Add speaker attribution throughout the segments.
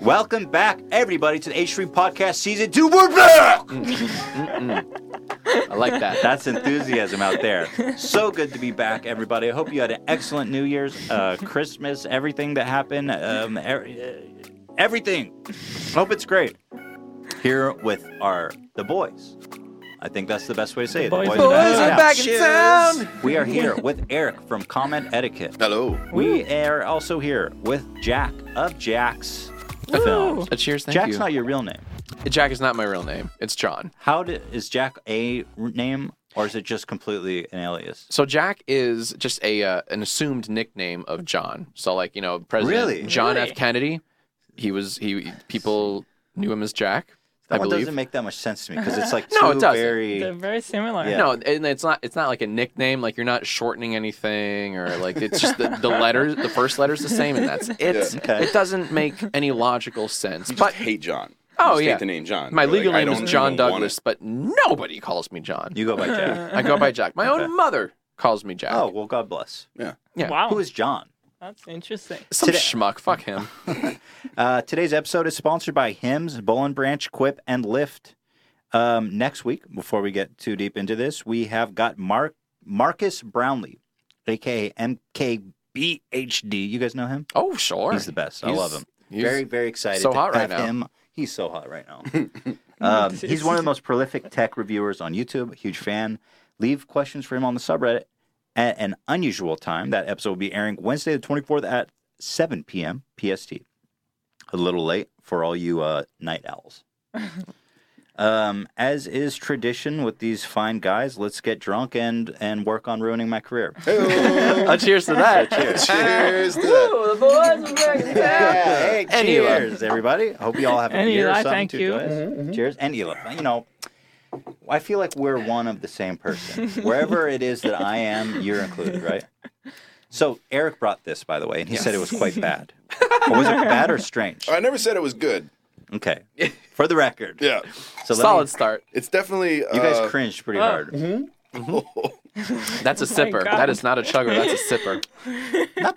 Speaker 1: Welcome back, everybody, to the H Stream Podcast Season 2. We're back!
Speaker 2: I like that.
Speaker 1: That's enthusiasm out there. So good to be back, everybody. I hope you had an excellent New Year's, uh, Christmas, everything that happened, um, er- uh, everything. Hope it's great. Here with our the boys. I think that's the best way to say it. The
Speaker 3: boys
Speaker 1: boys
Speaker 3: are
Speaker 2: Boys
Speaker 3: Yeah.
Speaker 2: are back in town.
Speaker 1: We are here with Eric from Comment Etiquette.
Speaker 4: Hello.
Speaker 1: We are also here with Jack of Jack's Films.
Speaker 2: Uh, cheers, thank
Speaker 1: Jack's
Speaker 2: you.
Speaker 1: not your real name.
Speaker 2: Jack is not my real name. It's John.
Speaker 1: How did, is Jack a r- name or is it just completely an alias?
Speaker 2: So Jack is just a uh, an assumed nickname of John. So like you know, President
Speaker 1: Really?
Speaker 2: John
Speaker 3: Really?
Speaker 2: F. Kennedy, he was he people knew him as Jack.
Speaker 1: That
Speaker 2: I
Speaker 1: one
Speaker 2: believe.
Speaker 1: doesn't make that much sense to me because it's like
Speaker 2: No, it
Speaker 1: two
Speaker 2: doesn't.
Speaker 1: very.
Speaker 3: They're very similar.
Speaker 1: Yeah.
Speaker 2: No, and it's not. It's not like a nickname. Like you're not shortening anything, or like it's just the, the letters. The first letter's the same, and that's it.
Speaker 1: Yeah. Okay.
Speaker 2: It doesn't make any logical sense.
Speaker 4: But
Speaker 2: But
Speaker 4: hate John.
Speaker 2: Oh,
Speaker 4: Just
Speaker 2: yeah.
Speaker 4: Hate the name John.
Speaker 2: my
Speaker 4: You're like,
Speaker 2: legal
Speaker 4: I
Speaker 2: name
Speaker 4: don't
Speaker 2: is John
Speaker 4: even want
Speaker 2: Douglas,
Speaker 4: it.
Speaker 2: but nobody calls me John.
Speaker 1: You go by Jack.
Speaker 2: I go by Jack. My
Speaker 1: Okay.
Speaker 2: own mother calls me Jack.
Speaker 1: Oh well, God bless.
Speaker 4: Yeah.
Speaker 2: yeah.
Speaker 3: Wow.
Speaker 1: Who is John?
Speaker 3: That's interesting.
Speaker 2: Some
Speaker 1: Today-
Speaker 2: schmuck. Fuck him.
Speaker 1: Uh, today's episode is sponsored by Hims, Bowling Branch, Quip, and Lyft. Um, next week, before we get too deep into this, we have got Mark Marcus Brownlee, aka MKBHD. You guys know him?
Speaker 2: Oh, sure.
Speaker 1: He's the best. I
Speaker 2: He's-
Speaker 1: love him.
Speaker 2: he's-
Speaker 1: Very very excited.
Speaker 2: so
Speaker 1: to
Speaker 2: hot right
Speaker 1: have
Speaker 2: now.
Speaker 1: Him. He's so hot right now. um, he's one of the most prolific tech reviewers on YouTube. Huge fan. Leave questions for him on the subreddit at an unusual time. That episode will be airing Wednesday the 24th at 7 p.m. PST. A little late for all you uh, night owls. um, as is tradition with these fine guys, let's get drunk and and work on ruining my career.
Speaker 2: Uh, cheers to that. cheers.
Speaker 4: Cheers. to that.
Speaker 3: the boys are back in town.
Speaker 1: Hey,
Speaker 2: And Eli.
Speaker 1: cheers, everybody. Hope you all have a
Speaker 3: And
Speaker 1: beer or
Speaker 3: Eli,
Speaker 1: something
Speaker 3: thank
Speaker 1: to
Speaker 3: you.
Speaker 1: enjoy. Cheers. And Eli, you know, I feel like we're one of the same person. Wherever it is that I am, you're included, right? So Eric brought this, by the way, and he said it was quite bad. Or was it bad or strange?
Speaker 4: I never said it was good.
Speaker 1: Okay. For the record.
Speaker 4: Yeah.
Speaker 1: So let me-
Speaker 2: Solid start.
Speaker 4: It's definitely. Uh, Mm-hmm.
Speaker 1: you guys cringed pretty
Speaker 3: Oh.
Speaker 1: hard. Mm-hmm.
Speaker 2: That's a sipper.
Speaker 3: God.
Speaker 2: That is not a chugger. That's a sipper.
Speaker 1: Not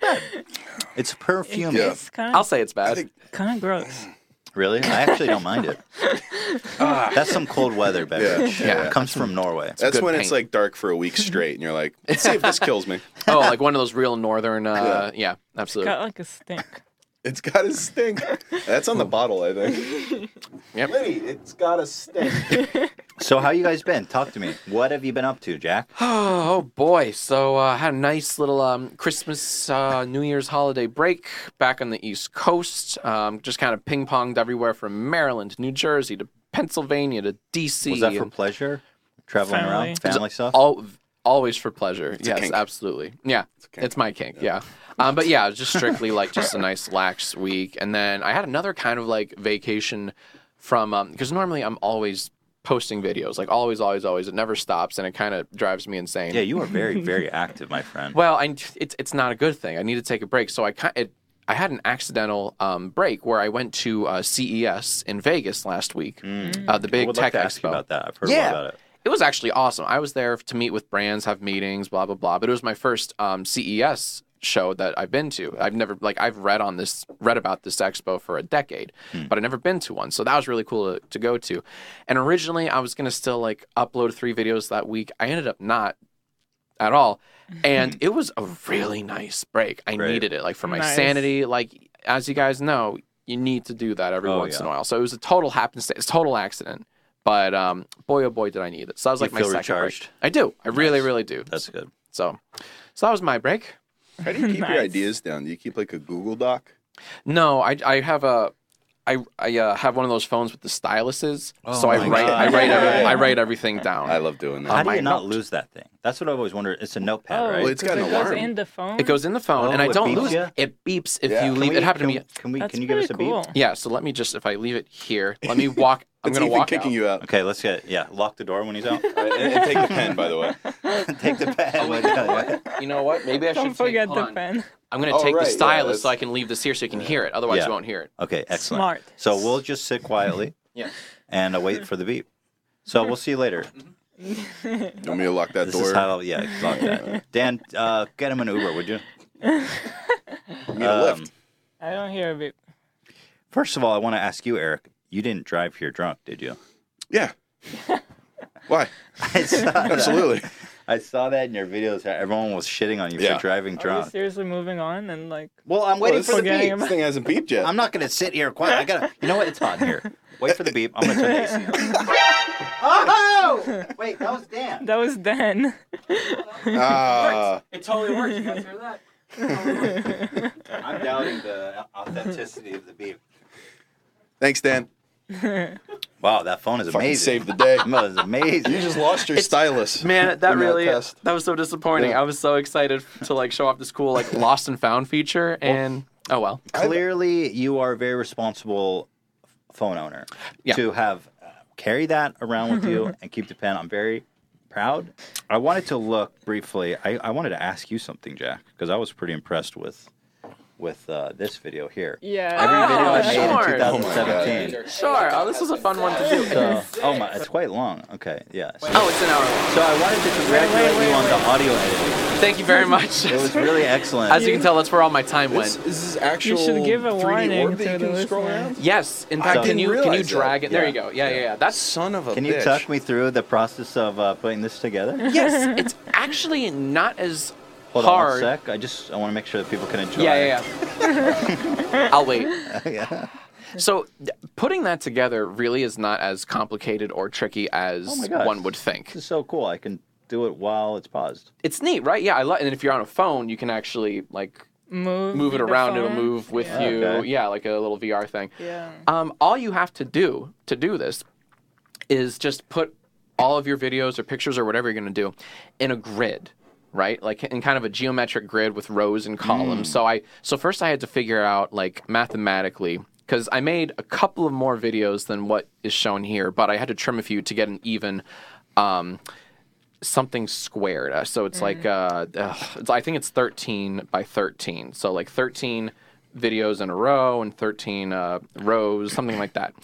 Speaker 1: bad. It's perfume.
Speaker 4: Yeah.
Speaker 3: It's kind
Speaker 2: I'll
Speaker 3: of
Speaker 2: say it's bad.
Speaker 4: think-
Speaker 3: kind of gross.
Speaker 1: Really? I actually don't mind it. That's some cold weather beverage.
Speaker 4: Ah. Yeah.
Speaker 2: Yeah.
Speaker 1: It comes from Norway.
Speaker 4: That's
Speaker 2: good
Speaker 4: when it's
Speaker 2: paint.
Speaker 4: like dark for a week straight, and you're like, let's see if this kills me.
Speaker 2: oh, like one of those real northern. Uh, yeah. absolutely.
Speaker 3: Got like a stink.
Speaker 4: It's got a stink. That's on the bottle, I think.
Speaker 2: Yep.
Speaker 4: Liddy, it's got a stink.
Speaker 1: So how you guys been? Talk to me. What have you been up to, Jack?
Speaker 2: Oh boy. So uh, I had a nice little um, Christmas, uh, New Year's holiday break back on the East Coast. Um, just kind of ping ponged everywhere from Maryland, to New Jersey to Pennsylvania to D.C.
Speaker 1: Was that for
Speaker 2: and-
Speaker 1: pleasure? Traveling around,
Speaker 3: Family.
Speaker 1: family stuff.
Speaker 2: All, always for pleasure. yes,
Speaker 4: kink.
Speaker 2: absolutely. Yeah, it's,
Speaker 4: kink.
Speaker 2: my kink. Yeah, Um, but yeah, it was just strictly like just a nice lax week, and then I had another kind of like vacation from because normally I'm always posting videos, like always, always, always. It never stops, and it kind of drives me insane.
Speaker 1: yeah, you are very, very active, my friend.
Speaker 2: Well, I, it's it's not a good thing. I need to take a break. So I ki- it, I had an accidental um, break where I went to uh, CES in Vegas last week, uh, the
Speaker 1: Hmm. I
Speaker 2: big
Speaker 1: would like
Speaker 2: tech
Speaker 1: to
Speaker 2: expo.
Speaker 1: ask you about that. I've heard
Speaker 2: Yeah.
Speaker 1: a lot about it.
Speaker 2: It was actually awesome. I was there to meet with brands, have meetings, blah blah blah. But it was my first um, CES show that I've been to. I've never like I've read on this read about this expo for a decade,
Speaker 1: Hmm.
Speaker 2: but I've never been to one. So that was really cool to, to go to. And originally I was gonna still like upload three videos that week. I ended up not at all. And it was a really nice break. I
Speaker 1: Great.
Speaker 2: needed it like for my
Speaker 3: Nice.
Speaker 2: sanity. Like as you guys know, you need to do that every
Speaker 1: Oh,
Speaker 2: once in a
Speaker 1: yeah.
Speaker 2: while. So it was a total happenstance, total accident. But um, boy, oh boy, did I need it. So that was
Speaker 1: You
Speaker 2: like my
Speaker 1: feel
Speaker 2: second
Speaker 1: recharged?
Speaker 2: break. I do. I really, really do.
Speaker 1: That's good.
Speaker 2: so, so that was my break.
Speaker 4: How do you keep
Speaker 3: Nice.
Speaker 4: your ideas down? Do you keep like a Google Doc?
Speaker 2: No, I, I have a, I, I uh, have one of those phones with the styluses. so I
Speaker 1: Oh, my
Speaker 2: write,
Speaker 1: God.
Speaker 2: I write, every,
Speaker 4: Yeah.
Speaker 2: I write everything down.
Speaker 4: I love doing
Speaker 1: How
Speaker 4: that.
Speaker 1: do
Speaker 2: my
Speaker 1: you not
Speaker 2: note.
Speaker 1: lose that thing? That's what I've always wondered. It's a notepad,
Speaker 3: Oh,
Speaker 1: right?
Speaker 4: Well, it's got
Speaker 3: it
Speaker 4: an
Speaker 3: goes
Speaker 4: alarm.
Speaker 3: in the phone.
Speaker 2: it goes in the phone,
Speaker 1: Oh,
Speaker 2: and I
Speaker 1: it
Speaker 2: don't
Speaker 1: beeps
Speaker 2: lose.
Speaker 1: ya?
Speaker 2: It beeps if
Speaker 4: Yeah.
Speaker 2: you
Speaker 1: Can
Speaker 2: leave.
Speaker 1: we-
Speaker 2: it happened to
Speaker 1: can-
Speaker 2: me.
Speaker 1: Can we?
Speaker 3: That's
Speaker 1: Can you give us a
Speaker 3: pretty
Speaker 1: beep?
Speaker 3: cool.
Speaker 2: Yeah, so let me just if I leave it here, let me walk. I'm
Speaker 4: It's
Speaker 2: gonna
Speaker 4: Ethan
Speaker 2: walk
Speaker 4: kicking
Speaker 2: out.
Speaker 4: you out.
Speaker 1: Okay, let's get yeah. Lock the door when he's out.
Speaker 4: All right, and, and take the pen, by the way.
Speaker 1: Take the pen. when he's out.
Speaker 2: Oh, You know what? Maybe I
Speaker 3: Don't
Speaker 2: should
Speaker 3: forget
Speaker 2: take,
Speaker 3: the
Speaker 2: hold on.
Speaker 3: pen.
Speaker 2: I'm gonna
Speaker 4: Oh,
Speaker 2: take
Speaker 4: right,
Speaker 2: the
Speaker 4: yeah,
Speaker 2: stylus so I
Speaker 4: that's-
Speaker 2: can leave this here so you can hear it. Otherwise,
Speaker 1: Yeah.
Speaker 2: you won't hear it.
Speaker 1: Okay, excellent.
Speaker 3: Smart.
Speaker 1: So we'll just sit quietly
Speaker 2: Yeah.
Speaker 1: and uh, wait for the beep. So we'll see you later. Oh.
Speaker 4: You want me to lock that
Speaker 1: This
Speaker 4: door?
Speaker 1: is how. Yeah, lock that. Dan, uh, get him an Uber, would you? Um,
Speaker 4: You need a lift.
Speaker 3: I don't hear a beep.
Speaker 1: First of all, I want to ask you, Eric. You didn't drive here drunk, did you?
Speaker 4: Yeah. Why?
Speaker 1: I saw that.
Speaker 4: Absolutely.
Speaker 1: I saw that in your videos. how Everyone was shitting on you
Speaker 4: Yeah.
Speaker 1: for driving
Speaker 3: Are we
Speaker 1: drunk.
Speaker 3: seriously moving on and like
Speaker 1: Well, I'm
Speaker 4: Well,
Speaker 1: waiting
Speaker 4: this,
Speaker 1: for
Speaker 4: is
Speaker 1: the
Speaker 4: a
Speaker 1: beep.
Speaker 3: forgetting
Speaker 4: beep.
Speaker 3: him.
Speaker 4: this thing hasn't beeped yet.
Speaker 1: I'm not gonna sit here quiet. I gotta. You know what? It's on here. Wait for the beep. I'm gonna turn the AC on. Oh! Wait, that was Dan.
Speaker 3: that was then?
Speaker 4: Ah,
Speaker 5: It totally works. You guys hear that?
Speaker 1: I'm doubting the authenticity of the beep.
Speaker 4: thanks, Dan.
Speaker 1: Wow, that phone is
Speaker 4: Fucking
Speaker 1: amazing.
Speaker 4: saved the day.
Speaker 1: That phone is amazing.
Speaker 4: You just lost your stylus.
Speaker 2: Man, that
Speaker 4: in
Speaker 2: really
Speaker 4: test.
Speaker 2: that was so disappointing.
Speaker 4: Yeah.
Speaker 2: I was so excited to like show off this cool like lost and found feature, and oh well.
Speaker 1: Clearly, you are a very responsible phone owner
Speaker 2: Yeah.
Speaker 1: to have uh, carry that around with you and keep the pen. I'm very proud. I wanted to look briefly. I, I wanted to ask you something, Jack, because I was pretty impressed with with uh, this video here. Every
Speaker 3: Yeah.
Speaker 1: video I made
Speaker 2: sure.
Speaker 1: in
Speaker 4: Oh my God.
Speaker 1: 2017.
Speaker 2: Sure. Oh, this was a fun one to do.
Speaker 1: So, oh my, it's quite long. Okay, yeah. So,
Speaker 2: Oh, it's an hour. long.
Speaker 1: so I wanted to congratulate
Speaker 3: wait, wait,
Speaker 1: you on the audio editing.
Speaker 2: Thank you very much.
Speaker 1: It was really excellent.
Speaker 2: As you can tell, that's where all my time
Speaker 4: This,
Speaker 2: went.
Speaker 4: this is actual
Speaker 3: give a
Speaker 4: 3D
Speaker 3: warning
Speaker 4: orb
Speaker 3: to
Speaker 4: that you
Speaker 3: the
Speaker 4: can scroll
Speaker 3: listener.
Speaker 4: around.
Speaker 2: Yes. In
Speaker 4: I
Speaker 2: fact, can
Speaker 4: didn't
Speaker 2: you can you
Speaker 4: realize
Speaker 2: drag
Speaker 4: that.
Speaker 2: it? There
Speaker 1: Yeah.
Speaker 2: you go. Yeah, yeah, yeah. That's
Speaker 4: Son of a
Speaker 1: can you
Speaker 4: bitch.
Speaker 1: talk me through the process of uh, putting this together?
Speaker 2: yes. It's actually not as
Speaker 1: Hold on
Speaker 2: hard.
Speaker 1: one sec. I just I want to make sure that people can enjoy.
Speaker 2: Yeah, yeah, yeah. I'll wait.
Speaker 1: yeah.
Speaker 2: So th- putting that together really is not as complicated or tricky as
Speaker 1: Oh my
Speaker 2: one
Speaker 1: gosh.
Speaker 2: would think.
Speaker 1: This is so cool. I can do it while it's paused.
Speaker 2: It's neat, right? Yeah, I love. And if you're on a phone, you can actually like
Speaker 3: Move.
Speaker 2: move it
Speaker 3: the
Speaker 2: around. It'll
Speaker 3: phone.
Speaker 2: move with
Speaker 3: Yeah.
Speaker 2: you.
Speaker 1: Okay.
Speaker 2: Yeah, like a little VR thing.
Speaker 3: Yeah.
Speaker 2: Um, all you have to do to do this is just put all of your videos or pictures or whatever you're going to do in a grid, right? Like in kind of a geometric grid with rows and columns. So I so first I had to figure out like mathematically because I made a couple of more videos than what is shown here, but I had to trim a few to get an even. Um, something squared Uh, so it's
Speaker 3: Mm.
Speaker 2: like uh, ugh, it's, i think it's 13 by 13 so like 13 videos in a row and 13 uh, rows something like that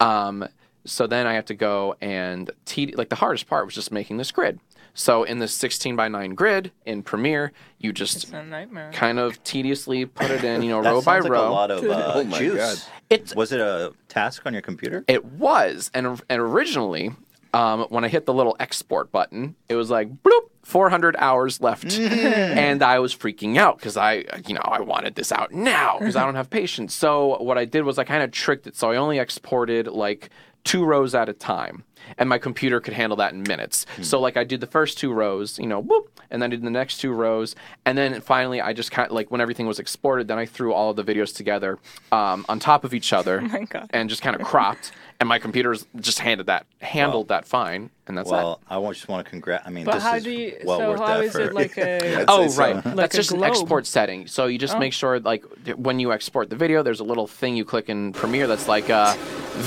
Speaker 2: um, so then i have to go and t- like the hardest part was just making this grid so in this 16 by 9 grid in premiere you just
Speaker 3: It's a nightmare.
Speaker 2: kind of tediously put it in you know
Speaker 1: That
Speaker 2: row by
Speaker 1: sounds like
Speaker 2: row
Speaker 1: a lot of uh,
Speaker 4: Oh my
Speaker 1: juice.
Speaker 4: God.
Speaker 2: It's-
Speaker 1: was it a task on your computer?
Speaker 2: It was, and, and originally, um, when I hit the little export button, it was like bloop, 400 hours left, and I was freaking out because I, you know, I wanted this out now because I don't have patience. So what I did was I kind of tricked it, so I only exported like two rows at a time. And my computer could handle that in minutes.
Speaker 1: Hmm.
Speaker 2: So, like, I did the first two rows, you know, whoop, and then I did the next two rows, and then finally, I just kind of like when everything was exported, then I threw all of the videos together um, on top of each
Speaker 1: Oh
Speaker 2: other,
Speaker 3: my God.
Speaker 2: and just kind of cropped. And my computer's just handed that handled that fine, and that's
Speaker 1: Well, I wa- just want to congrat. I mean,
Speaker 3: But
Speaker 1: this
Speaker 3: how
Speaker 1: is
Speaker 3: do you?
Speaker 1: well
Speaker 3: so
Speaker 1: worth
Speaker 3: how
Speaker 1: the
Speaker 3: is
Speaker 1: effort.
Speaker 3: it like a?
Speaker 4: I'd
Speaker 2: that. Oh
Speaker 4: say so.
Speaker 2: right,
Speaker 3: Like
Speaker 2: that's
Speaker 3: a
Speaker 2: just an
Speaker 3: globe. Oh.
Speaker 2: export setting. So you just make sure like th- when you export the video, there's a little thing you click in Premiere that's like uh,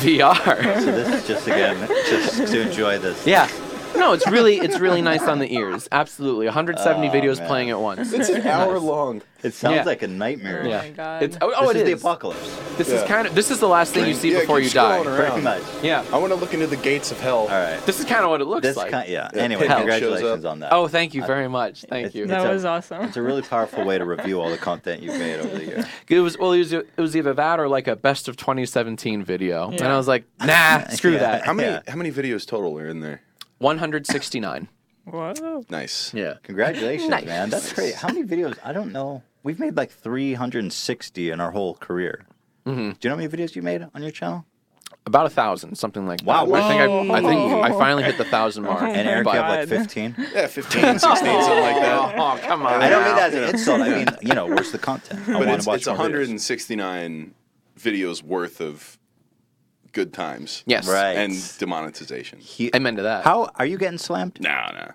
Speaker 2: VR.
Speaker 1: So this is just again just to enjoy this.
Speaker 2: yeah, no, it's really it's really nice on the ears. Absolutely, 170
Speaker 1: Oh,
Speaker 2: videos
Speaker 1: man.
Speaker 2: playing at once.
Speaker 4: It's an hour long.
Speaker 1: It sounds
Speaker 2: Yeah.
Speaker 1: like a nightmare.
Speaker 3: Oh
Speaker 2: yeah.
Speaker 3: my God.
Speaker 2: It's oh, oh
Speaker 1: this
Speaker 2: it
Speaker 1: is
Speaker 2: is.
Speaker 1: the apocalypse,
Speaker 2: This is
Speaker 4: Yeah.
Speaker 2: kind of this is the last thing you see
Speaker 4: Yeah,
Speaker 2: before
Speaker 4: keep
Speaker 2: you die.
Speaker 4: scrolling
Speaker 1: pretty
Speaker 4: around.
Speaker 1: much.
Speaker 2: Yeah,
Speaker 4: I want to look into the gates of hell.
Speaker 1: All right.
Speaker 2: this is kind of what it looks
Speaker 1: This
Speaker 2: like.
Speaker 1: kind, yeah.
Speaker 4: Yeah,
Speaker 1: Anyway,
Speaker 4: Pigman shows
Speaker 1: congratulations
Speaker 4: up.
Speaker 1: on that.
Speaker 2: Oh, thank you very much. Thank you.
Speaker 1: it's
Speaker 3: that
Speaker 1: a-
Speaker 3: was awesome.
Speaker 1: It's a really powerful way to review all the content you've made over the year.
Speaker 2: It was well, it was, it was either that or like a best of 2017 video, and I
Speaker 3: Yeah.
Speaker 2: was like, nah, screw
Speaker 1: Yeah.
Speaker 2: that.
Speaker 4: How many
Speaker 1: Yeah.
Speaker 4: how many videos total are in there?
Speaker 2: 169.
Speaker 3: Whoa.
Speaker 4: Nice.
Speaker 2: Yeah.
Speaker 1: Congratulations,
Speaker 2: Nice.
Speaker 1: man. That's great. How many videos? I don't know. We've made like 360 in our whole career. Do you know how many videos you made on your channel?
Speaker 2: Mm-hmm. About a thousand, something like
Speaker 1: Wow.
Speaker 2: that. I think I, I think
Speaker 3: Whoa.
Speaker 2: I finally hit the thousand mark.
Speaker 1: And Eric, you
Speaker 2: but-
Speaker 1: have like
Speaker 3: God.
Speaker 1: 15.
Speaker 4: Yeah, 15, 16, something like that.
Speaker 2: Oh, come on.
Speaker 1: I don't mean
Speaker 2: now.
Speaker 1: that as an insult. I mean, you know, where's the content? I
Speaker 4: But
Speaker 1: want
Speaker 4: it's,
Speaker 1: to watch
Speaker 4: it's
Speaker 1: more videos.
Speaker 4: 169 videos worth of good times.
Speaker 2: Yes.
Speaker 1: Right.
Speaker 4: And demonetization.
Speaker 1: He-
Speaker 2: I'm into that.
Speaker 1: How are you getting slammed?
Speaker 4: Nah, nah.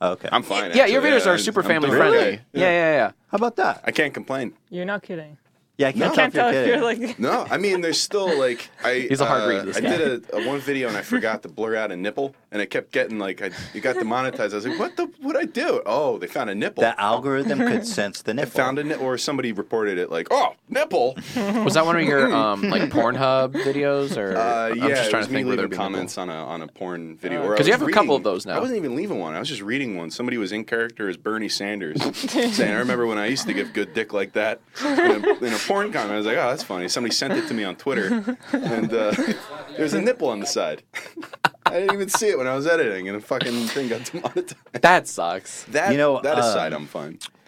Speaker 1: Oh, okay.
Speaker 4: I'm fine.
Speaker 2: Yeah, your
Speaker 4: actually.
Speaker 2: videos
Speaker 4: Yeah,
Speaker 2: are super
Speaker 4: I'm
Speaker 2: family
Speaker 4: doing
Speaker 2: friendly.
Speaker 4: okay.
Speaker 2: Yeah, yeah, yeah.
Speaker 1: How about that?
Speaker 4: I can't complain.
Speaker 3: You're not kidding.
Speaker 1: Yeah, I can't,
Speaker 3: Can't
Speaker 1: tell
Speaker 3: tell if
Speaker 1: you're
Speaker 3: you're
Speaker 1: kidding.
Speaker 3: like.
Speaker 4: No, I mean, there's still like I.
Speaker 2: He's a hard
Speaker 4: uh,
Speaker 2: read, this
Speaker 4: I
Speaker 2: guy.
Speaker 4: did a, a one video and I forgot to blur out a nipple, and it kept getting like I, it got demonetized. I was like, what the? What I do? Oh, they found a nipple.
Speaker 1: The algorithm could sense the
Speaker 4: I
Speaker 1: nipple.
Speaker 4: found a nipple, or somebody reported it like, oh, nipple.
Speaker 2: Was that one of your um, like Pornhub videos or?
Speaker 4: Uh,
Speaker 2: I'm
Speaker 4: yeah,
Speaker 2: just
Speaker 4: it
Speaker 2: trying
Speaker 4: was
Speaker 2: to
Speaker 4: me
Speaker 2: think where
Speaker 4: leaving
Speaker 2: there'd be
Speaker 4: comments on a on a
Speaker 1: Uh,
Speaker 4: porn video. or I
Speaker 2: 'Cause you
Speaker 4: was
Speaker 2: have a couple of
Speaker 4: reading-
Speaker 2: those now.
Speaker 4: I wasn't even leaving one. I was just reading one. Somebody was in character as Bernie Sanders, saying, "I remember when I used to give good dick like that in a, in a porn comment." I was like, "Oh, that's funny." Somebody sent it to me on Twitter, and uh, there's a nipple on the side. I didn't even see it when I was editing, and the fucking thing got demonetized.
Speaker 2: That sucks.
Speaker 4: That
Speaker 1: You know,
Speaker 4: that aside,
Speaker 1: um,
Speaker 4: I'm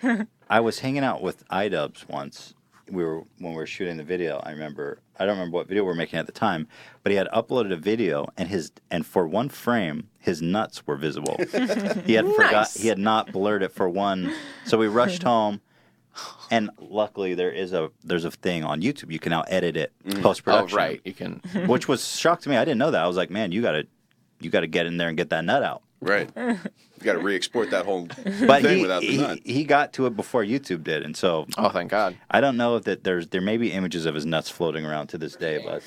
Speaker 4: fine.
Speaker 1: I was hanging out with iDubbbz once. We were when we were shooting the video. I remember. I don't remember what video we were making at the time, but he had uploaded a video, and his and for one frame, his nuts were visible. he had forgot.
Speaker 2: Nice.
Speaker 1: He had not blurred it for one. So we rushed home, and luckily there is a there's a thing on YouTube. You can now edit it
Speaker 4: Mm.
Speaker 1: post
Speaker 2: Oh
Speaker 1: production.
Speaker 2: right, you can.
Speaker 1: which was shock to me. I didn't know that. I was like, man, you gotta you gotta get in there and get that nut out.
Speaker 4: Right, you got to re-export that whole
Speaker 1: But
Speaker 4: thing
Speaker 1: he,
Speaker 4: without the nut.
Speaker 1: he, he got to it before YouTube did, and so
Speaker 2: Oh thank God.
Speaker 1: I don't know if that there's there may be images of his nuts floating around to this day, but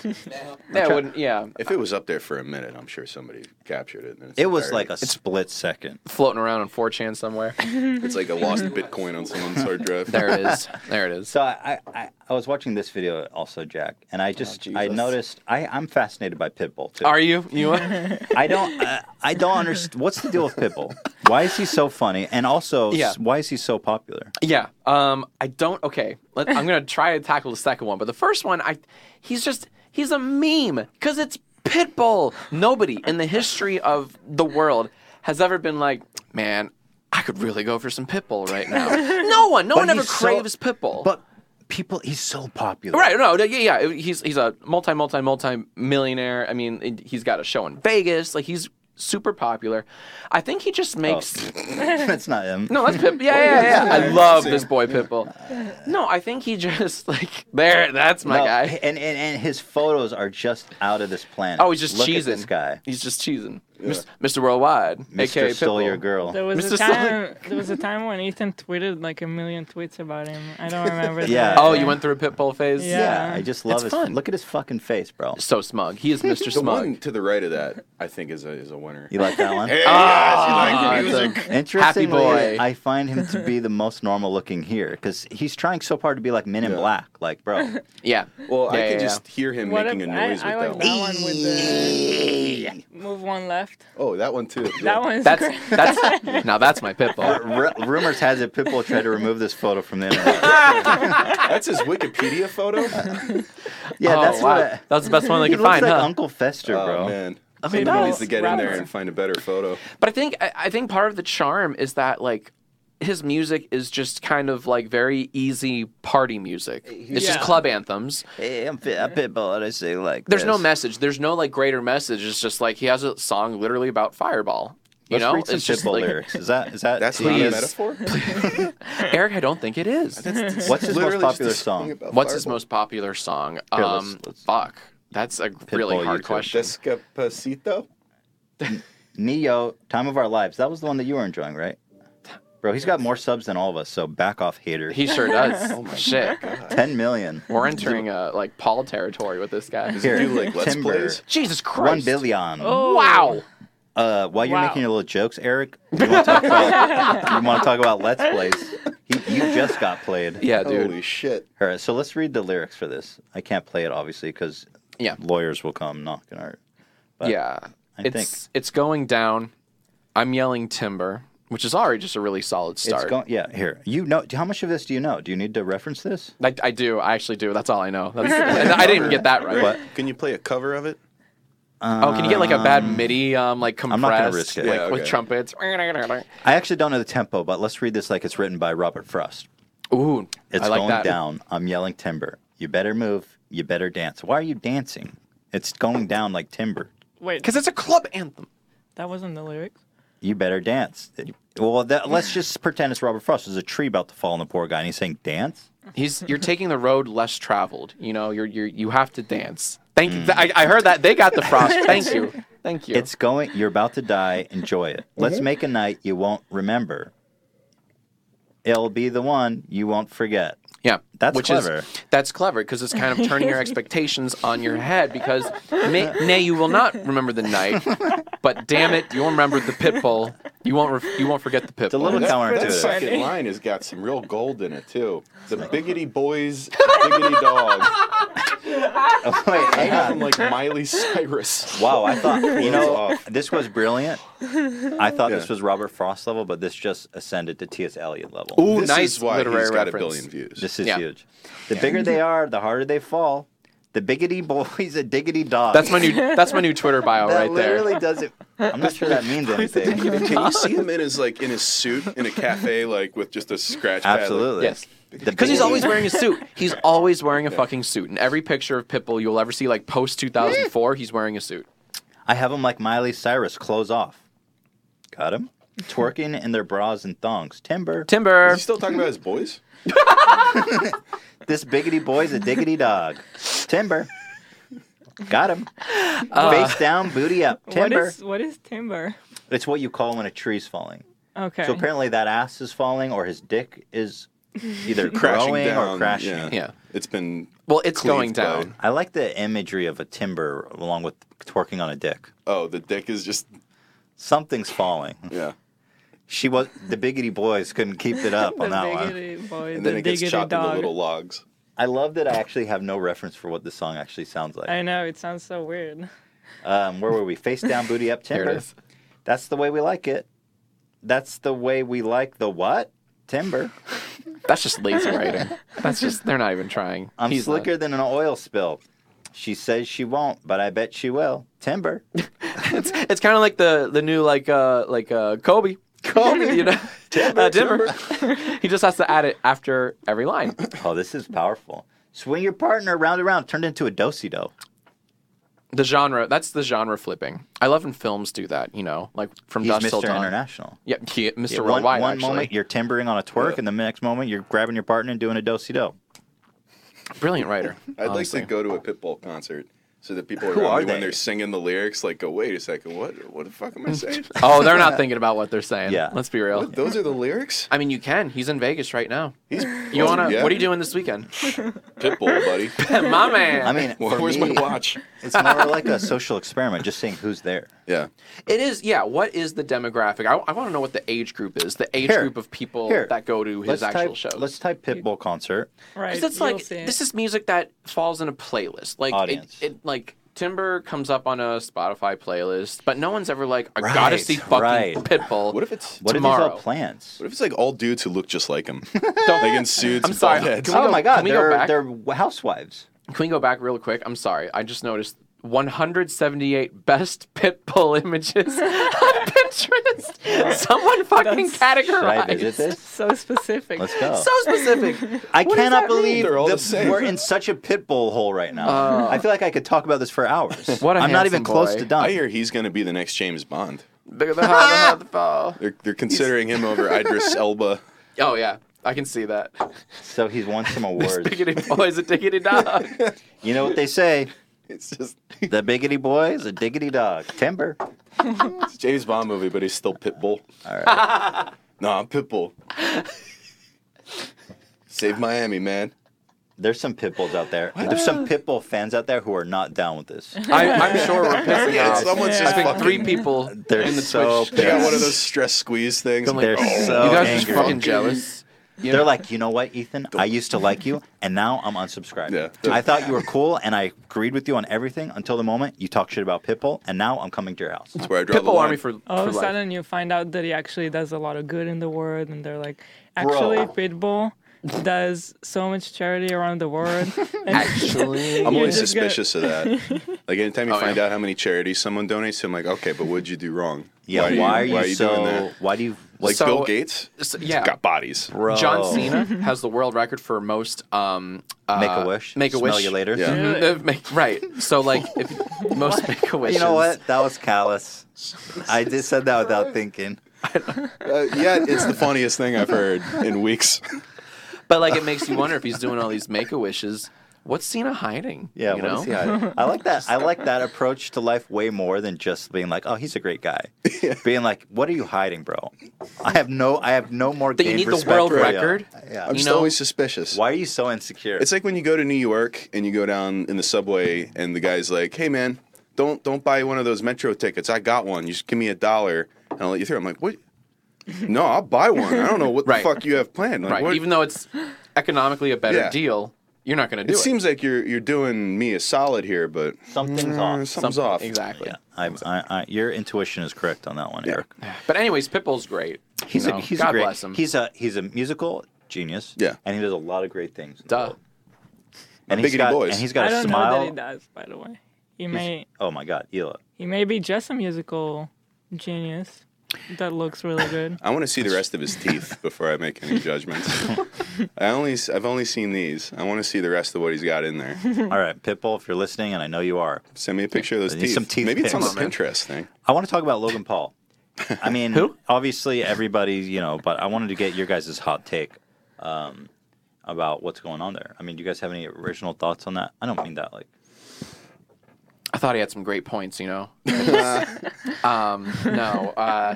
Speaker 2: That wouldn't. Yeah,
Speaker 4: If it was up there for a minute, I'm sure somebody captured it. in its
Speaker 1: it was like
Speaker 4: entirety.
Speaker 1: a split second.
Speaker 2: floating around on 4chan somewhere.
Speaker 4: It's like a lost Bitcoin on someone's hard drive.
Speaker 2: There it is. There it is.
Speaker 1: So I, I, I- I was watching this video also, Jack, and
Speaker 4: Oh,
Speaker 1: I just I
Speaker 2: Jesus.
Speaker 1: noticed I I'm fascinated by Pitbull too.
Speaker 2: Are you? You? are?
Speaker 1: I don't uh, I don't understand what's the deal with Pitbull. Why is he so funny? And also,
Speaker 2: Yeah.
Speaker 1: s- why is he so popular?
Speaker 2: Yeah. Um. I don't. Okay. Let, I'm gonna try to tackle the second one, but the first one, I, he's just he's a meme because it's Pitbull. Nobody in the history of the world has ever been like, man, I could really go for some Pitbull right now. no one. No one ever
Speaker 1: he's so-
Speaker 2: craves Pitbull.
Speaker 1: But people, he's so popular.
Speaker 2: Right. No. no, Yeah. Yeah. He's he's a multi multi multi millionaire. I mean, it- he's got a show in Vegas. Like he's super popular. I think he just makes.
Speaker 1: Oh. That's not him.
Speaker 2: No, that's Pitbull. Yeah, yeah, yeah. I love this boy Pitbull. No, I think he just like there. That's my
Speaker 1: No,
Speaker 2: guy.
Speaker 1: And, and and his photos are just out of this planet.
Speaker 2: Oh, he's just
Speaker 1: Look
Speaker 2: cheesing.
Speaker 1: At this guy,
Speaker 2: He's just cheesing. Mis- Mr. Worldwide,
Speaker 1: Mr. Stole
Speaker 2: aka Pitbull.
Speaker 1: Your Girl.
Speaker 3: There was
Speaker 2: Mr.
Speaker 3: a
Speaker 2: Sully.
Speaker 3: time. There was a time when Ethan tweeted like a million tweets about him. I don't remember.
Speaker 1: Yeah.
Speaker 3: that.
Speaker 2: Oh, you went through a Pitbull phase.
Speaker 3: Yeah.
Speaker 1: yeah, I just love
Speaker 2: It's
Speaker 1: his.
Speaker 2: fun.
Speaker 1: Look at his fucking face, bro.
Speaker 2: So smug. He is Mr.
Speaker 4: The one
Speaker 2: Smug.
Speaker 4: to the right of that, I think, is a is a winner.
Speaker 1: You like that one?
Speaker 4: Hey,
Speaker 2: Ah,
Speaker 4: guys, you like music?
Speaker 1: Interestingly,
Speaker 2: boy.
Speaker 1: I find him to be the most normal looking here because he's trying so hard to be like Men in
Speaker 4: Yeah.
Speaker 1: Black. Like, bro,
Speaker 2: Yeah.
Speaker 4: Well,
Speaker 2: Yeah,
Speaker 4: I
Speaker 2: yeah,
Speaker 4: can
Speaker 2: yeah.
Speaker 4: just hear him
Speaker 3: What
Speaker 4: making a
Speaker 3: if- I-
Speaker 4: noise
Speaker 3: I
Speaker 4: with
Speaker 3: like
Speaker 4: that
Speaker 3: that
Speaker 4: one.
Speaker 3: one with the move one left.
Speaker 4: Oh, that one too.
Speaker 3: That one's
Speaker 2: That's
Speaker 3: great.
Speaker 2: that's now that's my Pitbull.
Speaker 1: R- rumors has it Pitbull tried to remove this photo from the internet.
Speaker 4: That's his Wikipedia photo.
Speaker 1: Yeah,
Speaker 2: Oh,
Speaker 1: that's
Speaker 2: wow.
Speaker 1: what. I,
Speaker 2: That's the best one they
Speaker 1: he
Speaker 2: could
Speaker 1: looks
Speaker 2: find,
Speaker 1: like
Speaker 2: huh?
Speaker 1: Uncle Fester, bro.
Speaker 4: Oh man,
Speaker 2: mean,
Speaker 4: somebody
Speaker 2: that
Speaker 4: needs to
Speaker 3: was
Speaker 4: get in there
Speaker 3: Robinson.
Speaker 4: and find a better photo.
Speaker 2: But I think I, I think part of the charm is that like his music is just kind of like very easy party music. It's just
Speaker 3: Yeah.
Speaker 2: club anthems.
Speaker 1: Hey, I'm Pit- I'm Pitbull, and I say like.
Speaker 2: There's no
Speaker 1: this.
Speaker 2: message. There's no like greater message. It's just like he has a song literally about Fireball. You
Speaker 1: Let's
Speaker 2: know,
Speaker 1: read some
Speaker 2: it's just
Speaker 1: Pitbull
Speaker 2: like
Speaker 1: lyrics. Is that is that?
Speaker 4: That's not a
Speaker 1: please?
Speaker 4: metaphor.
Speaker 2: Eric. I don't think it is.
Speaker 1: What's his most
Speaker 4: Literally just
Speaker 1: popular
Speaker 4: a song
Speaker 1: song?
Speaker 4: about
Speaker 2: What's his
Speaker 4: fireball.
Speaker 2: most popular song?
Speaker 1: Here,
Speaker 2: um,
Speaker 1: let's- let's-
Speaker 2: fuck. That's a really
Speaker 1: Pitbull,
Speaker 2: hard
Speaker 1: YouTube.
Speaker 2: question.
Speaker 4: Despacito.
Speaker 1: Neo, Time of Our Lives. That was the one that you were enjoying, right? Bro, he's got more subs than all of us, so back off, hater.
Speaker 2: He sure does.
Speaker 4: Oh
Speaker 2: Shit.
Speaker 1: 10 million.
Speaker 2: We're entering uh, like Paul territory with this guy.
Speaker 4: Does he do like let's
Speaker 1: Timber.
Speaker 4: plays?
Speaker 2: Jesus Christ.
Speaker 1: 1 billion.
Speaker 3: Oh.
Speaker 2: Wow.
Speaker 1: Uh, while you're
Speaker 3: Wow.
Speaker 1: making your little jokes, Eric, you want to talk about, you wanna talk about Let's Plays? He, you just got played.
Speaker 2: Yeah, dude.
Speaker 4: Holy shit!
Speaker 1: All right, so let's read the lyrics for this. I can't play it, obviously, because
Speaker 2: Yeah.
Speaker 1: lawyers will come knocking our. but
Speaker 2: yeah.
Speaker 1: I
Speaker 2: it's it's going down. I'm yelling timber, which is already just a really solid
Speaker 1: It's
Speaker 2: start.
Speaker 1: going, yeah, here. You know, how much of this do you know? Do you need to reference this?
Speaker 2: I, I do. I actually do. That's all I know. That's, and I didn't even get that right.
Speaker 1: What?
Speaker 4: Can you play a cover of it?
Speaker 2: Oh, can you get like a bad MIDI, um, like compressed,
Speaker 1: not gonna risk it.
Speaker 2: like
Speaker 4: Yeah,
Speaker 2: with
Speaker 4: okay.
Speaker 2: trumpets?
Speaker 1: I actually don't know the tempo, but let's read this like it's written by Robert Frost.
Speaker 2: Ooh,
Speaker 1: It's
Speaker 2: I like
Speaker 1: going
Speaker 2: that.
Speaker 1: down. I'm yelling timber. You better move. You better dance. Why are you dancing? It's going down like timber.
Speaker 3: Wait,
Speaker 2: because it's a club anthem.
Speaker 3: that wasn't the lyrics.
Speaker 1: You better dance. Well, that, let's just pretend it's Robert Frost. There's a tree about to fall on the poor guy, and he's saying, "Dance."
Speaker 2: He's you're taking the road less traveled. You know, you're you are you have to dance. Thank you. I, I heard that they got the frost. Thank you. Thank you. Mm-hmm.
Speaker 1: It's going. You're about to die. Enjoy it. Let's make a night you won't remember. It'll be the one you won't forget.
Speaker 2: Yeah,
Speaker 1: That's
Speaker 2: which
Speaker 1: clever.
Speaker 2: Is, that's clever because it's kind of turning your expectations on your head. Because may, nay, you will not remember the night, but damn it, you'll remember the pit bull. You won't. Re- you won't forget the pit
Speaker 1: It's a
Speaker 2: bull.
Speaker 1: little
Speaker 4: That,
Speaker 1: counterintuitive.
Speaker 4: that second
Speaker 3: Funny.
Speaker 4: line has got some real gold in it too. The biggity boys, biggity dog.
Speaker 1: Oh, wait, hang on.
Speaker 4: I'm like Miley Cyrus.
Speaker 1: Wow, I thought you know
Speaker 4: off.
Speaker 1: this was brilliant. I thought this
Speaker 4: Yeah.
Speaker 1: was Robert Frost level, but this just ascended to T.S. Eliot level.
Speaker 2: Ooh,
Speaker 4: this
Speaker 2: nice
Speaker 4: is why
Speaker 2: literary
Speaker 4: he's got
Speaker 2: reference.
Speaker 4: a billion views.
Speaker 1: This is
Speaker 2: Yeah.
Speaker 1: huge. The bigger they are, the harder they fall. The biggity boy's a diggity dog.
Speaker 2: That's my new. That's my new Twitter bio
Speaker 1: that
Speaker 2: right there.
Speaker 1: literally does it. I'm not sure that means anything.
Speaker 4: Can you see him in his like in his suit in a cafe like with just a scratch pad? like,
Speaker 1: Absolutely.
Speaker 2: Yes.
Speaker 1: The
Speaker 2: Because he's
Speaker 1: biggity-
Speaker 2: always wearing a suit. He's always wearing a fucking suit. In every picture of Pitbull you'll ever see, like post 2004, he's wearing a suit.
Speaker 1: I have them like Miley Cyrus, clothes off. Got him. Twerking in their bras and thongs. Timber.
Speaker 2: Timber.
Speaker 4: Is he still talking about his boys?
Speaker 1: This biggity boy's a diggity dog. Timber. Got him. Face down, booty up.
Speaker 3: Uh, What
Speaker 1: Timber.
Speaker 3: is what is timber?
Speaker 1: It's what you call when a tree's falling.
Speaker 3: Okay.
Speaker 1: So apparently that ass is falling, or his dick is either
Speaker 4: Crashing
Speaker 1: growing
Speaker 4: down.
Speaker 1: or crashing.
Speaker 2: Yeah.
Speaker 4: It's been
Speaker 2: Well, it's
Speaker 4: Cleaved
Speaker 2: going down.
Speaker 4: by-
Speaker 1: I like the imagery of a timber along with twerking on a dick.
Speaker 4: oh the dick is just
Speaker 1: Something's falling.
Speaker 4: yeah.
Speaker 1: She was the biggity boys couldn't keep it up
Speaker 3: the
Speaker 1: on that one.
Speaker 3: biggity boy,
Speaker 4: And
Speaker 3: the
Speaker 4: then it gets
Speaker 3: diggity
Speaker 4: chopped
Speaker 3: dog.
Speaker 4: into little logs.
Speaker 1: I love that I actually have no reference for what the song actually sounds like.
Speaker 3: I know it sounds so weird.
Speaker 1: Um, where were we? Face down, booty up,
Speaker 2: There
Speaker 1: timber.
Speaker 2: it is.
Speaker 1: That's the way we like it. That's the way we like the what? Timber.
Speaker 2: That's just lazy writing. That's just, they're not even trying.
Speaker 1: I'm
Speaker 2: He's
Speaker 1: slicker than an oil spill. She says she won't, but I bet she will. Timber.
Speaker 2: not- It's, it's kind of like the, the new, like, uh, like uh, Kobe. Kobe, you know? Timber. Uh, Timber. he just has to add it after every line.
Speaker 1: Oh, this is powerful. Swing your partner round and round turned into a do-si-do.
Speaker 2: The genre, that's the genre flipping. I love when films do that, you know? Like from
Speaker 1: He's
Speaker 2: Dust Till
Speaker 1: Mr.
Speaker 2: Dawn.
Speaker 1: International.
Speaker 2: Yeah, he, Mr.
Speaker 1: Yeah, one
Speaker 2: Worldwide,
Speaker 1: one
Speaker 2: actually.
Speaker 1: moment you're timbering on a twerk,
Speaker 4: Yeah.
Speaker 1: and the next moment you're grabbing your partner and doing a do-si-do.
Speaker 2: Brilliant writer.
Speaker 4: I'd
Speaker 2: honestly.
Speaker 4: like to go to a Pitbull concert so that people
Speaker 1: Who
Speaker 4: around
Speaker 1: are
Speaker 4: me
Speaker 1: they?
Speaker 4: when they're singing the lyrics like go wait a second what what the fuck am I saying?
Speaker 2: Oh, they're not thinking about what they're saying.
Speaker 1: Yeah.
Speaker 2: Let's be real.
Speaker 4: What, those are the lyrics.
Speaker 2: I mean, you can. He's in Vegas right now.
Speaker 4: He's
Speaker 2: You wanna?
Speaker 4: Yeah.
Speaker 2: What are you doing this weekend?
Speaker 4: Pitbull, buddy.
Speaker 2: My man.
Speaker 1: I mean,
Speaker 4: Well,
Speaker 1: for
Speaker 4: where's
Speaker 1: me,
Speaker 4: my watch?
Speaker 1: it's more like a social experiment, just seeing who's there.
Speaker 4: Yeah.
Speaker 2: it is. Yeah. What is the demographic? I, I want to know what the age group is. The age
Speaker 1: Here.
Speaker 2: group of people
Speaker 1: Here.
Speaker 2: that go to his
Speaker 1: Let's type,
Speaker 2: actual shows.
Speaker 1: Let's type Pitbull concert.
Speaker 3: Right.
Speaker 2: Because it's
Speaker 3: you'll
Speaker 2: like
Speaker 3: see it.
Speaker 2: this is music that falls in a playlist. Like
Speaker 1: Audience.
Speaker 2: It, it like Timber comes up on a Spotify playlist, but no one's ever like, I gotta
Speaker 1: Right,
Speaker 2: see fucking
Speaker 1: right.
Speaker 2: Pitbull.
Speaker 4: What if it's
Speaker 1: What
Speaker 4: what
Speaker 1: are these all
Speaker 2: Tomorrow.
Speaker 1: plants?
Speaker 4: if it's like all dudes who look just like him?
Speaker 2: Don't-
Speaker 4: like in suits,
Speaker 2: I'm
Speaker 4: and
Speaker 2: sorry.
Speaker 4: bald heads.
Speaker 2: Can we
Speaker 1: Oh
Speaker 2: go-
Speaker 1: my God,
Speaker 2: can we go
Speaker 1: they're
Speaker 2: back?
Speaker 1: they're housewives.
Speaker 2: Can we go back real quick? I'm sorry. I just noticed 178 best Pitbull images on Pinterest. Someone fucking
Speaker 3: That's-
Speaker 1: Should I
Speaker 2: categorized.
Speaker 1: visit this?
Speaker 3: so specific.
Speaker 1: Let's go.
Speaker 2: So specific.
Speaker 1: I cannot
Speaker 2: What does that mean?
Speaker 1: believe
Speaker 4: They're all
Speaker 1: the-
Speaker 4: the same.
Speaker 1: we're in such a pit bull hole right now. I feel like I could talk about this for hours.
Speaker 2: Oh. What a
Speaker 1: I'm not even
Speaker 2: handsome
Speaker 1: close
Speaker 2: boy.
Speaker 1: to
Speaker 4: I
Speaker 1: done.
Speaker 4: hear he's going to be the next James Bond.
Speaker 2: Bigger the hole, the ball.
Speaker 4: They're, they're considering him over Idris Elba.
Speaker 2: Oh yeah, I can see that.
Speaker 1: So he's won some awards.
Speaker 2: Biggity boy's a diggity dog.
Speaker 1: You know what they say?
Speaker 4: It's just
Speaker 1: The biggity boy is a diggity dog. Timber.
Speaker 4: it's a James Bond movie, but he's still Pitbull.
Speaker 1: All right.
Speaker 4: No, I'm Pitbull. Save Miami, man.
Speaker 1: There's some pit bulls out there. There's some pit bull fans out there who are not down with this.
Speaker 2: I, I'm sure we're pissing
Speaker 4: Yeah,
Speaker 2: off.
Speaker 4: someone's
Speaker 2: I
Speaker 4: just
Speaker 2: think
Speaker 4: fucking-
Speaker 2: three people
Speaker 1: They're
Speaker 2: in the
Speaker 1: so
Speaker 2: Twitch.
Speaker 4: They
Speaker 1: pissed.
Speaker 4: got one of those stress squeeze things.
Speaker 2: I'm like,
Speaker 1: They're
Speaker 2: oh,
Speaker 1: so
Speaker 2: you guys
Speaker 1: angry.
Speaker 2: are fucking jealous. You
Speaker 1: They're
Speaker 2: know?
Speaker 1: like, you know what, Ethan? I used to like you, and now I'm unsubscribed.
Speaker 4: Yeah.
Speaker 1: I thought you were cool, and I agreed with you on everything until the moment you talk shit about Pitbull, and now I'm coming to your house.
Speaker 4: That's where I draw the
Speaker 2: Pitbull
Speaker 4: line.
Speaker 2: Army for,
Speaker 3: All of
Speaker 2: for
Speaker 3: a
Speaker 2: life.
Speaker 3: sudden, you find out that he actually does a lot of good in the world, and they're like, actually, Pitbull does so much charity around the world.
Speaker 2: Actually,
Speaker 4: I'm always
Speaker 3: just gonna-
Speaker 4: suspicious of that. Like anytime you
Speaker 2: Oh,
Speaker 4: find
Speaker 2: yeah.
Speaker 4: out how many charities someone donates, to, I'm like, okay, but what'd you do wrong?
Speaker 1: Yeah, why, are you,
Speaker 4: doing
Speaker 1: so?
Speaker 4: that?
Speaker 1: Why do you
Speaker 4: Like
Speaker 2: So-
Speaker 4: Bill Gates?
Speaker 2: so, yeah.
Speaker 4: got bodies.
Speaker 1: bro?
Speaker 2: John Cena has the world record for most um, uh,
Speaker 1: Make a wish.
Speaker 2: Make a
Speaker 1: Smell
Speaker 2: wish.
Speaker 1: you later.
Speaker 4: Yeah.
Speaker 2: Mhm, uh, make- right. So like if most make a wishes.
Speaker 1: You know what? That was callous. I just said that without thinking.
Speaker 4: Uh, yeah, it's the funniest thing I've heard in weeks.
Speaker 2: But like it makes you wonder if he's doing all these make a wishes What's Cena hiding?
Speaker 1: Yeah,
Speaker 2: you
Speaker 1: what
Speaker 2: know?
Speaker 1: is he hiding? I like that. I like that approach to life way more than just being like, "Oh, he's a great guy." Being like, "What are you hiding, bro? I have no, I have no more."
Speaker 2: That you
Speaker 1: game
Speaker 2: need the
Speaker 1: respect
Speaker 2: world
Speaker 1: for you."
Speaker 2: record?
Speaker 1: Yeah.
Speaker 4: I'm
Speaker 2: You
Speaker 4: just
Speaker 2: know-
Speaker 4: always suspicious.
Speaker 1: Why are you so insecure?
Speaker 4: It's like when you go to New York and you go down in the subway and the guy's like, "Hey man, don't don't buy one of those metro tickets. I got one. You just give me a dollar and I'll let you through." I'm like, "What? No, I'll buy one. I don't know what
Speaker 2: Right.
Speaker 4: the fuck you have planned." Like,
Speaker 2: right.
Speaker 4: what-
Speaker 2: Even though it's economically a better
Speaker 4: Yeah.
Speaker 2: deal, you're not going to do
Speaker 4: it
Speaker 2: it.
Speaker 4: seems like you're you're doing me a solid here, but
Speaker 1: mm, something's
Speaker 4: uh,
Speaker 1: off.
Speaker 4: something's
Speaker 2: Something-
Speaker 4: off.
Speaker 2: Exactly.
Speaker 1: Yeah, I, I, I, your intuition is correct on that one, Eric.
Speaker 2: But anyways, Pitbull's great. you
Speaker 1: He's
Speaker 2: know.
Speaker 1: a, he's
Speaker 2: God
Speaker 1: a great,
Speaker 2: bless him.
Speaker 1: He's a he's a musical genius.
Speaker 4: Yeah.
Speaker 1: and he does a lot of great things. in the
Speaker 2: Duh.
Speaker 1: world. And he's
Speaker 4: Biggity
Speaker 1: got
Speaker 4: boys.
Speaker 1: and he's got
Speaker 3: I
Speaker 1: a
Speaker 3: don't know that
Speaker 1: smile.
Speaker 3: he does, by the way. He
Speaker 1: He's-
Speaker 3: may
Speaker 1: oh my God, Hila.
Speaker 3: he may be just a musical genius that looks really good.
Speaker 4: I want to see the rest of his teeth before I make any judgments. I only s- I've only seen these. I want to see the rest of what he's got in there.
Speaker 1: All right, Pitbull, if you're listening, and I know you are,
Speaker 4: Send me a picture of those
Speaker 1: I need
Speaker 4: teeth.
Speaker 1: some teeth
Speaker 4: Maybe it's on the
Speaker 1: pics.
Speaker 2: Come on, man.
Speaker 4: Pinterest thing.
Speaker 1: I want to talk about Logan Paul. I mean,
Speaker 2: Who?
Speaker 1: obviously everybody, you know, but I wanted to get your guys' hot take um, about what's going on there. I mean, do you guys have any original thoughts on that? I don't mean that like
Speaker 2: I thought he had some great points, you know. um, no, uh,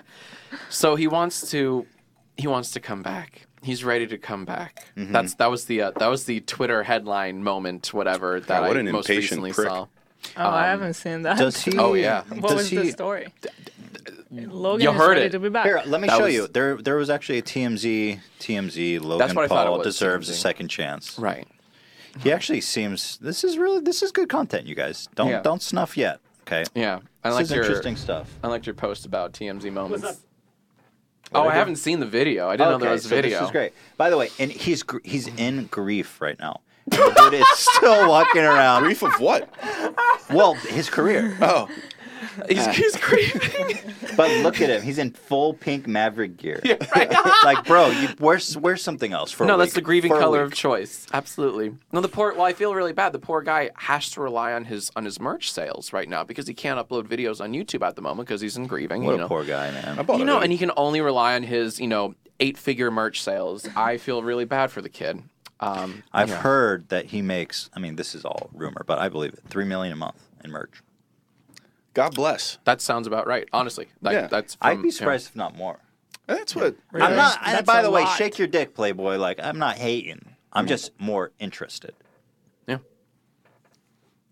Speaker 2: so he wants to, he wants to come back. He's ready to come back.
Speaker 1: Mm-hmm.
Speaker 2: That's that was the uh, that was the Twitter headline moment, whatever that
Speaker 4: what
Speaker 2: I
Speaker 4: an
Speaker 2: most
Speaker 4: impatient
Speaker 2: recently
Speaker 4: prick.
Speaker 2: saw.
Speaker 3: Oh, I haven't seen that.
Speaker 1: Does he?
Speaker 2: Oh, yeah.
Speaker 3: what
Speaker 1: does
Speaker 3: was
Speaker 1: he?
Speaker 3: the story? Logan
Speaker 2: you
Speaker 3: is
Speaker 2: heard
Speaker 3: ready
Speaker 2: it.
Speaker 3: to be back.
Speaker 1: Here, let me
Speaker 2: That
Speaker 1: show
Speaker 2: was-
Speaker 1: you. There, there was actually a TMZ. TMZ. Logan
Speaker 2: what I thought it
Speaker 1: Paul
Speaker 2: was,
Speaker 1: deserves a
Speaker 2: TMZ.
Speaker 1: second chance.
Speaker 2: Right.
Speaker 1: He actually seems. This is really. This is good content, you guys. Don't
Speaker 2: Yeah.
Speaker 1: don't snuff yet. Okay.
Speaker 2: Yeah. I
Speaker 1: This
Speaker 2: like
Speaker 1: is
Speaker 2: your
Speaker 1: interesting stuff.
Speaker 2: I liked your post about TMZ moments.
Speaker 3: What's
Speaker 2: Oh, I haven't seen the video. I didn't know there was a
Speaker 1: so
Speaker 2: video.
Speaker 1: This is great. By the way, and he's gr- he's in grief right now. The dude is still walking around.
Speaker 4: Brief of what?
Speaker 1: Well, his career.
Speaker 4: Oh,
Speaker 2: He's, he's creeping.
Speaker 1: But look at him. He's in full pink Maverick gear. like, bro, you wear wear something else for a
Speaker 2: No,
Speaker 1: week,
Speaker 2: that's the grieving
Speaker 1: for a
Speaker 2: color
Speaker 1: week.
Speaker 2: of choice. Absolutely. No, the poor. Well, I feel really bad. The poor guy has to rely on his on his merch sales right now because he can't upload videos on YouTube at the moment because he's in grieving.
Speaker 1: What
Speaker 2: you
Speaker 1: a
Speaker 2: know.
Speaker 1: poor guy, man.
Speaker 4: I bought
Speaker 2: you
Speaker 4: it
Speaker 2: know,
Speaker 4: already.
Speaker 2: and he can only rely on his you know eight figure merch sales. I feel really bad for the kid. Um,
Speaker 1: I've heard that he makes. I mean, this is all rumor, but I believe it. Three million a month in merch.
Speaker 4: God bless.
Speaker 2: that sounds about right. Honestly, like,
Speaker 4: Yeah.
Speaker 2: that's.
Speaker 1: I'd
Speaker 2: from
Speaker 1: be
Speaker 2: him.
Speaker 1: surprised if not more.
Speaker 4: That's what.
Speaker 3: Really?
Speaker 1: I'm not.
Speaker 3: That's
Speaker 1: And by
Speaker 3: a
Speaker 1: the way,
Speaker 3: lot.
Speaker 1: shake your dick, Playboy. Like I'm not hating. I'm just more interested.
Speaker 2: Yeah.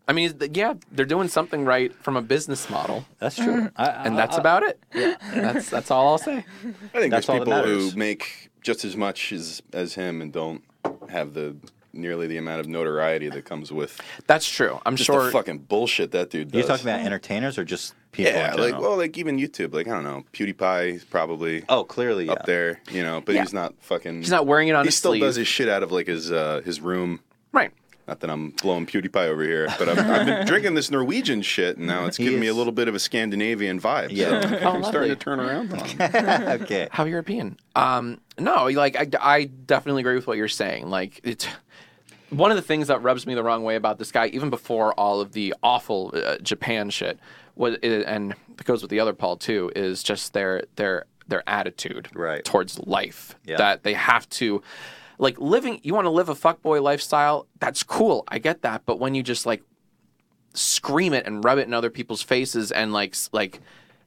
Speaker 2: I mean, is- yeah, they're doing something right from a business model,
Speaker 1: That's true.
Speaker 4: Mm.
Speaker 1: I, I,
Speaker 2: and that's
Speaker 1: I-
Speaker 2: about it. Yeah. That's that's all I'll say.
Speaker 4: I think
Speaker 1: That's
Speaker 4: there's
Speaker 1: all that
Speaker 4: people who
Speaker 1: matters.
Speaker 4: make just as much as as him and don't have the nearly the amount of notoriety that comes with
Speaker 2: That's true. I'm
Speaker 4: just
Speaker 2: sure.
Speaker 4: the fucking bullshit that dude does.
Speaker 1: You're talking about entertainers or just people?
Speaker 4: yeah,
Speaker 1: in
Speaker 4: like
Speaker 1: general?
Speaker 4: well, like even YouTube, like I don't know, PewDiePie is probably
Speaker 1: oh, clearly yeah.
Speaker 4: up there, you know, but he's not fucking.
Speaker 2: He's not wearing it on
Speaker 4: He
Speaker 2: his
Speaker 4: still
Speaker 2: sleeve.
Speaker 4: does his shit out of like his uh, his room.
Speaker 2: Right.
Speaker 4: Not that I'm blowing PewDiePie over here, but I've, I've been drinking this Norwegian shit, and now it's
Speaker 1: He
Speaker 4: giving me a
Speaker 1: is-
Speaker 4: little bit of a Scandinavian vibe. so
Speaker 1: Yeah.
Speaker 4: I'm
Speaker 2: Oh, lovely.
Speaker 4: starting to turn around on him.
Speaker 1: okay.
Speaker 2: How European? Um, no, like I, I definitely agree with what you're saying. Like it's one of the things that rubs me the wrong way about this guy, even before all of the awful uh, Japan shit, was and it goes with the other Paul too, is just their their their attitude
Speaker 1: Right.
Speaker 2: towards life
Speaker 1: Yeah.
Speaker 2: that they have to. Like living, you want to live a fuckboy lifestyle. That's cool. I get that. But when you just like scream it and rub it in other people's faces and like s- like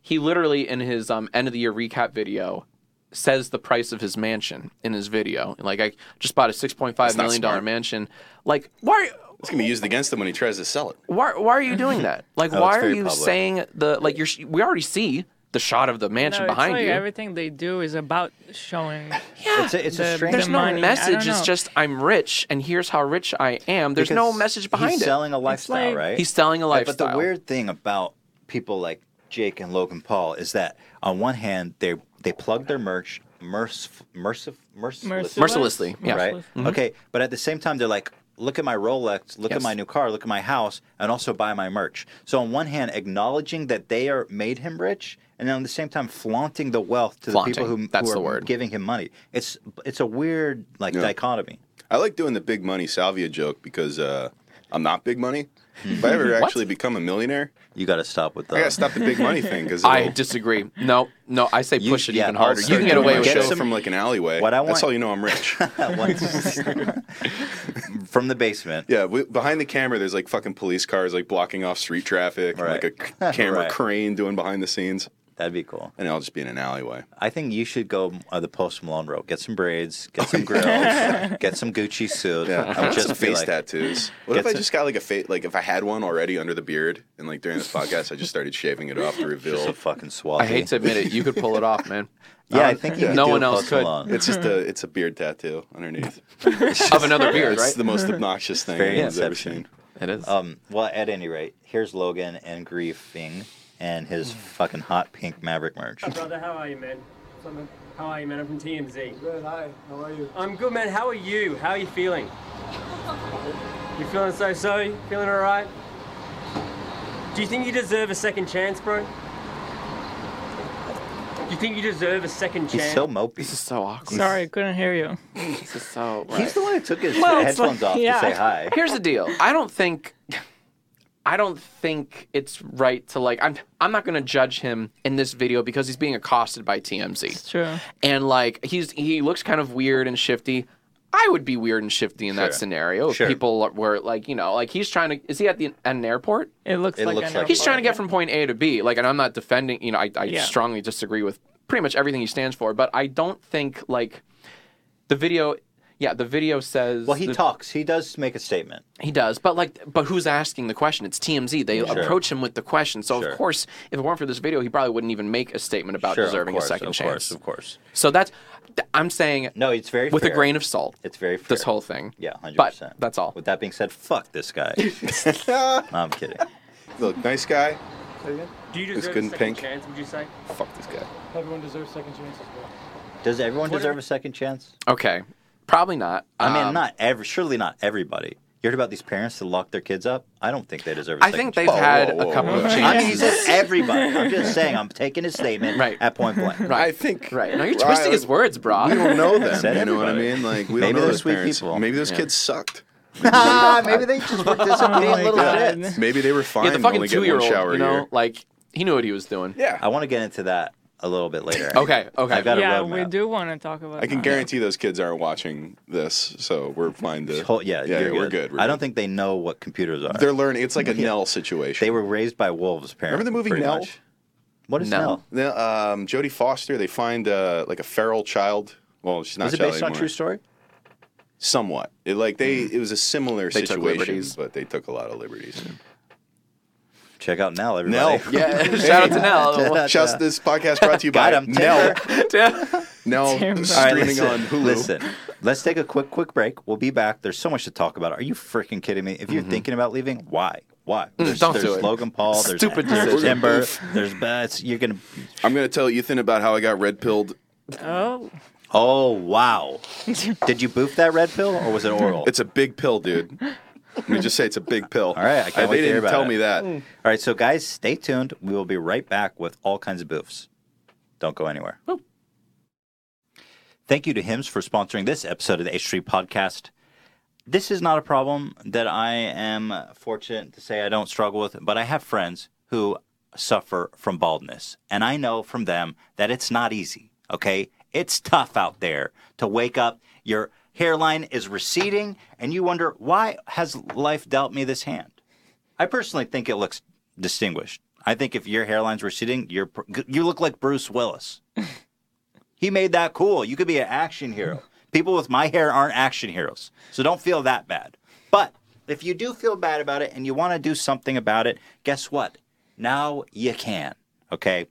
Speaker 2: he literally in his um end of the year recap video says the price of his mansion in his video like i just bought a 6.5
Speaker 4: not
Speaker 2: million dollar
Speaker 4: smart.
Speaker 2: mansion like why
Speaker 4: It's gonna be used against him when he tries to sell it.
Speaker 2: why why are you doing that like
Speaker 1: it's
Speaker 2: why are
Speaker 1: very
Speaker 2: you
Speaker 1: public.
Speaker 2: saying the like you're sh- we already see the shot of the
Speaker 3: No,
Speaker 2: mansion
Speaker 3: it's
Speaker 2: behind
Speaker 3: like
Speaker 2: you
Speaker 3: everything they do is about showing.
Speaker 2: yeah
Speaker 1: It's a, it's a
Speaker 3: The-
Speaker 1: strange.
Speaker 2: there's
Speaker 3: the
Speaker 2: no
Speaker 3: money. I
Speaker 2: message
Speaker 3: don't
Speaker 2: it's
Speaker 3: know.
Speaker 2: just i'm rich and here's how rich i am there's no
Speaker 1: because
Speaker 2: message behind
Speaker 1: he's
Speaker 2: it
Speaker 1: selling a lifestyle,
Speaker 3: like-
Speaker 1: right?
Speaker 2: he's selling a
Speaker 1: Like,
Speaker 2: lifestyle
Speaker 1: But the weird thing about people like Jake and Logan Paul is that on one hand they they plug their merch mercif mercif mercilessly,
Speaker 2: mercilessly yeah
Speaker 1: right? Okay, but at the same time they're like, look at my Rolex, look at
Speaker 2: Yes.
Speaker 1: my new car, look at my house, and also buy my merch. So on one hand, acknowledging that they are made him rich, and then at the same time flaunting the wealth to the people
Speaker 2: Flaunting,
Speaker 1: who,
Speaker 2: that's
Speaker 1: who are
Speaker 2: the word.
Speaker 1: giving him money. It's it's a weird like dichotomy.
Speaker 4: I like doing the big money salvia joke because uh, I'm not big money. If I ever actually become a millionaire,
Speaker 1: You got to stop with that.
Speaker 4: I gotta stop the big money thing because
Speaker 2: I disagree. No, no, I say
Speaker 1: You-
Speaker 2: push it
Speaker 1: yeah,
Speaker 2: even harder.
Speaker 1: I'll
Speaker 2: You can get away with
Speaker 1: Get
Speaker 4: show
Speaker 2: it.
Speaker 1: some-
Speaker 4: from like an alleyway.
Speaker 1: What I want-
Speaker 4: That's how you know I'm rich.
Speaker 1: Once- from the basement.
Speaker 4: Yeah, we, behind the camera, there's like fucking police cars like blocking off street traffic, and, like a c-
Speaker 1: Right.
Speaker 4: camera
Speaker 1: Right.
Speaker 4: crane doing behind the scenes,
Speaker 1: That'd be cool.
Speaker 4: and I'll just be in an alleyway.
Speaker 1: I think you should go uh, the Post Malone route. Get some braids, get some grills, get some Gucci suit.
Speaker 4: Yeah, I
Speaker 1: and
Speaker 4: want
Speaker 1: just
Speaker 4: some
Speaker 1: be
Speaker 4: face
Speaker 1: like,
Speaker 4: tattoos. What
Speaker 1: Get
Speaker 4: if I
Speaker 1: some-
Speaker 4: just got like a face? Like if I had one already under the beard, and like during this podcast, I just started shaving it off to
Speaker 1: Just a
Speaker 4: reveal.
Speaker 1: fucking swat.
Speaker 2: I hate to admit it, you could pull it off, man.
Speaker 1: Yeah, I think you could
Speaker 2: No
Speaker 1: do
Speaker 2: one
Speaker 1: a
Speaker 2: else
Speaker 1: Post
Speaker 2: could.
Speaker 1: Malone.
Speaker 4: It's just a it's a beard tattoo underneath.
Speaker 2: Of another beard,
Speaker 4: It's
Speaker 2: right?
Speaker 4: the most obnoxious thing
Speaker 1: Very
Speaker 4: anyone's ever
Speaker 1: Inception.
Speaker 4: seen.
Speaker 2: It is.
Speaker 1: Um, well, at any rate, here's Logan and griefing and his
Speaker 4: Hmm.
Speaker 1: fucking hot pink Maverick merch.
Speaker 5: Hi, brother. How are you, man? How are you, man? I'm from TMZ.
Speaker 6: Good, hi, how are you?
Speaker 5: I'm good, man. How are you? How are you feeling? You feeling so so? Feeling all right? Do you think you deserve a second chance, bro? Do you think you deserve a second
Speaker 1: He's
Speaker 5: chance?
Speaker 1: so mopey.
Speaker 2: this is so awkward.
Speaker 3: Sorry, couldn't hear you.
Speaker 2: This is so.
Speaker 1: He's the one who took his
Speaker 2: Well, it's
Speaker 1: headphones
Speaker 2: like-
Speaker 1: off
Speaker 3: yeah.
Speaker 1: to say hi.
Speaker 2: Here's the deal. I don't think I don't think it's right to like I'm I'm not going to judge him in this video because he's being accosted by TMZ.
Speaker 3: It's true.
Speaker 2: And like he's he looks kind of weird and shifty. I would be weird and shifty in
Speaker 1: Sure.
Speaker 2: that scenario if
Speaker 1: Sure.
Speaker 2: people were like, you know, like he's trying to is he at the at an airport?
Speaker 3: It looks
Speaker 1: It
Speaker 3: like
Speaker 1: looks
Speaker 3: an
Speaker 1: like-
Speaker 2: He's trying
Speaker 3: airport.
Speaker 2: to get from point A to B. Like and I'm not defending, you know, I I
Speaker 3: Yeah.
Speaker 2: strongly disagree with pretty much everything he stands for, but I don't think like the video yeah, the video says
Speaker 1: Well, he
Speaker 2: the-
Speaker 1: talks. He does make a statement.
Speaker 2: He does, but like, but who's asking the question? It's TMZ. They
Speaker 1: Sure.
Speaker 2: approach him with the question. So
Speaker 1: Sure.
Speaker 2: of course, if it weren't for this video, he probably wouldn't even make a statement about
Speaker 1: Sure,
Speaker 2: deserving
Speaker 1: of course,
Speaker 2: a second
Speaker 1: of
Speaker 2: chance.
Speaker 1: course, of course.
Speaker 2: So that's, th- I'm saying
Speaker 1: No, it's very
Speaker 2: with a
Speaker 1: fair.
Speaker 2: grain of salt.
Speaker 1: It's very
Speaker 2: this
Speaker 1: fair.
Speaker 2: whole thing.
Speaker 1: Yeah, hundred
Speaker 2: But
Speaker 1: percent.
Speaker 2: that's all.
Speaker 1: With that being said, fuck this guy. No, I'm kidding.
Speaker 4: Look, nice guy.
Speaker 5: Do you
Speaker 4: It's
Speaker 5: deserve
Speaker 4: good
Speaker 5: a second
Speaker 4: and pink.
Speaker 5: chance? Would you say?
Speaker 4: Fuck this guy.
Speaker 6: Everyone deserves second chances, bro.
Speaker 1: Does everyone
Speaker 5: What
Speaker 1: deserve
Speaker 5: if-
Speaker 1: a second chance?
Speaker 2: Okay, probably not.
Speaker 1: I mean,
Speaker 2: Um,
Speaker 1: not every. Surely not everybody. You heard about these parents that lock their kids up? I don't think they deserve. I
Speaker 2: I think they've
Speaker 1: chance.
Speaker 2: had
Speaker 4: whoa, whoa,
Speaker 2: a couple
Speaker 4: whoa.
Speaker 2: of chances.
Speaker 1: I mean, he said everybody. I'm just saying. I'm taking his statement
Speaker 2: Right.
Speaker 1: at point blank.
Speaker 2: Right.
Speaker 4: I think.
Speaker 2: right. No, you're twisting his words, brah.
Speaker 4: We don't know them.
Speaker 1: Said
Speaker 4: you know what I
Speaker 1: everybody.
Speaker 4: mean? Like we
Speaker 1: Maybe
Speaker 4: don't know
Speaker 1: they're
Speaker 4: those
Speaker 1: sweet
Speaker 4: parents.
Speaker 1: people.
Speaker 4: Maybe those
Speaker 2: Yeah.
Speaker 4: kids sucked.
Speaker 3: Uh-huh.
Speaker 1: Ah, maybe they just were disobedient
Speaker 3: Oh my
Speaker 1: little
Speaker 3: God.
Speaker 1: shits.
Speaker 4: Maybe they were fine.
Speaker 2: Yeah, the
Speaker 4: and
Speaker 2: fucking
Speaker 4: only get
Speaker 2: two
Speaker 4: one
Speaker 2: year old.
Speaker 4: shower
Speaker 2: You
Speaker 4: a
Speaker 2: know,
Speaker 4: year.
Speaker 2: like he knew what he was doing.
Speaker 4: Yeah.
Speaker 1: I want to get into that a little bit later.
Speaker 2: Okay. Okay.
Speaker 1: I've got a
Speaker 3: Yeah, we
Speaker 1: roadmap.
Speaker 3: do want to talk about.
Speaker 4: I can
Speaker 3: that.
Speaker 4: guarantee those kids aren't watching this, so we're fine to.
Speaker 1: Whole- Oh, yeah,
Speaker 4: yeah,
Speaker 1: you're
Speaker 4: we're good. We're
Speaker 1: I don't think they know what computers are.
Speaker 4: they're learning. It's like a Nell
Speaker 1: They
Speaker 4: situation.
Speaker 1: were raised by wolves, apparently.
Speaker 4: Remember the movie
Speaker 1: pretty
Speaker 4: Nell?
Speaker 1: much. What is
Speaker 2: No.
Speaker 1: Nell?
Speaker 4: They um, Jodie Foster. They find uh, like a feral child. Well, she's not.
Speaker 1: Is it
Speaker 4: child
Speaker 1: based on
Speaker 4: anymore.
Speaker 1: true Hmm. story?
Speaker 4: Somewhat. It, like they, it was a similar
Speaker 2: They took
Speaker 4: situation,
Speaker 2: liberties.
Speaker 4: but they took a lot of liberties.
Speaker 1: Check out Nell, everybody.
Speaker 4: Nell.
Speaker 2: Yeah. Shout out uh, to Nell.
Speaker 4: Just this podcast brought to you by
Speaker 1: Got him,
Speaker 4: Nell. Nell
Speaker 3: Timber.
Speaker 1: All right,
Speaker 4: streaming
Speaker 1: listen,
Speaker 4: on Hulu.
Speaker 1: Listen, let's take a quick, quick break. We'll be back. There's so much to talk about. Are you freaking kidding me? If you're thinking about leaving, why? Why? There's,
Speaker 2: Mm-hmm. Mm, don't
Speaker 1: there's
Speaker 2: do it.
Speaker 1: Logan Paul. There's,
Speaker 2: Stupid
Speaker 1: there's
Speaker 2: decision.
Speaker 1: Timber. There's Bats. You're gonna.
Speaker 4: I'm gonna tell Ethan about how I got red pilled.
Speaker 3: Oh,
Speaker 1: Oh wow! Did you boof that red pill or was it oral?
Speaker 4: It's a big pill, dude. Let me just say it's a big pill. All
Speaker 1: right, I can't
Speaker 4: they
Speaker 1: wait to
Speaker 4: didn't
Speaker 1: hear about
Speaker 4: tell
Speaker 1: it.
Speaker 4: me that.
Speaker 1: All right, so guys, stay tuned. We will be right back with all kinds of boofs. Don't go anywhere. Thank you to Hims for sponsoring this episode of the H3 podcast. This is not a problem that I am fortunate to say I don't struggle with, but I have friends who suffer from baldness. And I know from them that it's not easy, okay? It's tough out there to wake up, your hairline is receding, and you wonder, why has life dealt me this hand? I personally think it looks distinguished. I think if your hairline's receding, you're pr- you look like Bruce Willis. he made that cool. You could be an action hero. People with my hair aren't action heroes, so don't feel that bad. But if you do feel bad about it and you want to do something about it, guess what? Now you can. Okay.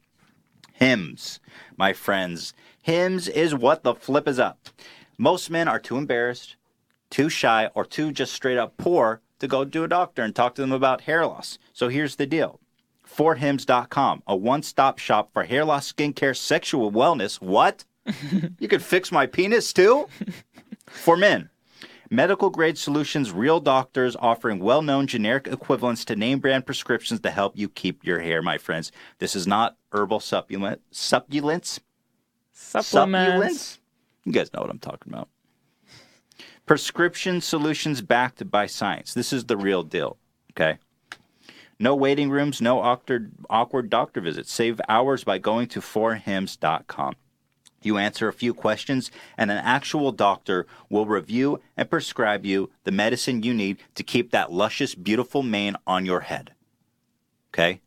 Speaker 1: Hims, my friends. Hims is what the flip is up. Most men are too embarrassed too shy, or too just straight up poor to go to a doctor and talk to them about hair loss. So here's the deal. ForHims.com, a one stop shop for hair loss, skincare, sexual wellness. What? you could fix my penis too? for men. Medical grade solutions, real doctors offering well known generic equivalents to name brand prescriptions to help you keep your hair, my friends. This is not herbal supplement, supplements
Speaker 3: supplements.
Speaker 1: supplements. You guys know what I'm talking about. Prescription solutions backed by science. This is the real deal. Okay. No waiting rooms, no awkward, awkward doctor visits. Save hours by going to forhims.com. You answer a few questions, and an actual doctor will review and prescribe you the medicine you need to keep that luscious, beautiful mane on your head. Okay?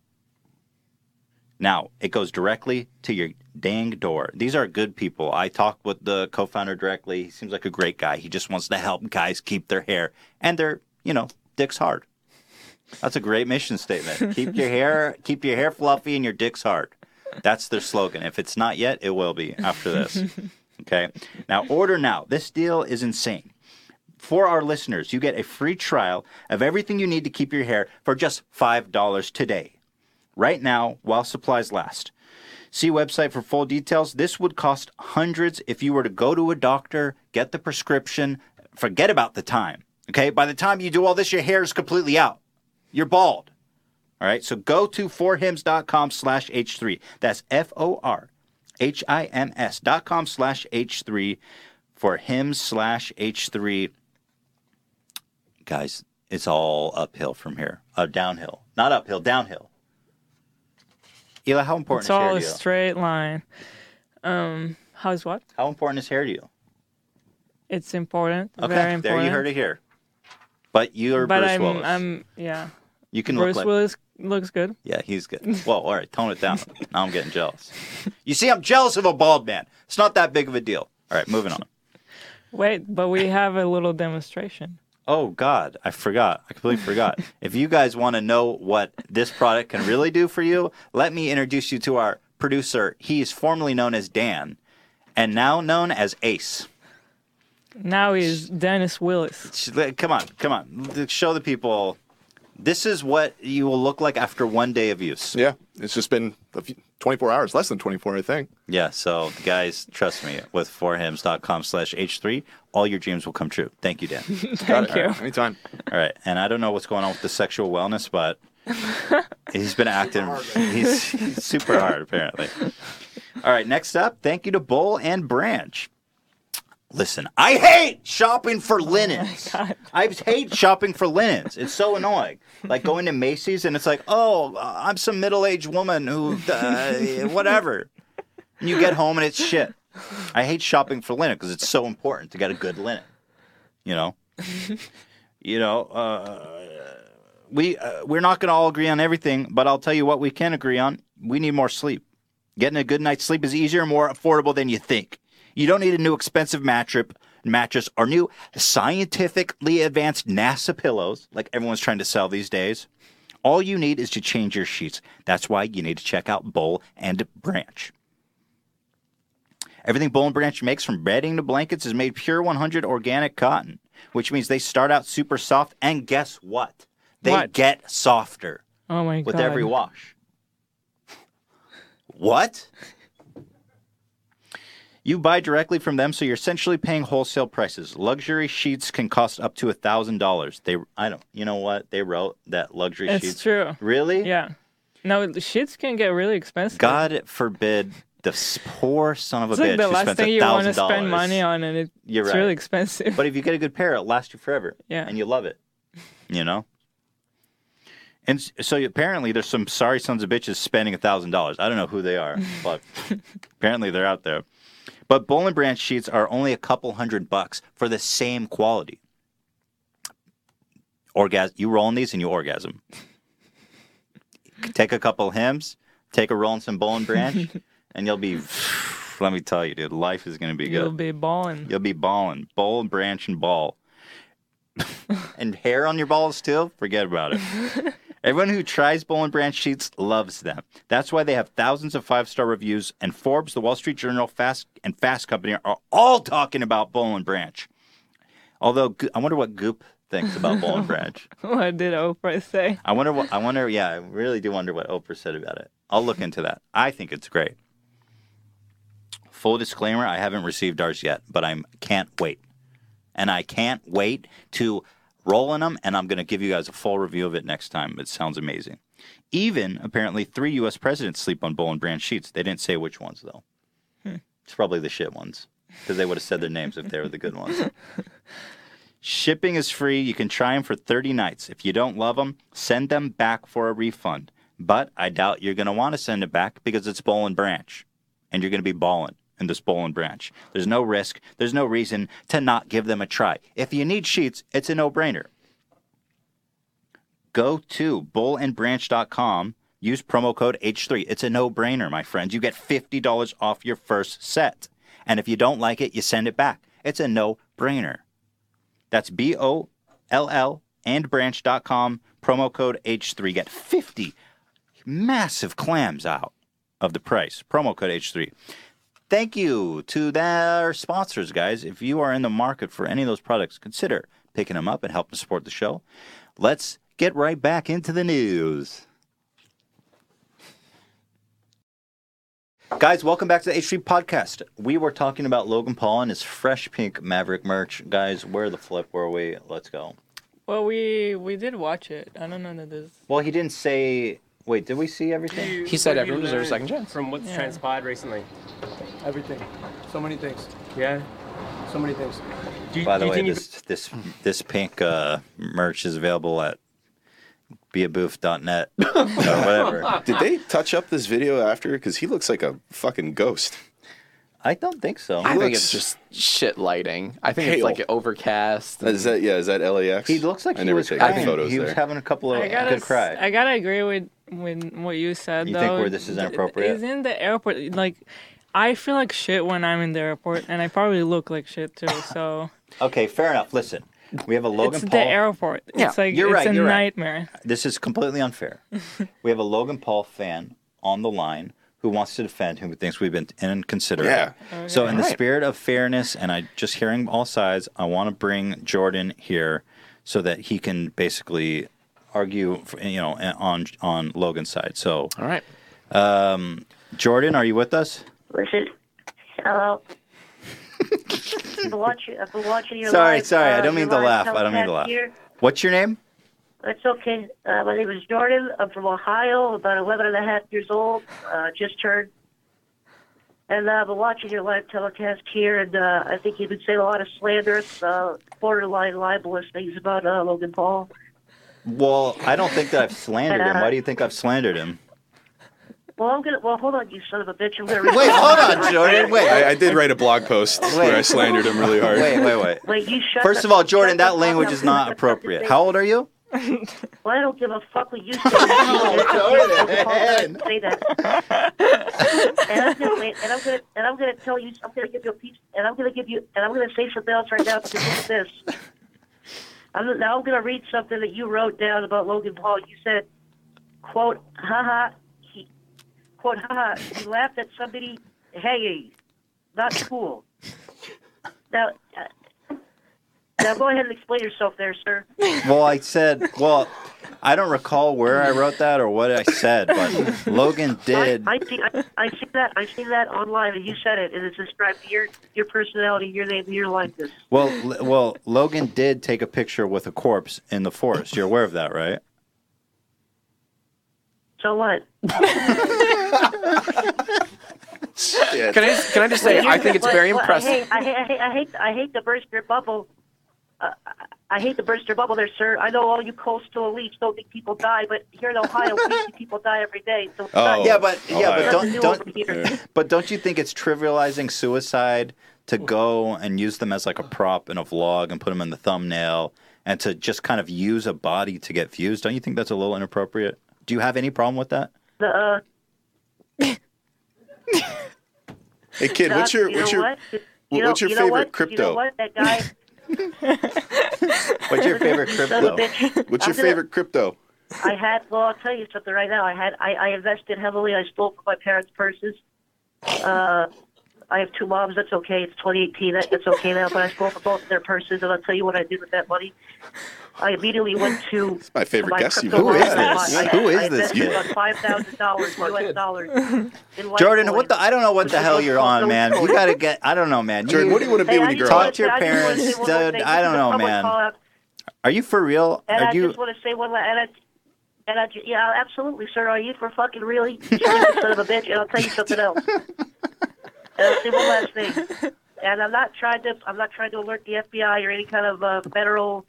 Speaker 1: Now, it goes directly to your dang door. These are good people. I talked with the co founder directly. He seems like a great guy. He just wants to help guys keep their hair and their, you know, dicks hard. That's a great mission statement. keep your hair, keep your hair fluffy and your dicks hard. That's their slogan. If it's not yet, it will be after this. Okay. Now, order now. This deal is insane. For our listeners, you get a free trial of everything you need to keep your hair for just $5 today, right now, while supplies last. See website for full details. This would cost hundreds if you were to go to a doctor, get the prescription, forget about the time. Okay. By the time you do all this, your hair is completely out. You're bald. All right. So go to forhims.com slash H3. That's F O R H I M S dot com slash H3 for him slash H3. Guys, it's all uphill from here. Uh, downhill. Not uphill, downhill. Eli, how important
Speaker 3: It's
Speaker 1: is hair
Speaker 3: all
Speaker 1: to
Speaker 3: a
Speaker 1: you?
Speaker 3: straight line. Um, how's what?
Speaker 1: How important is hair to you?
Speaker 3: It's important.
Speaker 1: Okay.
Speaker 3: Very important.
Speaker 1: There you heard it here. But you're
Speaker 3: But
Speaker 1: Bruce
Speaker 3: I'm,
Speaker 1: Willis.
Speaker 3: I'm, yeah.
Speaker 1: you can
Speaker 3: Bruce
Speaker 1: look like
Speaker 3: Willis looks good.
Speaker 1: Yeah, he's good. Well, all right, tone it down. Now I'm getting jealous. You see, I'm jealous of a bald man. It's not that big of a deal. All right, moving on.
Speaker 3: Wait, but we have a little demonstration.
Speaker 1: Oh God, I forgot. I completely forgot. if you guys want to know what this product can really do for you, let me introduce you to our producer. He is formerly known as Dan, and now known as Ace.
Speaker 3: Now he's Oh, Dennis Willis.
Speaker 1: Sh- le- Come on, come on, L- show the people. This is what you will look like after one day of use.
Speaker 7: Yeah, it's just been a few, 24 hours, less than 24, I think.
Speaker 1: Yeah, so guys, trust me, with forhims.com slash H3, all your dreams will come true. Thank you, Dan.
Speaker 7: Thank
Speaker 3: you.
Speaker 7: Anytime.
Speaker 1: all right. And I don't know what's going on with the sexual wellness, but he's been acting he's, he's super hard apparently. All right, next up, thank you to Bull and Branch. Listen, I hate shopping for linens. I hate shopping for linens. It's so annoying. Like going to Macy's and it's like, oh, uh, I'm some middle-aged woman who, uh, whatever. And you get home and it's shit. I hate shopping for linen because it's so important to get a good linen. You know, you know, uh, we uh, we're not going to all agree on everything, but I'll tell you what we can agree on. We need more sleep. Getting a good night's sleep is easier and more affordable than you think. You don't need a new expensive mattress, mattress or new scientifically advanced NASA pillows like everyone's trying to sell these days. All you need is to change your sheets. That's why you need to check out Bowl and Branch. Everything Bowl and Branch makes from bedding to blankets is made pure 100 organic cotton, which means they start out super soft and guess what? They
Speaker 3: What?
Speaker 1: get softer
Speaker 3: Oh my
Speaker 1: with
Speaker 3: god.
Speaker 1: every wash. What? You buy directly from them, so you're essentially paying wholesale prices. Luxury sheets can cost up to a thousand dollars. They, I don't, you know what? They wrote that luxury
Speaker 3: It's
Speaker 1: sheets.
Speaker 3: true.
Speaker 1: Really?
Speaker 3: Yeah. No, shits can get really expensive.
Speaker 1: God forbid the s- poor son of a
Speaker 3: it's
Speaker 1: bitch
Speaker 3: like the
Speaker 1: who
Speaker 3: last
Speaker 1: spends
Speaker 3: thing you
Speaker 1: $1,000.
Speaker 3: want to spend money on, and it,
Speaker 1: You're
Speaker 3: it's
Speaker 1: right.
Speaker 3: really expensive.
Speaker 1: But if you get a good pair, it'll last you forever.
Speaker 3: Yeah.
Speaker 1: And you love it. You know? And s- so apparently there's some sorry sons of bitches spending $1,000. I don't know who they are, but apparently they're out there. But Bowling Branch sheets are only a couple hundred bucks for the same quality. Orgasm. You roll in these and you orgasm. take a couple hymns, take a roll in some Bowling Branch, and you'll be, let me tell you, dude, life is going to be good.
Speaker 3: You'll be balling.
Speaker 1: You'll be balling, bowl, branch, and ball. and hair on your balls too? Forget about it. Everyone who tries Bowl and Branch sheets loves them. That's why they have thousands of five-star reviews, and Forbes, The Wall Street Journal, Fast and Fast Company are all talking about Bowl and Branch. Although Go- I wonder what Goop thinks about Bowl and Branch.
Speaker 3: what did Oprah say?
Speaker 1: I wonder what I wonder. Yeah, I really do wonder what Oprah said about it. I'll look into that. I think it's great. Full disclaimer: I haven't received ours yet, but I'm can't wait, and I can't wait to roll in them. And I'm going to give you guys a full review of it next time. It sounds amazing. Even apparently, three U.S. presidents sleep on Bowl and Branch sheets. They didn't say which ones though. It's probably the shit ones because they would have said their names if they were the good ones. Shipping is free. You can try them for 30 nights. If you don't love them, send them back for a refund. But I doubt you're going to want to send it back because it's Bowl and Branch and you're going to be balling. in this bowl and branch. There's no risk. There's no reason to not give them a try. If you need sheets, it's a no-brainer. Go to bullandbranch.com. Use promo code H3. It's a no-brainer, my friends. You get $50 off your first set. And if you don't like it, you send it back. It's a no-brainer. That's B O L L and branch.com, promo code H3. Get 50 massive clams out of the price. Promo code H3. Thank you to their sponsors, guys. If you are in the market for any of those products, consider picking them up and helping support the show. Let's get right back into the news. Guys, welcome back to the H3 podcast. We were talking about Logan Paul and his fresh pink Maverick merch. Guys, where the flip were we? Let's go.
Speaker 3: Well, we we did watch it. I don't know that there's.
Speaker 1: Well, he didn't say. Wait, did we see everything?
Speaker 2: He said
Speaker 8: what have
Speaker 2: everyone
Speaker 8: you
Speaker 2: deserves a
Speaker 8: learned
Speaker 2: second chance.
Speaker 8: From what's
Speaker 3: Yeah.
Speaker 8: transpired recently.
Speaker 9: Everything. So many things.
Speaker 8: Yeah.
Speaker 9: So many things.
Speaker 8: Do you,
Speaker 1: By
Speaker 8: do
Speaker 1: the
Speaker 8: you
Speaker 1: way,
Speaker 8: think you-
Speaker 1: this this this pink uh, merch is available at beaboof.net or whatever.
Speaker 4: Did they touch up this video after? Because he looks like a fucking ghost.
Speaker 1: I don't think so.
Speaker 2: I think
Speaker 4: looks
Speaker 2: it's just shit lighting. I think it's
Speaker 4: pale.
Speaker 2: like overcast. and-
Speaker 4: Is that yeah? Is that LAX?
Speaker 1: He looks like
Speaker 4: I
Speaker 1: he
Speaker 4: never
Speaker 1: was
Speaker 4: take
Speaker 1: crying.
Speaker 4: photos
Speaker 1: he
Speaker 4: there.
Speaker 1: was having a couple of
Speaker 3: I gotta,
Speaker 1: good
Speaker 3: s-
Speaker 1: cry.
Speaker 3: I gotta agree with with what you said
Speaker 1: You
Speaker 3: though.
Speaker 1: think where this is
Speaker 3: Th-
Speaker 1: inappropriate?
Speaker 3: He's in the airport. Like, I feel like shit when I'm in the airport, and I probably look like shit too. So
Speaker 1: Okay, fair enough. Listen, we have a Logan
Speaker 3: it's
Speaker 1: Paul.
Speaker 3: the airport.
Speaker 2: Yeah,
Speaker 3: It's like
Speaker 1: you're
Speaker 3: it's
Speaker 1: right,
Speaker 3: a
Speaker 1: you're right.
Speaker 3: nightmare.
Speaker 1: This is completely unfair. we have a Logan Paul fan on the line who wants to defend who thinks we've been inconsiderate.
Speaker 4: Yeah.
Speaker 1: So, in the spirit of fairness and I just hearing all sides, I want to bring Jordan here so that he can basically argue, for, you know, on on Logan's side. So, um,
Speaker 2: All right.
Speaker 1: Jordan, are you with us?
Speaker 10: Listen, hello. I've been watching. I've been watching your
Speaker 1: Sorry,
Speaker 10: live,
Speaker 1: sorry, I
Speaker 10: uh,
Speaker 1: don't mean
Speaker 10: your
Speaker 1: to
Speaker 10: live
Speaker 1: laugh. I don't mean to
Speaker 10: telecast
Speaker 1: laugh.
Speaker 10: Here.
Speaker 1: What's your name?
Speaker 10: It's okay. Uh, my name is Jordan. I'm from Ohio. About 11 and a half years old. Uh, just turned. And uh, I've been watching your live telecast here, and uh, I think you've been saying a lot of slanderous, uh, borderline libelous things about uh, Logan Paul.
Speaker 1: Well, I don't think that I've slandered him. Why do you think I've slandered him?
Speaker 10: Well, I'm gonna. Well, hold on, you son of a bitch. I'm gonna. read-
Speaker 1: Wait, hold on, Jordan. Wait,
Speaker 4: I, I did write a blog post where I slandered him really hard.
Speaker 1: wait, wait, wait.
Speaker 10: Wait, you shut.
Speaker 1: First
Speaker 10: the-
Speaker 1: of all, Jordan,
Speaker 10: shut the
Speaker 1: that
Speaker 10: fuck
Speaker 1: language
Speaker 10: up.
Speaker 1: is not appropriate. How old are you?
Speaker 10: Well, I don't give a fuck what you say. Jordan, say that. And I'm gonna wait, and I'm gonna and I'm gonna tell you. I'm gonna give you a piece, and I'm gonna give you, and I'm gonna say something else right now. To is this. I'm, now I'm gonna read something that you wrote down about Logan Paul. You said, "quote, haha, he, quote, haha, he laughed at somebody hanging. Not cool." Now, uh, now go ahead and explain yourself there, sir.
Speaker 1: Well, I said, well, I don't recall where I wrote that or what I said, but Logan did.
Speaker 10: I, I see. I, I see that. I see that online, and you said it, and it's described your your personality, your name, your likeness.
Speaker 1: Well, L- well, Logan did take a picture with a corpse in the forest. You're aware of that, right?
Speaker 10: So what?
Speaker 2: Can I just, can I just say I think it's
Speaker 10: What-
Speaker 2: very
Speaker 10: what-
Speaker 2: impressive.
Speaker 10: I hate, I hate, I hate, I hate to burst your bubble. Uh, I I hate to burst your bubble, there, sir. I know all you coastal elites don't think people die, but here in Ohio, we see people die every day. So it's
Speaker 4: Oh.
Speaker 10: not-
Speaker 1: Uh, Yeah, but yeah, but
Speaker 4: Alright.
Speaker 10: nothing
Speaker 1: don't
Speaker 10: new over
Speaker 1: don't.
Speaker 10: here.
Speaker 1: But don't you think it's trivializing suicide to go and use them as like a prop in a vlog and put them in the thumbnail and to just kind of use a body to get views? Don't you think that's a little inappropriate? Do you have any problem with that?
Speaker 10: The, uh,
Speaker 4: Hey kid, what's your
Speaker 10: you
Speaker 4: what's
Speaker 10: know
Speaker 4: your
Speaker 10: what? You
Speaker 4: wh-
Speaker 10: know-
Speaker 4: what's your
Speaker 10: you know
Speaker 4: favorite
Speaker 10: what? You
Speaker 4: crypto?
Speaker 10: know what? That guy,
Speaker 1: What's your favorite
Speaker 10: son of
Speaker 1: crypto?
Speaker 10: a bitch.
Speaker 4: what's your
Speaker 10: I'm gonna-
Speaker 4: favorite crypto?
Speaker 10: I had. Well, I'll tell you something right now. I had. I, I invested heavily. I stole from my parents' purses. Uh, I have two moms. That's okay. It's 2018. That, that's okay now. But I stole from both of their purses, and I'll tell you what I did with that money. I immediately went to
Speaker 4: My favorite
Speaker 10: my
Speaker 4: guest. You
Speaker 10: crypto
Speaker 1: Who is
Speaker 10: wallet. I
Speaker 1: this?
Speaker 10: bought-
Speaker 1: Who is
Speaker 10: I,
Speaker 1: this
Speaker 10: I invested
Speaker 1: kid?
Speaker 10: about five thousand dollars U.S. dollars. in
Speaker 1: Jordan,
Speaker 10: Litecoin.
Speaker 1: what the? I don't know what the hell you're on, man. You gotta get. I don't know, man.
Speaker 4: Jordan, what do you want to be
Speaker 10: Hey, I
Speaker 4: when you
Speaker 10: just
Speaker 1: Talk
Speaker 4: grow
Speaker 10: wanna
Speaker 4: up?
Speaker 1: to your
Speaker 10: say- I just wanna
Speaker 1: parents,
Speaker 10: say one more
Speaker 1: dude.
Speaker 10: thing.
Speaker 1: I don't
Speaker 10: This is a
Speaker 1: know,
Speaker 10: public
Speaker 1: man.
Speaker 10: call out.
Speaker 1: Are you for real?
Speaker 10: And
Speaker 1: Are
Speaker 10: I
Speaker 1: you?
Speaker 10: just want to say one last. And I, and I, ju- yeah, absolutely, sir. Are you for fucking really? You stupid son of a bitch. And I'll tell you something else. And I'll say one last thing. And I'm not trying to. I'm not trying to alert the FBI or any kind of uh, federal,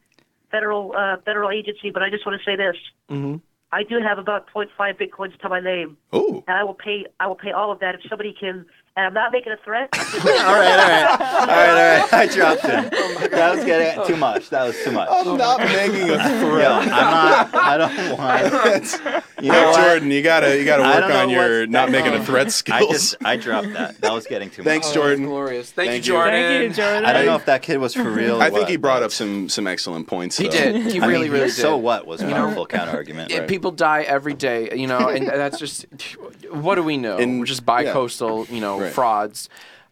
Speaker 10: federal, uh, federal agency. But I just want to say this. Mm-hmm. I do have about 0.5 bitcoins to my name,
Speaker 4: Oh,
Speaker 10: and I will pay. I will pay all of that if somebody can
Speaker 11: and I'm not making a threat.
Speaker 1: all right, all right, all right, all right. I dropped
Speaker 4: Oh
Speaker 1: it. That was getting too much. That was too much.
Speaker 7: I'm not making a
Speaker 1: Yo, I'm not. I don't want. You know what?
Speaker 4: Jordan, you gotta you gotta
Speaker 1: I
Speaker 4: work
Speaker 1: don't know
Speaker 4: on your
Speaker 1: what's-
Speaker 4: not making a threat skills.
Speaker 1: I just I dropped that. That was getting too
Speaker 4: Thanks,
Speaker 1: much.
Speaker 4: Jordan.
Speaker 2: Glorious. Thank,
Speaker 4: Thank
Speaker 2: you,
Speaker 4: you.
Speaker 2: Jordan.
Speaker 3: Thank you, Jordan.
Speaker 1: I don't know if that kid was for real. or
Speaker 4: I think
Speaker 1: what.
Speaker 4: he brought up some some excellent points.
Speaker 2: He
Speaker 4: though.
Speaker 2: did. He
Speaker 1: I
Speaker 2: really,
Speaker 1: mean,
Speaker 2: really did.
Speaker 1: So what was powerful counter argument?
Speaker 2: Yeah,
Speaker 4: Right.
Speaker 2: People die every day, you know, and that's just what do we know?
Speaker 4: And-
Speaker 2: We're just bi-coastal, you know,
Speaker 4: Right.
Speaker 2: frauds.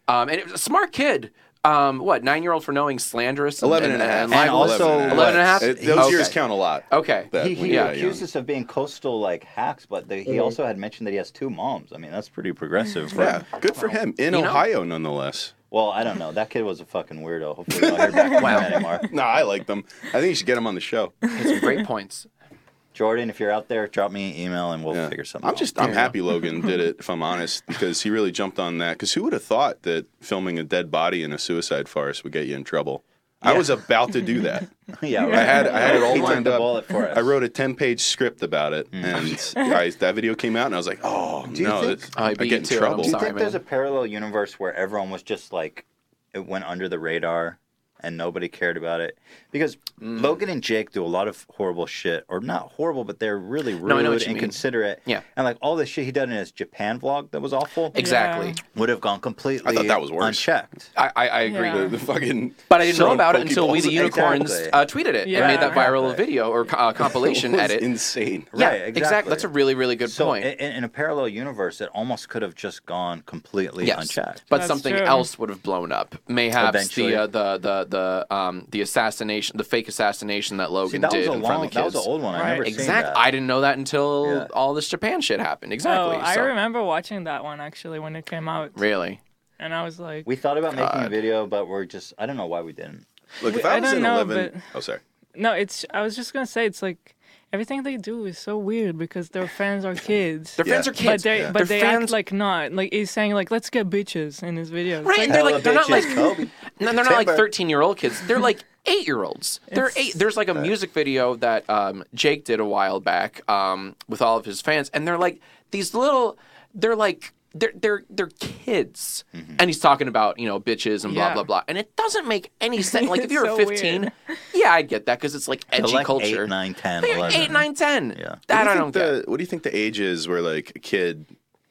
Speaker 2: Um, and it was a smart kid. Um, what nine year old for knowing slanderous? and-
Speaker 4: 11
Speaker 2: and,
Speaker 4: and a half.
Speaker 2: and
Speaker 1: And
Speaker 2: libelous?
Speaker 1: also-
Speaker 2: 11 and a half?
Speaker 4: It- those
Speaker 2: Okay.
Speaker 4: years count a lot.
Speaker 2: Okay.
Speaker 4: That uh,
Speaker 1: He,
Speaker 4: when
Speaker 1: he
Speaker 4: you die
Speaker 1: accused
Speaker 4: young.
Speaker 1: us of being coastal like hacks, but the, he also had mentioned that he has two moms. I mean, that's pretty progressive. for-
Speaker 4: Mm-hmm. Yeah, good for him. In
Speaker 2: You know?
Speaker 4: Ohio, nonetheless.
Speaker 1: Well, I don't know. That kid was a fucking weirdo. Hopefully, we don't hear back from him anymore.
Speaker 4: No, I like them. I think you should get him on the show.
Speaker 2: It's some great points.
Speaker 1: Jordan, if you're out there, drop me an email and we'll
Speaker 4: Yeah.
Speaker 1: figure something.
Speaker 4: I'm
Speaker 1: out.
Speaker 4: just I'm happy Logan did it. If I'm honest, because he really jumped on that. Because who would have thought that filming a dead body in a suicide forest would get you in trouble? I was about to do that.
Speaker 1: yeah.
Speaker 4: I had I had it all
Speaker 1: He took
Speaker 4: lined
Speaker 1: the
Speaker 4: up.
Speaker 1: bullet for us.
Speaker 4: I wrote a ten page script about it, and I, that video came out, and I was like, oh
Speaker 1: you
Speaker 4: no,
Speaker 1: think-
Speaker 4: this-
Speaker 2: Oh, I
Speaker 4: I
Speaker 2: beat
Speaker 4: get
Speaker 2: you
Speaker 4: in
Speaker 2: to it, I'm
Speaker 4: trouble.
Speaker 1: Do you
Speaker 2: Sorry,
Speaker 1: think there's a
Speaker 2: man.
Speaker 1: parallel universe where everyone was just like it went under the radar and nobody cared about it? Because
Speaker 2: Mm.
Speaker 1: Logan and Jake do a lot of horrible shit, or not horrible, but they're really rude
Speaker 2: I know what
Speaker 1: and
Speaker 2: you mean.
Speaker 1: considerate.
Speaker 2: Yeah.
Speaker 1: and like all the shit he done in his Japan vlog that was awful
Speaker 2: Exactly.
Speaker 1: would have gone completely.
Speaker 4: I thought that was worse.
Speaker 1: unchecked.
Speaker 2: I, I, I agree.
Speaker 3: Yeah.
Speaker 4: The, the fucking
Speaker 2: But I didn't know
Speaker 4: throwing
Speaker 2: about it until We the
Speaker 4: Pokeballs.
Speaker 2: Unicorns
Speaker 1: Exactly.
Speaker 2: uh, tweeted it
Speaker 3: Yeah.
Speaker 2: and made that viral
Speaker 1: Exactly.
Speaker 2: video or co- uh,
Speaker 4: It
Speaker 2: compilation
Speaker 4: was
Speaker 2: edit.
Speaker 4: Insane.
Speaker 2: yeah,
Speaker 1: Right,
Speaker 2: exactly.
Speaker 1: exactly.
Speaker 2: That's a really, really good
Speaker 1: So eh,
Speaker 2: point.
Speaker 1: in, in a parallel universe, it almost could have just gone completely
Speaker 2: yes,
Speaker 1: unchecked.
Speaker 2: but
Speaker 3: That's
Speaker 2: something
Speaker 3: true.
Speaker 2: else would have blown up. Mayhaps
Speaker 1: Eventually.
Speaker 2: the, uh, the the the um the assassination, the fake assassination that Logan
Speaker 1: See, that
Speaker 2: did
Speaker 1: was a
Speaker 2: in front
Speaker 1: long,
Speaker 2: of the
Speaker 1: that was
Speaker 2: kids.
Speaker 1: an old one. I
Speaker 3: Right.
Speaker 1: never seen
Speaker 2: Exactly.
Speaker 1: that.
Speaker 2: I didn't know that until
Speaker 1: Yeah.
Speaker 2: all this Japan shit happened. Exactly.
Speaker 3: Oh, I
Speaker 2: so-
Speaker 3: remember watching that one actually when it came out,
Speaker 2: Really?
Speaker 3: and I was like,
Speaker 1: We thought about making a
Speaker 2: God.
Speaker 1: video, but we're just I don't know why we didn't.
Speaker 4: Look, if
Speaker 3: I
Speaker 4: I was
Speaker 3: don't
Speaker 4: in
Speaker 3: know,
Speaker 4: eleven,
Speaker 3: but-
Speaker 4: oh sorry.
Speaker 3: no, it's. I was just gonna say it's like everything they do is so weird because their fans are kids.
Speaker 2: Their fans
Speaker 4: Yeah.
Speaker 2: are kids.
Speaker 3: But they
Speaker 2: Their
Speaker 3: but they act
Speaker 2: fans,
Speaker 3: like not like he's saying like let's get bitches in his videos.
Speaker 2: right?
Speaker 3: Like,
Speaker 2: they're like they're not
Speaker 1: Hella
Speaker 2: like
Speaker 1: bitches,
Speaker 2: no,
Speaker 1: Kobe.
Speaker 2: they're not like
Speaker 4: Timber.
Speaker 2: thirteen year old kids. They're like eight year olds. They're
Speaker 3: It's-
Speaker 2: eight. There's like a music video that um, Jake did a while back um, with all of his fans, and they're like these little. They're like. They're, they're they're kids,
Speaker 1: Mm-hmm.
Speaker 2: and he's talking about you know bitches and blah
Speaker 3: Yeah.
Speaker 2: blah blah, and it doesn't make any sense. Like if
Speaker 3: It's
Speaker 2: you were
Speaker 3: so
Speaker 2: 15,
Speaker 3: weird.
Speaker 2: yeah, I get that because it's like edgy
Speaker 1: They're like
Speaker 2: culture.
Speaker 1: 8, 9, 10,
Speaker 2: They're
Speaker 1: 11.
Speaker 2: eight, nine, ten.
Speaker 1: Yeah.
Speaker 2: that
Speaker 4: do
Speaker 2: I
Speaker 4: you
Speaker 2: don't
Speaker 4: think
Speaker 2: get.
Speaker 4: the, What do you think the age is where like a kid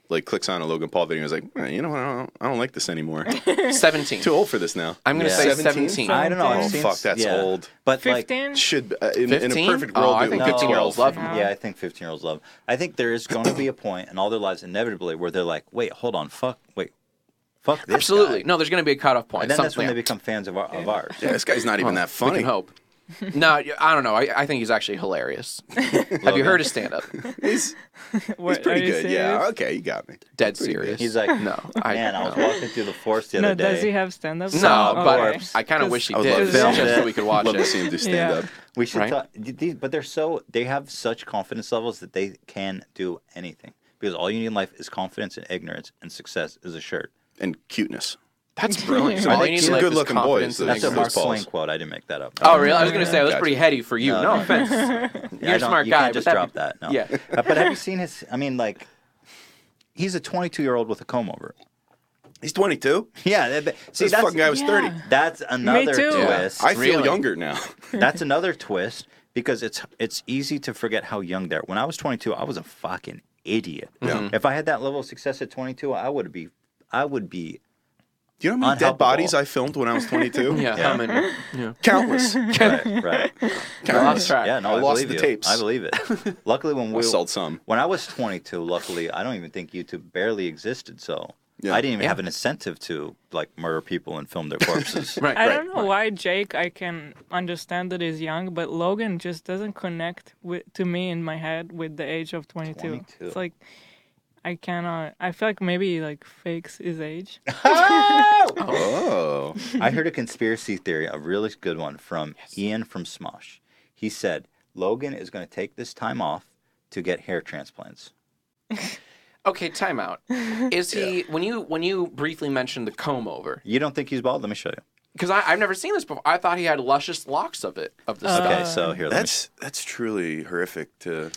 Speaker 4: like clicks on a Logan Paul video and is like, "Eh, you know what, I don't, I don't like this anymore.
Speaker 2: 17.
Speaker 4: Too old for this now.
Speaker 2: I'm going to
Speaker 1: Yeah.
Speaker 2: say
Speaker 4: 17?
Speaker 2: 17.
Speaker 1: I don't know. I've
Speaker 4: Oh,
Speaker 1: seen
Speaker 4: fuck,
Speaker 1: s-
Speaker 4: that's
Speaker 1: yeah.
Speaker 4: old.
Speaker 1: But like,
Speaker 3: Fifteen.
Speaker 4: Should uh, in, in a
Speaker 2: 15?
Speaker 4: perfect world,
Speaker 2: Oh, I
Speaker 4: it
Speaker 2: think
Speaker 4: would be
Speaker 1: 15
Speaker 2: 15-year-olds
Speaker 4: 12.
Speaker 2: love
Speaker 3: them.
Speaker 1: Yeah, I think 15 year olds love. I think there is going to be a point in all their lives, inevitably, where they're like, wait, hold on, fuck, wait, fuck this.
Speaker 2: Absolutely.
Speaker 1: guy.
Speaker 2: No, there's going to be a cutoff point.
Speaker 1: And then that's when
Speaker 2: something.
Speaker 1: they become fans of, our, of ours.
Speaker 4: Yeah, this guy's not even that
Speaker 2: We
Speaker 4: funny.
Speaker 2: can hope. no, I don't know. I, I think he's actually hilarious. Have you heard his stand up?
Speaker 4: He's,
Speaker 3: What,
Speaker 4: pretty
Speaker 3: are you
Speaker 4: good. Yeah.
Speaker 3: serious?
Speaker 4: Okay, you got me.
Speaker 2: Dead serious.
Speaker 1: He's like,
Speaker 2: no. I,
Speaker 1: Man, I, was
Speaker 2: no.
Speaker 1: walking through the forest the
Speaker 3: No,
Speaker 1: other day.
Speaker 3: does he have stand up?
Speaker 2: No, but
Speaker 1: corpse.
Speaker 2: I kind of wish he
Speaker 4: I would
Speaker 2: did.
Speaker 4: love to
Speaker 2: Oh, Just
Speaker 1: film
Speaker 2: so
Speaker 1: that.
Speaker 2: we could watch
Speaker 4: Love to
Speaker 2: it.
Speaker 4: see him do stand
Speaker 3: Yeah.
Speaker 4: up.
Speaker 1: we should
Speaker 2: right?
Speaker 1: talk. These, but they're so they have such confidence levels that they can do anything because all you need in life is confidence and ignorance, and success is assured.
Speaker 4: And cuteness.
Speaker 2: That's brilliant.
Speaker 4: I
Speaker 2: All
Speaker 4: think
Speaker 2: you need
Speaker 4: he's
Speaker 2: to
Speaker 4: a
Speaker 2: like
Speaker 4: good
Speaker 2: is
Speaker 4: looking boy,
Speaker 2: confidence
Speaker 4: so
Speaker 2: and
Speaker 1: That's a
Speaker 4: Thanks,
Speaker 1: Mark
Speaker 2: ignorance.
Speaker 4: Chris Pauls.
Speaker 1: Swain quote. I didn't make that up.
Speaker 2: Oh, really? I was going to say, that's
Speaker 4: Gotcha.
Speaker 2: pretty heady for you.
Speaker 1: No,
Speaker 2: No,
Speaker 1: no.
Speaker 2: offense.
Speaker 1: Yeah, I
Speaker 2: You're
Speaker 1: don't-
Speaker 2: a smart
Speaker 1: you
Speaker 2: guy.
Speaker 1: can't just
Speaker 2: but
Speaker 1: drop
Speaker 2: that'd
Speaker 1: that. No.
Speaker 2: Yeah.
Speaker 1: Uh, but have you seen his? I mean, like, he's a 22 year old with a comb over.
Speaker 4: He's 22.
Speaker 1: Yeah. that- that- See,
Speaker 4: this
Speaker 1: that's,
Speaker 4: fucking guy was
Speaker 3: yeah.
Speaker 4: 30.
Speaker 1: that's another
Speaker 3: too. Yeah.
Speaker 1: twist.
Speaker 4: I feel
Speaker 2: Really?
Speaker 4: younger now.
Speaker 1: That's another twist because it's it's easy to forget how young they are. When I was 22, I was a fucking idiot.
Speaker 4: Yeah.
Speaker 2: Mm-hmm.
Speaker 1: If I had that level of success at 22, I would be. I would be.
Speaker 4: Do you know how many dead
Speaker 1: Unhelpable.
Speaker 4: bodies I filmed when I was 22?
Speaker 2: Yeah.
Speaker 1: Yeah.
Speaker 2: I mean, yeah.
Speaker 4: Countless.
Speaker 1: Right. right.
Speaker 2: Lost
Speaker 4: Countless.
Speaker 2: track.
Speaker 1: Yeah. No,
Speaker 4: I
Speaker 1: I,
Speaker 4: lost
Speaker 1: believe
Speaker 4: the
Speaker 1: you.
Speaker 4: tapes.
Speaker 1: I believe it. Luckily, when
Speaker 4: I
Speaker 1: we
Speaker 4: sold some.
Speaker 1: When I was 22, luckily, I don't even think YouTube barely existed, so
Speaker 4: Yeah.
Speaker 1: I didn't even
Speaker 2: Yeah.
Speaker 1: have an incentive to like murder people and film their corpses.
Speaker 2: Right.
Speaker 3: I
Speaker 2: right.
Speaker 3: don't know why Jake. I can understand that he's young, but Logan just doesn't connect with to me in my head with the age of 22.
Speaker 1: 22.
Speaker 3: It's like I cannot. I feel like maybe he like fakes his age.
Speaker 4: Oh.
Speaker 1: I heard a conspiracy theory, a really good one from Ian from Smosh. He said Logan is going to take this time off to get hair transplants.
Speaker 2: Okay, timeout. Is he when you when you briefly mentioned the comb over?
Speaker 1: You don't think he's bald? Let me show you.
Speaker 2: Because I've never seen this before. I thought he had luscious locks of it of the
Speaker 1: Okay,
Speaker 2: stuff.
Speaker 1: so here, let me,
Speaker 4: That's that's truly horrific to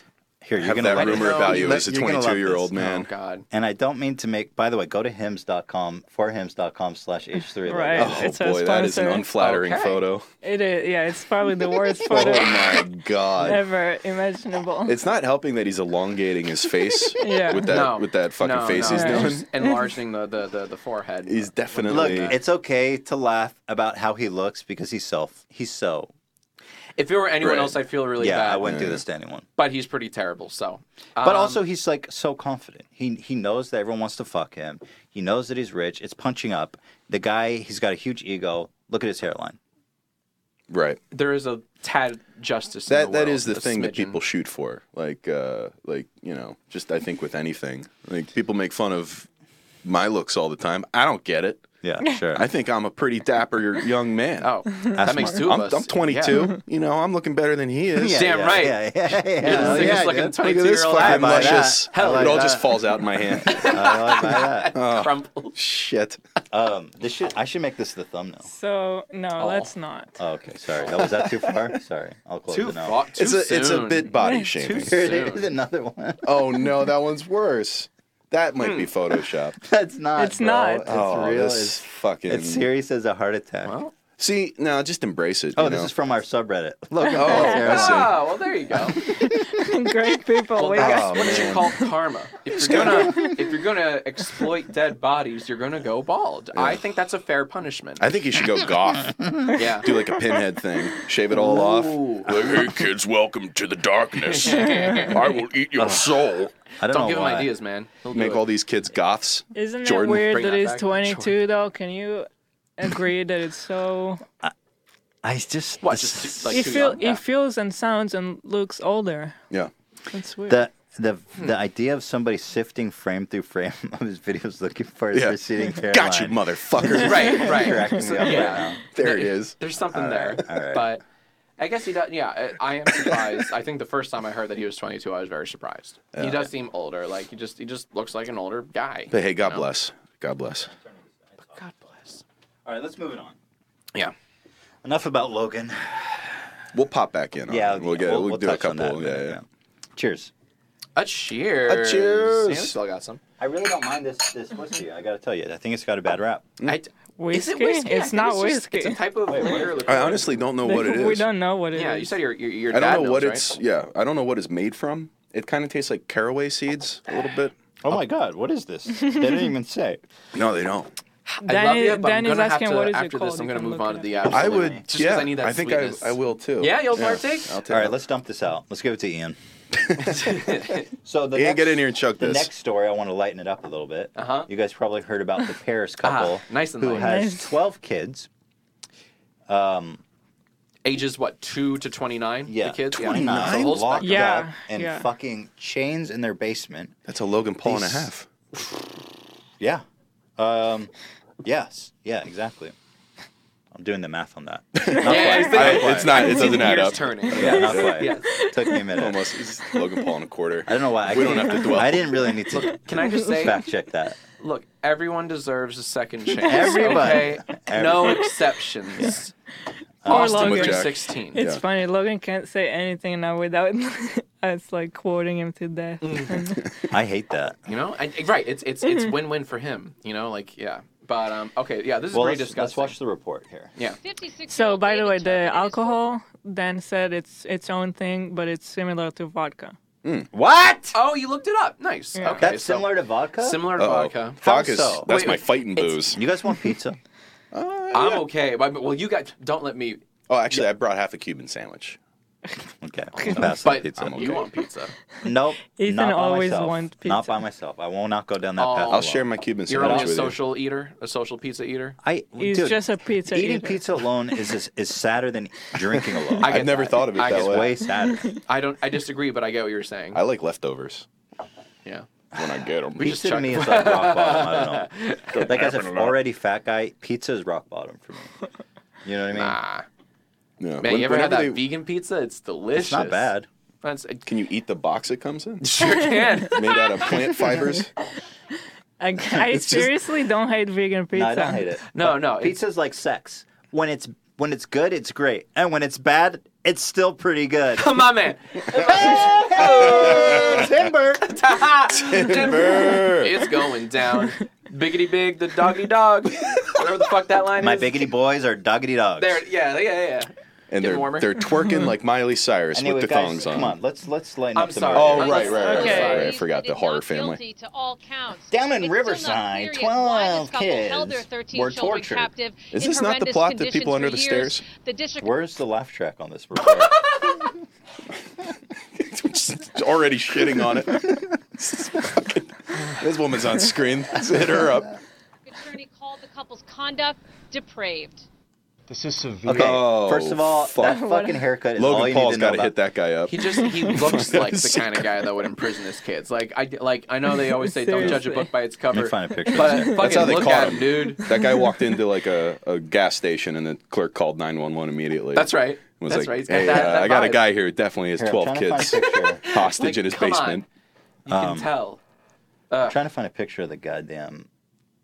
Speaker 1: Here, you're
Speaker 4: Have
Speaker 1: going
Speaker 4: that
Speaker 1: to
Speaker 4: rumor
Speaker 7: know.
Speaker 4: value
Speaker 7: Let-
Speaker 4: as a
Speaker 1: you're gonna love
Speaker 4: 22 year old
Speaker 1: this.
Speaker 2: Oh
Speaker 4: man.
Speaker 2: God.
Speaker 1: And I don't mean to make, by the way, go to hymns.com, for hymns.com slash H3.
Speaker 3: Right.
Speaker 4: Oh
Speaker 3: It's a
Speaker 4: boy, that is an
Speaker 3: sponsor.
Speaker 4: unflattering
Speaker 2: Okay.
Speaker 4: photo.
Speaker 3: It is. Yeah, it's probably the worst
Speaker 4: Oh
Speaker 3: photo
Speaker 4: my god.
Speaker 3: ever imaginable.
Speaker 4: It's not helping that he's elongating his face
Speaker 3: Yeah.
Speaker 4: with that
Speaker 2: No.
Speaker 4: with that fucking
Speaker 2: no,
Speaker 4: face
Speaker 2: no,
Speaker 4: he's
Speaker 2: it's
Speaker 4: doing.
Speaker 2: just enlarging the, the, the, the forehead.
Speaker 4: He's
Speaker 1: Look,
Speaker 4: definitely
Speaker 1: it's okay to laugh about how he looks because he's self. He's so.
Speaker 2: if it were anyone
Speaker 4: Right.
Speaker 2: else, I'd feel really
Speaker 1: yeah,
Speaker 2: bad.
Speaker 1: I wouldn't do this to anyone.
Speaker 2: But he's pretty terrible. So.
Speaker 1: But
Speaker 2: Um,
Speaker 1: also, he's like so confident. He he knows that everyone wants to fuck him. He knows that he's rich. It's punching up. The guy, he's got a huge ego. Look at his hairline.
Speaker 4: right.
Speaker 2: there is a tad justice. in
Speaker 4: That
Speaker 2: the
Speaker 4: that
Speaker 2: world,
Speaker 4: is the
Speaker 2: a
Speaker 4: thing that
Speaker 2: smidgen.
Speaker 4: people shoot for. Like uh like, you know, just I think with anything. Like people make fun of my looks all the time. I don't get it.
Speaker 1: Yeah, sure.
Speaker 4: I think I'm a pretty dapper young man.
Speaker 2: Oh, that makes two of
Speaker 4: I'm,
Speaker 2: us.
Speaker 4: I'm 22. You know, I'm looking better than he is.
Speaker 1: Yeah,
Speaker 2: Damn
Speaker 1: yeah,
Speaker 2: right.
Speaker 1: Yeah, yeah, yeah.
Speaker 2: Yeah,
Speaker 1: yeah,
Speaker 2: this thing is
Speaker 1: yeah, dude.
Speaker 2: like a
Speaker 4: Look at this
Speaker 2: 22-year-old
Speaker 4: fucking
Speaker 1: I like that.
Speaker 4: luscious.
Speaker 1: I like
Speaker 4: it all just
Speaker 1: that.
Speaker 4: falls out in my hand. Oh,
Speaker 1: I buy that.
Speaker 2: I'm crumpled.
Speaker 4: Shit.
Speaker 1: Um, this should I should make this the thumbnail.
Speaker 3: so no, let's not.
Speaker 1: Oh, okay, sorry. That was that too far? Sorry, I'll close
Speaker 2: Too
Speaker 1: it now.
Speaker 2: far. Too
Speaker 4: It's a it's a
Speaker 2: soon.
Speaker 4: bit body shaming.
Speaker 1: Here
Speaker 2: soon.
Speaker 1: it is, another one.
Speaker 4: Oh no, that one's worse. That might be
Speaker 2: Hmm.
Speaker 4: Photoshop.
Speaker 1: That's not.
Speaker 3: It's
Speaker 1: bro.
Speaker 3: not.
Speaker 1: It's
Speaker 4: oh,
Speaker 1: real.
Speaker 4: this
Speaker 1: It's,
Speaker 4: fucking.
Speaker 1: it's serious as a heart attack.
Speaker 2: Well,
Speaker 4: See, no, just embrace it.
Speaker 1: oh,
Speaker 4: you
Speaker 1: this
Speaker 4: know?
Speaker 1: is from our subreddit. Look,
Speaker 4: Oh, I see.
Speaker 2: Ah, well, there you go.
Speaker 3: Great people,
Speaker 2: Well,
Speaker 3: wake
Speaker 2: that's
Speaker 3: up.
Speaker 4: Oh,
Speaker 2: what you
Speaker 4: man.
Speaker 2: call karma. If you're gonna if you're gonna exploit dead bodies, you're gonna go bald. I think that's a fair punishment.
Speaker 4: I think you should go goth.
Speaker 2: yeah.
Speaker 4: Do like a pinhead thing. Shave it all off.
Speaker 2: Ooh.
Speaker 12: Like, hey kids, welcome to the darkness. I will eat your soul.
Speaker 1: I don't,
Speaker 2: Don't
Speaker 1: know
Speaker 2: give him
Speaker 1: why.
Speaker 2: ideas, man. He'll do
Speaker 4: Make
Speaker 2: it.
Speaker 4: all these kids goths.
Speaker 3: Isn't
Speaker 4: Jordan,
Speaker 3: it weird
Speaker 2: bring
Speaker 3: that
Speaker 2: that
Speaker 3: he's
Speaker 2: back.
Speaker 3: 22 though? Can you agree that it's so?
Speaker 1: I just
Speaker 2: what?
Speaker 1: this-
Speaker 2: Just like
Speaker 3: He
Speaker 2: too
Speaker 3: feel
Speaker 2: young? Yeah.
Speaker 3: he feels and sounds and looks older.
Speaker 4: Yeah.
Speaker 3: That's weird.
Speaker 1: the the the idea of somebody sifting frame through frame of his videos looking for his
Speaker 4: Yeah.
Speaker 1: receding hairline.
Speaker 4: Got you, motherfucker.
Speaker 2: right, right.
Speaker 1: Cracking me up
Speaker 2: yeah.
Speaker 1: right now.
Speaker 4: There it is.
Speaker 2: There's something there,
Speaker 1: all right.
Speaker 2: but I guess he does. Yeah, I, I am surprised. I think the first time I heard that he was 22, I was very surprised. He does seem older. Like he just he just looks like an older guy.
Speaker 4: But hey, God
Speaker 2: No.
Speaker 4: bless. God bless.
Speaker 2: God bless.
Speaker 1: All right, let's move it on.
Speaker 2: Yeah.
Speaker 1: Enough about Logan.
Speaker 4: We'll pop back in. on
Speaker 1: Yeah,
Speaker 4: it. we'll get. We'll, do a
Speaker 1: touch on that
Speaker 4: couple.
Speaker 1: in a minute,
Speaker 4: yeah, yeah.
Speaker 1: Cheers.
Speaker 2: A cheers.
Speaker 4: cheers.
Speaker 2: Yeah, we still got some.
Speaker 1: I really don't mind this this whiskey. I gotta tell you, I think it's got a bad rap.
Speaker 2: I d-
Speaker 3: whiskey?
Speaker 2: Is it whiskey? I
Speaker 3: It's
Speaker 2: think
Speaker 3: not
Speaker 2: it's just-
Speaker 3: whiskey.
Speaker 2: it's a type of liquor.
Speaker 4: I honestly don't know what it is.
Speaker 3: we don't know what it is.
Speaker 2: Yeah, you said your your, your
Speaker 4: I
Speaker 2: dad
Speaker 4: don't know what
Speaker 2: knows,
Speaker 4: it's.
Speaker 2: right?
Speaker 4: Yeah, I don't know what it's made from. It kind of tastes like caraway seeds a little bit.
Speaker 1: Oh my god, what is this? they didn't even say.
Speaker 4: No, they don't.
Speaker 2: I love
Speaker 3: Danny-
Speaker 2: you, but
Speaker 3: Danny's
Speaker 2: I'm gonna
Speaker 3: asking
Speaker 2: have to,
Speaker 3: what is it
Speaker 2: after this,
Speaker 3: called?
Speaker 2: I'm
Speaker 3: You
Speaker 2: gonna
Speaker 3: can
Speaker 2: move
Speaker 3: look
Speaker 2: on
Speaker 3: it
Speaker 2: to the
Speaker 3: up.
Speaker 2: absolute.
Speaker 4: I would.
Speaker 2: Just 'cause
Speaker 4: yeah,
Speaker 2: I need that
Speaker 4: think
Speaker 2: sweetness.
Speaker 4: I, I will too.
Speaker 2: Yeah, you'll
Speaker 4: Yeah.
Speaker 2: partake.
Speaker 4: I'll take
Speaker 1: All right,
Speaker 4: that.
Speaker 1: let's dump this out. Let's give it to Ian. so the
Speaker 4: Ian,
Speaker 1: next,
Speaker 4: get in here and chug
Speaker 1: the
Speaker 4: this.
Speaker 1: next story, I want to lighten it up a little bit.
Speaker 2: Uh-huh. Ah,
Speaker 1: You guys probably heard about the Paris couple
Speaker 2: nice and
Speaker 1: who
Speaker 2: light.
Speaker 1: has
Speaker 3: Nice.
Speaker 1: 12 kids. Um,
Speaker 2: Ages what two to 29?
Speaker 1: Yeah,
Speaker 2: the kids.
Speaker 1: 29.
Speaker 2: Yeah. The whole
Speaker 1: locked
Speaker 2: spectrum.
Speaker 3: Yeah,
Speaker 1: up and
Speaker 3: yeah.
Speaker 1: fucking chains in their basement.
Speaker 4: That's a Logan Paul and a
Speaker 1: These-
Speaker 4: half.
Speaker 1: Yeah. Um, yes. Yeah, exactly. I'm doing the math on that.
Speaker 2: Yeah, yeah, yeah.
Speaker 4: I- it's not. It doesn't add
Speaker 2: Gears
Speaker 4: up.
Speaker 2: Turning.
Speaker 1: Yeah, not quite.
Speaker 2: Yes.
Speaker 1: Took me a minute.
Speaker 4: Almost. It's Logan Paul and a quarter.
Speaker 1: I don't know why. I
Speaker 4: We don't
Speaker 1: couldn't-
Speaker 4: have to dwell.
Speaker 1: I didn't really need to
Speaker 2: Can I just say,
Speaker 1: fact check that.
Speaker 2: look, everyone deserves a second chance.
Speaker 1: Everybody.
Speaker 2: Okay? No exceptions.
Speaker 3: Or
Speaker 2: Austin
Speaker 3: Logan.
Speaker 2: 316.
Speaker 3: It's
Speaker 4: Yeah.
Speaker 3: funny. Logan can't say anything now without us like quoting him to death.
Speaker 2: Mm.
Speaker 1: I hate that.
Speaker 2: You know, I, right? It's it's it's
Speaker 3: Mm.
Speaker 2: win-win for him. You know, like yeah. But um, okay, yeah. This is
Speaker 1: Well,
Speaker 2: very
Speaker 1: let's, let's
Speaker 2: disgusting.
Speaker 1: watch the report here.
Speaker 2: Yeah.
Speaker 3: So, by the way, the alcohol Dan said it's its own thing, but it's similar to vodka.
Speaker 1: What?
Speaker 2: Oh, you looked it up. Nice.
Speaker 3: Yeah.
Speaker 2: Okay.
Speaker 1: That's
Speaker 2: so
Speaker 1: similar to vodka.
Speaker 2: Similar to
Speaker 4: Uh-oh.
Speaker 2: vodka.
Speaker 4: Vodka's-
Speaker 1: so?
Speaker 4: That's
Speaker 2: Wait,
Speaker 4: my
Speaker 2: wait,
Speaker 4: fighting booze. Uh,
Speaker 1: You guys want pizza?
Speaker 2: I'm okay. But, well, you guys don't let me.
Speaker 4: Oh, actually, I brought half a Cuban sandwich.
Speaker 1: Okay, I'll pass on
Speaker 2: But
Speaker 1: pizza.
Speaker 4: I'm okay.
Speaker 2: you want pizza?
Speaker 1: Nope.
Speaker 3: Ethan
Speaker 1: not by
Speaker 3: always
Speaker 1: myself.
Speaker 3: wants
Speaker 1: Not
Speaker 3: pizza.
Speaker 1: by myself. I will not go down that
Speaker 2: Oh.
Speaker 1: path.
Speaker 2: I'll
Speaker 4: I'll
Speaker 1: alone.
Speaker 4: share my Cuban
Speaker 2: You're
Speaker 4: sandwich
Speaker 2: only a
Speaker 4: with you.
Speaker 2: social eater, a social pizza eater.
Speaker 1: I,
Speaker 3: He's
Speaker 1: dude,
Speaker 3: just a pizza
Speaker 1: eating
Speaker 3: eater.
Speaker 1: pizza alone is is, is sadder than drinking alone.
Speaker 2: I
Speaker 1: I
Speaker 2: get
Speaker 4: I've never
Speaker 2: that.
Speaker 4: thought of it
Speaker 2: I
Speaker 4: that
Speaker 2: get
Speaker 1: it's
Speaker 4: way.
Speaker 1: way sadder.
Speaker 2: I don't. I disagree, but I get what you're saying.
Speaker 4: I like leftovers
Speaker 2: yeah.
Speaker 4: when I get them.
Speaker 2: We just
Speaker 1: Pizza to
Speaker 2: chuck-
Speaker 1: me is like rock bottom. I don't know. Like as an already fat guy, pizza is rock bottom for me. You know what I mean?
Speaker 2: Nah.
Speaker 4: Yeah.
Speaker 2: Man,
Speaker 4: When-
Speaker 2: you ever had
Speaker 4: whenever
Speaker 2: that
Speaker 4: they-
Speaker 2: vegan pizza? It's delicious.
Speaker 1: it's not bad.
Speaker 2: That's, it
Speaker 4: Can you eat the box it comes in?
Speaker 2: sure can.
Speaker 4: Made out of plant fibers.
Speaker 3: I, I
Speaker 4: It's just-
Speaker 3: seriously don't hate vegan pizza.
Speaker 1: No, I don't hate it.
Speaker 2: No, no. It's,
Speaker 1: Pizza's like sex. When it's when it's good, it's great, and when it's bad, it's still pretty good.
Speaker 2: Come on, man.
Speaker 1: Timber.
Speaker 4: Timber.
Speaker 2: it's going down. Biggity big, the doggy dog. Whatever the fuck that line
Speaker 1: My
Speaker 2: is.
Speaker 1: biggity boys are doggity dogs.
Speaker 2: There, yeah, yeah, yeah.
Speaker 4: And
Speaker 2: Get
Speaker 4: they're
Speaker 2: warmer.
Speaker 4: they're twerking like Miley Cyrus
Speaker 1: Anyway,
Speaker 4: with the
Speaker 1: guys,
Speaker 4: thongs on.
Speaker 1: come on, let's let's lighten
Speaker 2: I'm
Speaker 1: up the
Speaker 2: sorry.
Speaker 1: mood.
Speaker 4: Oh right, right, right,
Speaker 3: Okay.
Speaker 4: right, right. I forgot the horror family.
Speaker 1: Down in Riverside, 12 kids were tortured.
Speaker 4: Is this not the plot that people under the stairs?
Speaker 13: The district
Speaker 1: Where's the laugh track on this? report?
Speaker 4: It's already shitting on it. This is fucking- this woman's on screen. Let's hit her up.
Speaker 13: attorney called the couple's conduct depraved.
Speaker 12: This is severe.
Speaker 1: okay,
Speaker 4: Oh,
Speaker 1: first of all,
Speaker 4: fuck.
Speaker 1: that fucking haircut is all
Speaker 4: Logan
Speaker 1: you
Speaker 4: Paul's
Speaker 1: need to know
Speaker 4: got to
Speaker 1: about.
Speaker 4: hit that guy up.
Speaker 2: He just he looks like the kind of guy that would imprison his kids. Like I like I know they always say don't judge a book by its
Speaker 1: Let
Speaker 2: cover.
Speaker 1: me find a picture.
Speaker 2: But
Speaker 1: But,
Speaker 4: That's how
Speaker 2: fucking
Speaker 4: they
Speaker 2: look
Speaker 4: caught
Speaker 2: at
Speaker 4: him.
Speaker 2: him, dude.
Speaker 4: That guy walked into like a, a gas station and the clerk called 911 immediately.
Speaker 2: That's right.
Speaker 4: Was
Speaker 2: That's
Speaker 4: like,
Speaker 2: right. He's got
Speaker 4: hey,
Speaker 2: that-
Speaker 4: uh,
Speaker 2: that
Speaker 4: I got a
Speaker 2: vibe.
Speaker 4: guy here who definitely has
Speaker 1: Here, I'm
Speaker 4: 12
Speaker 1: trying to find
Speaker 4: kids
Speaker 1: a picture.
Speaker 4: hostage
Speaker 2: Like,
Speaker 4: in his
Speaker 2: come on.
Speaker 4: basement. Um,
Speaker 2: You can tell.
Speaker 1: I'm trying to find a picture of the goddamn.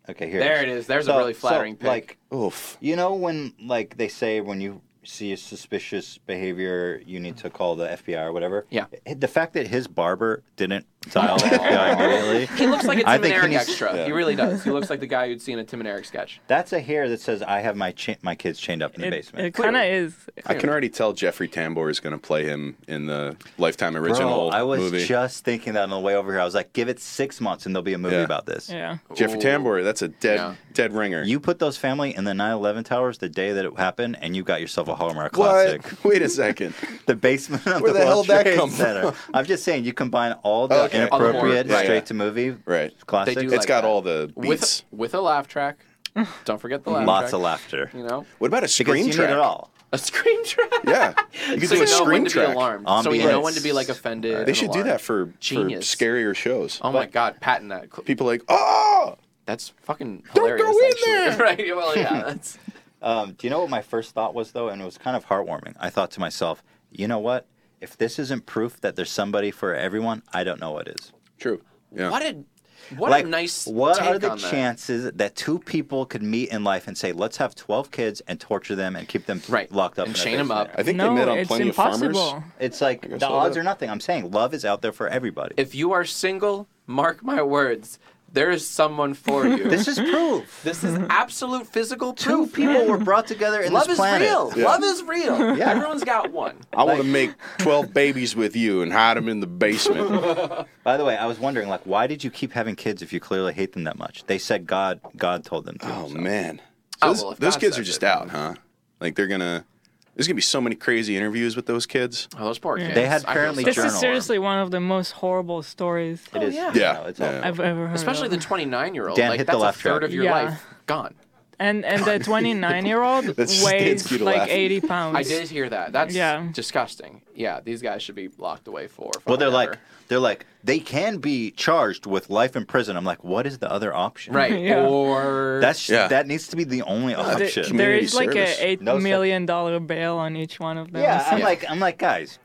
Speaker 1: Okay, here.
Speaker 2: Uh, There it is. There's
Speaker 1: So-
Speaker 2: a really flattering
Speaker 1: so,
Speaker 2: pic.
Speaker 1: Like
Speaker 4: Oof.
Speaker 1: you know when like they say when you see a suspicious behavior, you need to call the FBI or whatever.
Speaker 2: Yeah.
Speaker 1: The fact that his barber didn't dial the FBI immediately.
Speaker 2: he looks like a
Speaker 1: I
Speaker 2: Tim and
Speaker 1: think he
Speaker 2: Eric
Speaker 1: needs-
Speaker 2: extra. He really does. He looks like the guy you'd see in a Tim and Eric sketch.
Speaker 1: That's a hair that says I have my cha- my kids chained up in the
Speaker 3: It,
Speaker 1: basement.
Speaker 3: it kind of is.
Speaker 4: I can already tell Jeffrey Tambor is going to play him in the Lifetime original
Speaker 1: Bro, I was
Speaker 4: movie.
Speaker 1: just thinking that on the way over here. I was like, give it six months and there'll be a movie
Speaker 4: Yeah.
Speaker 1: about this.
Speaker 3: Yeah.
Speaker 4: Jeffrey Tambor, that's a dead
Speaker 2: Yeah.
Speaker 4: dead ringer.
Speaker 1: You put those family in the 9/11 towers the day that it happened, and you got yourself a Hallmark
Speaker 4: what?
Speaker 1: classic.
Speaker 4: Wait a second.
Speaker 1: The basement of
Speaker 4: Where
Speaker 1: the,
Speaker 4: the
Speaker 1: World
Speaker 4: hell did that
Speaker 1: Trade
Speaker 4: come
Speaker 1: Center. I'm just saying, you combine all the
Speaker 4: Okay.
Speaker 2: All the horror,
Speaker 1: inappropriate
Speaker 4: yeah, yeah.
Speaker 1: straight to movie
Speaker 4: Right.
Speaker 1: classics.
Speaker 2: They do
Speaker 4: It's
Speaker 2: like
Speaker 4: got
Speaker 2: that.
Speaker 4: all the beats.
Speaker 2: With with a laugh track. Don't forget the laugh
Speaker 1: lots
Speaker 2: track.
Speaker 1: of laughter.
Speaker 2: You know,
Speaker 4: What about a
Speaker 1: Because
Speaker 4: screen
Speaker 1: you
Speaker 4: track?
Speaker 1: need it all.
Speaker 2: a scream track.
Speaker 4: Yeah. You could
Speaker 2: so
Speaker 4: do
Speaker 2: you know
Speaker 4: a
Speaker 2: when to
Speaker 4: screen
Speaker 2: be
Speaker 4: track.
Speaker 2: alarmed. So you know
Speaker 1: Ambience.
Speaker 2: when to be like offended.
Speaker 4: They
Speaker 2: and
Speaker 4: should do
Speaker 2: alarmed.
Speaker 4: that for, for
Speaker 2: Genius.
Speaker 4: scarier shows.
Speaker 2: Oh my god, patent that. Cl-
Speaker 4: People like, oh,
Speaker 2: That's fucking
Speaker 4: Don't
Speaker 2: hilarious.
Speaker 4: go in
Speaker 2: actually. right? Well, Oh, yeah. That's,
Speaker 1: Um, do you know what my first thought was though? And it was kind of heartwarming. I thought to myself, you know what? If this isn't proof that there's somebody for everyone, I don't know what is.
Speaker 4: true. Yeah.
Speaker 2: What a what
Speaker 1: like,
Speaker 2: a nice.
Speaker 1: what
Speaker 2: take
Speaker 1: are the
Speaker 2: on that.
Speaker 1: chances that. two people could meet in life and say, let's have 12 kids and torture them and keep them
Speaker 2: Right.
Speaker 1: locked up
Speaker 2: And
Speaker 1: in a
Speaker 2: chain 'em
Speaker 1: basement?
Speaker 2: up.
Speaker 4: I think
Speaker 3: no,
Speaker 4: they met on
Speaker 3: it's
Speaker 4: plenty
Speaker 3: impossible.
Speaker 4: of farmers.
Speaker 1: It's like
Speaker 4: guess
Speaker 1: the
Speaker 4: I'll
Speaker 1: odds
Speaker 4: do it.
Speaker 1: are nothing. I'm saying love is out there for everybody.
Speaker 2: If you are single, mark my words, there is someone for you.
Speaker 1: this is proof.
Speaker 2: This is absolute physical
Speaker 1: Two
Speaker 2: proof.
Speaker 1: people were brought together in
Speaker 2: Love
Speaker 1: this
Speaker 2: is
Speaker 1: planet.
Speaker 2: real.
Speaker 4: Yeah.
Speaker 2: Love is real.
Speaker 1: Yeah.
Speaker 2: Everyone's got one.
Speaker 4: I want to make 12 babies with you and hide them in the basement.
Speaker 1: By the way, I was wondering, like, why did you keep having kids if you clearly hate them that much? They said God, God told them to.
Speaker 4: oh,
Speaker 1: so.
Speaker 4: man.
Speaker 2: Oh,
Speaker 4: those
Speaker 2: well, if
Speaker 4: those
Speaker 2: God
Speaker 4: kids
Speaker 2: says
Speaker 4: are just
Speaker 2: it.
Speaker 4: out, huh? Like, they're going to, there's going to be so many crazy interviews with those kids.
Speaker 2: Oh, those poor kids.
Speaker 1: They had
Speaker 2: I feel
Speaker 1: apparently
Speaker 2: sorry.
Speaker 3: This
Speaker 1: journal
Speaker 3: is seriously one of the most horrible stories
Speaker 1: It is.
Speaker 2: Oh, yeah.
Speaker 1: you
Speaker 4: Yeah.
Speaker 1: know, it's all-
Speaker 4: Yeah.
Speaker 3: I've ever heard.
Speaker 2: especially
Speaker 3: of.
Speaker 2: the 29 year old.
Speaker 1: Dan,
Speaker 2: Like
Speaker 1: hit the
Speaker 2: that's a
Speaker 1: left
Speaker 2: third
Speaker 1: track.
Speaker 2: of your
Speaker 3: Yeah.
Speaker 2: life gone.
Speaker 3: and and the 29 year old
Speaker 4: That's just
Speaker 3: weighs
Speaker 4: cute to
Speaker 3: like
Speaker 4: laugh.
Speaker 3: 80 pounds.
Speaker 2: I did hear that. That's
Speaker 3: Yeah.
Speaker 2: disgusting. Yeah, these guys should be locked away for.
Speaker 1: Well, they're
Speaker 2: forever.
Speaker 1: like, they're like, they can be charged with life in prison. I'm like, what is the other option?
Speaker 2: right
Speaker 3: Yeah.
Speaker 2: or
Speaker 1: That's
Speaker 4: Yeah.
Speaker 1: that needs to be the only
Speaker 3: There-
Speaker 1: option.
Speaker 3: there
Speaker 4: Community
Speaker 3: is like
Speaker 4: service.
Speaker 3: a eight
Speaker 1: No
Speaker 3: million dollar bail on each one of them.
Speaker 1: Yeah, I'm
Speaker 2: Yeah.
Speaker 1: like, I'm like, guys,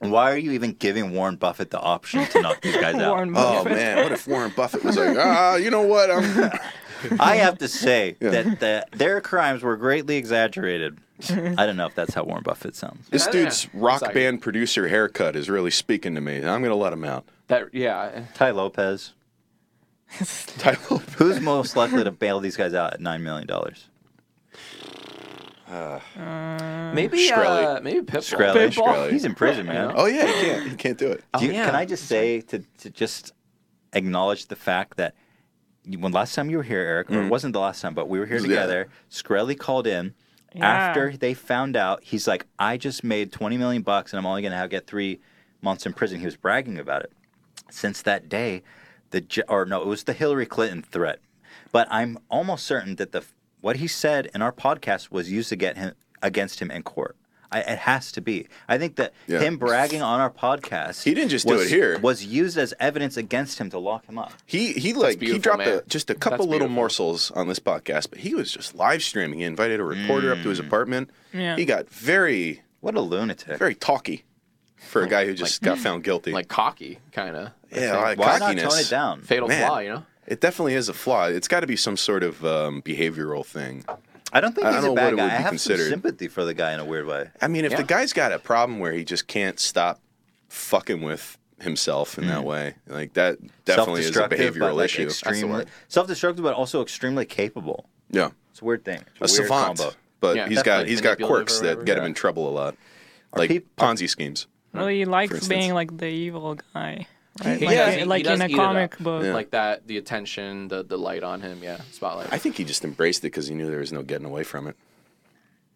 Speaker 1: why are you even giving Warren Buffett the option to knock these guys out?
Speaker 3: Warren
Speaker 4: Oh,
Speaker 3: Buffett.
Speaker 4: man. What if Warren Buffett was like, ah, you know what? I'm,
Speaker 1: I have to say that the, their crimes were greatly exaggerated. I don't know if that's how Warren Buffett sounds.
Speaker 4: this
Speaker 2: Yeah.
Speaker 4: dude's rock
Speaker 2: Sorry.
Speaker 4: band producer haircut is really speaking to me. I'm going to let him out.
Speaker 2: that. Yeah,
Speaker 1: Ty Lopez,
Speaker 4: Tyler,
Speaker 1: who's most likely to bail these guys out at nine million dollars?
Speaker 2: maybe
Speaker 4: Uh, Shkreli.
Speaker 2: uh, maybe Pitbull.
Speaker 1: Shkreli.
Speaker 4: Pitbull. Shkreli.
Speaker 1: He's in prison, man.
Speaker 4: Oh, yeah, he can't, he can't do it.
Speaker 1: Do you-
Speaker 2: Oh, yeah.
Speaker 1: Can I just say to, to just acknowledge the fact that you- when last time you were here, Eric, or it wasn't the last time, but we were here
Speaker 4: Yeah.
Speaker 1: together. Skrelly called in
Speaker 3: Yeah.
Speaker 1: after they found out. He's like, I just made twenty million bucks, and I'm only going to get three months in prison. He was bragging about it. Since that day, the ju- or no, it was the Hillary Clinton threat. But I'm almost certain that the what he said in our podcast was used to get him against him in court. I, it has to be. I think that
Speaker 4: Yeah.
Speaker 1: him bragging on our podcast
Speaker 4: He didn't just do
Speaker 1: was-
Speaker 4: it here.
Speaker 1: Was used as evidence against him to lock him up.
Speaker 4: He he like he
Speaker 2: beautiful,
Speaker 4: dropped
Speaker 2: man.
Speaker 4: a, just a couple
Speaker 2: That's
Speaker 4: little
Speaker 2: beautiful.
Speaker 4: morsels on this podcast, but he was just live streaming. He invited a reporter up to his apartment.
Speaker 3: Yeah.
Speaker 4: He got very
Speaker 1: Mm. What a lunatic! Oh
Speaker 4: very talky for a guy who just got found guilty.
Speaker 2: Like cocky, kind of
Speaker 4: yeah, like
Speaker 1: Why
Speaker 4: cockiness.
Speaker 1: not tone it down?
Speaker 2: fatal
Speaker 4: Man.
Speaker 2: flaw. You know.
Speaker 4: It definitely is a flaw. It's got to be some sort of um, behavioral thing.
Speaker 1: I don't think
Speaker 4: I
Speaker 1: he's
Speaker 4: don't
Speaker 1: a
Speaker 4: know what
Speaker 1: bad
Speaker 4: it
Speaker 1: guy.
Speaker 4: would
Speaker 1: I
Speaker 4: be
Speaker 1: have
Speaker 4: considered.
Speaker 1: some sympathy for the guy in a weird way.
Speaker 4: I mean, if
Speaker 1: Yeah.
Speaker 4: the guy's got a problem where he just can't stop fucking with himself in that way, like that definitely is a
Speaker 1: Mm. Self-destructive, but,
Speaker 4: behavioral
Speaker 1: like,
Speaker 4: issue.
Speaker 1: Extremely self-destructive, but also extremely capable.
Speaker 4: Yeah,
Speaker 1: It's a weird thing.
Speaker 4: a
Speaker 1: It's a, weird
Speaker 4: savant,
Speaker 1: combo.
Speaker 4: but
Speaker 1: Yeah,
Speaker 4: he's got
Speaker 1: definitely.
Speaker 4: he's got
Speaker 1: Manipulative
Speaker 4: quirks
Speaker 1: or
Speaker 4: that
Speaker 1: whatever.
Speaker 4: get him
Speaker 1: Yeah.
Speaker 4: in trouble a lot, like Ponzi schemes.
Speaker 3: Well, he likes being like the evil guy, right? like
Speaker 2: he- he
Speaker 3: like
Speaker 2: does
Speaker 3: in a
Speaker 2: eat it up.
Speaker 3: comic book.
Speaker 2: like that, the attention, the the light on him, yeah, spotlight.
Speaker 4: I think he just embraced it because he knew there was no getting away from it.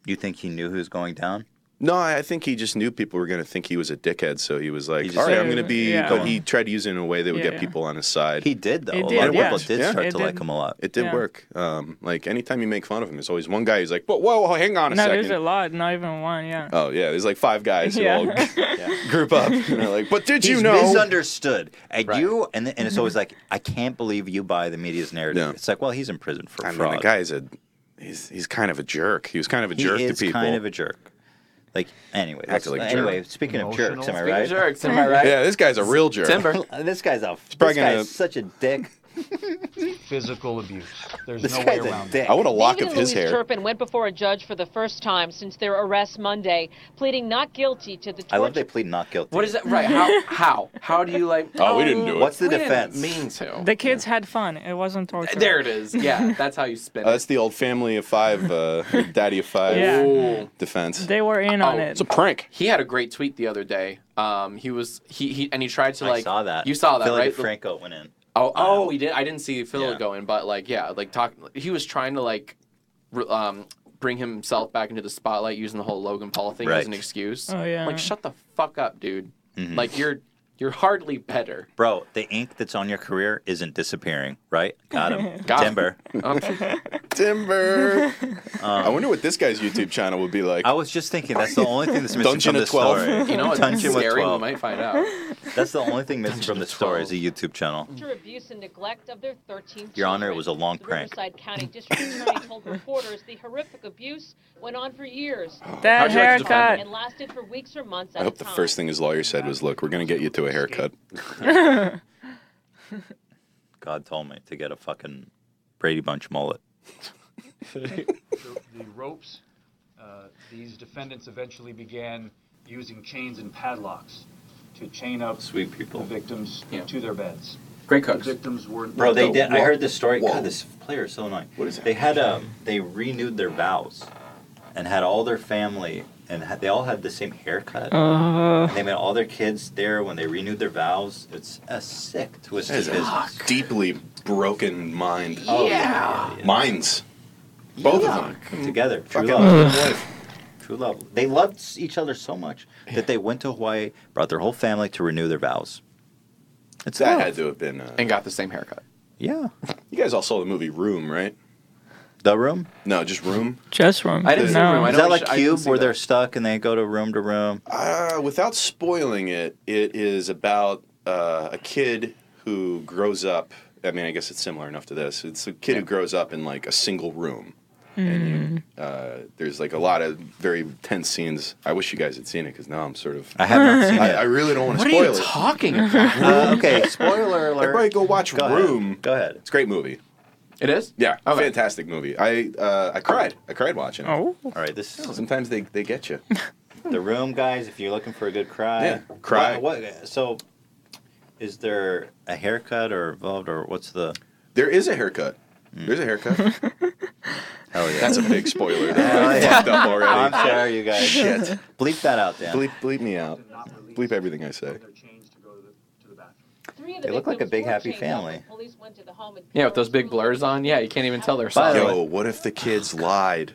Speaker 1: You think he knew who was going down?
Speaker 4: No, I I think he just knew people were going to think he was a dickhead, so he was like,
Speaker 1: just
Speaker 4: "All right,
Speaker 1: said-
Speaker 4: I'm going to be."
Speaker 1: Yeah.
Speaker 4: But he tried to use it in a way that would
Speaker 1: Yeah,
Speaker 4: get
Speaker 1: yeah.
Speaker 4: people on his side.
Speaker 1: He did, though. It A lot did, of yeah. people did start It to like did. him a lot.
Speaker 4: It did
Speaker 3: Yeah.
Speaker 4: work. Um, like anytime you make fun of him, there's always one guy who's like, "Whoa, whoa, whoa, hang on a
Speaker 3: no,
Speaker 4: second.
Speaker 3: there's a lot. Not even one. Yeah.
Speaker 4: Oh yeah, there's like five guys who
Speaker 3: Yeah.
Speaker 4: all group up. And they're like, "But did you
Speaker 1: He's
Speaker 4: know?"
Speaker 1: Misunderstood. And you and and it's always
Speaker 4: Mm-hmm.
Speaker 1: like I can't believe you buy the media's narrative. It's like, well, he's in prison for
Speaker 4: I mean,
Speaker 1: fraud.
Speaker 4: the guy's a he's he's kind of a jerk. He was kind of a
Speaker 1: He
Speaker 4: jerk
Speaker 1: is
Speaker 4: to people.
Speaker 1: kind of a jerk. Like anyway,
Speaker 4: Acted like a jerk.
Speaker 1: anyway. Speaking of jerks, am I
Speaker 4: Emotional.
Speaker 1: right?
Speaker 4: Speaking of jerks, am I right? Yeah, this guy's a real jerk. Timber.
Speaker 1: this guy's a
Speaker 4: probably
Speaker 1: this guy's
Speaker 4: gonna-
Speaker 1: such a dick.
Speaker 10: Physical abuse. There's
Speaker 1: This
Speaker 10: no way
Speaker 1: guy's a
Speaker 10: around
Speaker 1: dick.
Speaker 10: it.
Speaker 1: I want a lock
Speaker 13: David and Louise Turpin went before a judge for the first time since their arrest Monday, pleading not guilty to the
Speaker 1: I
Speaker 13: torture.
Speaker 1: love they plead not guilty.
Speaker 2: What is that? Right? How? How? How do you like?
Speaker 1: Oh, we didn't do it. What's the
Speaker 2: we didn't
Speaker 1: defense?
Speaker 2: mean to.
Speaker 3: The kids had fun. It wasn't torture.
Speaker 2: Uh, There it is. Yeah, that's how you spin
Speaker 4: Uh,
Speaker 2: it.
Speaker 4: that's the old family of five, uh, daddy of five
Speaker 2: Yeah. Ooh.
Speaker 4: defense.
Speaker 3: They were in on
Speaker 2: Oh,
Speaker 3: it.
Speaker 2: It's a
Speaker 4: prank.
Speaker 2: He had a great tweet the other day. Um, he was he, he and he tried to
Speaker 1: I
Speaker 2: like
Speaker 1: saw that.
Speaker 2: You saw that,
Speaker 1: Philly
Speaker 2: right?
Speaker 1: Franco went in.
Speaker 2: Oh, oh, he did. I didn't see Phil going, but like, yeah, like talk. He was trying to like, re- um, bring himself back into the spotlight using the whole Logan Paul thing
Speaker 1: Right. Mm-hmm.
Speaker 2: as an excuse.
Speaker 3: Oh, yeah.
Speaker 2: Like, shut the fuck up, dude. Like, you're you're hardly better.
Speaker 1: Bro, the ink that's on your career isn't disappearing, right? Got him.
Speaker 2: Got him.
Speaker 1: Timber.
Speaker 2: Um,
Speaker 4: Timber.
Speaker 1: Um,
Speaker 4: I wonder what this guy's YouTube channel would be like.
Speaker 1: I was just thinking that's the only thing that's missing
Speaker 4: Dungeon
Speaker 1: from
Speaker 4: of
Speaker 1: the
Speaker 4: 12.
Speaker 1: story.
Speaker 2: You know, it's
Speaker 1: Dungeon with
Speaker 2: scary. We
Speaker 1: 12.
Speaker 2: might find out.
Speaker 1: That's the only thing missing from the story is a YouTube channel.
Speaker 13: Torture, abuse, and neglect of their 13
Speaker 1: Your Honor, it
Speaker 13: children.
Speaker 1: was a long
Speaker 13: The
Speaker 1: prank.
Speaker 13: Riverside County District Attorney told reporters the horrific abuse went on for years.
Speaker 3: That How'd you like to defend haircut. it?
Speaker 13: And lasted for weeks or months at
Speaker 4: I hope
Speaker 13: a
Speaker 4: the
Speaker 13: time.
Speaker 4: first thing his lawyer said was, "Look, we're going to get you to a haircut."
Speaker 1: God told me to get a fucking Brady Bunch mullet.
Speaker 10: the, the ropes. Uh, these defendants eventually began using chains and padlocks to chain up the victims to their beds.
Speaker 2: Great
Speaker 10: The victims were
Speaker 1: Bro, they did. I heard this story. God, this player is so annoying. What is that? They had um, they renewed their vows, and had all their family, and had, they all had the same haircut.
Speaker 3: Uh.
Speaker 1: And they made all their kids there when they renewed their vows. It's a sick twist
Speaker 4: That
Speaker 1: of
Speaker 4: is a
Speaker 1: business.
Speaker 4: deeply broken mind.
Speaker 1: Oh, yeah.
Speaker 4: minds. Both of
Speaker 1: them together. True
Speaker 4: Fucking
Speaker 1: love.
Speaker 4: Ugh.
Speaker 1: True love. They loved s- each other so much that they went to Hawaii, brought their whole family to renew their vows. It's
Speaker 4: that
Speaker 1: love.
Speaker 4: had to have been. Uh,
Speaker 2: and got the same haircut.
Speaker 1: Yeah.
Speaker 4: You guys all saw the movie Room, right?
Speaker 1: The Room?
Speaker 4: No, just Room.
Speaker 3: Chess room.
Speaker 4: I didn't see
Speaker 3: no.
Speaker 4: room. I
Speaker 1: Is
Speaker 4: know
Speaker 1: that
Speaker 4: I
Speaker 1: like
Speaker 4: sh- I didn't
Speaker 1: Cube
Speaker 4: see
Speaker 1: where
Speaker 4: that.
Speaker 1: they're stuck and they go to room to room?
Speaker 4: Uh, without spoiling it, it is about uh, a kid who grows up. I mean, I guess it's similar enough to this. It's a kid who grows up in like a single room.
Speaker 2: Mm-hmm.
Speaker 4: Uh, there's like a lot of very tense scenes. I wish you guys had seen it because now I'm sort of.
Speaker 1: I have not seen
Speaker 4: I,
Speaker 1: it.
Speaker 4: I really don't want to
Speaker 2: What are
Speaker 4: spoil
Speaker 2: you
Speaker 4: it.
Speaker 2: talking about?
Speaker 1: Uh, okay, spoiler alert.
Speaker 4: Everybody go watch
Speaker 1: Go ahead.
Speaker 4: Room.
Speaker 1: Go ahead.
Speaker 4: It's a great movie.
Speaker 2: It is.
Speaker 4: Yeah, fantastic movie. I uh, I cried. I cried watching it.
Speaker 3: Oh.
Speaker 1: All right, this is
Speaker 4: sometimes they, they get you.
Speaker 1: the room, guys. If you're looking for a good cry,
Speaker 4: Yeah, cry.
Speaker 1: What, what- so, is there a haircut or involved, or what's the? Hmm.
Speaker 4: There is a haircut. There's a haircut.
Speaker 1: Hell yeah!
Speaker 4: That's a big
Speaker 1: Hell
Speaker 4: spoiler. That I
Speaker 1: Oh, yeah.
Speaker 4: fucked up already.
Speaker 1: I'm sorry, you guys.
Speaker 4: Shit.
Speaker 1: Bleep that out, Dan.
Speaker 4: Bleep bleep me out. Bleep everything I say.
Speaker 13: Three of
Speaker 1: They look like a
Speaker 13: victims
Speaker 1: big
Speaker 13: were
Speaker 1: happy
Speaker 13: chained up when
Speaker 1: family.
Speaker 13: Police went to the home and
Speaker 2: Yeah, with those big blurs on. Yeah, you can't even tell they're solid.
Speaker 4: Yo, what if the kids lied?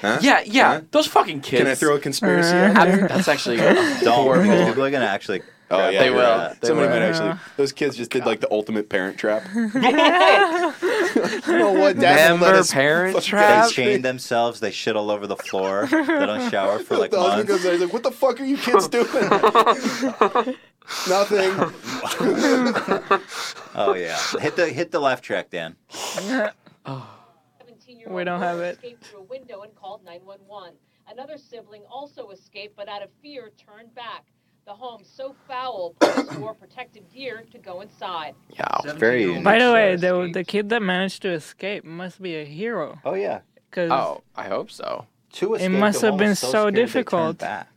Speaker 4: Huh?
Speaker 2: Yeah, yeah.
Speaker 4: Huh?
Speaker 2: Those fucking kids.
Speaker 4: Can I throw a conspiracy out
Speaker 2: I-
Speaker 4: there?
Speaker 2: That's actually
Speaker 1: Don't.
Speaker 2: horrible.
Speaker 1: because People are gonna actually.
Speaker 4: Oh
Speaker 1: grab
Speaker 4: yeah,
Speaker 2: They
Speaker 4: you're
Speaker 2: will.
Speaker 4: right.
Speaker 1: They
Speaker 4: Somebody
Speaker 1: will.
Speaker 4: might actually. Those kids just did like the ultimate parent trap. you know what? Dad won't let
Speaker 2: Remember
Speaker 4: us
Speaker 2: parent
Speaker 4: fucking-
Speaker 1: They
Speaker 2: trap?
Speaker 1: chain themselves. They shit all over the floor. They don't shower for like
Speaker 4: the husband
Speaker 1: months.
Speaker 4: goes there. He's like, "What the fuck are you kids doing?" Nothing.
Speaker 1: Oh yeah. Hit the hit the laugh track, Dan.
Speaker 3: We don't have it.
Speaker 13: escaped through a window and called 911. Another sibling also escaped, but out of fear turned back. the home so foul, police wore protective gear to go inside.
Speaker 1: Yeah, very.
Speaker 3: By the way, the, the kid that managed to escape must be a hero.
Speaker 1: Oh yeah.
Speaker 3: Cause
Speaker 2: Oh, I hope so.
Speaker 1: Two
Speaker 3: it
Speaker 1: escaped
Speaker 3: must
Speaker 1: the
Speaker 3: have been
Speaker 1: homeless,
Speaker 3: so,
Speaker 1: scared they turned
Speaker 3: difficult.
Speaker 1: back.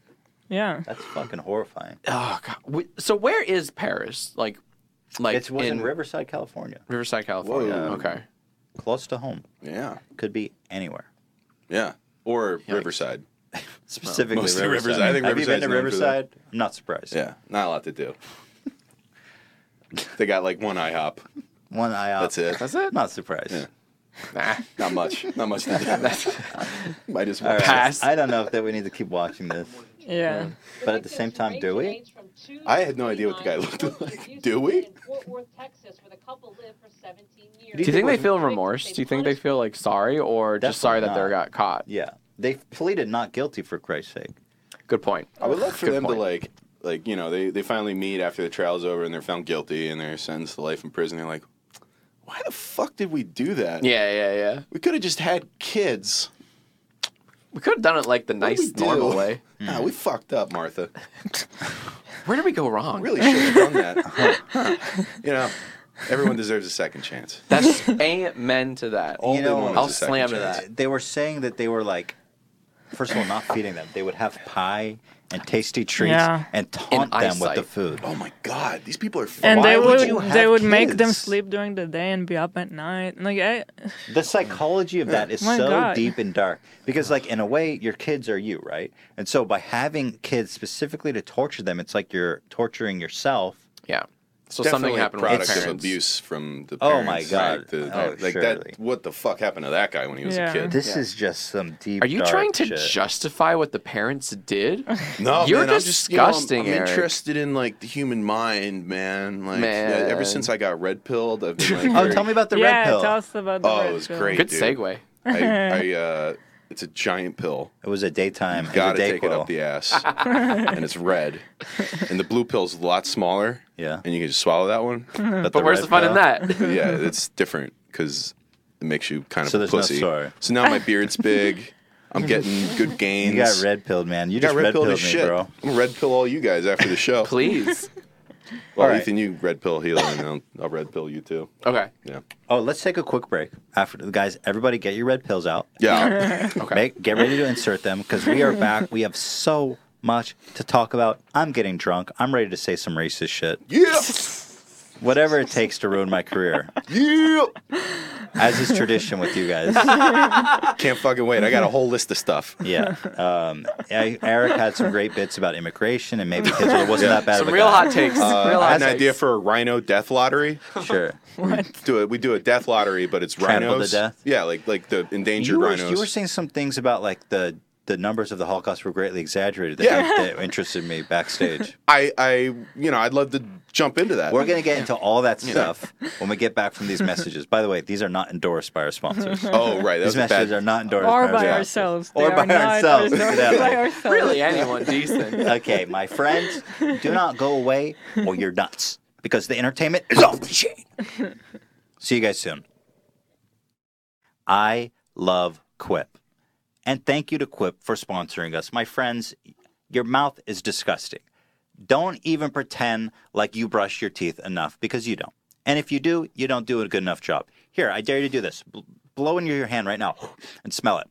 Speaker 3: Yeah.
Speaker 1: That's fucking horrifying.
Speaker 2: Oh god. Wait, So where is Paris? Like, like
Speaker 1: It was in Riverside, California.
Speaker 2: Riverside, California. Okay.
Speaker 1: Close to home.
Speaker 4: Yeah.
Speaker 1: Could be anywhere.
Speaker 4: Yeah. Or Riverside.
Speaker 1: Specifically
Speaker 4: Mostly
Speaker 1: Riverside.
Speaker 4: Riverside. I think
Speaker 1: Have you been
Speaker 4: Riverside's
Speaker 1: to
Speaker 4: known for that.
Speaker 1: Riverside? I'm not surprised.
Speaker 4: Yeah, not a lot to do. they got like one IHOP.
Speaker 1: One eye out.
Speaker 4: That's it.
Speaker 2: That's it.
Speaker 1: Not surprised.
Speaker 2: Nah.
Speaker 4: Not much. Not much to do. Might as
Speaker 1: All
Speaker 4: well
Speaker 1: right.
Speaker 4: pass.
Speaker 1: I don't know if that we need to keep watching this.
Speaker 3: Yeah.
Speaker 1: But at the same time, do we?
Speaker 4: I had no idea what the guy looked like. Do we?
Speaker 13: Fort Worth, Texas, where the couple lived for 17 years.
Speaker 2: Do you think they feel remorse? Do you think they feel like sorry or just sorry that they
Speaker 1: Definitely
Speaker 2: got caught?
Speaker 1: Yeah. They pleaded not guilty for Christ's sake.
Speaker 2: Good point.
Speaker 4: I would love for
Speaker 2: Good
Speaker 4: them
Speaker 2: point.
Speaker 4: to like, like you know, they they finally meet after the trial's over and they're found guilty and they're sentenced to life in prison. They're like, why the fuck did we do that?
Speaker 2: Yeah, yeah, yeah.
Speaker 4: We could have just had kids.
Speaker 2: We could have done it like the
Speaker 4: What did we
Speaker 2: nice,
Speaker 4: do?
Speaker 2: normal way.
Speaker 4: Nah, we fucked up, Martha.
Speaker 2: Where did we go wrong?
Speaker 4: Really should have done that. You know, everyone deserves a second chance.
Speaker 2: That's amen to that.
Speaker 4: All they want is
Speaker 2: I'll
Speaker 4: a second
Speaker 2: slam to
Speaker 4: chance.
Speaker 2: that.
Speaker 1: They were saying that they were like, first of all, not feeding them. They would have pie and tasty treats
Speaker 3: Yeah.
Speaker 1: and taunt
Speaker 2: In
Speaker 1: them with the
Speaker 2: eyesight.
Speaker 1: food.
Speaker 4: Oh my god, these people are.
Speaker 3: And
Speaker 1: Why
Speaker 3: they
Speaker 1: would
Speaker 3: would,
Speaker 1: you
Speaker 3: they
Speaker 1: have
Speaker 3: would make them
Speaker 1: kids?
Speaker 3: sleep during the day and be up at night. Like I,
Speaker 1: The psychology of that is
Speaker 3: My
Speaker 1: so
Speaker 3: God.
Speaker 1: deep and dark because, like, in a way, your kids are you, right? And so, by having kids specifically to torture them, it's like you're torturing yourself.
Speaker 2: Yeah. So
Speaker 4: Definitely
Speaker 2: something happened
Speaker 4: a
Speaker 2: with
Speaker 4: product
Speaker 2: the
Speaker 4: of
Speaker 2: parents.
Speaker 4: abuse from the
Speaker 1: Oh
Speaker 4: parents.
Speaker 1: my
Speaker 4: right?
Speaker 1: God.
Speaker 4: The-
Speaker 1: Oh,
Speaker 4: like
Speaker 1: surely.
Speaker 4: that. What the fuck happened to that guy when he was
Speaker 3: Yeah.
Speaker 4: a kid?
Speaker 1: This is just some deep.
Speaker 2: Are you
Speaker 1: dark
Speaker 2: trying to
Speaker 1: shit.
Speaker 2: justify what the parents did?
Speaker 4: No,
Speaker 2: You're
Speaker 4: man, I'm just, you know, I'm-
Speaker 2: disgusting,
Speaker 4: I'm,
Speaker 2: Eric.
Speaker 4: interested in like the human mind, man. Like
Speaker 2: Man.
Speaker 4: yeah, ever since I got red pilled, I've been like,
Speaker 1: Oh,
Speaker 4: very-
Speaker 1: tell me about the
Speaker 3: yeah,
Speaker 1: red pill.
Speaker 3: tell us about the
Speaker 4: Oh,
Speaker 3: red
Speaker 4: it was
Speaker 3: pill.
Speaker 4: great.
Speaker 2: Good
Speaker 4: dude.
Speaker 2: segue.
Speaker 4: I, I, uh, it's a giant pill.
Speaker 1: It was a daytime.
Speaker 4: Got
Speaker 1: a
Speaker 4: to
Speaker 1: day
Speaker 4: take it up the ass, and it's red. And the blue pill's a lot smaller,
Speaker 1: Yeah,
Speaker 4: and you can just swallow that one.
Speaker 1: but,
Speaker 2: But where's
Speaker 1: red
Speaker 2: the fun in
Speaker 1: pill-
Speaker 2: that?
Speaker 4: But yeah, it's different because it makes you kind of
Speaker 1: So
Speaker 4: a
Speaker 1: there's no
Speaker 4: pussy.
Speaker 1: sorry.
Speaker 4: So now my beard's big. I'm getting good gains.
Speaker 1: You got red pilled, man. You
Speaker 4: I got
Speaker 1: just
Speaker 4: red
Speaker 1: red
Speaker 4: pilled
Speaker 1: pilled
Speaker 4: as
Speaker 1: me,
Speaker 4: shit.
Speaker 1: bro.
Speaker 4: I'm gonna red pill all you guys after the show.
Speaker 2: Please.
Speaker 4: Well,
Speaker 1: All right.
Speaker 4: Ethan, you red pill healer, and I'll, I'll red pill you too.
Speaker 2: Okay.
Speaker 4: Yeah.
Speaker 1: Oh, let's take a quick break. After guys, everybody get your red pills out.
Speaker 4: Yeah.
Speaker 1: Make, get ready to insert them because we are back. We have so much to talk about. I'm getting drunk. I'm ready to say some racist shit.
Speaker 4: yeah.
Speaker 1: Whatever it takes to ruin my career,
Speaker 4: Yeah.
Speaker 1: as is tradition with you guys.
Speaker 4: Can't fucking wait. I got a whole list of stuff.
Speaker 1: Yeah. Um, I, Eric had some great bits about immigration and maybe because it wasn't that bad.
Speaker 2: Some
Speaker 1: of a
Speaker 2: real
Speaker 1: guy.
Speaker 2: hot takes.
Speaker 4: Uh,
Speaker 2: real hot
Speaker 4: I had an
Speaker 2: takes.
Speaker 4: idea for a rhino death lottery.
Speaker 1: Sure.
Speaker 4: Do it. We do a death lottery, but it's
Speaker 1: Trample to
Speaker 4: rhinos.
Speaker 1: death?
Speaker 4: Yeah, like like the endangered
Speaker 1: You were,
Speaker 4: rhinos.
Speaker 1: you were saying some things about like the the numbers of the Holocaust were greatly exaggerated. That,
Speaker 4: Yeah.
Speaker 1: that interested me backstage.
Speaker 4: I I you know I'd love to jump into that.
Speaker 1: We're gonna get into all that stuff when we get back from these messages. By the way, these are not endorsed by our sponsors.
Speaker 4: oh right,
Speaker 1: These
Speaker 4: that was a
Speaker 1: messages
Speaker 4: bad.
Speaker 1: are not endorsed
Speaker 3: Or
Speaker 1: by,
Speaker 3: by
Speaker 1: our
Speaker 3: ourselves.
Speaker 1: sponsors. Or
Speaker 3: They
Speaker 1: by
Speaker 3: are not
Speaker 1: ourselves,
Speaker 3: endorsed
Speaker 1: evidently.
Speaker 3: by ourselves.
Speaker 2: Really, anyone decent.
Speaker 1: Okay, my friends, do not go away or you're nuts because the entertainment is off the chain. See you guys soon. I love Quip. And thank you to Quip for sponsoring us. My friends, your mouth is disgusting. Don't even pretend like you brush your teeth enough because you don't. And if you do, you don't do a good enough job. Here, I dare you to do this. Bl- blow into your hand right now and smell it.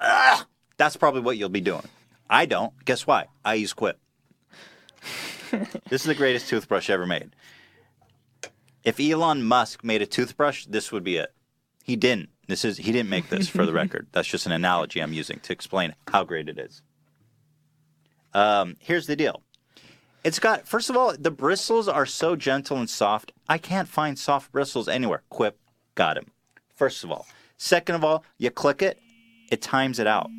Speaker 1: Ah! That's probably what you'll be doing. I don't. Guess why? I use Quip. this is the greatest toothbrush ever made. If Elon Musk made a toothbrush, this would be it. He didn't. This is he didn't make this for the record. That's just an analogy I'm using to explain how great it is. Um, here's the deal. It's got first of all, the bristles are so gentle and soft. I can't find soft bristles anywhere. Quip got him. First of all. Second of all, you click it, it times it out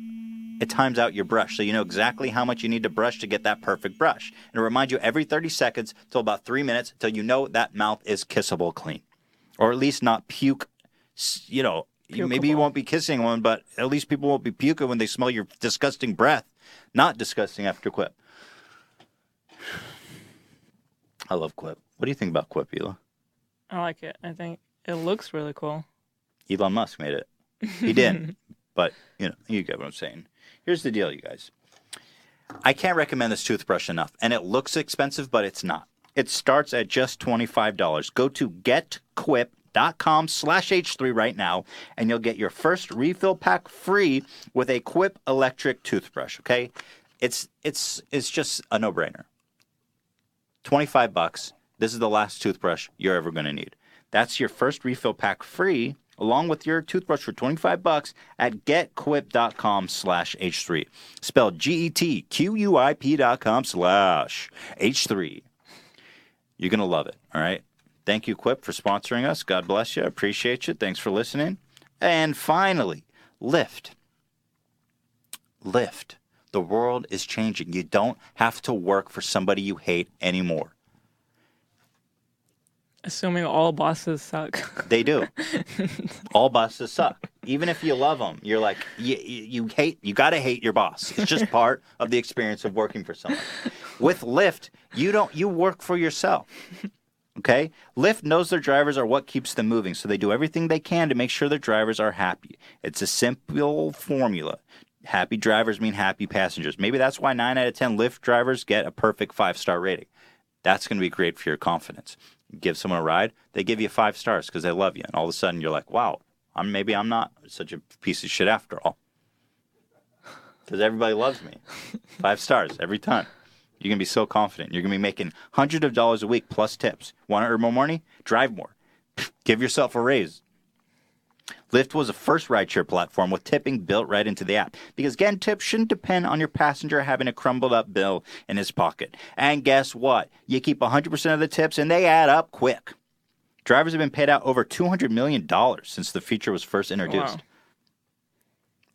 Speaker 1: it times out your brush so you know exactly how much you need to brush to get that perfect brush. And it reminds you every 30 seconds till about three minutes till you know that mouth is kissable clean. Or at least not puke, s- you know, you- maybe you won't be kissing one, but at least people won't be puking when they smell your disgusting breath. Not disgusting after Quip. I love Quip. What do you think about Quip, Elon?
Speaker 3: I like it. I think it looks really cool.
Speaker 1: Elon Musk made it. He didn't, but you know, you get what I'm saying. Here's the deal, you guys. I can't recommend this toothbrush enough, and it looks expensive, but it's not. It starts at just $25. Go to getquip.com slash H3 right now, and you'll get your first refill pack free with a Quip electric toothbrush, okay? It's, it's, it's just a no-brainer. 25 bucks. This is the last toothbrush you're ever going to need. That's your first refill pack free along with your toothbrush for 25 bucks at getquip.com slash h3 spelled E g-e-t-q-u-i-p dot com slash h3 you're gonna love it all right thank you quip for sponsoring us god bless you appreciate you thanks for listening and finally lyft lyft the world is changing you don't have to work for somebody you hate anymore
Speaker 3: Assuming all bosses suck.
Speaker 1: They do. All bosses suck. Even if you love them, you're like you, you hate. You gotta hate your boss. It's just part of the experience of working for someone. With Lyft, you don't. You work for yourself. Okay. Lyft knows their drivers are what keeps them moving, so they do everything they can to make sure their drivers are happy. It's a simple formula. Happy drivers mean happy passengers. Maybe that's why nine out of ten Lyft drivers get a perfect five star rating. That's going to be great for your confidence give someone a ride, they give you five stars because they love you. And all of a sudden you're like, wow, I'm maybe I'm not such a piece of shit after all. Because everybody loves me. Five stars every time. You're gonna be so confident. You're gonna be making hundreds of dollars a week plus tips. Want to earn more money? Drive more. Give yourself a raise. Lyft was the first rideshare platform with tipping built right into the app because getting tips shouldn't depend on your passenger having a crumbled up bill in his pocket. And guess what? You keep 100% of the tips and they add up quick. Drivers have been paid out over $200 million since the feature was first introduced.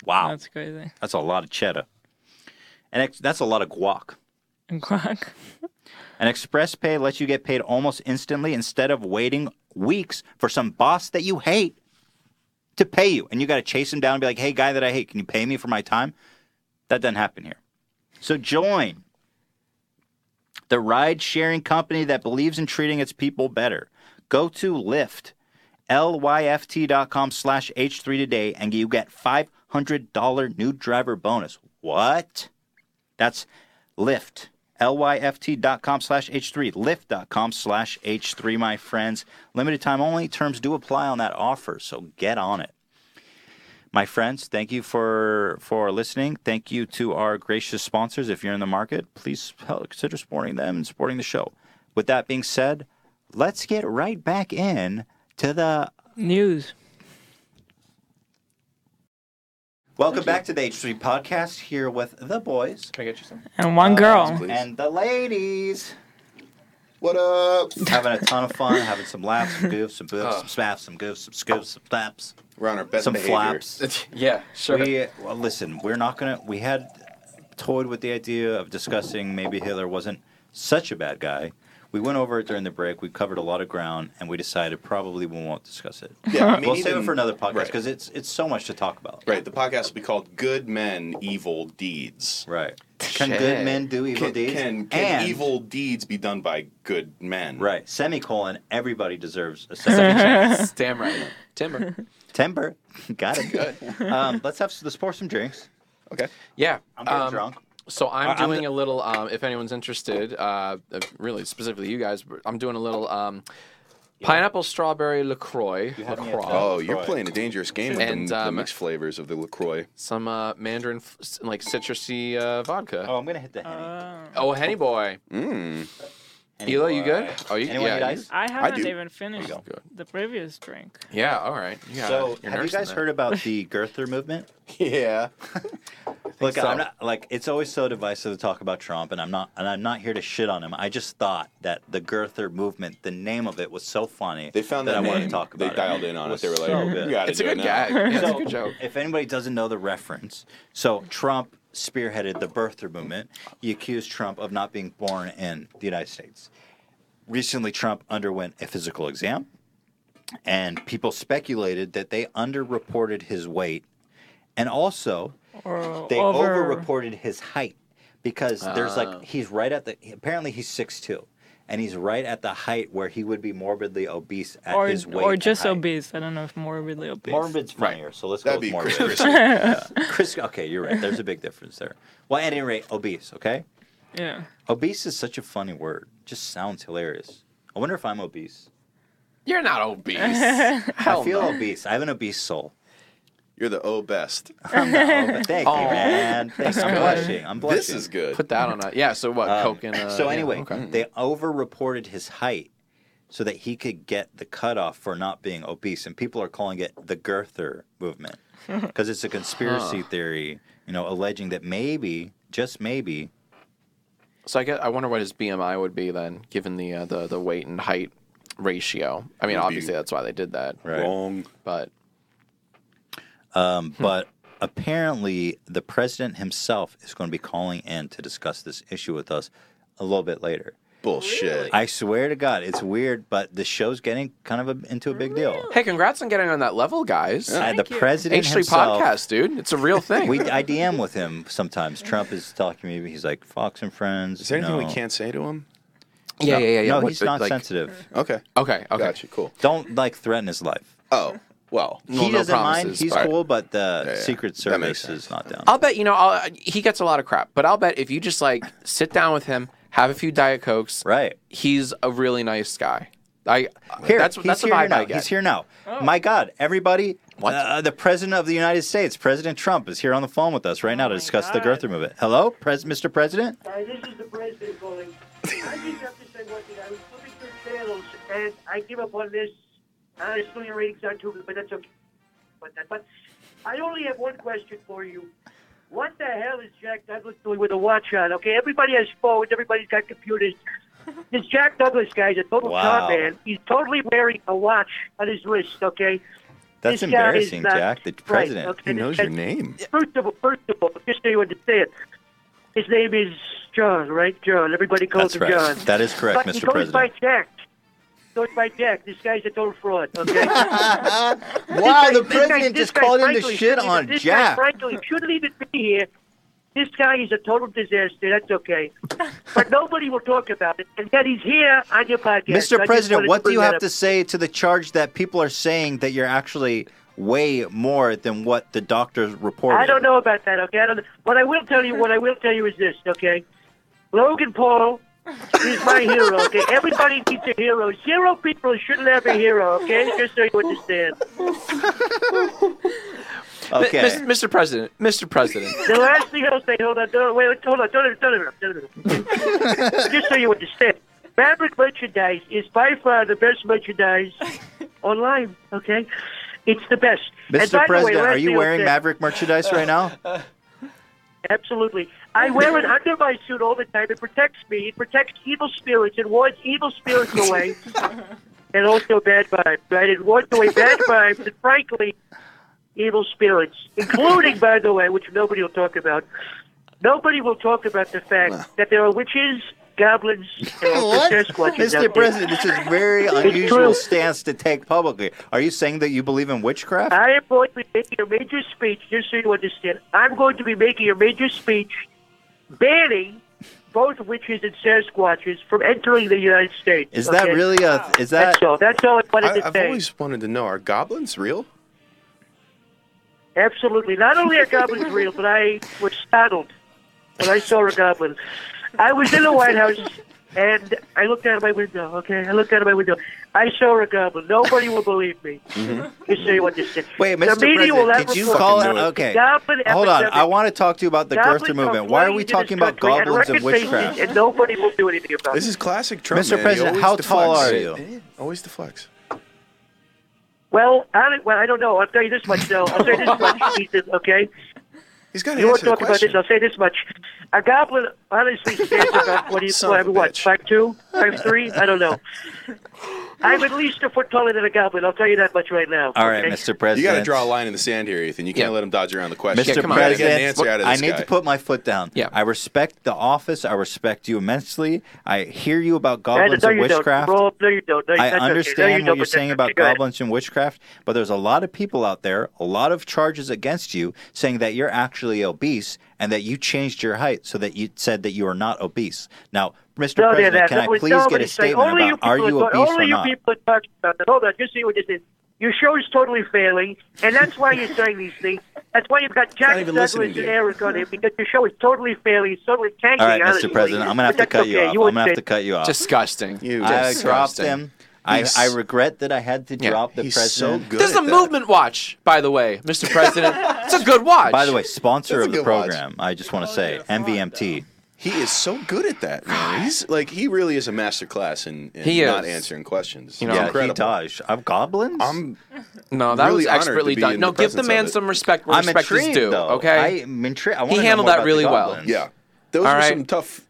Speaker 1: Wow.
Speaker 3: That's crazy.
Speaker 1: That's a lot of cheddar. And ex- that's a lot of guac.
Speaker 3: And quack.
Speaker 1: An express pay lets you get paid almost instantly instead of waiting weeks for some boss that you hate to pay you. And you got to chase him down and be like, hey, guy that I hate, can you pay me for my time? That doesn't happen here. So join the ride sharing company that believes in treating its people better. Go to Lyft, lyft.com slash H3 today, and you get $500 new driver bonus. What? That's Lyft, lyft.com slash H3, lyft.com slash H3, my friends. Limited time only. Terms do apply on that offer, so get on it. My friends, thank you for for listening. Thank you to our gracious sponsors. If you're in the market, please help- consider supporting them and supporting the show. With that being said, let's get right back in to the
Speaker 3: news.
Speaker 1: Welcome back to the H3 podcast here with the boys. Can I get you some?
Speaker 3: And one girl.
Speaker 1: and the ladies. What up? Having a ton of fun, having some laughs, some goofs, some boofs, some smaps, some goofs, some scoops, some slaps.
Speaker 4: We're on our best
Speaker 1: Some
Speaker 4: behavior.
Speaker 1: flaps.
Speaker 2: yeah, sure.
Speaker 1: We, well, listen, we're not gonna. We had toyed with the idea of discussing maybe Hitler wasn't such a bad guy. We went over it during the break. We covered a lot of ground, and we decided probably we won't discuss it.
Speaker 4: Yeah, I mean,
Speaker 1: we'll save it
Speaker 4: even-
Speaker 1: for another podcast
Speaker 4: right.
Speaker 1: because it's it's so much to talk about.
Speaker 4: Right. The podcast will be called "Good Men, Evil Deeds."
Speaker 1: Right. Can good men do evil
Speaker 4: Can-
Speaker 1: deeds?
Speaker 4: Can, can
Speaker 1: And-
Speaker 4: evil deeds be done by good men?
Speaker 1: Right. Semicolon. Everybody deserves a second chance.
Speaker 2: Yes. Damn right. Timber.
Speaker 1: Timber. Got it. Good. Um, let's have let's pour some drinks.
Speaker 4: Okay.
Speaker 2: Yeah.
Speaker 1: I'm getting
Speaker 2: um,
Speaker 1: drunk.
Speaker 2: So
Speaker 1: I-
Speaker 2: I'm
Speaker 1: I'm
Speaker 2: doing
Speaker 1: the-
Speaker 2: a little. Um, if anyone's interested, uh, if- really specifically you guys, but I'm doing a little um, pineapple strawberry Lacroix. LaCroix.
Speaker 4: Oh, you're playing a dangerous game with
Speaker 2: And,
Speaker 4: the, the
Speaker 2: um,
Speaker 4: mixed flavors of the Lacroix.
Speaker 2: Some uh, Mandarin, f- s- like citrusy uh, vodka.
Speaker 1: Oh, I'm gonna hit the henny.
Speaker 2: Oh, Henny Boy.
Speaker 4: Mm.
Speaker 2: Elo, you good? Oh, you
Speaker 1: Anyone
Speaker 2: yeah.
Speaker 1: need
Speaker 2: you-
Speaker 1: ice?
Speaker 3: I
Speaker 2: I
Speaker 3: haven't
Speaker 2: do.
Speaker 3: even finished the previous drink.
Speaker 2: Yeah. All right. You got-
Speaker 1: so,
Speaker 2: you're
Speaker 1: have you
Speaker 2: nursing
Speaker 1: guys
Speaker 2: that.
Speaker 1: heard about the Girther movement?
Speaker 4: Yeah.
Speaker 1: Look,
Speaker 2: so.
Speaker 1: I'm not like it's always so divisive to talk about Trump, and I'm not and I'm not here to shit on him. I just thought that the Girther movement, the name of it, was so funny.
Speaker 4: They found
Speaker 1: that
Speaker 4: that
Speaker 1: I wanted to
Speaker 4: name.
Speaker 1: talk
Speaker 4: They
Speaker 1: about. it.
Speaker 4: dialed in on it.
Speaker 1: was
Speaker 4: They were like,
Speaker 1: so
Speaker 4: "We
Speaker 1: good.
Speaker 4: gotta It's a do it good now." gag.
Speaker 2: Yeah, it's a
Speaker 1: So,
Speaker 2: good joke.
Speaker 1: If anybody doesn't know the reference, so Trump spearheaded the birther movement. He accused Trump of not being born in the United States. Recently, Trump underwent a physical exam, and people speculated that they underreported his weight, and also
Speaker 3: Or
Speaker 1: they
Speaker 3: over.
Speaker 1: overreported his height because there's
Speaker 2: Ah.
Speaker 1: like he's right at the apparently he's 6'2 and he's right at the height where he would be morbidly obese at
Speaker 3: or
Speaker 1: his weight.
Speaker 3: or
Speaker 1: and
Speaker 3: just
Speaker 1: height.
Speaker 3: obese. I don't know if morbidly obese.
Speaker 1: Morbid's funnier, so let's
Speaker 3: That'd be
Speaker 1: go with
Speaker 3: Chris
Speaker 1: morbid.
Speaker 3: Christie.
Speaker 1: Yeah. Chris, okay, you're right. There's a big difference there. Well, at any rate, obese. Okay,
Speaker 3: Yeah.
Speaker 1: obese is such a funny word. Just sounds hilarious. I wonder if I'm obese.
Speaker 2: You're not obese.
Speaker 1: I feel obese. I have an obese soul.
Speaker 4: You're the O best.
Speaker 1: I'm the O, but thank you,
Speaker 2: Aw.
Speaker 1: man. Thanks.
Speaker 2: That's
Speaker 1: I'm
Speaker 2: good.
Speaker 1: blushing. I'm blushing. Um,
Speaker 2: This is good. Put that on a- yeah, so what, Coke and, uh,
Speaker 1: so
Speaker 2: yeah,
Speaker 1: anyway,
Speaker 2: okay.
Speaker 1: they over-reported his height so that he could get the cutoff for not being obese, and people are calling it the girther movement because it's a conspiracy
Speaker 2: Huh.
Speaker 1: theory, you know, alleging that maybe, just maybe,
Speaker 2: So I get. I wonder what his BMI would be then, given the uh, the the weight and height ratio. I mean,
Speaker 1: Would be
Speaker 2: obviously that's why they did that.
Speaker 1: Right.
Speaker 4: Wrong. Hmm.
Speaker 2: But
Speaker 1: Um, But apparently, the president himself is going to be calling in to discuss this issue with us a little bit later.
Speaker 4: Bullshit.
Speaker 1: I swear to God, it's weird, but the show's getting kind of a, into a big deal.
Speaker 2: hey, congrats on getting on that level, guys.
Speaker 1: Uh, the president
Speaker 2: H3
Speaker 1: himself,
Speaker 2: podcast, dude. It's a real thing.
Speaker 1: We I DM with him sometimes. Trump is talking to me. He's like Fox and Friends.
Speaker 4: Is there anything
Speaker 1: no.
Speaker 4: we can't say to him?
Speaker 2: Yeah,
Speaker 1: No.
Speaker 2: yeah, yeah, yeah.
Speaker 1: No,
Speaker 2: What-
Speaker 1: he's not
Speaker 2: like-
Speaker 1: sensitive.
Speaker 4: Okay.
Speaker 2: Okay. Okay.
Speaker 4: Gotcha. Cool.
Speaker 1: Don't like threaten his life.
Speaker 4: Oh well,
Speaker 1: he
Speaker 2: Well, no
Speaker 1: doesn't mind.
Speaker 2: promises,
Speaker 1: He's
Speaker 2: but-
Speaker 1: cool, but the Secret Service is not down.
Speaker 2: I'll bet you know I'll, he gets a lot of crap, but I'll bet if you just like sit down with him, have a few diet cokes,
Speaker 1: right?
Speaker 2: He's a really nice guy. I
Speaker 1: Here,
Speaker 2: that's
Speaker 1: he's
Speaker 2: that's the
Speaker 1: here
Speaker 2: vibe
Speaker 1: now.
Speaker 2: I Oh. get.
Speaker 1: He's here now. My God, everybody! Uh, the president of the United States, President Trump, is here on the phone with us
Speaker 2: Oh
Speaker 1: right now to discuss the Girther movement. Hello, Pres- Mr. President.
Speaker 11: Sorry, this is the president calling. I just have to say one thing. I was flipping through channels and I gave up on this. I still your ratings on Tubi, but that's okay. But that, but I only have one question for you. What the hell is Jack Douglas doing with a watch on? Okay, everybody has phones. Everybody's got computers. This Jack Douglas guy's a total
Speaker 1: Wow.
Speaker 11: con man. He's totally wearing a watch on his wrist. Okay. This
Speaker 1: That's
Speaker 11: guy is
Speaker 1: embarrassing,
Speaker 11: not-
Speaker 1: Jack. The
Speaker 11: right,
Speaker 1: president.
Speaker 11: okay, this guy-
Speaker 4: name.
Speaker 11: First of all, first of all, just so you understand, his name is John, right? John. Everybody calls
Speaker 1: That's
Speaker 11: him
Speaker 1: right.
Speaker 11: John.
Speaker 1: That is correct,
Speaker 11: but he
Speaker 1: Mr.
Speaker 11: goes
Speaker 1: President.
Speaker 11: by Jack. He Goes by Jack. This guy's a total fraud. Okay.
Speaker 1: wow, the president just called in to
Speaker 11: in
Speaker 1: shit on
Speaker 11: this
Speaker 1: Jack.
Speaker 11: Guy, frankly, shouldn't even be here. This guy is a total disaster. That's okay, but nobody will talk about it. And yet he's here on your podcast. So I just
Speaker 1: Mr.
Speaker 11: wanted
Speaker 1: President, what do
Speaker 11: bring
Speaker 1: you
Speaker 11: that
Speaker 1: have
Speaker 11: up.
Speaker 1: to say to the charge that people are saying that you're actually way more than what the doctors reported?
Speaker 11: I don't know about that. Okay, I don't. What I will tell you, what I will tell you is this. Okay, Logan Paul is my hero. Okay, everybody needs a hero. Zero people shouldn't have a hero. Okay, just so you understand.
Speaker 2: Mi-
Speaker 1: Okay.
Speaker 2: Mis- Mr. President, Mr. President.
Speaker 11: The last thing I'll say, hold on, don't, wait, wait, hold on, don't, don't, interrupt, don't, interrupt. Just so you understand, fabric merchandise is by far the best merchandise online. Okay, it's the best. And by the
Speaker 1: Mr.
Speaker 11: way,
Speaker 1: President,
Speaker 11: last
Speaker 1: are
Speaker 11: thing
Speaker 1: you
Speaker 11: I'll
Speaker 1: wearing
Speaker 11: say-
Speaker 1: Maverick merchandise right now?
Speaker 11: Absolutely. I wear it under my suit all the time. It protects me. It protects evil spirits. It wards evil spirits away. and also bad vibes, right? It wards away bad vibes and, frankly, evil spirits, including, by the way, which nobody will talk about. Nobody will talk about the fact that there are witches, goblins, and also
Speaker 1: What?
Speaker 11: Sasquatches out there.
Speaker 1: Mr. President, this is a very
Speaker 11: It's
Speaker 1: unusual
Speaker 11: true.
Speaker 1: stance to take publicly. Are you saying that you believe in witchcraft?
Speaker 11: I am going to be making a major speech, just so you understand. I'm going to be making a major speech banning both witches and Sasquatches from entering the United States.
Speaker 4: Is that really
Speaker 1: a? Is that?
Speaker 11: That's all. That's all I wanted
Speaker 4: I,
Speaker 11: to
Speaker 4: have
Speaker 11: say.
Speaker 4: always wanted to know: Are goblins real?
Speaker 11: Absolutely. Not only are goblins real, but I was startled when I saw a goblin. I was in the White House and I looked out of my window. Okay, I looked out of my window. I saw a goblin. Nobody will believe me. Just so you understand.
Speaker 1: Wait, Mr.
Speaker 11: Mm-hmm. The media will
Speaker 1: President,
Speaker 11: not
Speaker 1: did you
Speaker 11: report
Speaker 1: call
Speaker 11: the
Speaker 1: it? Okay,
Speaker 11: Goblin
Speaker 1: hold on.
Speaker 11: epidemic.
Speaker 1: I want to talk to you about the
Speaker 11: Goblins
Speaker 1: Girther
Speaker 11: are
Speaker 1: movement. Why are we
Speaker 11: plaguing this
Speaker 1: talking about
Speaker 11: country at
Speaker 1: goblins and
Speaker 11: record paces,
Speaker 1: witchcraft?
Speaker 11: And nobody will do anything about it.
Speaker 4: This is classic Trump.
Speaker 1: Mr.
Speaker 4: man. He
Speaker 1: President,
Speaker 4: always
Speaker 1: how tall
Speaker 4: deflects.
Speaker 1: are you?
Speaker 4: Eh, Always deflects.
Speaker 11: Well, I don't, well, I don't know. I'll tell you this much, though. I'll say this much, Ethan, okay?
Speaker 4: He's got to
Speaker 11: You want
Speaker 4: answer
Speaker 11: to
Speaker 4: the
Speaker 11: talk about this?
Speaker 4: question.
Speaker 11: I'll say this much. A goblin honestly stands about what he's
Speaker 4: Son of
Speaker 11: what,
Speaker 4: a
Speaker 11: what five two, five three? I don't know. I'm at least a foot taller than a goblin. I'll tell you that much right now. okay?
Speaker 4: You got to draw a line in the sand here, Ethan. You can't let him dodge around the question.
Speaker 1: Mr.
Speaker 4: You gotta
Speaker 1: President,
Speaker 4: get an answer out of
Speaker 1: I
Speaker 4: this
Speaker 1: need
Speaker 4: guy.
Speaker 1: to put my foot down. Yeah. I respect the office. I respect you immensely. I hear you about goblins
Speaker 11: no,
Speaker 1: and
Speaker 11: you
Speaker 1: witchcraft.
Speaker 11: Don't. Rob, no, you don't. No,
Speaker 1: I
Speaker 11: that's okay. No, you don't,
Speaker 1: understand what you're
Speaker 11: but that's
Speaker 1: saying
Speaker 11: okay.
Speaker 1: about
Speaker 11: Go ahead.
Speaker 1: goblins and witchcraft, but there's a lot of people out there, a lot of charges against you saying that you're actually obese and that you changed your height so that you said that you are not obese. Now, Mr.
Speaker 14: No, they're
Speaker 1: President,
Speaker 14: not.
Speaker 1: can I
Speaker 14: Nobody-
Speaker 1: please get
Speaker 14: nobody
Speaker 1: a
Speaker 14: say-
Speaker 1: statement
Speaker 14: only
Speaker 1: about are
Speaker 14: people
Speaker 1: you
Speaker 14: are
Speaker 1: obese
Speaker 14: talk-
Speaker 1: or
Speaker 14: Only you
Speaker 1: not?
Speaker 14: people are talking about that. Hold on, you see what you did. Your show is totally failing, and that's why you're saying these things. That's why you've got Jack
Speaker 1: even
Speaker 14: Douglas
Speaker 1: listening
Speaker 14: and
Speaker 1: to you.
Speaker 14: Eric on here, because your show is totally failing. It's totally tanking,
Speaker 1: All right,
Speaker 14: honestly.
Speaker 1: Mr. President, I'm gonna have to
Speaker 14: But
Speaker 1: cut
Speaker 14: that's
Speaker 1: you
Speaker 14: okay.
Speaker 1: off. I'm
Speaker 14: You would
Speaker 1: gonna have
Speaker 14: say-
Speaker 1: to cut you off.
Speaker 2: Disgusting. You
Speaker 1: I
Speaker 2: disgusting.
Speaker 1: dropped him. I,
Speaker 2: He's-
Speaker 1: I regret that I had to
Speaker 2: Yeah.
Speaker 1: drop the
Speaker 2: He's so
Speaker 1: president.
Speaker 2: This is a movement watch, by the way, Mr. President. it's a good watch.
Speaker 1: By the way, sponsor
Speaker 2: That's a
Speaker 1: of the
Speaker 2: good watch.
Speaker 1: program. I just
Speaker 2: Oh,
Speaker 1: want to say MVMT.
Speaker 4: He is so good at that, man. He's like he really is a master class in, in
Speaker 1: He
Speaker 4: not
Speaker 1: is.
Speaker 4: answering questions.
Speaker 1: You
Speaker 4: It's
Speaker 1: know, Yeah,
Speaker 4: incredible.
Speaker 1: he does. I'm goblins.
Speaker 4: I'm
Speaker 2: no, that
Speaker 4: really
Speaker 2: was
Speaker 4: honored to
Speaker 2: expertly
Speaker 4: be
Speaker 2: done.
Speaker 4: in
Speaker 2: No,
Speaker 4: the
Speaker 2: give the
Speaker 4: presence
Speaker 2: man
Speaker 4: of it.
Speaker 2: some respect. Where
Speaker 4: I'm
Speaker 2: respect is
Speaker 4: intrigued,
Speaker 2: due.
Speaker 4: though.
Speaker 2: Okay,
Speaker 1: I'm intrigued. I wanna
Speaker 2: he
Speaker 1: know more
Speaker 2: handled
Speaker 1: about
Speaker 2: that
Speaker 1: the
Speaker 2: really well.
Speaker 1: goblins.
Speaker 4: Yeah, those
Speaker 2: All
Speaker 4: were
Speaker 2: right.
Speaker 4: some tough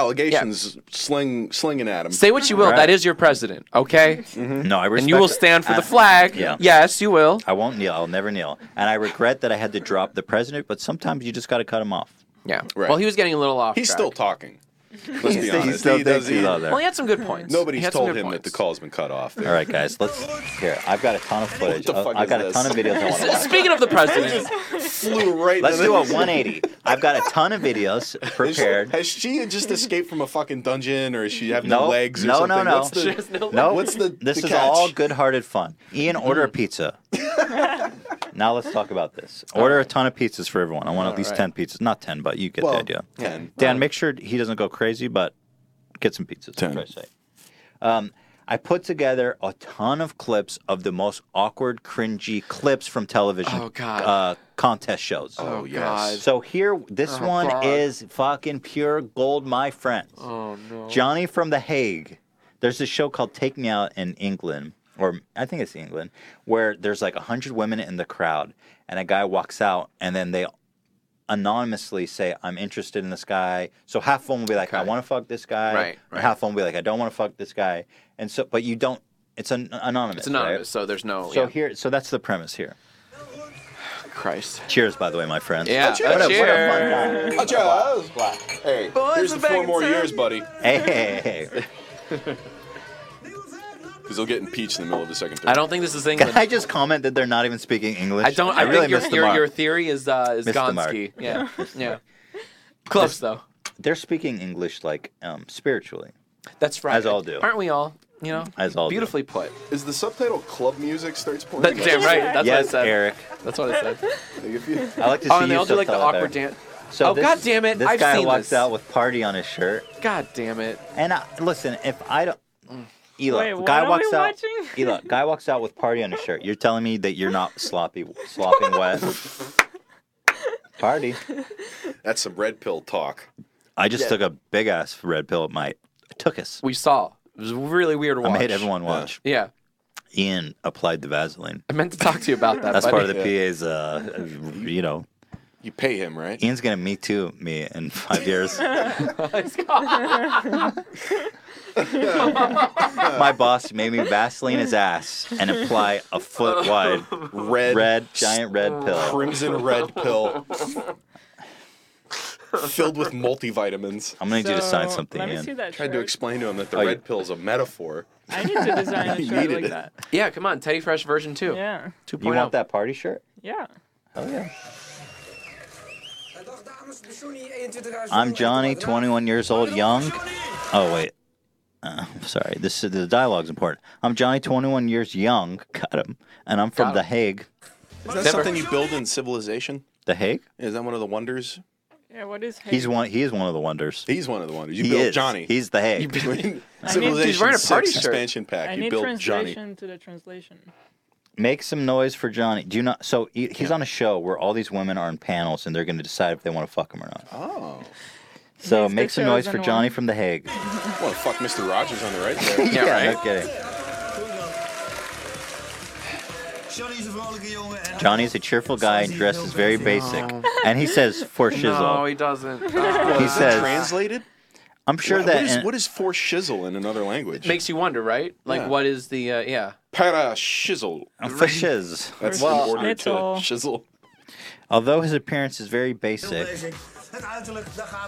Speaker 4: allegations sling slinging at him.
Speaker 2: Say what you will, that is your president, okay?
Speaker 1: No, I
Speaker 2: And you will
Speaker 1: respect it.
Speaker 2: stand for the
Speaker 1: Uh,
Speaker 2: flag.
Speaker 1: yeah.
Speaker 2: Yes, you will.
Speaker 1: I won't kneel. I'll never kneel. And I regret that I had to drop the president, but sometimes you just got to cut him off.
Speaker 2: Yeah. Well, he was getting a little off.
Speaker 4: He's
Speaker 2: track.
Speaker 4: still talking.
Speaker 1: He still-
Speaker 4: Let's be honest.
Speaker 1: he still thinks
Speaker 4: does-
Speaker 1: he's out there.
Speaker 2: Well, he had some good points.
Speaker 4: Nobody's
Speaker 2: He had some
Speaker 4: told
Speaker 2: good
Speaker 4: him
Speaker 2: points.
Speaker 4: that the call's been cut off.
Speaker 1: All right, guys, let's. Here, I've got a ton of footage.
Speaker 4: the
Speaker 1: of-
Speaker 4: fuck
Speaker 1: I've
Speaker 4: is
Speaker 1: got a
Speaker 4: this?
Speaker 1: ton of videos I want to watch.
Speaker 2: Speaking of the president,
Speaker 4: flew right.
Speaker 1: Let's
Speaker 4: into
Speaker 1: do a
Speaker 4: this.
Speaker 1: 180. I've got a ton of videos prepared.
Speaker 4: Has she just escaped from a fucking dungeon, or is she having
Speaker 1: No,
Speaker 4: no legs? Or
Speaker 1: no,
Speaker 4: something?
Speaker 1: no, no,
Speaker 4: What's the,
Speaker 1: no.
Speaker 4: What's the?
Speaker 1: This
Speaker 4: the
Speaker 1: is
Speaker 4: catch?
Speaker 1: all good-hearted fun. Ian, order a pizza. now let's talk about this. Order a ton of pizzas for everyone. I want
Speaker 2: All
Speaker 1: at least
Speaker 2: right.
Speaker 1: ten pizzas, not ten, but you get
Speaker 2: Well,
Speaker 1: the idea.
Speaker 2: 10.
Speaker 1: Dan, make sure he doesn't go crazy, but get some pizzas. Ten. For Christ's sake. Um, I put together a ton of clips of the most awkward, cringy clips from television
Speaker 2: Oh, God.
Speaker 1: Uh, contest shows.
Speaker 2: Oh, yes. God.
Speaker 1: So here, this
Speaker 2: Oh,
Speaker 1: one
Speaker 2: God.
Speaker 1: is fucking pure gold, my friends.
Speaker 2: Oh no.
Speaker 1: Johnny from The Hague. There's this show called Take Me Out in England, or I think it's England, where there's like 100 women in the crowd, and a guy walks out, and then they anonymously say, I'm interested in this guy. So half of them will be like, I want to fuck this guy.
Speaker 2: Right,
Speaker 1: Or half of them will be like, I don't want to fuck this guy. And so, but you don't, it's an, anonymous.
Speaker 2: It's anonymous,
Speaker 1: right?
Speaker 2: so there's no.
Speaker 1: So
Speaker 2: yeah.
Speaker 1: here, so that's the premise here.
Speaker 2: Christ.
Speaker 1: Cheers, by the way, my friends.
Speaker 2: Yeah,
Speaker 1: What a- what a fun time.
Speaker 4: Cheers. Cheers. Hey, here's the four more years, buddy.
Speaker 1: Hey, hey, hey, hey.
Speaker 4: Because they'll get impeached in the middle of the second. Period.
Speaker 2: I don't think this is
Speaker 1: Can
Speaker 2: England.
Speaker 1: I just comment that they're not even speaking English?
Speaker 2: I don't. I,
Speaker 1: really
Speaker 2: think your,
Speaker 1: missed the
Speaker 2: your,
Speaker 1: mark.
Speaker 2: your theory is uh, is
Speaker 1: Missed the mark.
Speaker 2: Gonski. Yeah, yeah. Close though.
Speaker 1: They're speaking English like um, spiritually.
Speaker 2: That's right.
Speaker 1: As all do.
Speaker 2: Aren't we all? You know.
Speaker 1: As all do.
Speaker 2: Beautifully put.
Speaker 4: Is the subtitle club music starts playing?
Speaker 2: That's damn right. That's
Speaker 1: yes,
Speaker 2: what I said.
Speaker 1: Eric.
Speaker 2: That's what I said.
Speaker 1: I like to see
Speaker 2: oh, and
Speaker 1: you
Speaker 2: they all do like the
Speaker 1: subtitle it
Speaker 2: awkward
Speaker 1: better.
Speaker 2: dance.
Speaker 1: So
Speaker 2: oh
Speaker 1: this,
Speaker 2: god damn it!
Speaker 1: This
Speaker 2: I've
Speaker 1: guy
Speaker 2: seen
Speaker 1: walks
Speaker 2: this.
Speaker 1: out with party on his shirt.
Speaker 2: God damn it!
Speaker 1: And I, listen, if I don't, Ela,
Speaker 2: Wait, what
Speaker 1: guy
Speaker 2: are we
Speaker 1: walks out.
Speaker 2: watching?
Speaker 1: Ela, guy walks out with party on his shirt. You're telling me that you're not sloppy, slopping wet. Party.
Speaker 4: That's some red pill talk.
Speaker 1: I just
Speaker 4: Yeah.
Speaker 1: took a big ass red pill. at my took us.
Speaker 2: We saw. It was really weird. to
Speaker 1: I
Speaker 2: Watch.
Speaker 1: made everyone watch.
Speaker 2: Yeah.
Speaker 1: Ian applied the Vaseline.
Speaker 2: I meant to talk to you about that.
Speaker 1: That's
Speaker 2: buddy.
Speaker 1: part of the PA's. Uh, you know.
Speaker 4: You pay him, right?
Speaker 1: Ian's gonna me too me in five years. My boss made me Vaseline his ass and apply a foot wide
Speaker 4: Red-
Speaker 1: red, giant red pill.
Speaker 4: Crimson red pill. Filled with multivitamins.
Speaker 1: I'm gonna need you to sign So, something,
Speaker 3: let me Ian. see that
Speaker 4: Tried to
Speaker 3: shirt.
Speaker 4: explain to him that the
Speaker 1: Oh,
Speaker 4: red pill is a metaphor.
Speaker 3: I need to design a
Speaker 4: He
Speaker 3: shirt
Speaker 4: needed
Speaker 3: like
Speaker 4: it.
Speaker 3: that.
Speaker 2: Yeah, come on, Teddy Fresh version two.
Speaker 3: Yeah.
Speaker 2: Two
Speaker 1: You want that party shirt?
Speaker 3: Yeah.
Speaker 1: Oh yeah. I'm Johnny, 21 years old, young. Oh wait. Uh, sorry, this is, the dialogue's important. I'm Johnny, 21 years young. Got him. And I'm from
Speaker 4: Got
Speaker 1: The
Speaker 4: him.
Speaker 1: Hague.
Speaker 4: Is that something you build in civilization?
Speaker 1: The Hague?
Speaker 4: Is that one of the wonders?
Speaker 3: Yeah. What is?
Speaker 1: He's one. He is one of the wonders.
Speaker 4: He's one of the wonders. You
Speaker 1: He
Speaker 4: built
Speaker 1: is.
Speaker 4: Johnny.
Speaker 1: He's the Hague.
Speaker 3: I need-
Speaker 4: Civilization
Speaker 2: He's wearing a party
Speaker 4: six
Speaker 2: shirt.
Speaker 4: expansion pack.
Speaker 3: I
Speaker 4: you
Speaker 3: need
Speaker 4: built Johnny.
Speaker 3: translation to the translation.
Speaker 1: Make some noise for Johnny. Do you not. So he, he's on a show where all these women are in panels and they're going to decide if they want to fuck him or not.
Speaker 4: Oh.
Speaker 1: So
Speaker 4: He's the
Speaker 1: make some noise for
Speaker 4: chosen
Speaker 1: Johnny
Speaker 4: one.
Speaker 1: from The Hague.
Speaker 4: Well, fuck Mr. Rogers on the right there.
Speaker 1: yeah, no kidding. Johnny's a cheerful guy and dresses very basic. And he says, for
Speaker 2: No,
Speaker 1: shizzle.
Speaker 2: he doesn't.
Speaker 1: He says,
Speaker 4: translated?
Speaker 1: I'm sure
Speaker 4: What-
Speaker 1: that.
Speaker 4: What is,
Speaker 1: in-
Speaker 4: what is for shizzle in another language?
Speaker 2: Makes you wonder, right? Like,
Speaker 4: Yeah.
Speaker 2: what is the uh, yeah?
Speaker 4: Para shizzle.
Speaker 1: for shiz.
Speaker 4: That's
Speaker 1: Well,
Speaker 4: in order to
Speaker 1: little.
Speaker 4: shizzle.
Speaker 1: Although his appearance is very basic,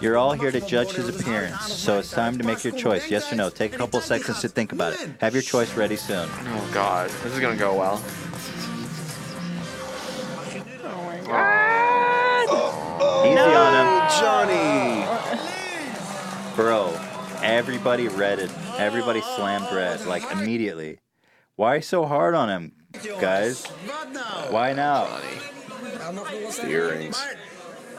Speaker 1: you're all here to judge his appearance, so it's time to make your choice. Yes or no? Take a couple seconds to think about it. Have your choice ready soon.
Speaker 2: Oh God, this is gonna go well.
Speaker 1: Easy on him,
Speaker 4: Johnny.
Speaker 1: bro. everybody redded. Everybody slammed red like immediately. Why so hard on him, guys? Why now?
Speaker 4: The earrings.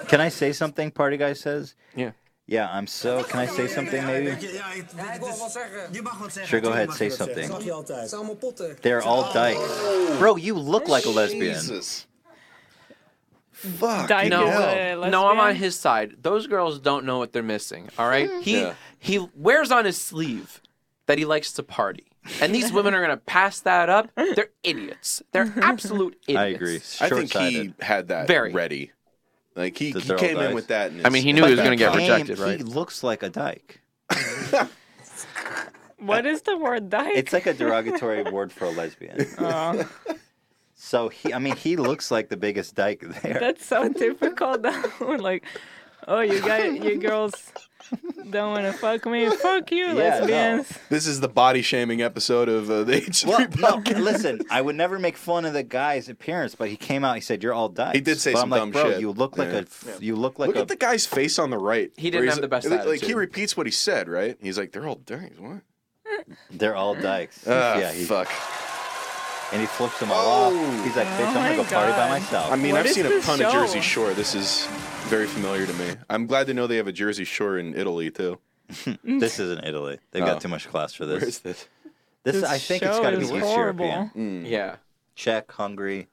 Speaker 1: Can I say something? Party guy says.
Speaker 2: Yeah.
Speaker 1: Yeah, I'm so. Can I say something maybe? Sure, go ahead, say something. They're all
Speaker 4: Oh.
Speaker 1: dykes. Bro, you look like a lesbian.
Speaker 4: Fuck.
Speaker 3: Dyke
Speaker 2: no,
Speaker 3: is a
Speaker 2: no, I'm on
Speaker 3: uh, lesbian?
Speaker 2: his side. Those girls don't know what they're missing. All right, he
Speaker 4: Yeah.
Speaker 2: he wears on his sleeve that he likes to party, and these women are gonna pass that up. They're idiots. They're absolute idiots.
Speaker 1: I agree.
Speaker 4: I think he
Speaker 1: Short-sighted.
Speaker 4: had that ready. Like he, he
Speaker 1: they're all
Speaker 4: came in
Speaker 1: dykes.
Speaker 4: with that. In
Speaker 2: I mean, he knew he was gonna get rejected, right?
Speaker 1: He looks like a dyke.
Speaker 3: What is the word dyke?
Speaker 1: It's like a derogatory word for a lesbian.
Speaker 3: Oh,
Speaker 1: So he, I mean, he looks like the biggest dyke there.
Speaker 3: that's so difficult. Though. like, oh, you guys, you girls don't want to fuck me. Fuck you, lesbians.
Speaker 4: This is the body shaming episode of uh, the H3
Speaker 1: Well, no, listen, I would never make fun of the guy's appearance, but he came out. He said, "You're all dyke."
Speaker 4: He did say
Speaker 1: but
Speaker 4: some
Speaker 1: I'm like,
Speaker 4: dumb
Speaker 1: Bro,
Speaker 4: shit."
Speaker 1: you look like
Speaker 4: Yeah.
Speaker 1: a, f- you look like
Speaker 4: Look
Speaker 1: a.
Speaker 4: at the guy's face on the right.
Speaker 2: He didn't
Speaker 4: where he's-
Speaker 2: have the best
Speaker 4: Like, like, he
Speaker 2: attitude.
Speaker 4: repeats what he said, right? He's like, "They're all dykes." What?
Speaker 1: They're all dykes.
Speaker 4: Ah,
Speaker 1: yeah, he,
Speaker 4: fuck.
Speaker 1: and he flips them all
Speaker 4: Oh.
Speaker 1: off. He's like, "Bitch,
Speaker 3: Oh
Speaker 1: I'm gonna
Speaker 3: my
Speaker 1: go party by
Speaker 3: God.
Speaker 1: myself."
Speaker 4: I mean,
Speaker 3: What
Speaker 4: I've
Speaker 3: is
Speaker 4: seen a
Speaker 3: this
Speaker 4: ton of
Speaker 3: show?
Speaker 4: Jersey Shore. This is very familiar to me. I'm glad to know they have a Jersey Shore in Italy too.
Speaker 1: this isn't Italy. They've
Speaker 4: Oh.
Speaker 1: got too much class for this.
Speaker 4: Where is this? Mm.
Speaker 1: This,
Speaker 3: This
Speaker 1: I think it's
Speaker 3: show
Speaker 1: got to be
Speaker 3: is
Speaker 1: East
Speaker 3: horrible.
Speaker 1: European,
Speaker 2: Yeah,
Speaker 1: Czech, Hungary,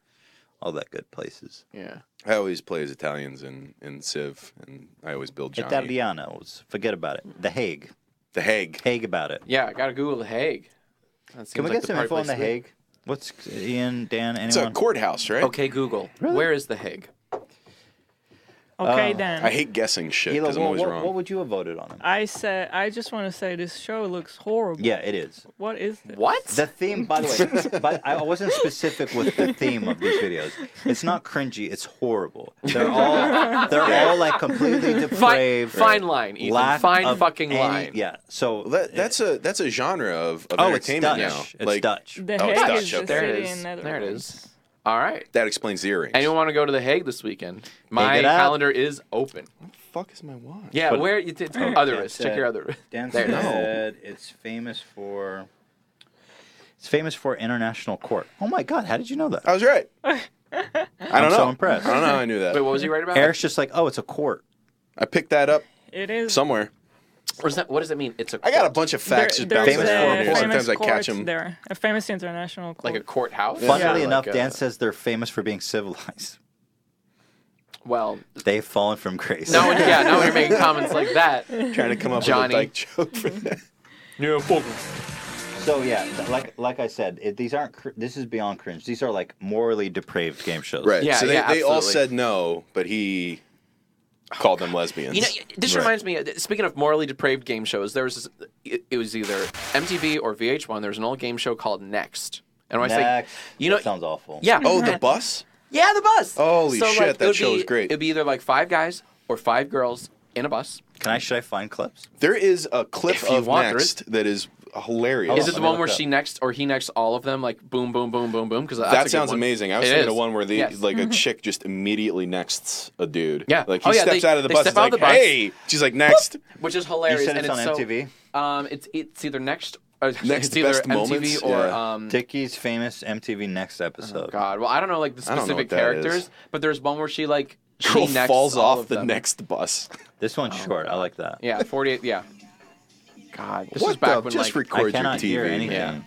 Speaker 1: all that good places.
Speaker 2: yeah.
Speaker 4: I always play as Italians in in Civ, and I always build Johnny.
Speaker 1: Italianos, forget about it. The Hague,
Speaker 4: The Hague.
Speaker 1: Hague about it.
Speaker 2: Yeah, I gotta Google the Hague. That seems
Speaker 1: Can we
Speaker 2: like
Speaker 1: get
Speaker 2: the
Speaker 1: some
Speaker 2: right
Speaker 1: info on
Speaker 2: place
Speaker 1: the
Speaker 2: to be.
Speaker 1: Hague? What's Ian, Dan,
Speaker 4: It's a
Speaker 1: anyone?
Speaker 4: courthouse, right?
Speaker 2: Okay, Google. Where is the Hague?
Speaker 3: Okay
Speaker 1: Uh,
Speaker 3: then.
Speaker 4: I hate guessing shit
Speaker 1: Hila,
Speaker 4: because I'm
Speaker 1: what-
Speaker 4: always
Speaker 1: what,
Speaker 4: wrong.
Speaker 1: what would you have voted on him?
Speaker 3: I said I just want to say this show looks horrible.
Speaker 1: Yeah, it is.
Speaker 3: What is this?
Speaker 2: What?
Speaker 1: The theme, by the way, but I wasn't specific with the theme of these videos. It's not cringy. It's horrible. They're all they're all like completely
Speaker 2: Fine,
Speaker 1: depraved.
Speaker 2: fine line, Ethan.
Speaker 1: lack
Speaker 2: fine
Speaker 1: of
Speaker 2: fucking
Speaker 1: any-
Speaker 2: line.
Speaker 1: Yeah. So
Speaker 4: Well, that, that's a that's a genre of, of
Speaker 1: oh, it's
Speaker 4: entertainment
Speaker 1: Dutch.
Speaker 4: now.
Speaker 1: It's
Speaker 4: like
Speaker 1: Dutch.
Speaker 3: The
Speaker 4: Oh,
Speaker 3: Hague
Speaker 4: it's Dutch,
Speaker 3: is the
Speaker 4: okay.
Speaker 2: There it
Speaker 3: city in
Speaker 2: is. There it
Speaker 3: Netherlands.
Speaker 2: is. All right.
Speaker 4: that explains the earrings.
Speaker 2: Anyone want to go to the Hague this weekend? My
Speaker 1: it up.
Speaker 2: calendar is open.
Speaker 4: Oh,
Speaker 1: Oh
Speaker 4: fuck is my watch?
Speaker 2: Yeah,
Speaker 1: But-
Speaker 2: where you t- t- other wrist.
Speaker 1: That's,
Speaker 2: Check
Speaker 1: uh,
Speaker 2: your other wrist.
Speaker 1: Dan
Speaker 2: There it is.
Speaker 1: said it's famous for it's famous for international court. Oh my god, how did you know that?
Speaker 4: I was right. I don't
Speaker 1: I'm
Speaker 4: know.
Speaker 1: so impressed.
Speaker 4: I don't know how I knew
Speaker 2: Wait,
Speaker 4: that.
Speaker 2: what was you right about?
Speaker 1: Eric's just like, oh, it's a court.
Speaker 4: I picked that up
Speaker 3: It is.
Speaker 4: somewhere.
Speaker 2: Or is that, what does it mean? It's a
Speaker 4: I got a
Speaker 2: court.
Speaker 4: bunch of facts just
Speaker 3: There-
Speaker 4: bouncing
Speaker 1: famous
Speaker 3: there's
Speaker 1: for
Speaker 4: around
Speaker 3: a
Speaker 4: here.
Speaker 1: court.
Speaker 4: Sometimes I
Speaker 3: famous
Speaker 4: catch
Speaker 3: court
Speaker 4: them.
Speaker 3: There, a famous international court.
Speaker 2: like a courthouse.
Speaker 1: Funnily
Speaker 2: Yeah,
Speaker 1: enough,
Speaker 2: like uh,
Speaker 1: Dan
Speaker 2: a-
Speaker 1: says they're famous for being civilized.
Speaker 2: Well,
Speaker 1: They've fallen from grace.
Speaker 2: now when, yeah, now when you're making comments like that,
Speaker 4: Trying to come up
Speaker 2: Johnny.
Speaker 4: with a dyke joke for that.
Speaker 2: yeah, fuck.
Speaker 1: So yeah, th- like like I said, it, these aren't. Cr- this is beyond cringe. These are like morally depraved game shows.
Speaker 4: Right.
Speaker 2: Yeah,
Speaker 4: so they,
Speaker 2: yeah,
Speaker 4: they all
Speaker 2: absolutely.
Speaker 4: said no, but he called them lesbians.
Speaker 2: You know, this
Speaker 4: Right.
Speaker 2: reminds me. uh, Speaking of morally depraved game shows, there was this, it, it was either MTV or VH1. There was an old game show called Next, and when I say,
Speaker 1: Next.
Speaker 2: you know,
Speaker 1: That sounds awful.
Speaker 2: yeah,
Speaker 4: oh, the bus?
Speaker 2: Yeah, the bus.
Speaker 4: Holy shit,
Speaker 2: like,
Speaker 4: that
Speaker 2: it would
Speaker 4: show
Speaker 2: be-
Speaker 4: is great.
Speaker 2: It'd be either like five guys or five girls in a bus.
Speaker 1: Can I? Should I find clips?
Speaker 4: There is a clip
Speaker 2: If you
Speaker 4: of
Speaker 2: want, there
Speaker 4: next that is hilarious.
Speaker 1: Hold
Speaker 2: is
Speaker 1: on,
Speaker 2: it the
Speaker 1: let me
Speaker 2: one where
Speaker 1: look it
Speaker 2: she
Speaker 1: up.
Speaker 2: next or he next all of them? Like boom, boom, boom, boom, boom. Because
Speaker 4: that sounds amazing. I was
Speaker 2: It
Speaker 4: thinking
Speaker 2: is.
Speaker 4: of one where the
Speaker 2: Yes. Mm-hmm.
Speaker 4: like
Speaker 1: Mm-hmm.
Speaker 4: a chick just immediately nexts a dude.
Speaker 2: Yeah.
Speaker 4: Like he
Speaker 2: Oh, yeah,
Speaker 4: steps
Speaker 2: they-
Speaker 4: out of the
Speaker 2: they
Speaker 4: bus.
Speaker 2: step
Speaker 4: It's
Speaker 2: out
Speaker 4: like,
Speaker 2: of the bus.
Speaker 4: hey, she's like next.
Speaker 2: which is hilarious.
Speaker 1: You said
Speaker 2: and
Speaker 1: it's on
Speaker 2: so-
Speaker 1: MTV?
Speaker 2: um, it's it's either next. Or
Speaker 4: Next
Speaker 2: Oh, it's either
Speaker 4: Best
Speaker 2: MTV
Speaker 4: Moments?
Speaker 2: or
Speaker 4: Yeah.
Speaker 2: um. Oh,
Speaker 1: Dickie's famous MTV Next episode.
Speaker 2: God, well, I don't know like the
Speaker 4: I don't know
Speaker 2: specific
Speaker 4: what that is.
Speaker 2: characters, but there's one where she like she
Speaker 4: Girl
Speaker 2: nexts
Speaker 4: falls
Speaker 2: all
Speaker 4: off
Speaker 2: of
Speaker 4: the
Speaker 2: them. Oh,
Speaker 4: next bus.
Speaker 1: This one's short. I like that.
Speaker 2: Yeah, 48. Yeah. God, this
Speaker 4: What
Speaker 2: is back
Speaker 4: the-
Speaker 2: when
Speaker 4: just
Speaker 2: like
Speaker 4: record your
Speaker 1: I cannot hear
Speaker 4: TV.
Speaker 1: anything.
Speaker 2: Yeah.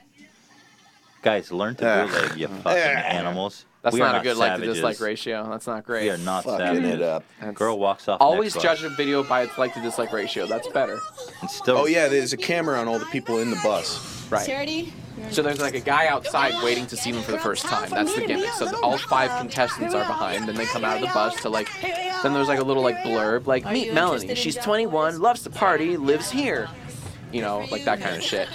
Speaker 1: Guys, learn to
Speaker 4: Ah.
Speaker 1: bootleg, you fucking animals.
Speaker 2: that's
Speaker 1: we
Speaker 2: not,
Speaker 1: are
Speaker 2: a good like to
Speaker 1: savages.
Speaker 2: dislike ratio. That's not great.
Speaker 1: We are not
Speaker 4: Fucking
Speaker 1: savages.
Speaker 4: it up.
Speaker 1: Girl walks off.
Speaker 2: Always
Speaker 1: next
Speaker 2: judge
Speaker 1: bus
Speaker 2: a video by its like to dislike ratio. That's better.
Speaker 1: And still,
Speaker 4: Oh yeah, there's a camera on all the people in the bus.
Speaker 2: Right.
Speaker 15: Charity,
Speaker 2: So there's like a guy outside waiting to see them for the first time. That's the gimmick. So all five contestants are behind, then they come out of the bus to like. Then there's like a little like blurb, like meet Melanie. She's 21, loves to party, lives here. You know, like that kind of shit.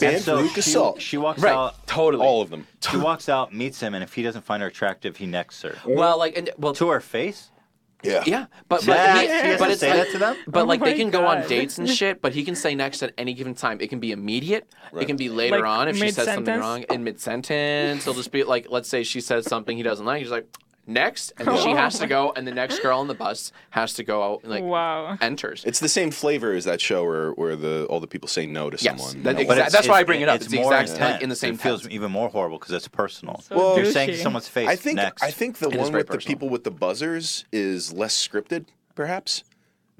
Speaker 1: And
Speaker 4: band,
Speaker 1: so
Speaker 4: Lucas
Speaker 1: she-
Speaker 4: Salt.
Speaker 1: She walks
Speaker 2: Right.
Speaker 1: out.
Speaker 2: Totally.
Speaker 4: All of them.
Speaker 1: She walks out, meets him, and if he doesn't find her attractive, he necks her
Speaker 2: Well, like and well,
Speaker 1: to her face.
Speaker 4: Yeah.
Speaker 2: Yeah, but
Speaker 1: Yeah,
Speaker 2: but,
Speaker 1: he has
Speaker 2: but
Speaker 1: to
Speaker 2: it's
Speaker 1: say
Speaker 2: like,
Speaker 1: that to them?
Speaker 2: But
Speaker 3: Oh
Speaker 2: like they
Speaker 3: my
Speaker 2: can go on
Speaker 3: God.
Speaker 2: dates and shit. But he can say next at any given time. It can be immediate. It can be later
Speaker 3: Like,
Speaker 2: on if she says something
Speaker 3: mid-sentence?
Speaker 2: wrong in mid sentence. He'll just be like, let's say she says something he doesn't like. He's like, next, and then she has to go, and the next girl on the bus has to go out and like
Speaker 3: wow.
Speaker 2: enters.
Speaker 4: It's the same flavor as that show where, where the all the people say no to
Speaker 2: Yes.
Speaker 4: someone.
Speaker 2: That-
Speaker 4: You know,
Speaker 2: exact-
Speaker 4: it's-
Speaker 2: that's why I bring it up.
Speaker 1: It's,
Speaker 2: It's the
Speaker 1: more
Speaker 2: exact, like,
Speaker 1: intense.
Speaker 2: in the same
Speaker 1: It feels even more horrible because it's personal.
Speaker 4: Well,
Speaker 1: you're saying to someone's face.
Speaker 4: I think
Speaker 1: next.
Speaker 4: I think the one with the people with the buzzers is less scripted, perhaps.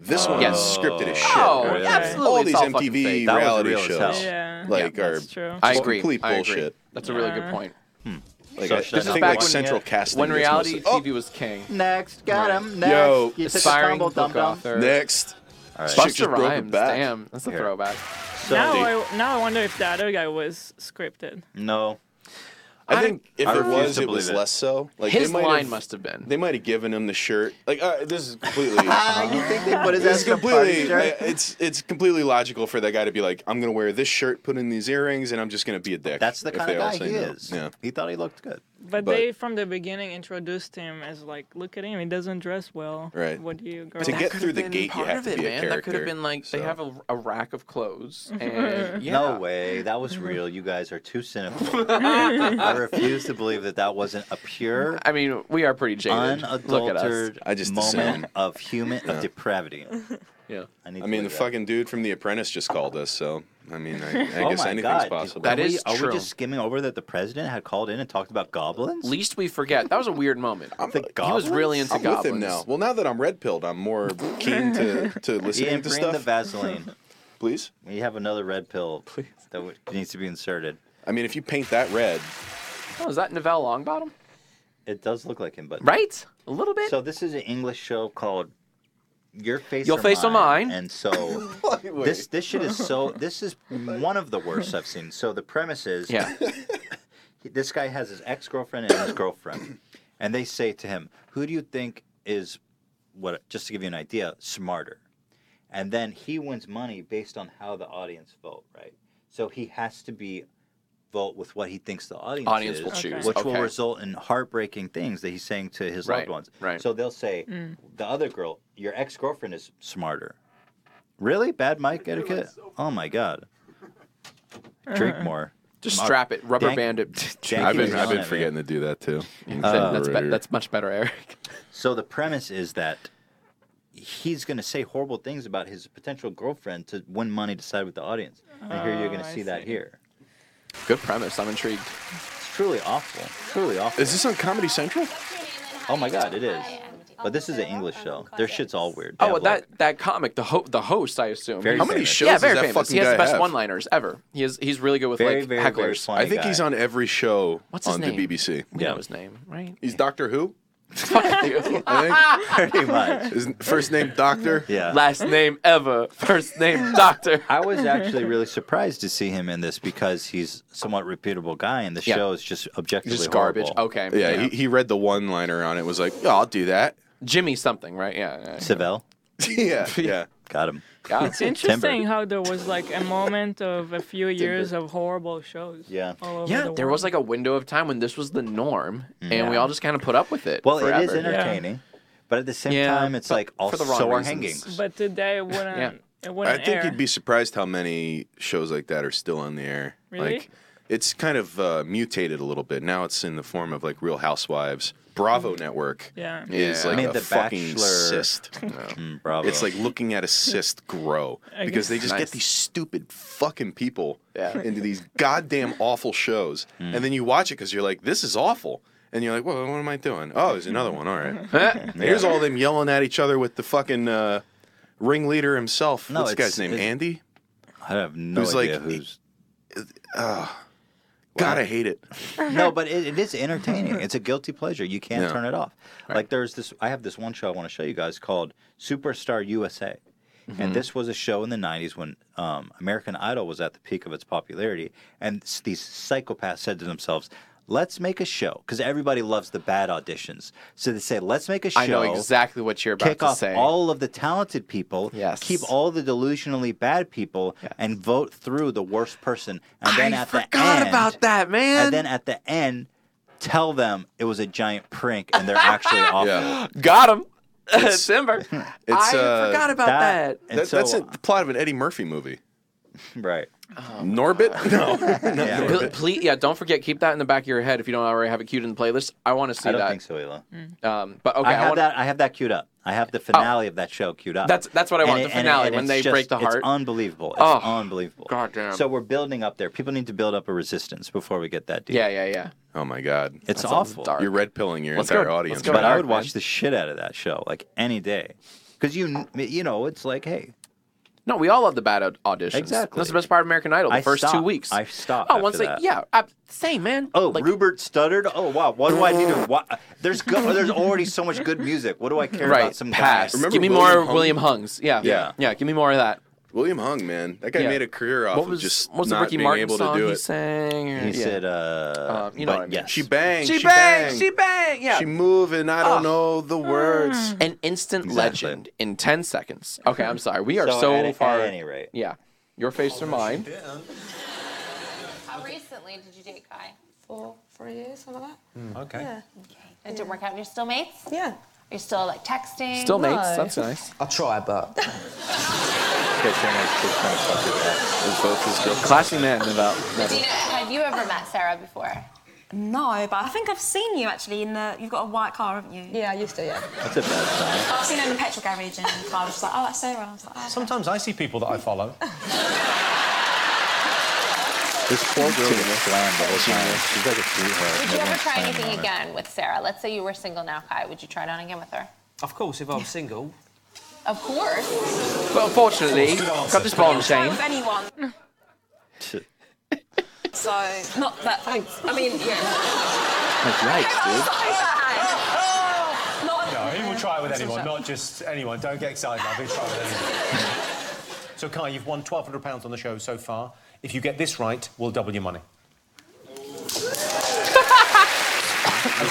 Speaker 4: This one
Speaker 2: Yes.
Speaker 4: is scripted as shit.
Speaker 2: Oh,
Speaker 4: right?
Speaker 2: absolutely.
Speaker 4: All
Speaker 2: It's
Speaker 4: these
Speaker 2: all fucking
Speaker 4: MTV
Speaker 2: fake. That was
Speaker 4: reality
Speaker 1: real as
Speaker 4: shows,
Speaker 1: hell. Yeah.
Speaker 4: like,
Speaker 2: Yeah,
Speaker 4: are
Speaker 2: that's true.
Speaker 4: just
Speaker 2: I agree.
Speaker 4: complete
Speaker 2: I agree.
Speaker 4: bullshit.
Speaker 2: That's a really good point.
Speaker 4: Like,
Speaker 1: Hmm. So
Speaker 4: I-
Speaker 1: should I
Speaker 4: this is
Speaker 1: not
Speaker 4: back
Speaker 1: watch
Speaker 4: when
Speaker 1: it
Speaker 4: central
Speaker 1: yet?
Speaker 4: casting
Speaker 2: When
Speaker 4: gets
Speaker 2: reality
Speaker 4: mostly- Oh,
Speaker 2: TV was king.
Speaker 1: Next, got him. Next.
Speaker 4: Yo,
Speaker 1: you took a
Speaker 2: aspiring
Speaker 1: tumble,
Speaker 2: book
Speaker 1: dum-dum.
Speaker 2: author.
Speaker 4: Next.
Speaker 1: All right.
Speaker 4: Chick just
Speaker 2: Busta
Speaker 4: broke her
Speaker 2: Rhymes.
Speaker 4: back.
Speaker 2: Damn, that's a
Speaker 1: Here.
Speaker 2: throwback.
Speaker 1: So,
Speaker 3: Now I now I wonder if the other guy was scripted.
Speaker 1: no.
Speaker 4: I think if
Speaker 1: I
Speaker 4: it
Speaker 1: refuse
Speaker 4: was,
Speaker 1: to
Speaker 4: it was
Speaker 1: believe it.
Speaker 4: less so. Like
Speaker 2: His
Speaker 4: they might
Speaker 2: line
Speaker 4: have,
Speaker 2: must have been.
Speaker 4: They might have given him the shirt. Like uh, this is completely.
Speaker 1: you think they put his
Speaker 4: It's
Speaker 1: ass in a party
Speaker 4: completely.
Speaker 1: shirt?
Speaker 4: It's it's completely logical for that guy to be like, I'm gonna wear this shirt, put in these earrings, and I'm just gonna be a dick.
Speaker 1: That's the
Speaker 4: if
Speaker 1: kind
Speaker 4: they
Speaker 1: of
Speaker 4: all
Speaker 1: guy
Speaker 4: say
Speaker 1: he
Speaker 4: no.
Speaker 1: is.
Speaker 4: Yeah.
Speaker 1: He thought he looked good.
Speaker 3: But,
Speaker 4: But-
Speaker 3: they from the beginning introduced him as like, look at him, he doesn't dress well.
Speaker 4: Right.
Speaker 3: What do you girl?
Speaker 4: To get
Speaker 2: could've
Speaker 4: through the
Speaker 2: been
Speaker 4: gate, you
Speaker 2: part
Speaker 4: have
Speaker 2: of
Speaker 4: to
Speaker 2: it,
Speaker 4: be a
Speaker 2: man.
Speaker 4: character.
Speaker 2: That could have been like they have a, a rack of clothes. And, yeah.
Speaker 1: No way. That was real. You guys are too cynical. I refuse to believe that that wasn't a pure,
Speaker 2: I mean,
Speaker 4: Oh.
Speaker 2: we are pretty jaded. Look at us.
Speaker 1: unadulterated
Speaker 4: I just
Speaker 1: moment
Speaker 4: assume.
Speaker 1: of human
Speaker 4: Yeah.
Speaker 1: of depravity.
Speaker 2: Yeah.
Speaker 1: I, need to
Speaker 4: I mean, the
Speaker 1: believe that.
Speaker 4: fucking dude from The Apprentice just called us, so I mean, I, I
Speaker 1: oh
Speaker 4: guess
Speaker 1: my
Speaker 4: anything's
Speaker 1: God.
Speaker 4: possible.
Speaker 2: That
Speaker 1: are
Speaker 2: is
Speaker 1: we, Are
Speaker 2: true.
Speaker 1: we just skimming over that the president had called in and talked about goblins?
Speaker 2: Least we forget. That was a weird moment.
Speaker 1: the
Speaker 2: He
Speaker 1: goblins?
Speaker 2: was really into
Speaker 4: I'm
Speaker 2: goblins.
Speaker 4: with him now. Well, now that I'm red pilled, I'm more keen to to
Speaker 1: Ian,
Speaker 4: listening to
Speaker 1: bring
Speaker 4: stuff.
Speaker 1: the Vaseline.
Speaker 4: Please.
Speaker 1: we have another red pill that w- needs to be inserted.
Speaker 4: I mean, if you paint that red,
Speaker 2: Oh, is that Novell Longbottom?
Speaker 1: It does look like him, but
Speaker 2: Right? A little bit.
Speaker 1: So this is an English show called Your Face.
Speaker 2: Your
Speaker 1: or
Speaker 2: Face or
Speaker 1: mine.
Speaker 2: Mine.
Speaker 1: and so this this shit is so. This is one of the worst I've seen. So the premise is,
Speaker 2: yeah.
Speaker 1: this guy has his ex girlfriend and his girlfriend, and they say to him, "Who do you think is what? Just to give you an idea, smarter?" And then he wins money based on how the audience vote, right? So he has to be vote with what he thinks the audience
Speaker 2: Audience
Speaker 1: is,
Speaker 2: will choose.
Speaker 1: which will
Speaker 2: Okay.
Speaker 1: result in heartbreaking things that he's saying to his
Speaker 2: Right,
Speaker 1: loved ones.
Speaker 2: right.
Speaker 1: So they'll say,
Speaker 10: Mm.
Speaker 3: Mm-hmm.
Speaker 1: "The other girl, your ex girlfriend, is smarter." Really bad mic etiquette. Oh my god. Drink
Speaker 3: Uh-huh.
Speaker 1: more.
Speaker 2: Just
Speaker 1: Mark-
Speaker 2: strap it, rubber
Speaker 1: Dank-
Speaker 2: band it.
Speaker 1: Dank
Speaker 4: I've been
Speaker 1: is
Speaker 4: I've
Speaker 1: on
Speaker 4: been
Speaker 1: it,
Speaker 4: forgetting to do that too.
Speaker 2: that's, be- that's much better, Eric.
Speaker 1: So the premise is that he's going to say horrible things about his potential girlfriend to win money to side with the audience. And here you're going to
Speaker 3: Oh, I
Speaker 1: see, that
Speaker 3: see.
Speaker 1: here.
Speaker 2: Good premise. I'm intrigued.
Speaker 1: It's truly awful. Truly awful.
Speaker 4: Is this on Comedy Central?
Speaker 1: oh my god, it is. But this is an English show. Their shit's all weird.
Speaker 2: Oh,
Speaker 1: They
Speaker 2: well,
Speaker 1: have,
Speaker 2: that that comic, the ho- the host, I assume.
Speaker 1: Very
Speaker 4: How many
Speaker 1: famous.
Speaker 4: shows
Speaker 2: yeah, very
Speaker 4: does that
Speaker 2: famous.
Speaker 4: fucking
Speaker 2: He has
Speaker 4: guy
Speaker 2: the best
Speaker 4: have?
Speaker 2: one-liners ever. He is he's really good with
Speaker 1: Very,
Speaker 2: like
Speaker 1: very,
Speaker 2: hecklers.
Speaker 1: very funny.
Speaker 4: I think
Speaker 1: guy.
Speaker 4: he's on every show
Speaker 2: What's his
Speaker 4: on
Speaker 2: name?
Speaker 4: the BBC.
Speaker 2: We know
Speaker 1: Yeah.
Speaker 2: his name, right?
Speaker 4: He's Doctor Who.
Speaker 2: Fuck you.
Speaker 4: I
Speaker 1: like, pretty much.
Speaker 4: think his first name Doctor.
Speaker 1: Yeah.
Speaker 2: Last name ever, first name Doctor.
Speaker 1: I was actually really surprised to see him in this because he's a somewhat reputable guy, and the
Speaker 2: Yeah.
Speaker 1: show is just objectively
Speaker 2: Just garbage.
Speaker 1: horrible.
Speaker 2: Okay.
Speaker 4: Yeah, He, he read the one liner on it. Was like, oh, I'll do that.
Speaker 2: Jimmy something, right? Yeah. yeah, yeah.
Speaker 1: Savell
Speaker 4: yeah, yeah.
Speaker 1: got him.
Speaker 2: God.
Speaker 3: It's interesting how there was like a moment of a few years of horrible shows.
Speaker 1: Yeah.
Speaker 3: All over
Speaker 2: Yeah,
Speaker 3: the
Speaker 2: there
Speaker 3: world.
Speaker 2: was like a window of time when this was the norm, and we all just kind of put up with it.
Speaker 1: Well,
Speaker 2: forever.
Speaker 1: it is entertaining, but at the same
Speaker 2: Yeah,
Speaker 1: time, it's
Speaker 2: but
Speaker 1: like
Speaker 2: for
Speaker 1: also
Speaker 2: the wrong
Speaker 1: hanging.
Speaker 2: reasons.
Speaker 3: But today it wouldn't. It
Speaker 4: I
Speaker 3: wouldn't
Speaker 4: think
Speaker 3: air.
Speaker 4: you'd be surprised how many shows like that are still on the air.
Speaker 3: Really?
Speaker 4: Like, it's kind of uh, mutated a little bit. Now it's in the form of like Real Housewives. Bravo Network
Speaker 3: Mm. Yeah.
Speaker 4: is
Speaker 2: Yeah.
Speaker 4: like
Speaker 1: I mean,
Speaker 4: a
Speaker 1: The
Speaker 4: fucking
Speaker 1: Bachelor-
Speaker 4: cyst.
Speaker 1: Mm, bravo.
Speaker 4: It's like looking at a cyst grow
Speaker 3: I
Speaker 4: because they just
Speaker 2: Nice.
Speaker 4: get these stupid fucking people
Speaker 2: Yeah.
Speaker 4: into these goddamn awful shows,
Speaker 1: Mm.
Speaker 4: and then you watch it because you're like, this is awful. And you're like, well, what am I doing? Oh, there's another one. All right.
Speaker 2: Eh,
Speaker 4: Here's all them yelling at each other with the fucking uh, ringleader himself.
Speaker 1: No,
Speaker 4: What's the
Speaker 1: it's-
Speaker 4: guy's name?
Speaker 1: it's-
Speaker 4: Andy?
Speaker 1: I have no
Speaker 4: Who's
Speaker 1: idea
Speaker 4: like-
Speaker 1: who's.
Speaker 2: uh,
Speaker 4: God, I hate it.
Speaker 1: no, but it, it is entertaining. It's a guilty pleasure. You can't
Speaker 4: Yeah.
Speaker 1: turn it off. Like there's this. I have this one show I want to show you guys called Superstar USA,
Speaker 2: Mm-hmm.
Speaker 1: and this was a show in the '90s when um, American Idol was at the peak of its popularity, and s- these psychopaths said to themselves. Let's make a show because everybody loves the bad auditions. So they say, let's make a show.
Speaker 2: I know exactly what you're about
Speaker 1: kick
Speaker 2: to
Speaker 1: off
Speaker 2: say.
Speaker 1: all of the talented people,
Speaker 2: Yes.
Speaker 1: keep all the delusionally bad people, and vote through the worst person. And then
Speaker 2: I
Speaker 1: at the
Speaker 2: forgot
Speaker 1: end,
Speaker 2: about that, man.
Speaker 1: and then at the end, tell them it was a giant prank and they're actually awful.
Speaker 4: Yeah.
Speaker 2: Got him. Timber. I
Speaker 4: uh,
Speaker 2: forgot about that.
Speaker 1: That, and
Speaker 4: That,
Speaker 1: so,
Speaker 4: that's a, the plot of an Eddie Murphy movie.
Speaker 1: right.
Speaker 2: Oh,
Speaker 4: Norbit? No. Not
Speaker 2: Yeah.
Speaker 4: Norbit.
Speaker 2: Please, yeah, don't forget, keep that in the back of your head if you don't already have it queued in the playlist. I want to see
Speaker 1: I don't
Speaker 2: that.
Speaker 1: think so, Ela.
Speaker 4: Mm.
Speaker 2: Um, but okay,
Speaker 1: I have
Speaker 2: want
Speaker 1: that. I have that queued up. I have the finale of that show queued up.
Speaker 2: That's- that's what I
Speaker 1: And
Speaker 2: want, the
Speaker 1: and
Speaker 2: finale,
Speaker 1: and
Speaker 2: when
Speaker 1: it's
Speaker 2: they break the heart.
Speaker 1: It's unbelievable. It's
Speaker 2: Oh,
Speaker 1: unbelievable.
Speaker 2: God damn.
Speaker 1: So we're building up there. People need to build up a resistance before we get that deal.
Speaker 2: Yeah, yeah, yeah.
Speaker 4: Oh my God,
Speaker 1: it's awful.
Speaker 4: You're red pilling your entire audience.
Speaker 1: But I would watch the shit out of that show like any day, because you kn- you know it's like hey,
Speaker 2: No, we all love the bad au- auditions.
Speaker 1: Exactly.
Speaker 2: That's the best part of American Idol. The
Speaker 1: I
Speaker 2: first two
Speaker 1: stopped.
Speaker 2: weeks.
Speaker 1: I stopped.
Speaker 2: Oh,
Speaker 1: after
Speaker 2: once they
Speaker 1: that.
Speaker 2: yeah, I, same man.
Speaker 1: Oh, Rupert stuttered. Oh wow, what do I need to? Why, there's go, there's already so much good music. What do I care
Speaker 2: right.
Speaker 1: about some
Speaker 2: pass.
Speaker 1: guy?
Speaker 2: give me more William Hungs. Yeah,
Speaker 4: Yeah.
Speaker 2: yeah. Give me more of that.
Speaker 4: William Hung, man, that guy
Speaker 2: Yeah.
Speaker 4: made a career off
Speaker 2: What was
Speaker 4: of just
Speaker 2: what was
Speaker 4: not
Speaker 2: the Ricky
Speaker 4: being
Speaker 2: Martin
Speaker 4: able
Speaker 2: song
Speaker 4: to do
Speaker 2: he
Speaker 4: it.
Speaker 2: sang? Or,
Speaker 1: He
Speaker 2: yeah.
Speaker 1: said, uh,
Speaker 2: Um, you know
Speaker 1: but
Speaker 2: what I mean.
Speaker 1: yes.
Speaker 4: She bang,
Speaker 2: she,
Speaker 4: she,
Speaker 2: bang,
Speaker 4: bang.
Speaker 2: she bang. Yeah,
Speaker 4: She moving. I don't
Speaker 2: Oh.
Speaker 4: know the words.
Speaker 2: Mm. an instant legend in ten seconds. Okay, I'm sorry. We are so,
Speaker 1: So at- at
Speaker 2: far.
Speaker 1: any rate.
Speaker 2: yeah. Your face or mine?
Speaker 15: How recently did you date Kai? Four, four years, something like
Speaker 2: Okay.
Speaker 15: that. It didn't work out. and You're still mates? Yeah. Are you still like texting?
Speaker 2: Still mates. That's nice.
Speaker 16: I'll try, but
Speaker 2: classy man about.
Speaker 15: Do you- have you ever met Sarah before?
Speaker 9: No, but I think I've seen you actually in the. You've got a white car, haven't you? Yeah, I used to. Yeah.
Speaker 1: That's a bad sign.
Speaker 9: I've seen her in the petrol garage and the car. I was just like, oh, that's Sarah. I was like, oh.
Speaker 17: Sometimes I see people that I follow.
Speaker 1: This poor girl just slammed the whole time. She's like a
Speaker 15: Would
Speaker 1: sweetheart.
Speaker 15: you ever
Speaker 1: Everyone's
Speaker 15: try
Speaker 1: slamming on
Speaker 15: anything
Speaker 1: her.
Speaker 15: again with Sarah? Let's say you were single now, Kai. Would you try it on again with her?
Speaker 17: Of course, if I was single.
Speaker 15: Of course.
Speaker 2: But unfortunately, got this ball and chain.
Speaker 9: With anyone. So not that. Thanks. I mean, yeah.
Speaker 17: No, he will try it with anyone, not just anyone. Don't get excited, love. He'll try it with anyone. so, Kai, you've won £1,200 on the show so far. If you get this right, we'll double your money. okay,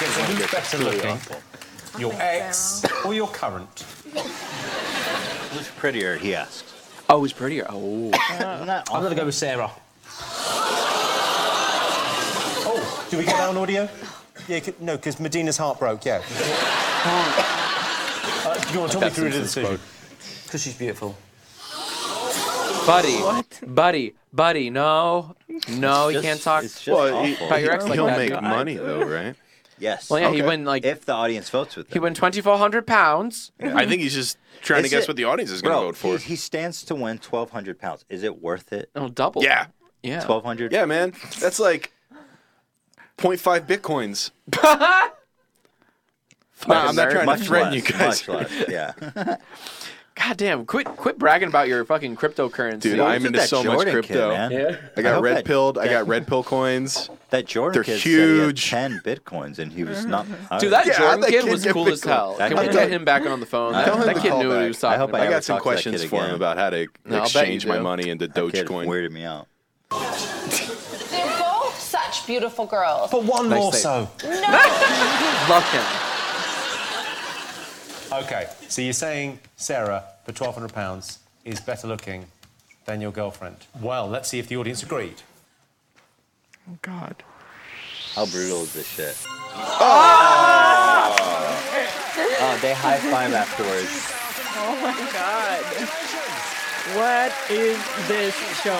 Speaker 17: so who's better looking? Your ex or your current?
Speaker 1: Who's prettier? He asked.
Speaker 2: Oh, he's prettier. Oh.
Speaker 17: I'm going to go with Sarah. Oh, do we get that on audio? Yeah, c- no, because Medina's heart broke, yeah. Uh, do you want to talk me
Speaker 2: That's
Speaker 17: through the
Speaker 2: Simpsons
Speaker 17: decision? Because she's beautiful.
Speaker 2: Buddy, buddy, buddy, no, no, you can't talk
Speaker 4: Well, he-
Speaker 2: about your ex like
Speaker 4: he'll
Speaker 2: that.
Speaker 4: make money though, Oh, right?
Speaker 1: Yes.
Speaker 2: Well, yeah, he
Speaker 4: Okay.
Speaker 2: went like
Speaker 1: if the audience votes with him.
Speaker 2: He went twenty four hundred pounds.
Speaker 4: I think he's just trying
Speaker 1: Is
Speaker 4: to guess
Speaker 1: it-
Speaker 4: what the audience is going to
Speaker 1: Bro,
Speaker 4: vote for.
Speaker 1: He, he stands to win twelve hundred pounds. Is it worth it?
Speaker 2: Oh, double.
Speaker 4: Yeah.
Speaker 2: Yeah.
Speaker 1: Twelve hundred.
Speaker 4: Yeah, man, that's like 0.5 bitcoins. No, I'm not trying to threaten you guys.
Speaker 1: Yeah.
Speaker 2: God damn, quit quit bragging about your fucking cryptocurrency.
Speaker 4: Dude, I'm into so much crypto. I got red pilled. I got red pill coins.
Speaker 1: That Jordan
Speaker 4: They're
Speaker 1: kid
Speaker 4: huge.
Speaker 1: Said he had Ten bitcoins, and he was not.
Speaker 2: Dude, that
Speaker 1: Yeah,
Speaker 2: Jordan
Speaker 1: that
Speaker 2: kid,
Speaker 1: kid
Speaker 2: was
Speaker 1: get
Speaker 2: cool as
Speaker 1: Bitcoin.
Speaker 2: hell.
Speaker 1: That
Speaker 2: Can we
Speaker 1: kid-
Speaker 2: get him back on the phone?
Speaker 4: Tell him
Speaker 2: That
Speaker 4: to
Speaker 2: kid
Speaker 4: call
Speaker 2: knew what he
Speaker 4: back.
Speaker 2: was talking
Speaker 4: I hope I,
Speaker 2: about.
Speaker 4: got some questions for him about how to
Speaker 2: No, I'll bet
Speaker 4: exchange
Speaker 2: you
Speaker 4: my
Speaker 2: do.
Speaker 4: money into Dogecoin.
Speaker 1: Weirded me out.
Speaker 15: They're both such beautiful girls.
Speaker 17: But one
Speaker 4: Nice
Speaker 17: more
Speaker 4: thing.
Speaker 17: so.
Speaker 15: No.
Speaker 2: Love him.
Speaker 17: Okay, so you're saying Sarah for twelve hundred pounds is better looking than your girlfriend. Well, let's see if the audience agreed.
Speaker 3: Oh God.
Speaker 1: How brutal is this shit?
Speaker 3: oh
Speaker 4: Ah,
Speaker 1: Oh, they high five afterwards.
Speaker 3: Oh my God. What is this show?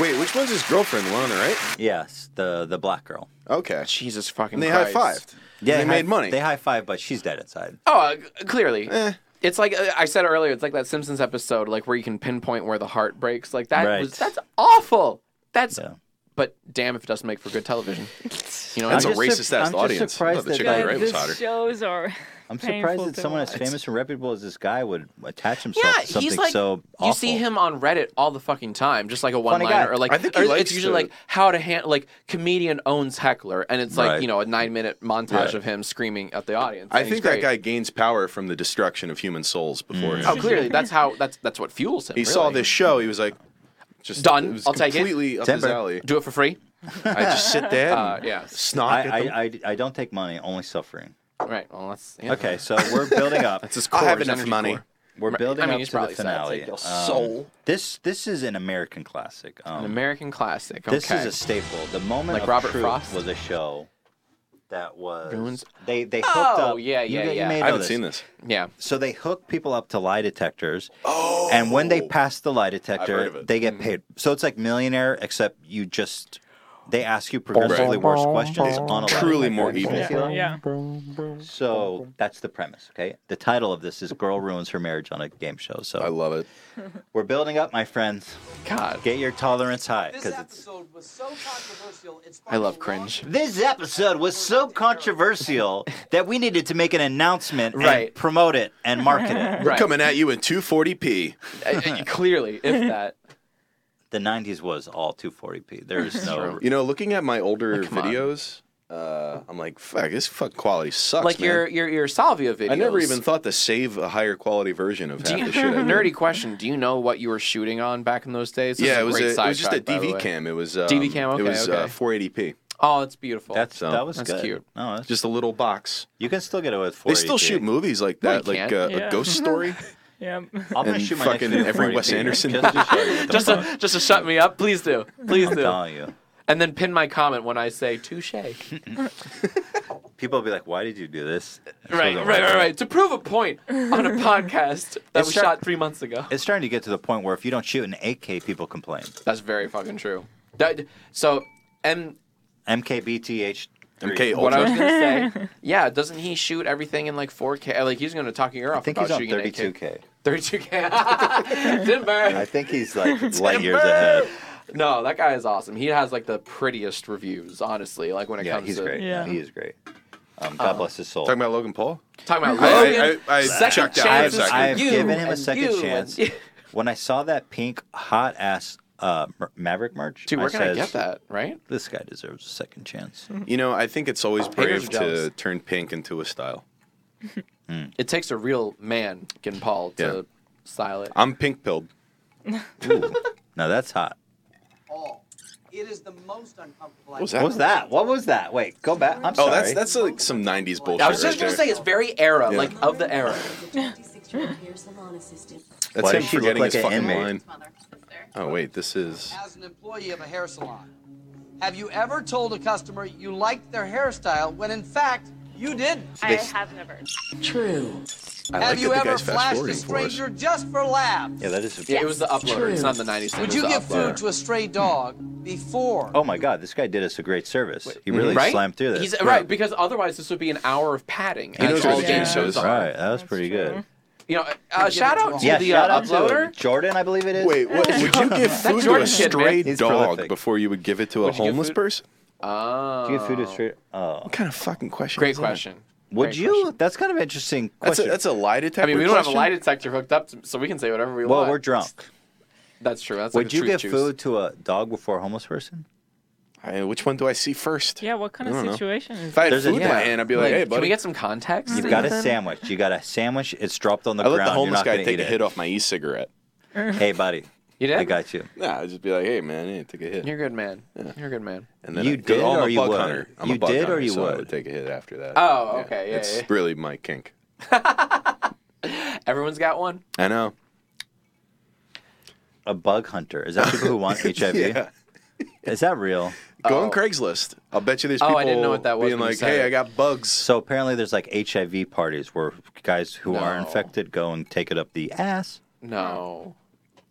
Speaker 4: Wait, which one's his girlfriend? The one on the right?
Speaker 1: Yes, the the black girl.
Speaker 4: Okay.
Speaker 2: Jesus fucking.
Speaker 4: And they high fived.
Speaker 1: Yeah,
Speaker 4: they
Speaker 1: hi-
Speaker 4: made money.
Speaker 1: They high five, but she's dead inside.
Speaker 2: Oh, uh, clearly.
Speaker 4: Eh.
Speaker 2: It's like uh, I said earlier. It's like that Simpsons episode, like where you can pinpoint where the heart breaks. Like that
Speaker 1: Right.
Speaker 2: was that's awful. That's. But damn, if it doesn't make for good television. You know,
Speaker 1: That's I'm a just sur- racist-ass I'm just audience. surprised
Speaker 2: Thought the
Speaker 1: that
Speaker 2: chick
Speaker 1: guy-
Speaker 2: on the right was
Speaker 1: this
Speaker 2: hotter.
Speaker 3: Shows are.
Speaker 1: I'm
Speaker 3: painful
Speaker 1: surprised that
Speaker 3: to
Speaker 1: someone as
Speaker 3: watch.
Speaker 1: famous and reputable as this guy would attach himself
Speaker 2: Yeah,
Speaker 1: to something
Speaker 2: he's like
Speaker 1: so awful.
Speaker 2: you see him on Reddit all the fucking time, just like a one
Speaker 1: guy.
Speaker 2: liner or like
Speaker 1: I think he
Speaker 2: or
Speaker 1: likes
Speaker 2: it's usually
Speaker 1: to-
Speaker 2: like how to handle like comedian owns heckler, and it's like
Speaker 4: Right.
Speaker 2: you know a nine minute montage
Speaker 4: Yeah.
Speaker 2: of him screaming at the audience.
Speaker 4: I
Speaker 2: and he's
Speaker 4: think that
Speaker 2: great.
Speaker 4: guy gains power from the destruction of human souls before him.
Speaker 2: Oh, clearly that's how that's that's what fuels him.
Speaker 4: He saw
Speaker 2: really.
Speaker 4: this show. He was like, just
Speaker 2: Done.
Speaker 4: It was
Speaker 2: I'll take it.
Speaker 4: completely up
Speaker 2: Timber.
Speaker 4: his alley.
Speaker 2: Do it for free.
Speaker 4: I just sit there. And
Speaker 2: Uh, yeah.
Speaker 4: Snot.
Speaker 1: I, I, I, I don't take money, only suffering.
Speaker 2: Right. Well, that's yeah.
Speaker 1: Okay, so we're building up.
Speaker 2: That's his core, I'll have his enough energy money. core.
Speaker 1: We're
Speaker 2: Right,
Speaker 1: building
Speaker 2: I mean,
Speaker 1: up
Speaker 2: he's
Speaker 1: to the
Speaker 2: probably sad,
Speaker 1: finale. Um,
Speaker 2: take your soul.
Speaker 1: this this is an American classic. Um,
Speaker 2: An American classic.
Speaker 1: This
Speaker 2: okay.
Speaker 1: is a staple. The moment
Speaker 2: Like
Speaker 1: of
Speaker 2: Robert
Speaker 1: truth
Speaker 2: Frost?
Speaker 1: was a show that was
Speaker 2: Ruins-
Speaker 1: they they hooked
Speaker 2: Oh,
Speaker 1: up.
Speaker 2: yeah,
Speaker 1: you
Speaker 2: yeah,
Speaker 1: may- you
Speaker 2: yeah.
Speaker 1: may
Speaker 2: I
Speaker 1: know
Speaker 2: haven't seen this. Yeah.
Speaker 1: So they hook people up to lie detectors, oh. and when they pass the lie detector, they get paid. So it's like millionaire, except you just they ask you progressively worse questions
Speaker 4: It's
Speaker 1: on a lie
Speaker 4: truly
Speaker 1: detector.
Speaker 4: more evil.
Speaker 3: Yeah.
Speaker 1: So that's the premise. Okay. The title of this is "Girl Ruins Her Marriage on a Game Show." So I
Speaker 4: love it.
Speaker 1: We're building up, my friends. God, get your tolerance high because it's.
Speaker 16: episode was so controversial, it's
Speaker 1: I love cringe. This episode was so controversial that we needed to make an announcement,
Speaker 2: Right.
Speaker 1: And promote it and market it.
Speaker 2: We're Right. coming
Speaker 1: at you in 240p.
Speaker 2: Clearly, if that.
Speaker 1: The 90s was all 240p. There is no.
Speaker 4: You know, looking at my older videos, uh, I'm like, fuck, this fuck quality sucks.
Speaker 2: like
Speaker 4: man.
Speaker 2: your, your your salvia videos.
Speaker 4: I never even thought to save a higher quality version of
Speaker 2: Do
Speaker 4: half
Speaker 2: you,
Speaker 4: the shit. I do.
Speaker 2: nerdy question. Do you know what you were shooting on back in those days? This is
Speaker 4: yeah,
Speaker 2: a
Speaker 4: it was
Speaker 2: great
Speaker 4: a, it
Speaker 2: side
Speaker 4: was just a
Speaker 2: fact, by the
Speaker 4: DV
Speaker 2: way.
Speaker 4: cam. It was um,
Speaker 2: DV cam. Okay,
Speaker 4: it was
Speaker 2: okay.
Speaker 4: Uh, 480p.
Speaker 2: oh, it's beautiful.
Speaker 4: That's-
Speaker 2: so,
Speaker 4: that was
Speaker 2: that's
Speaker 4: good.
Speaker 2: cute.
Speaker 1: No, that's
Speaker 4: Just a little box.
Speaker 1: You can still get away with 480p.
Speaker 4: They still shoot movies like
Speaker 2: No,
Speaker 4: that,
Speaker 2: you
Speaker 4: like
Speaker 2: can't.
Speaker 4: uh,
Speaker 3: Yeah.
Speaker 4: a ghost story.
Speaker 3: Yeah.
Speaker 1: I'm gonna
Speaker 4: and
Speaker 1: shoot my next
Speaker 4: fucking
Speaker 1: video in
Speaker 4: every
Speaker 1: 480p.
Speaker 4: Wes Anderson.
Speaker 1: Just to show you.
Speaker 2: just to, just to shut me up, please do, please
Speaker 1: I'm
Speaker 2: do.
Speaker 1: telling you.
Speaker 2: And then pin my comment when I say touche. right,
Speaker 1: People will be like, why did you do this?
Speaker 2: right, right, right. To prove a point on a podcast that
Speaker 1: It's
Speaker 2: we
Speaker 1: sharp-
Speaker 2: shot three months ago.
Speaker 1: It's starting to get to the point where if you don't shoot an 8K, people complain.
Speaker 2: That's very fucking true. That, so, and
Speaker 1: MKBTH.
Speaker 4: MK
Speaker 2: what I was gonna say, yeah, doesn't he shoot everything in like 4K? Like he's gonna talk your ear
Speaker 1: I
Speaker 2: off
Speaker 1: think
Speaker 2: about
Speaker 1: he's on
Speaker 2: shooting in 8K.
Speaker 1: 32K.
Speaker 2: 32K. Timber.
Speaker 1: I think he's like light years
Speaker 2: Timber!
Speaker 1: ahead.
Speaker 2: No, that guy is awesome. He has like the prettiest reviews, honestly. Like when it
Speaker 1: Yeah,
Speaker 2: comes
Speaker 1: he's
Speaker 2: to Uh-huh.
Speaker 1: great. He is great. Um, God bless his soul.
Speaker 4: Talking about Logan Paul.
Speaker 2: talking about
Speaker 4: I- I-
Speaker 2: Logan,
Speaker 4: I- I
Speaker 2: second
Speaker 4: checked out for a
Speaker 2: chances
Speaker 4: second.
Speaker 2: for
Speaker 1: I've
Speaker 2: you
Speaker 1: given him a
Speaker 2: and
Speaker 1: second
Speaker 2: you and
Speaker 1: chance.
Speaker 2: you.
Speaker 1: when I saw that pink hot ass uh, Ma- Maverick merch,
Speaker 2: Dude, where can I
Speaker 1: says,
Speaker 2: get that? Right?
Speaker 1: This guy deserves a second chance.
Speaker 4: You know, I think it's always
Speaker 2: Oh, Haters
Speaker 4: brave
Speaker 2: are jealous.
Speaker 4: to turn pink into a style.
Speaker 2: It takes a real man, Gin Paul, to
Speaker 4: Yeah.
Speaker 2: style it.
Speaker 4: I'm pink pilled.
Speaker 1: Now that's hot.
Speaker 16: all. It is the most uncomfortable.
Speaker 1: What was that? What was that? Wait, go back. I'm
Speaker 4: oh,
Speaker 1: sorry.
Speaker 4: that's that's like some '90s bullshit.
Speaker 2: I was just
Speaker 4: right
Speaker 2: gonna
Speaker 4: there.
Speaker 2: say it's very era,
Speaker 4: Yeah.
Speaker 2: like of the era.
Speaker 4: That's
Speaker 1: Why
Speaker 4: him
Speaker 1: does she look
Speaker 4: forgetting
Speaker 1: like
Speaker 4: his
Speaker 1: an
Speaker 4: fucking
Speaker 1: inmate?
Speaker 4: line. Oh wait, this is.
Speaker 16: As an employee of a hair salon, have you ever told a customer you liked their hairstyle when in fact you didn't?
Speaker 18: I have never.
Speaker 16: True.
Speaker 4: I
Speaker 16: have
Speaker 4: like
Speaker 16: you
Speaker 4: that
Speaker 16: ever
Speaker 4: the
Speaker 16: flashed
Speaker 4: guy's
Speaker 16: a
Speaker 4: fast-forwarding for us.
Speaker 16: stranger just for laughs?
Speaker 1: Yeah, that is.
Speaker 2: Yeah, it was the uploader. It's not the '90s. Thing.
Speaker 16: Would
Speaker 2: it was
Speaker 16: you
Speaker 2: the
Speaker 16: give
Speaker 2: uploader.
Speaker 16: food to a stray dog before?
Speaker 1: Oh my God, this guy did us a great service. He really
Speaker 2: right?
Speaker 1: slammed through this.
Speaker 2: He's, right, because otherwise this would be an hour of padding.
Speaker 1: He
Speaker 2: and
Speaker 1: knows
Speaker 2: all
Speaker 1: what the game
Speaker 2: these
Speaker 1: shows
Speaker 2: shows
Speaker 1: Right, that was pretty good.
Speaker 2: You know, uh, shout out to
Speaker 1: Yeah,
Speaker 2: the
Speaker 1: shout
Speaker 2: uh,
Speaker 1: out to
Speaker 2: uploader.
Speaker 1: Jordan, I believe it is.
Speaker 4: Wait, what, would you
Speaker 2: That
Speaker 4: give food to
Speaker 2: Jordan
Speaker 4: a
Speaker 2: kid, man.
Speaker 4: stray
Speaker 1: He's
Speaker 4: dog
Speaker 1: prolific.
Speaker 4: before you would give it to a
Speaker 1: Would you give
Speaker 4: homeless
Speaker 1: food-
Speaker 4: person?
Speaker 2: Oh.
Speaker 1: Do you give food to straight? Oh.
Speaker 4: What kind of fucking question?
Speaker 2: Great
Speaker 4: is that?
Speaker 2: question.
Speaker 1: Would
Speaker 2: Great
Speaker 1: you? That's kind of an interesting
Speaker 4: That's a,
Speaker 1: question.
Speaker 4: that's a lie detector.
Speaker 2: I mean, we don't have a
Speaker 4: question?
Speaker 2: lie detector hooked up, to, so we can say whatever we
Speaker 1: well,
Speaker 2: want.
Speaker 1: we're drunk.
Speaker 2: That's true. That's like
Speaker 1: Would
Speaker 2: a
Speaker 1: you
Speaker 2: truth
Speaker 1: give
Speaker 2: juice.
Speaker 1: food to a dog before a homeless person?
Speaker 4: I, which one do I see first?
Speaker 3: Yeah, what kind
Speaker 4: I
Speaker 3: of
Speaker 4: don't know.
Speaker 3: situation is
Speaker 4: If I had
Speaker 1: There's a-
Speaker 4: food in
Speaker 1: yeah.
Speaker 4: my hand, I'd be like, hey, buddy.
Speaker 2: Can we get some context?
Speaker 1: You've got a sandwich. You got a sandwich. It's dropped on the
Speaker 4: I let
Speaker 1: ground.
Speaker 4: the
Speaker 1: You're
Speaker 4: homeless
Speaker 1: not
Speaker 4: guy
Speaker 1: gonna
Speaker 4: take
Speaker 1: eat
Speaker 4: a
Speaker 1: it.
Speaker 4: hit off my e-cigarette.
Speaker 1: Hey, buddy.
Speaker 2: You did?
Speaker 1: I got you.
Speaker 4: Nah, I'd just be like, hey, man, hey, take a hit.
Speaker 2: You're a good man. You're a good man.
Speaker 4: And then
Speaker 1: You
Speaker 4: I, 'cause
Speaker 1: did
Speaker 4: I'm a
Speaker 1: or you
Speaker 4: bug
Speaker 1: would?
Speaker 4: hunter. I'm
Speaker 1: You
Speaker 4: a bug
Speaker 1: did or
Speaker 4: hunter,
Speaker 1: you
Speaker 4: so I
Speaker 1: would?
Speaker 4: take a hit after that.
Speaker 2: Oh, okay, yeah,
Speaker 4: it's
Speaker 2: yeah.
Speaker 4: really my kink.
Speaker 2: Everyone's got one.
Speaker 4: I know.
Speaker 1: A bug hunter. Is that people who want HIV?
Speaker 4: Yeah.
Speaker 1: Is that real?
Speaker 4: Go on Craigslist. I'll bet you there's
Speaker 2: Oh,
Speaker 4: people
Speaker 2: I didn't know what that was
Speaker 4: being
Speaker 2: when you
Speaker 4: like,
Speaker 2: said
Speaker 4: hey,
Speaker 2: it.
Speaker 4: I got bugs.
Speaker 1: So apparently, there's like HIV parties where guys who are
Speaker 2: No.
Speaker 1: infected go and take it up the ass.
Speaker 2: No.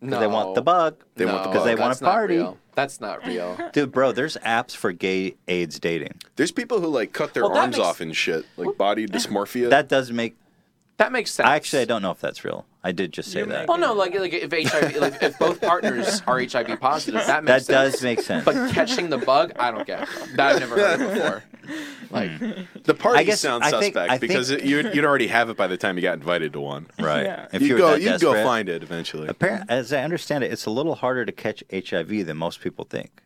Speaker 2: No.
Speaker 1: Because they want the bug.
Speaker 4: They want the
Speaker 2: No,
Speaker 1: Because they want
Speaker 2: that's
Speaker 1: to
Speaker 2: not
Speaker 1: party.
Speaker 2: real. That's not real.
Speaker 1: Dude, bro, there's apps for gay AIDS dating.
Speaker 4: There's people who like cut their
Speaker 2: Well, that
Speaker 4: arms
Speaker 2: makes-
Speaker 4: off and shit, like body dysmorphia.
Speaker 1: That does make.
Speaker 2: That makes sense.
Speaker 1: I actually I don't know if that's real. I did just say that.
Speaker 2: Well, no, like, like if HIV, like if both partners are HIV positive,
Speaker 1: That
Speaker 2: that makes sense.
Speaker 1: does make sense.
Speaker 2: But catching the bug, I don't get. That I've never heard of before. Like,
Speaker 1: Hmm.
Speaker 4: the party
Speaker 1: I guess-
Speaker 4: sounds
Speaker 1: I think-
Speaker 4: suspect
Speaker 1: I think-
Speaker 4: because it, you'd, you'd already have it by the time you got invited to one.
Speaker 1: Right.
Speaker 4: Yeah.
Speaker 1: If
Speaker 4: you
Speaker 1: you were
Speaker 4: go,
Speaker 1: that
Speaker 4: you'd go
Speaker 1: desperate.
Speaker 4: find it eventually.
Speaker 1: Appar- as I understand it, it's a little harder to catch HIV than most people think.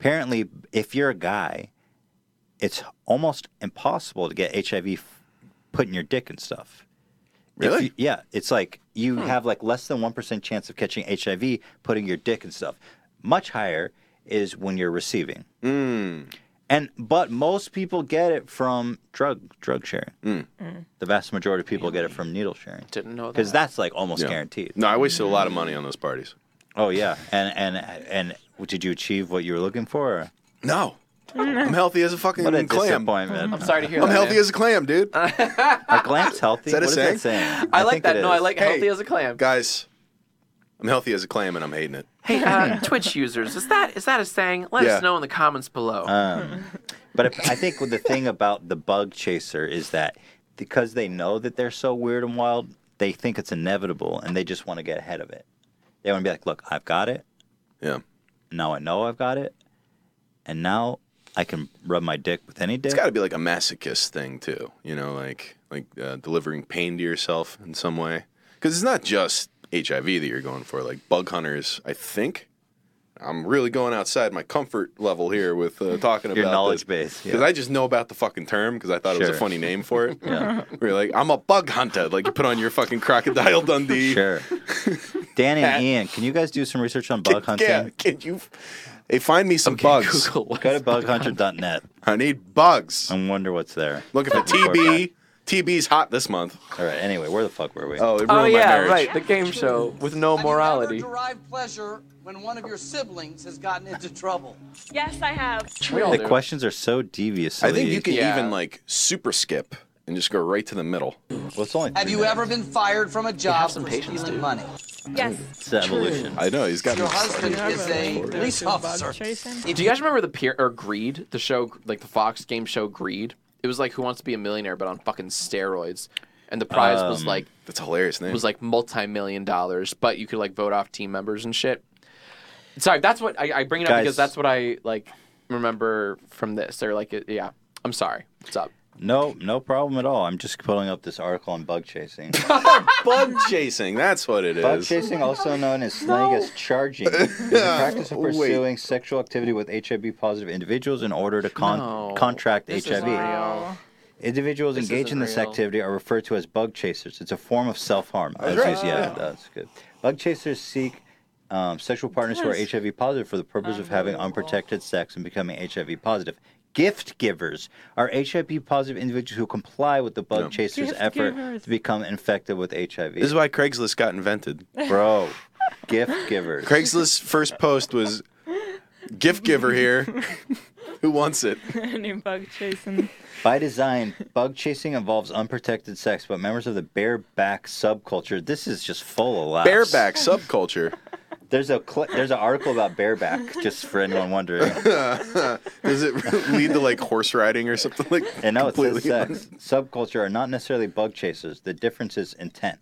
Speaker 1: Apparently, if you're a guy, it's almost impossible to get HIV f- put in your dick and stuff. If
Speaker 4: Really?
Speaker 1: you- yeah, it's like you
Speaker 4: Hmm.
Speaker 1: have like less than one percent chance of catching HIV putting your dick and stuff. Much higher is when you're receiving.
Speaker 4: Hmm.
Speaker 1: Hmm. And but most people get it from drug drug sharing.
Speaker 4: Hmm.
Speaker 1: The vast majority of people get it from needle sharing.
Speaker 2: Didn't know
Speaker 1: Because
Speaker 2: that.
Speaker 1: that's like almost
Speaker 4: Yeah.
Speaker 1: guaranteed.
Speaker 4: No, I wasted a lot of money on those parties.
Speaker 1: Oh yeah, and and and did you achieve what you were looking for?
Speaker 4: No.
Speaker 7: I'm healthy as a fucking
Speaker 1: What a
Speaker 7: clam.
Speaker 1: disappointment. I'm
Speaker 2: sorry to hear
Speaker 7: I'm
Speaker 2: that,
Speaker 7: healthy
Speaker 2: man.
Speaker 7: as a clam, dude.
Speaker 1: Are clams healthy?
Speaker 7: Is that a
Speaker 1: What is
Speaker 7: saying?
Speaker 1: that saying?
Speaker 2: I like that. No, I like
Speaker 7: Hey,
Speaker 2: healthy as a clam.
Speaker 7: Guys, I'm healthy as a clam and I'm hating it.
Speaker 2: Hey, uh, Twitch users, is that is that a saying? Let
Speaker 1: Yeah.
Speaker 2: us know in the comments below.
Speaker 1: Um, but I I think the thing about the bug chaser is that because they know that they're so weird and wild, they think it's inevitable and they just want to get ahead of it. They want to be like, look, I've got it.
Speaker 7: Yeah.
Speaker 1: Now I know I've got it. And now I can rub my dick with any dick.
Speaker 4: It's got to be like a masochist thing too, you know, like like uh, delivering pain to yourself in some way. Because it's not just HIV that you're going for. Like bug hunters, I think. I'm really going outside my comfort level here with uh, talking about
Speaker 1: Your knowledge
Speaker 4: this.
Speaker 1: base, yeah.
Speaker 4: Because I just know about the fucking term because I thought it was
Speaker 1: Sure.
Speaker 4: a funny name for it.
Speaker 1: Yeah.
Speaker 4: We're like, I'm a bug hunter. Like you put on your fucking crocodile Dundee.
Speaker 1: Sure. Dan and Ian, can you guys do some research on bug hunting?
Speaker 4: Yeah, can you? Hey, find me some bugs.
Speaker 1: Go to bughunter.net.
Speaker 4: I need bugs.
Speaker 1: I wonder what's there.
Speaker 4: Looking for TB. TB's hot this month.
Speaker 1: All right. Anyway, where the fuck were we?
Speaker 4: Oh, it ruined
Speaker 2: oh
Speaker 4: my
Speaker 2: yeah,
Speaker 4: marriage.
Speaker 2: right. The game show with no morality.
Speaker 16: Derived pleasure when one of your siblings has gotten into trouble.
Speaker 13: Yes, I have.
Speaker 1: The questions are so devious.
Speaker 4: I think you can even like super skip and just go right to the middle.
Speaker 1: Well, it's only
Speaker 16: Have you ever been fired from a job for stealing money?
Speaker 13: Yes.
Speaker 1: It's evolution.
Speaker 4: I know he's got.
Speaker 16: Your
Speaker 4: me
Speaker 16: husband
Speaker 4: started.
Speaker 16: is a police officer.
Speaker 2: Do you guys remember the peer or Greed, the show, like the Fox game show Greed? It was like Who Wants to Be a Millionaire, but on fucking steroids. And the prize was
Speaker 4: Um,
Speaker 2: like
Speaker 4: that's a hilarious name.
Speaker 2: was like multi-million dollars, but you could like vote off team members and shit. Sorry, that's what I, I bring it up
Speaker 1: Guys.
Speaker 2: because that's what I like remember from this. They're like, it- yeah, I'm sorry. What's up?
Speaker 1: No, no problem at all. I'm just pulling up this article on bug chasing.
Speaker 4: bug chasing. That's what it is.
Speaker 1: bug chasing, also known as slang, as charging, is the practice of
Speaker 4: Wait.
Speaker 1: pursuing sexual activity with HIV positive individuals in order to con-
Speaker 2: No,
Speaker 1: contract
Speaker 2: this
Speaker 1: HIV.
Speaker 2: isn't real.
Speaker 1: Individuals
Speaker 2: This
Speaker 1: engaged in
Speaker 2: isn't
Speaker 1: this
Speaker 2: real.
Speaker 1: activity are referred to as bug chasers. It's a form of self harm.
Speaker 2: That's right.
Speaker 1: Yeah, that's good. Bug chasers seek um, sexual partners who are
Speaker 2: Yes.
Speaker 1: HIV positive for the purpose of having unprotected sex and becoming HIV positive. Gift givers are HIV positive individuals who comply with the bug
Speaker 4: Yeah.
Speaker 1: chasers'
Speaker 4: Gift
Speaker 1: effort
Speaker 4: givers.
Speaker 1: to become infected with HIV.
Speaker 4: This is why Craigslist got invented.
Speaker 1: Bro, gift givers.
Speaker 4: Craigslist's first post was gift giver here. Who wants it?
Speaker 3: Any bug chasing.
Speaker 1: By design, bug chasing involves unprotected sex, but members of the bareback subculture, this is just full of laughs.
Speaker 4: Bareback subculture.
Speaker 1: There's a cl- there's an article about bareback, just for anyone wondering.
Speaker 4: Does it lead to like horse riding or something like?
Speaker 1: And no, it says
Speaker 4: completely
Speaker 1: sex. Subculture are not necessarily bug chasers. The difference is intent.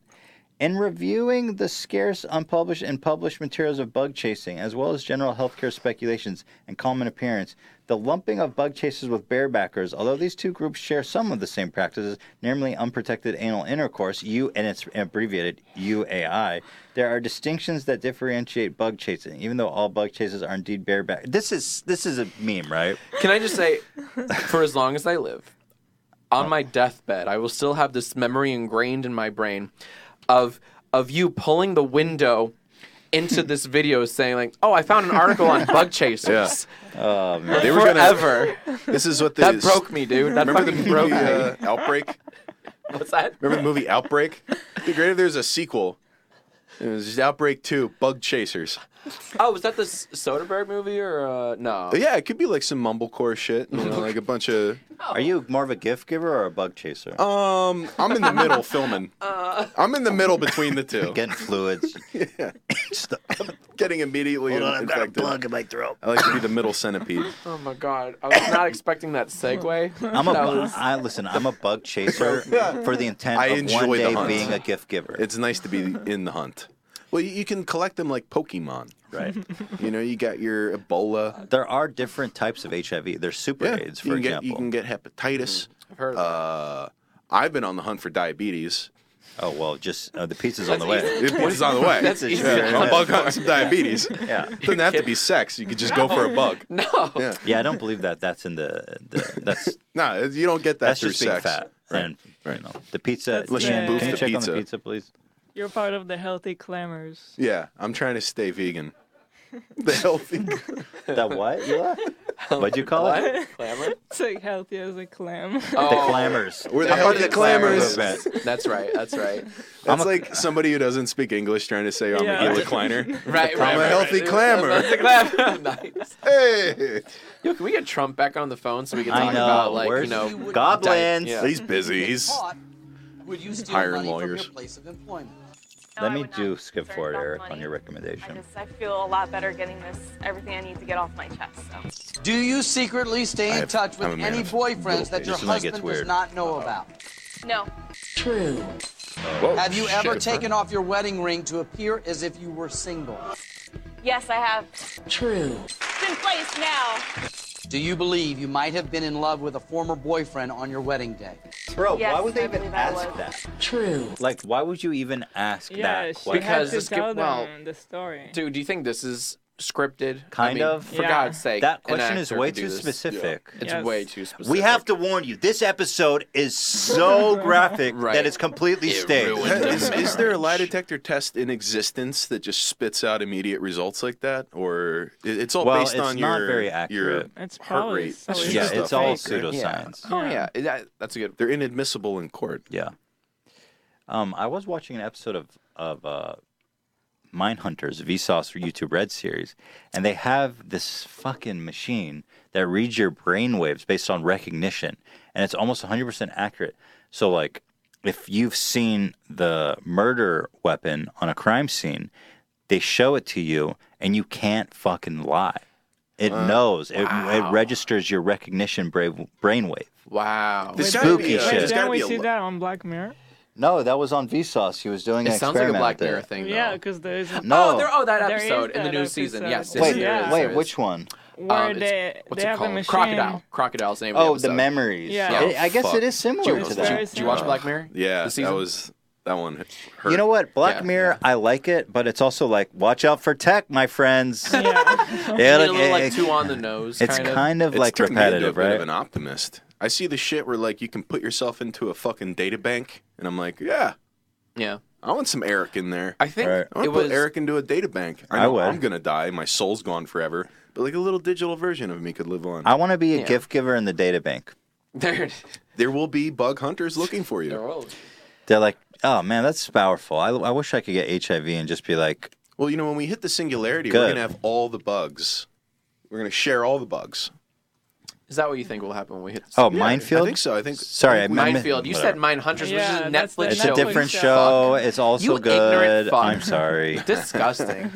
Speaker 1: In reviewing the scarce, unpublished, and published materials of bug chasing, as well as general healthcare speculations and common appearance, the lumping of bug chasers with barebackers, although these two groups share some of the same practices, namely unprotected anal intercourse (U) and it's abbreviated UAI, there are distinctions that differentiate bug chasing, even though all bug chasers are indeed bareback. This is this is a meme, right?
Speaker 2: Can I just say, for as long as I live, on my deathbed, I will still have this memory ingrained in my brain of of you pulling the window into this video, saying like, "Oh, I found an article on bug chasers."
Speaker 1: Oh man,
Speaker 4: They were gonna-
Speaker 2: forever.
Speaker 4: This is what the,
Speaker 2: That broke me, dude. That
Speaker 4: remember the
Speaker 2: fucking
Speaker 4: movie,
Speaker 2: broke me.
Speaker 4: uh, Outbreak.
Speaker 2: What's that?
Speaker 4: Remember the movie Outbreak? It'd be great if there's a sequel. It was just Outbreak Two: Bug Chasers.
Speaker 2: Oh, was that the S- Soderbergh movie or uh, no?
Speaker 4: But yeah, it could be like some mumblecore shit, you know, like a bunch of.
Speaker 1: Are you more of a gift giver or a bug chaser?
Speaker 4: Um, I'm in the middle filming.
Speaker 2: Uh.
Speaker 4: I'm in the middle between the two.
Speaker 1: Getting fluids.
Speaker 4: yeah. Getting immediately
Speaker 1: Hold on, I've got a
Speaker 4: infected.
Speaker 1: bug in my throat.
Speaker 4: I like to be the middle centipede.
Speaker 2: Oh my god, I was not expecting that segue.
Speaker 1: I'm a
Speaker 2: That
Speaker 1: bu-
Speaker 2: was-
Speaker 1: I listen. I'm a bug chaser for the intent
Speaker 4: I
Speaker 1: of one
Speaker 4: enjoy the
Speaker 1: day
Speaker 4: hunt.
Speaker 1: being a gift giver.
Speaker 4: It's nice to be in the hunt. Well, you, you can collect them like Pokemon.
Speaker 1: Right.
Speaker 4: You know, you got your Ebola.
Speaker 1: There are different types of HIV. There's super
Speaker 4: Yeah,
Speaker 1: AIDS,
Speaker 4: you
Speaker 1: for
Speaker 4: can get-
Speaker 1: example.
Speaker 4: you can get hepatitis.
Speaker 2: I've heard
Speaker 4: Uh, I've been on the hunt for diabetes.
Speaker 1: Oh well, just uh, the pizza's on the way.
Speaker 4: The pizza's on the way.
Speaker 2: That's
Speaker 4: Yeah,
Speaker 2: easy.
Speaker 4: I'm bug hunting some diabetes.
Speaker 1: Yeah.
Speaker 4: Doesn't have to be sex. You could just go for a bug.
Speaker 2: no.
Speaker 4: Yeah.
Speaker 1: Yeah, I don't believe that. That's in the, the that's
Speaker 4: No, you don't get that
Speaker 1: that's
Speaker 4: through
Speaker 1: just being
Speaker 4: sex.
Speaker 1: fat. And
Speaker 4: Right.
Speaker 1: you know the pizza.
Speaker 4: Unless you
Speaker 1: can
Speaker 4: boof
Speaker 1: you
Speaker 4: the
Speaker 1: check on
Speaker 4: pizza.
Speaker 1: the pizza, please?
Speaker 3: You're part of the healthy clammers.
Speaker 4: Yeah, I'm trying to stay vegan.
Speaker 7: The healthy.
Speaker 1: the what? You are? What'd you call it?
Speaker 2: Clamor? Oh.
Speaker 3: It's like healthy as a clam.
Speaker 1: The clamors.
Speaker 7: We're the healthy clammers.
Speaker 2: That's right. That's right.
Speaker 4: That's like somebody who doesn't speak English trying to say I'm
Speaker 2: Yeah.
Speaker 4: a heel recliner.
Speaker 2: Right, right,
Speaker 4: I'm a
Speaker 2: right,
Speaker 4: healthy
Speaker 2: right.
Speaker 4: clamor.
Speaker 2: Healthy clamor. nice.
Speaker 7: Hey.
Speaker 2: Yo, can we get Trump back on the phone so we can
Speaker 4: I
Speaker 2: talk
Speaker 4: know,
Speaker 2: about like
Speaker 4: where's
Speaker 2: you know
Speaker 4: he?
Speaker 2: di-
Speaker 1: Goblins.
Speaker 4: He's busy. He's
Speaker 16: Would you steal
Speaker 1: Hiring
Speaker 16: money from
Speaker 1: lawyers.
Speaker 16: your place of employment?
Speaker 1: Let me do skip forward, Eric, on your recommendation.
Speaker 18: I feel a lot better getting this everything I need to get off my chest.
Speaker 16: Do you secretly stay in
Speaker 1: have-
Speaker 16: touch with
Speaker 1: I'm a man
Speaker 16: any
Speaker 1: of
Speaker 16: boyfriends
Speaker 1: little
Speaker 16: that
Speaker 1: faith.
Speaker 16: your
Speaker 1: This is when it
Speaker 16: husband
Speaker 1: gets
Speaker 16: does
Speaker 1: weird.
Speaker 16: not know about?
Speaker 18: So no,
Speaker 16: True.
Speaker 1: Whoa,
Speaker 16: have you ever
Speaker 1: Jennifer.
Speaker 16: taken off your wedding ring to appear as if you were single?
Speaker 18: yes, I have.
Speaker 16: True.
Speaker 18: It's in place now.
Speaker 16: Do you believe you might have been in love with a former boyfriend on your wedding day?
Speaker 1: Bro,
Speaker 18: Yes,
Speaker 1: why would they
Speaker 18: I
Speaker 1: even
Speaker 18: believe I
Speaker 1: ask
Speaker 18: was.
Speaker 1: that?
Speaker 16: True.
Speaker 1: Like, why would you even ask
Speaker 3: yeah,
Speaker 1: that
Speaker 3: she
Speaker 1: question?
Speaker 3: had
Speaker 2: Because
Speaker 3: to
Speaker 2: it's gi-
Speaker 3: tell them
Speaker 2: well,
Speaker 3: the story.
Speaker 2: Dude, do you think this is scripted? I
Speaker 1: Kind
Speaker 2: mean,
Speaker 1: of.
Speaker 2: For
Speaker 3: Yeah.
Speaker 2: God's sake.
Speaker 1: That
Speaker 2: an
Speaker 1: question is
Speaker 2: actor
Speaker 1: way
Speaker 2: could do
Speaker 1: too
Speaker 2: this.
Speaker 1: specific.
Speaker 2: It's
Speaker 3: Yes.
Speaker 2: way too specific.
Speaker 1: We have to warn you. This episode is so graphic that it's completely staged.
Speaker 4: is, is there a lie detector test in existence that just spits out immediate results like that, or it- it's all
Speaker 1: Well,
Speaker 4: based
Speaker 1: it's
Speaker 4: on
Speaker 1: not
Speaker 4: your
Speaker 1: very
Speaker 4: your
Speaker 1: accurate. It's
Speaker 4: heart
Speaker 1: probably
Speaker 4: rate?
Speaker 1: silly. Yeah, it's all pseudoscience.
Speaker 2: Oh yeah, it- that- that's a good.
Speaker 4: They're inadmissible in court.
Speaker 1: Yeah. Um, I was watching an episode of of uh, Mindhunters Vsauce YouTube Red series, and they have this fucking machine that reads your brain waves based on recognition, and it's almost 100% accurate. So like, if you've seen the murder weapon on a crime scene, they show it to you, and you can't fucking lie. It
Speaker 2: Uh,
Speaker 1: knows. It, it registers your recognition brain brainwave.
Speaker 2: Wow.
Speaker 1: There's gotta be Spooky a- shit.
Speaker 3: Wait,
Speaker 1: there's gotta
Speaker 3: didn't we
Speaker 1: be a
Speaker 3: see
Speaker 1: lo-
Speaker 3: that on Black Mirror?
Speaker 1: No, that was on Vsauce. He was doing
Speaker 2: It
Speaker 1: an
Speaker 2: sounds like a
Speaker 1: experiment
Speaker 2: Black
Speaker 1: with
Speaker 2: Mirror
Speaker 1: it.
Speaker 2: thing.
Speaker 3: Yeah, because there's
Speaker 1: No.
Speaker 2: Oh, there, oh, that
Speaker 3: There is
Speaker 2: episode in the
Speaker 3: that
Speaker 2: new season.
Speaker 3: episode.
Speaker 2: Yes. yes,
Speaker 1: Wait,
Speaker 2: there is, there
Speaker 1: wait,
Speaker 2: is.
Speaker 1: which one?
Speaker 3: where
Speaker 2: Um, it's-
Speaker 3: they
Speaker 2: what's
Speaker 3: they
Speaker 2: it
Speaker 3: have
Speaker 2: called?
Speaker 3: a machine.
Speaker 2: Crocodile. Crocodile's name. of
Speaker 1: Oh,
Speaker 2: episode.
Speaker 1: the memories.
Speaker 3: Yeah.
Speaker 1: It- I guess
Speaker 4: Fuck.
Speaker 1: it is similar
Speaker 3: It's
Speaker 1: to
Speaker 3: very
Speaker 1: that.
Speaker 2: Do you watch Black Mirror?
Speaker 4: Yeah,
Speaker 2: The
Speaker 4: that
Speaker 2: season?
Speaker 4: was that one. Hurt.
Speaker 1: You know what? Black
Speaker 2: Yeah,
Speaker 1: Mirror, I like it, but it's also like, watch out for tech, my friends.
Speaker 2: Yeah.
Speaker 1: Yeah,
Speaker 2: a little
Speaker 1: it-
Speaker 2: like
Speaker 1: it-
Speaker 2: two on the nose.
Speaker 1: it's
Speaker 2: kind of.
Speaker 1: kind of
Speaker 4: It's
Speaker 1: like
Speaker 4: turned me into
Speaker 1: repetitive,
Speaker 4: a bit
Speaker 1: right?
Speaker 4: Of an optimist. I see the shit where like you can put yourself into a fucking data bank, and I'm like, yeah,
Speaker 2: Yeah.
Speaker 4: I want some Eric in there.
Speaker 2: I think
Speaker 1: Right.
Speaker 4: I want
Speaker 2: it
Speaker 4: to put
Speaker 2: was.
Speaker 4: Eric into a data bank. I
Speaker 1: I
Speaker 4: know
Speaker 1: would.
Speaker 4: I'm gonna die. My soul's gone forever. But like a little digital version of me could live on.
Speaker 1: I want to be a
Speaker 2: Yeah.
Speaker 1: gift giver in the data bank.
Speaker 2: There it is.
Speaker 4: there will be bug hunters looking for
Speaker 2: There
Speaker 4: you.
Speaker 2: was.
Speaker 1: They're like, oh man, that's powerful. I, I wish I could get HIV and just be like,
Speaker 4: Well, you know, when we hit the singularity, we're
Speaker 1: Good.
Speaker 4: gonna have all the bugs. We're gonna share all the bugs.
Speaker 2: Is that what you think will happen when we hit?
Speaker 1: oh,
Speaker 4: Yeah, I
Speaker 1: minefield?
Speaker 4: think so. I think
Speaker 1: Sorry, I meant-
Speaker 2: Minefield. You said
Speaker 1: whatever.
Speaker 2: Mine Hunters,
Speaker 3: Yeah,
Speaker 2: which is a
Speaker 3: that's the
Speaker 2: Netflix
Speaker 1: It's
Speaker 2: show.
Speaker 1: a
Speaker 3: Netflix
Speaker 1: different
Speaker 3: show.
Speaker 1: show. It's also
Speaker 2: You ignorant
Speaker 1: good.
Speaker 2: fuck.
Speaker 1: I'm sorry.
Speaker 2: Disgusting.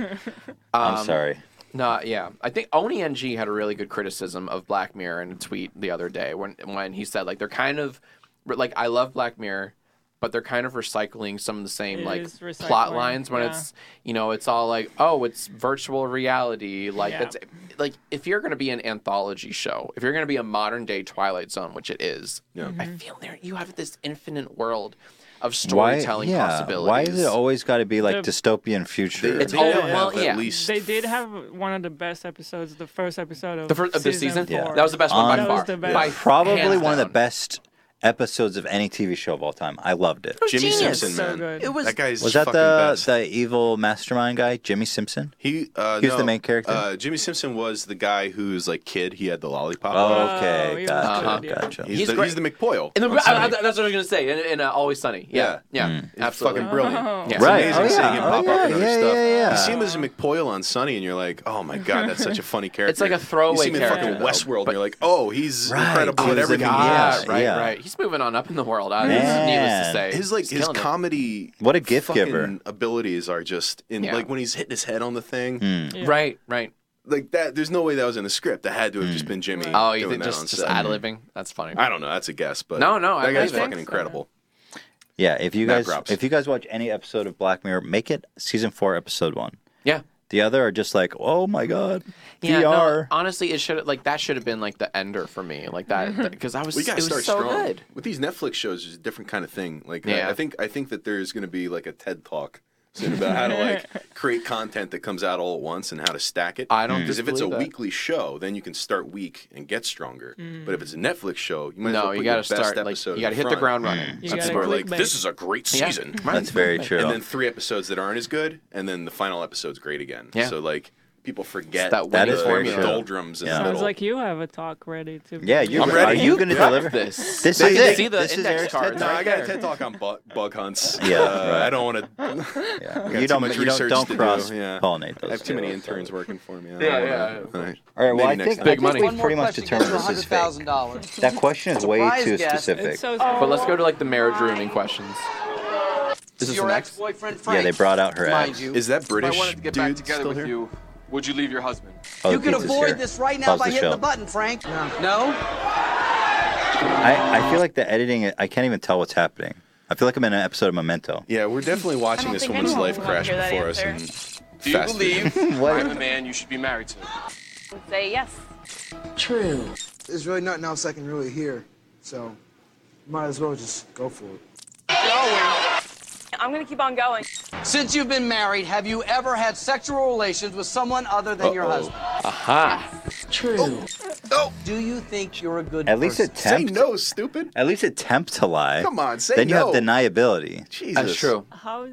Speaker 1: I'm
Speaker 2: Um,
Speaker 1: sorry.
Speaker 2: No, yeah. I think Oni NG had a really good criticism of Black Mirror in a tweet the other day when when he said like they're kind of like I love Black Mirror, but they're kind of recycling some of the same
Speaker 3: It
Speaker 2: like
Speaker 3: is recycling,
Speaker 2: plot lines when
Speaker 3: yeah.
Speaker 2: it's you know, it's all like, oh, it's virtual reality. Like
Speaker 3: Yeah.
Speaker 2: that's like if you're gonna be an anthology show, if you're gonna be a modern day Twilight Zone, which it is,
Speaker 4: Yeah.
Speaker 2: I feel
Speaker 1: e-
Speaker 2: there you have this infinite world of
Speaker 1: Why,
Speaker 2: storytelling
Speaker 1: yeah,
Speaker 2: possibilities.
Speaker 1: why is it always got to be like
Speaker 3: The-
Speaker 1: dystopian future?
Speaker 2: It's
Speaker 4: They
Speaker 2: all
Speaker 4: have
Speaker 2: well,
Speaker 4: at
Speaker 2: yeah.
Speaker 4: least
Speaker 3: They did have one of the best episodes, the first episode of
Speaker 2: the first of the
Speaker 3: season.
Speaker 2: season,
Speaker 1: Yeah.
Speaker 3: four.
Speaker 2: that was the best one by
Speaker 1: That
Speaker 2: far.
Speaker 1: was
Speaker 3: the best.
Speaker 2: By
Speaker 1: probably
Speaker 2: hands
Speaker 1: one of the
Speaker 2: down.
Speaker 1: best episodes of any TV show of all time. I loved it.
Speaker 4: Jimmy
Speaker 2: genius.
Speaker 4: Simpson,
Speaker 3: So
Speaker 4: man.
Speaker 3: good.
Speaker 2: It was-
Speaker 4: that guy's
Speaker 1: Was that the
Speaker 4: fucking best.
Speaker 1: the evil mastermind guy, Jimmy Simpson?
Speaker 4: He uh,
Speaker 1: He was the
Speaker 4: no,
Speaker 1: main character?
Speaker 4: Uh, Jimmy Simpson was the guy who's like kid. He had the lollipop. Uh-huh.
Speaker 1: Oh, okay,
Speaker 3: he was
Speaker 1: gotcha,
Speaker 2: good,
Speaker 3: yeah.
Speaker 1: gotcha.
Speaker 4: he's,
Speaker 2: He's
Speaker 4: the,
Speaker 2: great.
Speaker 4: he's the McPoyle.
Speaker 2: In the,
Speaker 4: on
Speaker 2: I- I-
Speaker 4: Sunny.
Speaker 2: that's what I was gonna say. In, in uh, Always Sunny. Yeah, yeah,
Speaker 4: He's
Speaker 2: absolutely.
Speaker 4: fucking brilliant. It's
Speaker 1: Right.
Speaker 4: amazing
Speaker 1: Oh,
Speaker 4: seeing
Speaker 1: yeah.
Speaker 4: him
Speaker 1: Oh,
Speaker 4: pop
Speaker 1: yeah.
Speaker 4: up in other
Speaker 1: Yeah,
Speaker 4: stuff.
Speaker 1: yeah, yeah.
Speaker 4: You see him as a McPoyle on Sunny, and you're like, oh my god, that's such a funny character.
Speaker 2: like a throwaway
Speaker 4: You see him in
Speaker 2: character,
Speaker 4: fucking
Speaker 2: though,
Speaker 4: Westworld, and you're like, oh, he's
Speaker 1: Right.
Speaker 4: incredible
Speaker 1: Oh,
Speaker 4: at
Speaker 1: he's
Speaker 4: everything.
Speaker 1: a
Speaker 4: he
Speaker 1: god.
Speaker 4: is.
Speaker 2: Yeah, right,
Speaker 1: yeah.
Speaker 2: right. He's moving on up in the world. I
Speaker 1: Man.
Speaker 2: needless to say,
Speaker 4: His like
Speaker 2: He's
Speaker 4: his
Speaker 2: killing it.
Speaker 4: comedy,
Speaker 1: What a gift
Speaker 4: fucking
Speaker 1: giver.
Speaker 4: Abilities are just in
Speaker 2: Yeah.
Speaker 4: like when he's hitting his head on the thing,
Speaker 1: Hmm.
Speaker 3: Yeah.
Speaker 2: Right, right.
Speaker 4: like that. There's no way that was in the script. That had to have just
Speaker 1: Hmm.
Speaker 4: been Jimmy.
Speaker 2: Oh, you
Speaker 4: doing
Speaker 2: think
Speaker 4: that on
Speaker 2: just just
Speaker 4: set.
Speaker 2: ad libbing? That's funny.
Speaker 4: I don't know. That's a guess, but
Speaker 2: No, no, I
Speaker 4: that guy's
Speaker 2: believe it.
Speaker 4: fucking incredible.
Speaker 1: Yeah, if you
Speaker 4: Matt
Speaker 1: guys
Speaker 4: Grops.
Speaker 1: if you guys watch any episode of Black Mirror, make it season four, episode one.
Speaker 2: Yeah.
Speaker 1: The other are just like, oh my god,
Speaker 2: Yeah, no,
Speaker 1: VR.
Speaker 2: honestly, it should like that should have been like the ender for me, like that because I was
Speaker 4: We
Speaker 2: it
Speaker 4: gotta
Speaker 2: was
Speaker 4: start
Speaker 2: so
Speaker 4: strong.
Speaker 2: good.
Speaker 4: With these Netflix shows, it's a different kind of thing. Like I-
Speaker 2: Yeah.
Speaker 4: I, think I think that there's gonna be like a TED talk soon about how to like create content that comes out all at once and how to stack it.
Speaker 2: I don't
Speaker 4: because if it's a
Speaker 2: disbelieve that.
Speaker 4: weekly show, then you can start weak and get stronger.
Speaker 2: Mm.
Speaker 4: But if it's a Netflix show, you might as
Speaker 2: No,
Speaker 4: well
Speaker 2: you
Speaker 4: put
Speaker 2: gotta
Speaker 4: your best
Speaker 2: start like
Speaker 4: episode
Speaker 2: you gotta
Speaker 4: in
Speaker 2: hit the
Speaker 4: front.
Speaker 2: ground running.
Speaker 3: You
Speaker 4: And
Speaker 3: gotta
Speaker 4: people are like,
Speaker 3: clickbait.
Speaker 4: "This is a great season,"
Speaker 2: Yeah.
Speaker 1: That's very true.
Speaker 4: and then three episodes that aren't as good, and then the final episode's great again.
Speaker 2: Yeah.
Speaker 4: So like. people forget
Speaker 2: that
Speaker 4: that
Speaker 2: winning
Speaker 4: is very
Speaker 2: formula.
Speaker 4: doldrums in the
Speaker 3: Sounds
Speaker 4: middle.
Speaker 3: like you have a talk ready to.
Speaker 1: Yeah, you.
Speaker 4: I'm ready.
Speaker 1: Are you going to
Speaker 4: Yeah.
Speaker 1: deliver
Speaker 4: This.
Speaker 1: This
Speaker 4: I
Speaker 1: is
Speaker 4: can
Speaker 1: it.
Speaker 4: see the
Speaker 1: this is
Speaker 4: index
Speaker 1: Eric's
Speaker 4: card
Speaker 1: TED
Speaker 4: No,
Speaker 1: Talk
Speaker 4: I got a
Speaker 1: there.
Speaker 4: TED talk on bug, bug hunts.
Speaker 1: Yeah,
Speaker 4: Uh,
Speaker 1: right.
Speaker 4: I don't want to.
Speaker 1: Yeah. You don't- you don't- don't cross-pollinate those
Speaker 4: I have too many
Speaker 1: two,
Speaker 4: interns working for me. I
Speaker 1: Yeah,
Speaker 4: don't wanna-
Speaker 1: yeah,
Speaker 4: All right.
Speaker 1: All right. Well,
Speaker 4: Maybe
Speaker 1: I
Speaker 4: next
Speaker 1: think,
Speaker 4: time.
Speaker 1: I think we've pretty much determined this is fake.
Speaker 16: $100,000.
Speaker 1: That question is way
Speaker 16: Surprise
Speaker 1: too
Speaker 16: guest.
Speaker 1: specific.
Speaker 2: But let's go to like the marriage rooming questions. This is
Speaker 16: your
Speaker 2: an ex-
Speaker 16: ex-boyfriend Frank.
Speaker 1: Yeah, they brought out her
Speaker 16: Mind
Speaker 1: ex.
Speaker 16: you,
Speaker 1: Is that
Speaker 16: if I wanted
Speaker 1: British
Speaker 16: to get
Speaker 1: dude
Speaker 16: back together
Speaker 1: still
Speaker 16: with
Speaker 1: here?
Speaker 16: you,
Speaker 5: Would you leave your husband?
Speaker 1: Oh,
Speaker 16: you
Speaker 1: the
Speaker 16: can
Speaker 1: pizza's
Speaker 16: avoid
Speaker 1: here.
Speaker 16: this right now
Speaker 1: Pause
Speaker 16: by
Speaker 1: the
Speaker 16: hitting
Speaker 1: show.
Speaker 16: the button, Frank. No.
Speaker 1: I, I feel like the editing. I can't even tell what's happening. I feel like I'm in an episode of Memento.
Speaker 4: Yeah, we're definitely watching this
Speaker 18: think
Speaker 4: woman's
Speaker 18: anyone
Speaker 4: life
Speaker 18: would wanna
Speaker 4: crash
Speaker 18: hear that
Speaker 4: before us.
Speaker 18: answer.
Speaker 4: And
Speaker 18: Do you
Speaker 4: fast
Speaker 18: believe
Speaker 4: vision.
Speaker 18: I'm the man you should be married to?
Speaker 13: Say yes.
Speaker 16: True.
Speaker 6: There's really nothing else I can really hear, so might as well just go for it.
Speaker 16: I'm gonna keep on going. Since you've been married, have you ever had sexual relations with someone other than your husband?
Speaker 2: Aha.
Speaker 16: True. Oh. Do you think you're a good
Speaker 1: At least
Speaker 16: person?
Speaker 1: attempt.
Speaker 16: no, stupid.
Speaker 1: At least attempt to lie.
Speaker 16: Come on, say
Speaker 1: Then you
Speaker 16: no.
Speaker 1: have deniability.
Speaker 3: That's How uh,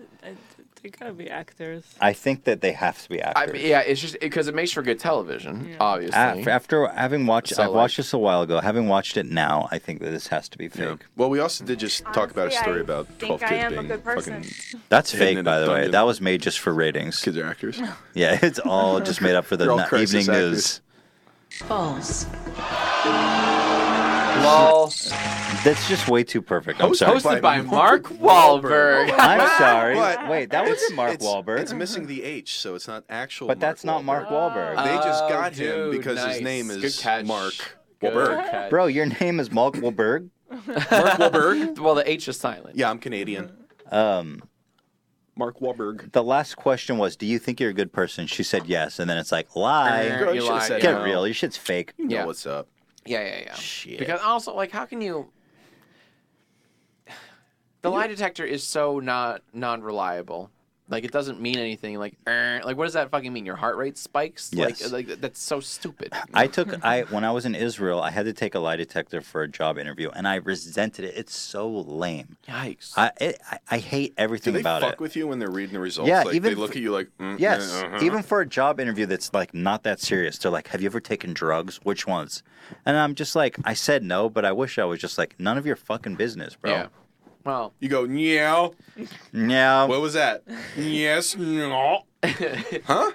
Speaker 3: they gotta be actors.
Speaker 1: I think that they have to be
Speaker 2: I
Speaker 1: actors.
Speaker 2: mean, yeah, it's just because it makes for good television, obviously.
Speaker 1: Af- After having watched,
Speaker 2: So,
Speaker 1: I've watched this a while ago. Having watched it now, I think that this has to be fake.
Speaker 4: Well, we also did just talk about a
Speaker 18: Honestly,
Speaker 4: story
Speaker 18: I
Speaker 4: about
Speaker 18: think
Speaker 4: 12
Speaker 18: I
Speaker 4: kids
Speaker 18: am a
Speaker 4: being
Speaker 18: good person.
Speaker 4: fucking.
Speaker 1: That's
Speaker 4: hidden
Speaker 1: fake,
Speaker 4: in
Speaker 1: by
Speaker 4: a
Speaker 1: the way.
Speaker 4: dungeon.
Speaker 1: That was made just for ratings.
Speaker 4: Kids are actors.
Speaker 1: Yeah, it's all just made up for the
Speaker 4: They're all
Speaker 1: na-
Speaker 4: crisis
Speaker 1: evening
Speaker 4: actors.
Speaker 1: news.
Speaker 16: False.
Speaker 2: Lol.
Speaker 1: That's just way too perfect. I'm
Speaker 2: Hosted
Speaker 1: sorry.
Speaker 2: Hosted by by Mark Mark Wahlberg. Wahlberg.
Speaker 1: I'm sorry.
Speaker 4: But
Speaker 1: Wait, that
Speaker 4: it's-
Speaker 1: wasn't Mark
Speaker 4: it's-
Speaker 1: Wahlberg.
Speaker 4: It's missing the H, so it's not actual.
Speaker 1: But that's not Mark Wahlberg.
Speaker 4: They just
Speaker 1: Oh,
Speaker 4: got him
Speaker 1: dude,
Speaker 4: because
Speaker 1: nice.
Speaker 4: his name
Speaker 1: Good
Speaker 4: is
Speaker 1: catch.
Speaker 4: Mark Wahlberg.
Speaker 1: Bro, your name is Mark Wahlberg.
Speaker 2: Mark Wahlberg. well, the H is silent.
Speaker 4: Yeah, I'm Canadian.
Speaker 1: Um,
Speaker 4: Mark Wahlberg.
Speaker 1: the last question was, "Do you think you're a good person?" She said yes, and then it's like, "Lie,
Speaker 2: Girl, Uh, you You lied, said
Speaker 1: get
Speaker 2: no.
Speaker 1: real. Your shit's fake."
Speaker 4: You know
Speaker 2: Yeah.
Speaker 4: what's up.
Speaker 2: Yeah, yeah, yeah. Because also, like, how can you? The lie detector is so not non-reliable. Like, it doesn't mean anything. Like, "Er," like, what does that fucking mean? Your heart rate spikes.
Speaker 1: Yes.
Speaker 2: Like, like that's so stupid.
Speaker 1: I took I when I was in Israel, I had to take a lie detector for a job interview, and I resented it. It's so lame.
Speaker 2: Yikes.
Speaker 1: I it, I, I hate
Speaker 4: Do
Speaker 1: everything
Speaker 4: they
Speaker 1: about
Speaker 4: fuck
Speaker 1: it.
Speaker 4: with you when they're reading the results?
Speaker 1: Yeah,
Speaker 4: like,
Speaker 1: even
Speaker 4: they look
Speaker 1: f-
Speaker 4: at you like. Mm,
Speaker 1: Yes,
Speaker 4: yeah, uh-huh.
Speaker 1: even for a job interview that's like not that serious, they're like, "Have you ever taken drugs? Which ones?" And I'm just like, I said no, but I wish I was just like, none of your fucking business, bro.
Speaker 2: Yeah. Well,
Speaker 4: You go, yeah.
Speaker 1: No.
Speaker 4: What was that? yes, no. huh?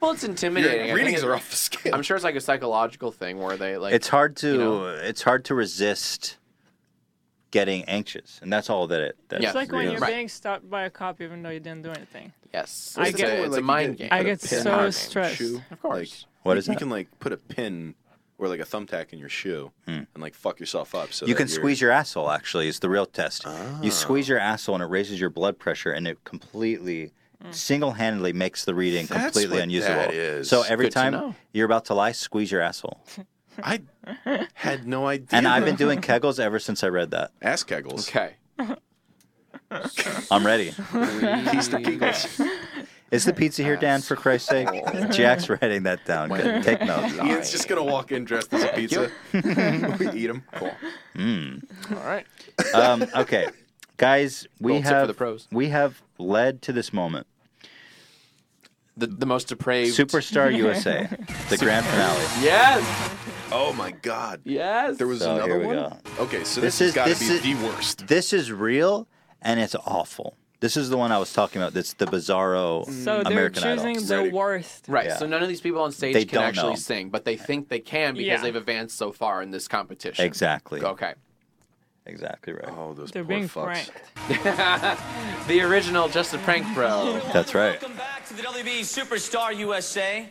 Speaker 2: Well, it's intimidating. I think
Speaker 4: readings
Speaker 2: it-
Speaker 4: are off the scale.
Speaker 2: I'm sure it's like a psychological thing where they like.
Speaker 1: it's hard to
Speaker 2: you know,
Speaker 1: it's hard to resist getting anxious, and that's all that it. That's
Speaker 3: It's like when
Speaker 1: really-
Speaker 3: you're being stopped by a cop even though you didn't do anything.
Speaker 2: Yes.
Speaker 3: I
Speaker 4: It's
Speaker 3: get
Speaker 4: a-
Speaker 3: it.
Speaker 4: it's a
Speaker 3: mind
Speaker 4: mind game.
Speaker 3: I
Speaker 4: Put a
Speaker 3: get
Speaker 4: pin in
Speaker 3: so
Speaker 4: your
Speaker 3: stressed.
Speaker 4: shoe.
Speaker 2: Of course.
Speaker 1: What
Speaker 4: you,
Speaker 1: is
Speaker 4: you
Speaker 1: that?
Speaker 4: can like put a pin or like a thumbtack in your shoe and like fuck yourself up. So
Speaker 1: Hmm. you
Speaker 4: that
Speaker 1: can
Speaker 4: you're- Oh.
Speaker 1: squeeze your asshole. Actually, is the real test. You squeeze your asshole, and it raises your blood pressure, and it completely. Single-handedly makes the reading
Speaker 4: That's
Speaker 1: completely
Speaker 4: what
Speaker 1: unusable.
Speaker 4: that is.
Speaker 1: So every
Speaker 4: Good to
Speaker 1: time
Speaker 4: know.
Speaker 1: you're about to lie, squeeze your asshole.
Speaker 4: I had no idea.
Speaker 1: And I've been doing kegels ever since I read that.
Speaker 4: ass kegels.
Speaker 2: Okay.
Speaker 1: I'm ready.
Speaker 4: He's the kegels.
Speaker 1: Is the pizza here, Dan? For Christ's sake, Jack's writing that down. Good. Take notes.
Speaker 4: Ian's just gonna walk in dressed as a pizza. we eat him. Cool.
Speaker 1: Mm.
Speaker 2: All right.
Speaker 1: Um, okay, guys, we
Speaker 2: Little tip for
Speaker 1: have
Speaker 2: the pros.
Speaker 1: we have led to this moment.
Speaker 2: The, the most depraved.
Speaker 1: Superstar USA, the grand finale.
Speaker 2: Yes.
Speaker 4: Oh my god.
Speaker 2: Yes.
Speaker 4: There was
Speaker 1: So
Speaker 4: another
Speaker 1: here we
Speaker 4: one.
Speaker 1: go.
Speaker 4: Okay, so this, has got to be the worst.
Speaker 1: This is real and it's awful. This is the one I was talking about. That's the Bizarro
Speaker 3: So they're
Speaker 1: American
Speaker 3: choosing
Speaker 1: Idol.
Speaker 3: the worst.
Speaker 2: Right.
Speaker 1: Yeah.
Speaker 2: So none of these people on stage
Speaker 1: They
Speaker 2: can
Speaker 1: don't
Speaker 2: actually
Speaker 1: know.
Speaker 2: sing, but they think they can because
Speaker 3: Yeah.
Speaker 2: they've advanced so far in this competition.
Speaker 1: Exactly.
Speaker 2: Okay.
Speaker 1: Exactly right.
Speaker 4: Oh, those
Speaker 3: They're being pranked.
Speaker 2: the original Just a Prank Bro.
Speaker 1: That's right.
Speaker 19: Welcome back to the WB Superstar USA.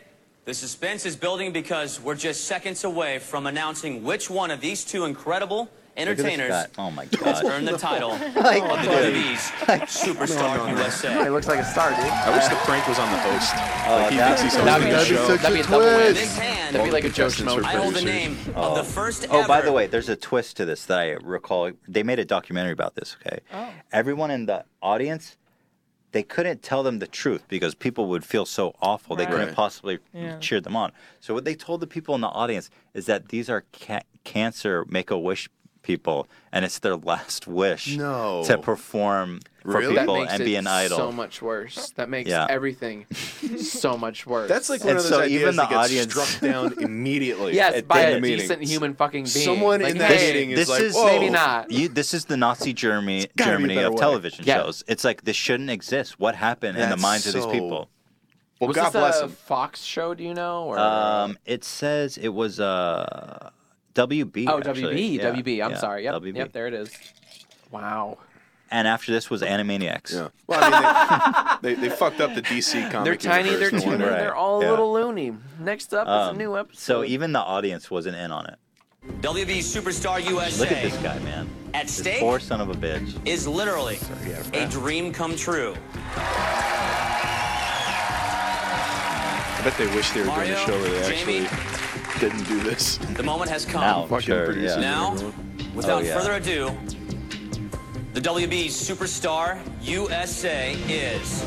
Speaker 19: The suspense is building because we're just seconds away from announcing which one of these two incredible
Speaker 1: Look at this
Speaker 19: entertainers
Speaker 1: guy. Oh my
Speaker 19: has
Speaker 1: god.
Speaker 19: earned the title of the
Speaker 1: Like,
Speaker 19: WB's Superstar USA.
Speaker 1: looks like a star, dude.
Speaker 4: I wish the prank was on the host. like he
Speaker 1: Oh, that-
Speaker 4: thinks he's
Speaker 1: Uh, that'd
Speaker 4: hosting
Speaker 1: be-
Speaker 4: the
Speaker 1: that'd be
Speaker 4: show.
Speaker 1: such
Speaker 2: That'd be a double win.
Speaker 19: Big hand.
Speaker 2: That'd be like a Joe
Speaker 4: Contestants
Speaker 2: Schmo.
Speaker 4: for
Speaker 19: I hold the
Speaker 4: producers.
Speaker 19: name of the first
Speaker 1: Oh, by
Speaker 19: ever
Speaker 1: the way, there's a twist to this that I recall. They made a documentary about this. Okay,
Speaker 19: Oh.
Speaker 1: everyone in the audience, they couldn't tell them the truth because people would feel so awful they couldn't
Speaker 4: Right.
Speaker 1: possibly
Speaker 3: Yeah.
Speaker 1: cheer them on. So what they told the people in the audience is that these are ca- cancer Make a Wish people, and it's their last wish
Speaker 4: No.
Speaker 1: to perform for
Speaker 2: That
Speaker 1: people
Speaker 2: makes
Speaker 1: and
Speaker 2: it
Speaker 1: be an idol.
Speaker 2: So much worse. That makes
Speaker 1: Yeah.
Speaker 2: everything so much worse.
Speaker 1: That's like one And of those so ideas even that the gets audience- struck
Speaker 4: down immediately.
Speaker 2: Yes,
Speaker 1: at
Speaker 2: by
Speaker 1: the
Speaker 2: a
Speaker 1: meeting.
Speaker 2: decent human fucking being.
Speaker 4: Someone
Speaker 2: Like,
Speaker 4: in that
Speaker 2: hey,
Speaker 4: meeting
Speaker 1: this is
Speaker 2: maybe not.
Speaker 1: You, this is the Nazi Germany
Speaker 2: gotta be a
Speaker 1: Germany
Speaker 2: better
Speaker 1: of
Speaker 2: way.
Speaker 1: television
Speaker 2: Yeah.
Speaker 1: shows. It's like this shouldn't exist. What happened in the
Speaker 2: That's
Speaker 1: minds of these
Speaker 2: so-
Speaker 1: people?
Speaker 2: was this a Fox show? Do you know? Or
Speaker 1: Um, it says it was uh, WB.
Speaker 2: oh,
Speaker 1: actually.
Speaker 2: WB,
Speaker 1: Yeah,
Speaker 2: WB. I'm
Speaker 1: yeah,
Speaker 2: sorry. Yep,
Speaker 1: WB.
Speaker 2: yep. There it is. Wow.
Speaker 1: And after this was Animaniacs. Yeah.
Speaker 4: Well, I mean, they, they, they fucked up the DC comic.
Speaker 2: They're tiny. They're
Speaker 4: universe, no
Speaker 2: tuning.
Speaker 4: wonder.
Speaker 2: They're all
Speaker 1: Yeah. Um,
Speaker 2: a little loony. Next up is a new episode.
Speaker 1: So even the audience wasn't in on it.
Speaker 19: WB E Superstar USA.
Speaker 1: Look at this guy, man.
Speaker 19: At
Speaker 1: This
Speaker 19: stake
Speaker 1: poor son of a bitch.
Speaker 19: is literally a dream come true.
Speaker 4: I bet they wish they were doing a show where they
Speaker 19: Jamie.
Speaker 4: actually didn't do this.
Speaker 19: The moment has come.
Speaker 4: Now, Fucking sure, producers yeah.
Speaker 19: Now,
Speaker 4: and
Speaker 19: without
Speaker 4: Oh, yeah.
Speaker 19: further ado, the WB Superstar USA is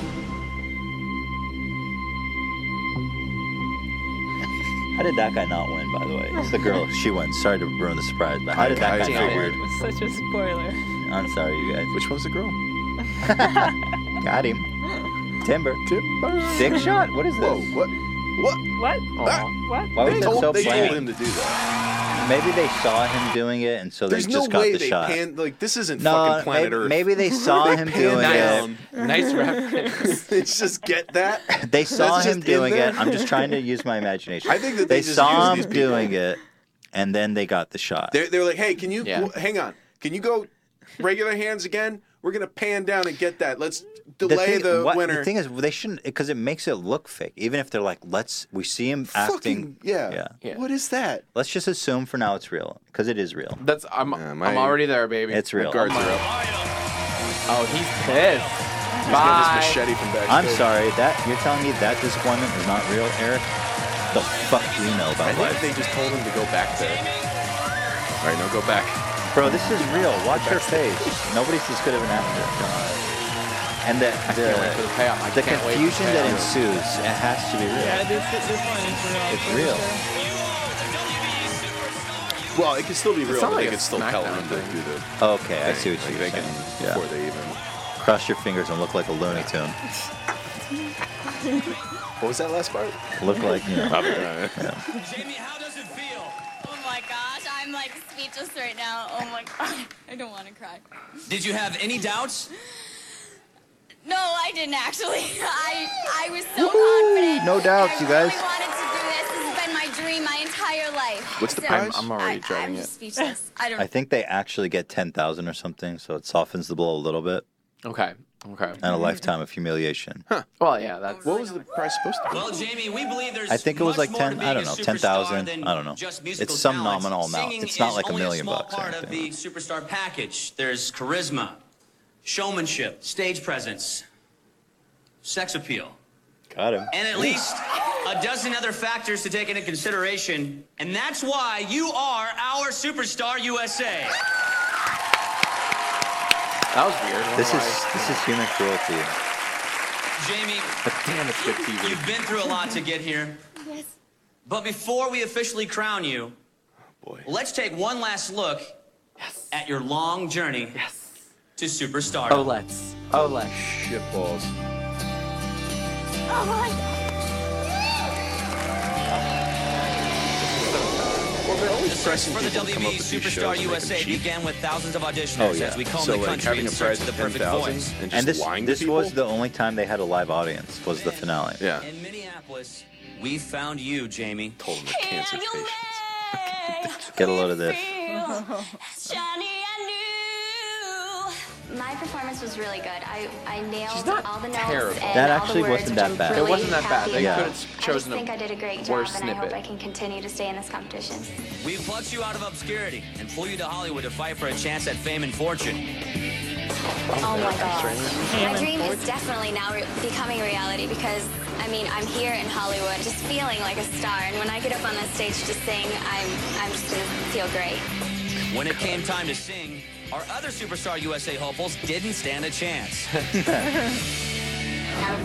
Speaker 1: How did that guy not win? By the way, it's the girl. She won. Sorry to ruin the surprise, but how did that guy not win?
Speaker 3: It's such a spoiler.
Speaker 1: I'm sorry, you guys.
Speaker 7: Which one's the girl?
Speaker 1: Got him. Timber.
Speaker 7: Timber.
Speaker 1: Dick shot. What is this?
Speaker 7: Whoa, what? What? Ah.
Speaker 3: What?
Speaker 2: Oh.
Speaker 3: What?
Speaker 1: Why was
Speaker 7: They
Speaker 1: it
Speaker 7: told-
Speaker 1: so
Speaker 7: they told
Speaker 1: bland?
Speaker 7: him to do
Speaker 1: Maybe they saw him doing it, and so
Speaker 7: There's
Speaker 1: they
Speaker 7: no
Speaker 1: just got
Speaker 7: way
Speaker 1: the
Speaker 7: they
Speaker 1: shot.
Speaker 7: pan- like, this isn't
Speaker 1: no,
Speaker 7: fucking planet
Speaker 1: maybe,
Speaker 7: Earth.
Speaker 1: Maybe they saw
Speaker 7: They
Speaker 1: him
Speaker 7: pan
Speaker 1: doing
Speaker 7: down.
Speaker 1: it.
Speaker 2: Nice reference.
Speaker 7: Let's just get that.
Speaker 1: They saw
Speaker 7: That's
Speaker 1: him
Speaker 7: just in
Speaker 1: doing
Speaker 7: there.
Speaker 1: it. I'm just trying to use my imagination.
Speaker 7: I think that they just
Speaker 1: saw
Speaker 7: use
Speaker 1: him
Speaker 7: these people.
Speaker 1: doing it, and then they got the shot.
Speaker 7: They're, they're like, hey, can you
Speaker 1: Yeah.
Speaker 7: w- hang on? Can you go regular hands again? We're gonna pan down and get that. Let's
Speaker 1: The
Speaker 7: delay
Speaker 1: thing-
Speaker 7: the,
Speaker 1: what-
Speaker 7: winner.
Speaker 1: The thing is, they shouldn't because it makes it look fake. Even if they're like, let's we see him acting.
Speaker 7: yeah.
Speaker 1: yeah.
Speaker 7: What is that?
Speaker 1: Let's just assume for now it's real because it is real.
Speaker 2: That's I'm
Speaker 1: my-
Speaker 2: I'm already there, baby.
Speaker 1: It's real.
Speaker 2: Oh, he's pissed. Bye.
Speaker 1: I'm sorry that you're telling me that disappointment is not real, Eric. The fuck do you know
Speaker 4: I
Speaker 1: about
Speaker 4: think
Speaker 1: life,
Speaker 4: they just told him to go back there. All right, now go back.
Speaker 1: bro? This is real. Watch her face. Nobody's this good of an actor. And the the,
Speaker 2: can't wait for the payoff. I
Speaker 1: the
Speaker 2: can't wait for the
Speaker 1: confusion that
Speaker 2: payoff.
Speaker 1: ensues, it has to be real.
Speaker 3: Yeah, this this one is real.
Speaker 1: It's real.
Speaker 7: Well, it can still be
Speaker 4: real.
Speaker 1: not
Speaker 4: but
Speaker 1: like
Speaker 4: they
Speaker 1: a
Speaker 4: can still tell him to do the.
Speaker 1: Okay, I see what you're
Speaker 4: Like, they
Speaker 1: saying.
Speaker 4: can-
Speaker 1: Yeah.
Speaker 4: before they even.
Speaker 1: Cross your fingers and look like a Looney Tune.
Speaker 7: What was that last part?
Speaker 1: Look like you know. yeah.
Speaker 15: Jamie, how does it feel? Oh my gosh, I'm like speechless right now. Oh my god, I don't want to cry.
Speaker 19: Did you have any doubts?
Speaker 15: No, I didn't actually. I I was so confident.
Speaker 1: No doubts, you guys.
Speaker 15: I wanted to do this. This has been my dream my entire life. So- I, I'm just speechless. I don't.
Speaker 1: I think they actually get ten thousand or something, so it softens the blow a little bit.
Speaker 2: Okay. Okay.
Speaker 1: And a lifetime of humiliation.
Speaker 2: Well, yeah. That's
Speaker 7: what was the price supposed to be?
Speaker 19: Well, Jamie, we believe there's
Speaker 1: I think it was
Speaker 19: much
Speaker 1: like
Speaker 19: more to
Speaker 1: ten. I don't
Speaker 19: being a
Speaker 1: know,
Speaker 19: superstar
Speaker 1: ten thousand.
Speaker 19: than
Speaker 1: I don't know.
Speaker 19: just musical
Speaker 1: It's some
Speaker 19: talent.
Speaker 1: nominal amount.
Speaker 19: Singing
Speaker 1: It's not
Speaker 19: is
Speaker 1: like a
Speaker 19: only
Speaker 1: million
Speaker 19: small
Speaker 1: bucks. or
Speaker 19: Part of
Speaker 1: anything.
Speaker 19: the superstar package. There's charisma, showmanship, stage presence, sex appeal,
Speaker 1: Got him.
Speaker 19: and at least a dozen other factors to take into consideration. And that's why you are our superstar USA.
Speaker 2: That was weird.
Speaker 1: This is this is human cruelty.
Speaker 19: Jamie,
Speaker 1: But damn, it's good
Speaker 19: you've been through a lot to get here.
Speaker 15: Yes.
Speaker 19: But before we officially crown you, let's take one last look at your long journey to superstardom.
Speaker 2: Oh, let's. Oh, let's.
Speaker 4: Shit balls.
Speaker 15: Oh my
Speaker 4: Well, they're always pressing
Speaker 19: For the
Speaker 4: people to come up
Speaker 19: WB
Speaker 4: with these shows
Speaker 19: Superstar
Speaker 4: and make them
Speaker 19: USA
Speaker 4: cheap.
Speaker 19: began with thousands of auditioners
Speaker 1: Oh, yeah.
Speaker 19: as we comb
Speaker 4: So,
Speaker 19: the
Speaker 4: like,
Speaker 19: country
Speaker 4: having
Speaker 19: in
Speaker 4: a
Speaker 19: search
Speaker 4: prize
Speaker 19: of the
Speaker 4: of
Speaker 19: perfect
Speaker 4: 10,000
Speaker 19: voice.
Speaker 1: And
Speaker 4: and just
Speaker 1: this
Speaker 4: lying to
Speaker 1: this was
Speaker 4: people?
Speaker 1: the only time they had a live audience was the finale.
Speaker 4: Yeah.
Speaker 19: In Minneapolis, we found you, Jamie. Told him
Speaker 15: cancer patient.
Speaker 1: Get a load of this.
Speaker 15: God. Shiny and new. My performance was really good. I, I nailed all the notes.
Speaker 2: terrible.
Speaker 15: And
Speaker 1: That
Speaker 15: all the
Speaker 1: actually
Speaker 15: words,
Speaker 1: wasn't
Speaker 15: which
Speaker 1: that
Speaker 15: I'm
Speaker 1: bad. It
Speaker 15: Really
Speaker 2: wasn't that bad.
Speaker 15: happy
Speaker 2: They
Speaker 15: about.
Speaker 2: could've
Speaker 15: I just
Speaker 2: chosen a
Speaker 15: think I did a great job,
Speaker 2: worse
Speaker 15: and I hope I
Speaker 2: snippet.
Speaker 15: can continue to stay in this competition.
Speaker 19: We plucked you out of obscurity and flew you to Hollywood to fight for a chance at fame and fortune.
Speaker 15: Oh my god. My dream is definitely now re- becoming reality because I mean I'm here in Hollywood just feeling like a star and when I get up on that stage to sing I'm I'm just gonna feel great.
Speaker 19: When it came time to sing, our other Superstar USA hopefuls didn't stand a chance.
Speaker 15: I'm a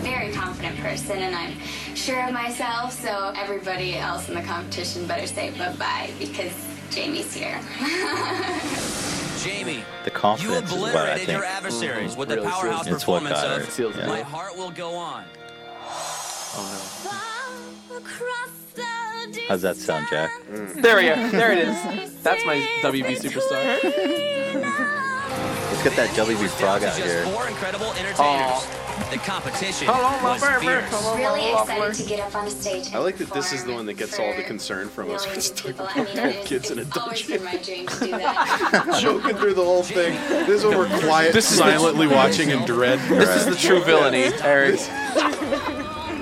Speaker 15: very confident person and I'm sure of myself so everybody else in the competition better say bye bye because Jamie's here.
Speaker 19: Jamie,
Speaker 1: the confidence is what I
Speaker 19: obliterated
Speaker 1: think.
Speaker 19: your adversaries with the
Speaker 1: really seals
Speaker 19: powerhouse
Speaker 1: it. It's what
Speaker 19: performance
Speaker 1: got her.
Speaker 19: of
Speaker 1: Seals it.
Speaker 19: My
Speaker 1: Yeah.
Speaker 19: Heart Will Go On.
Speaker 2: Oh
Speaker 1: How's that sound, Jack?
Speaker 2: no. There we go. There it is. That's my WB superstar.
Speaker 1: Let's get that WB frog out here.
Speaker 19: Four incredible entertainers. The competition
Speaker 1: Hello, my
Speaker 19: was
Speaker 1: baby.
Speaker 19: fierce.
Speaker 1: Hello,
Speaker 15: Really excited to get up on the stage.
Speaker 4: I like that this is the one that gets all the concern from us.
Speaker 15: Millions of people. I
Speaker 4: Poor
Speaker 15: mean, it is,
Speaker 4: kids in a
Speaker 15: it's always been my dream to do that.
Speaker 4: Joking through the whole thing. This is when we're quiet,
Speaker 2: This is the-
Speaker 4: silently watching in dread.
Speaker 2: This is the true villainy, Eric.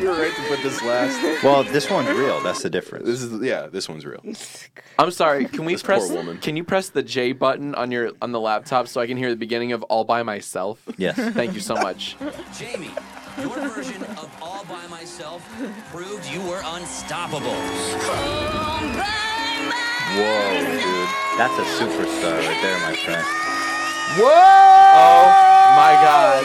Speaker 4: You're right to put this last.
Speaker 1: Well, this one's real. That's the difference.
Speaker 4: This is yeah. This one's real.
Speaker 2: I'm sorry. Can we
Speaker 4: This poor
Speaker 2: press?
Speaker 4: woman.
Speaker 2: Can you press the J button on your on the laptop so I can hear the beginning of "All by Myself"?
Speaker 1: Yes.
Speaker 2: Thank you so much.
Speaker 19: Jamie, your version of All by Myself proved you were unstoppable.
Speaker 1: Whoa, dude. That's a superstar right there, my friend.
Speaker 2: Whoa! Oh my God!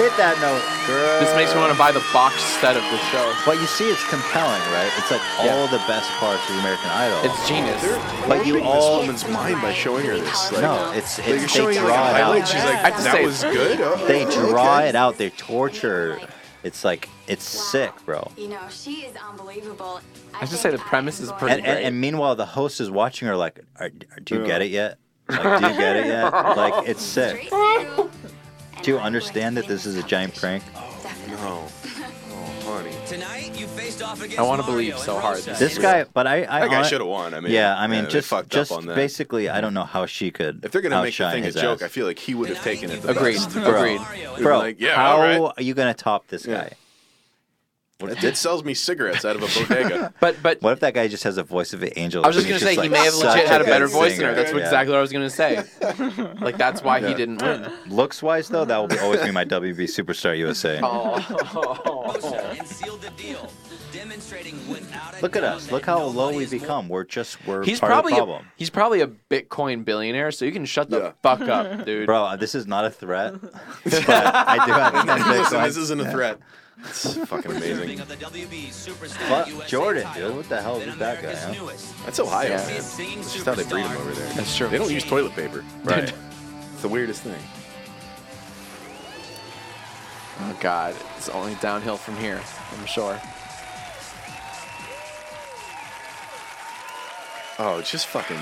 Speaker 1: Hit that note, girl.
Speaker 2: This makes me want to buy the box set of the show.
Speaker 1: But you see, it's compelling, right? It's like all the best parts of American Idol.
Speaker 2: It's genius. They're
Speaker 1: But you
Speaker 4: warping this
Speaker 1: all
Speaker 4: woman's mind by showing her this. Like,
Speaker 1: no, it's it's
Speaker 4: like
Speaker 1: they
Speaker 4: you're showing her
Speaker 1: draw
Speaker 4: like a
Speaker 1: it
Speaker 4: highlight.
Speaker 1: out.
Speaker 4: She's like, that was good. Oh,
Speaker 1: They draw
Speaker 4: okay."
Speaker 1: it out. They torture. It's like it's sick, bro.
Speaker 15: You know, she is unbelievable.
Speaker 2: I have to say the premise is pretty
Speaker 1: And, and,
Speaker 2: great.
Speaker 1: and meanwhile, the host is watching her like, are, are- "Do you get it yet? Like, do you get it yet? Like, it's sick. Do you understand that this is a giant prank?
Speaker 4: No. Oh, Honey.
Speaker 19: Tonight, you faced off against
Speaker 2: I want to believe so hard.
Speaker 1: This guy, but I, I
Speaker 4: That guy
Speaker 1: hon-
Speaker 4: should've won, I mean,
Speaker 1: yeah, I
Speaker 4: yeah,
Speaker 1: mean,
Speaker 4: they
Speaker 1: just,
Speaker 4: fucked up
Speaker 1: just
Speaker 4: on that.
Speaker 1: basically, I don't know how she could.
Speaker 4: If they're gonna make the
Speaker 1: outshine
Speaker 4: thing a
Speaker 1: his
Speaker 4: joke,
Speaker 1: ass.
Speaker 4: I feel like he would have taken it. The
Speaker 2: Agreed.
Speaker 4: Best.
Speaker 1: Bro.
Speaker 2: Agreed.
Speaker 4: They'd be
Speaker 1: Bro,
Speaker 4: like, yeah,
Speaker 1: how
Speaker 4: all right.
Speaker 1: are you gonna top this guy?
Speaker 4: It did sells me cigarettes out of a bodega.
Speaker 2: But but
Speaker 1: What if that guy just has a voice of an angel?
Speaker 2: I was just
Speaker 1: and
Speaker 2: gonna
Speaker 1: he's
Speaker 2: say he
Speaker 1: like,
Speaker 2: may have
Speaker 1: such
Speaker 2: legit had a
Speaker 1: good
Speaker 2: better voice than
Speaker 1: singer?
Speaker 2: her. That's
Speaker 1: Yeah.
Speaker 2: exactly what I was gonna say. Like that's why he
Speaker 1: Yeah.
Speaker 2: didn't win.
Speaker 1: Looks wise though, that will always be my WB Superstar USA.
Speaker 4: Oh.
Speaker 2: Oh.
Speaker 1: Look at us. Look how low we become. We're just we're
Speaker 2: He's
Speaker 1: part
Speaker 2: probably
Speaker 1: of the
Speaker 2: a,
Speaker 1: problem.
Speaker 2: he's probably a Bitcoin billionaire, so you can shut the fuck up, dude.
Speaker 1: Bro, Uh, this is not a threat. but I do have ten
Speaker 4: Listen,
Speaker 1: Bitcoin.
Speaker 4: this isn't a threat. It's fucking amazing.
Speaker 1: Fuck Jordan, dude. What the hell is that guy? huh?
Speaker 4: That's Ohio.
Speaker 1: Yeah.
Speaker 4: man. That's just how they breed them over there.
Speaker 2: That's true.
Speaker 4: They don't use toilet paper.
Speaker 1: Right.
Speaker 4: It's the weirdest thing.
Speaker 2: Oh god, it's only downhill from here. I'm sure.
Speaker 4: Oh, it's just fucking.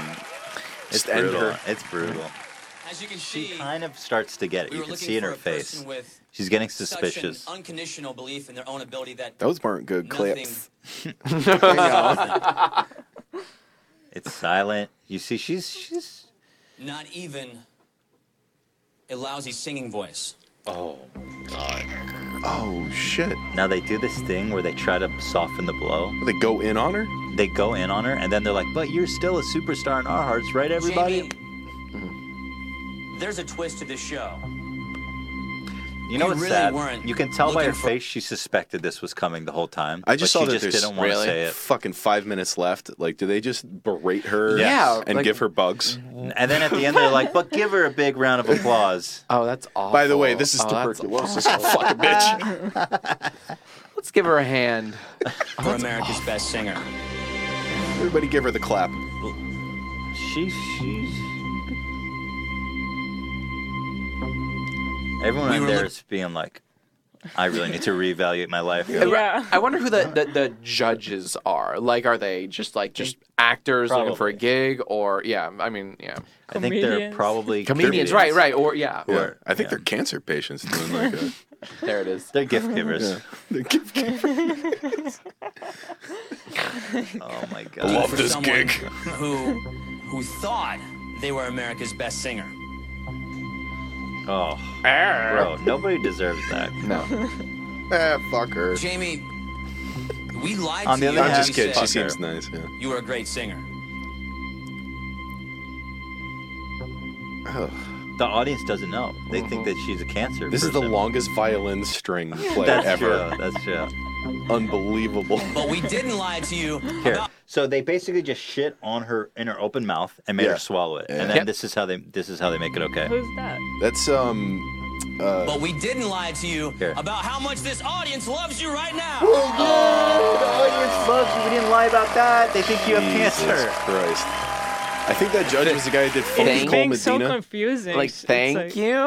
Speaker 1: It's
Speaker 4: Just end
Speaker 1: brutal.
Speaker 4: her.
Speaker 1: It's brutal.
Speaker 19: As you can see,
Speaker 1: She kind of starts to get it.
Speaker 19: we
Speaker 1: You
Speaker 19: were
Speaker 1: can
Speaker 19: looking
Speaker 1: see in
Speaker 19: for
Speaker 1: her
Speaker 19: a person
Speaker 1: face.
Speaker 19: with
Speaker 1: She's getting
Speaker 19: such an
Speaker 1: suspicious.
Speaker 19: unconditional belief in their own ability that
Speaker 4: Those weren't good
Speaker 19: nothing-
Speaker 4: clips.
Speaker 1: It's silent. You see, she's she's
Speaker 19: Not even a lousy singing voice.
Speaker 1: Oh god.
Speaker 4: Oh shit.
Speaker 1: Now they do this thing where they try to soften the blow.
Speaker 4: They go in on her.
Speaker 1: They go in on her, and then they're like, "But you're still a superstar in our hearts, right, everybody?"
Speaker 19: There's a twist to this show.
Speaker 1: You know
Speaker 19: We
Speaker 1: what's
Speaker 19: really
Speaker 1: sad?
Speaker 19: weren't
Speaker 1: You can tell by
Speaker 19: looking
Speaker 1: her
Speaker 19: for-
Speaker 1: face she suspected this was coming the whole time.
Speaker 4: I just
Speaker 1: but
Speaker 4: saw
Speaker 1: she
Speaker 4: that
Speaker 1: just
Speaker 4: there's
Speaker 1: didn't want to say it.
Speaker 4: fucking five minutes left. Like, do they just berate her?
Speaker 2: Yeah,
Speaker 4: And
Speaker 2: like-
Speaker 4: give her bugs.
Speaker 1: And then at the end, they're like, "But give her a big round of applause."
Speaker 2: Oh, that's awful.
Speaker 4: By the way, this is
Speaker 2: Oh, that's
Speaker 4: tuberculosis.
Speaker 2: awful.
Speaker 4: Fuck a bitch.
Speaker 2: Let's give her a hand.
Speaker 19: For America's best singer.
Speaker 1: Oh,
Speaker 4: Everybody give her the clap.
Speaker 1: She she's everyone
Speaker 19: We
Speaker 1: out
Speaker 19: were
Speaker 1: there
Speaker 19: look-
Speaker 1: is being like, "I really need to reevaluate my life."
Speaker 2: I- I wonder who the, the, the judges are. Like, are they just like just actors looking for a gig, or yeah? I mean, yeah.
Speaker 1: I think they're probably
Speaker 2: comedians, right? Right, or yeah,
Speaker 4: Yeah.
Speaker 2: or
Speaker 4: I think they're cancer patients doing like a.
Speaker 2: there it is.
Speaker 1: They're gift givers.
Speaker 4: Yeah. They're gift
Speaker 1: givers. oh my god!
Speaker 19: For someone Who, who thought they were America's best singer.
Speaker 1: Oh, bro, nobody deserves that. Eh,
Speaker 2: No.
Speaker 4: Ah, fuck her.
Speaker 19: Jamie, we lied
Speaker 1: On
Speaker 19: to
Speaker 1: the
Speaker 19: you.
Speaker 1: other
Speaker 19: when
Speaker 4: I'm
Speaker 1: hand-
Speaker 19: we
Speaker 4: just kidding.
Speaker 19: said
Speaker 4: She seems nice. Yeah.
Speaker 19: You were a great singer.
Speaker 1: The audience doesn't know. They think that she's a cancer.
Speaker 4: Mm-hmm. This is the
Speaker 1: person.
Speaker 4: longest violin string play
Speaker 1: That's
Speaker 4: ever.
Speaker 1: True. That's true.
Speaker 4: Unbelievable.
Speaker 19: But we didn't lie to you.
Speaker 1: Here, so they basically just shit on her in her open mouth and made
Speaker 4: Yeah.
Speaker 1: her swallow it,
Speaker 4: Yeah.
Speaker 1: and then
Speaker 4: Yep.
Speaker 1: this is how they this is how they make it okay.
Speaker 3: Who's that?
Speaker 4: That's um. Uh,
Speaker 19: But we didn't lie to you about how much this audience loves you right now.
Speaker 1: the audience loves you. We didn't lie about that. They think you have
Speaker 4: Jesus
Speaker 1: cancer.
Speaker 4: Christ. I I think that judge was the guy that did Funky
Speaker 3: It's
Speaker 4: Cole
Speaker 3: being
Speaker 4: Medina.
Speaker 3: so confusing.
Speaker 2: Like,
Speaker 3: It's
Speaker 2: thank
Speaker 3: like-
Speaker 2: you.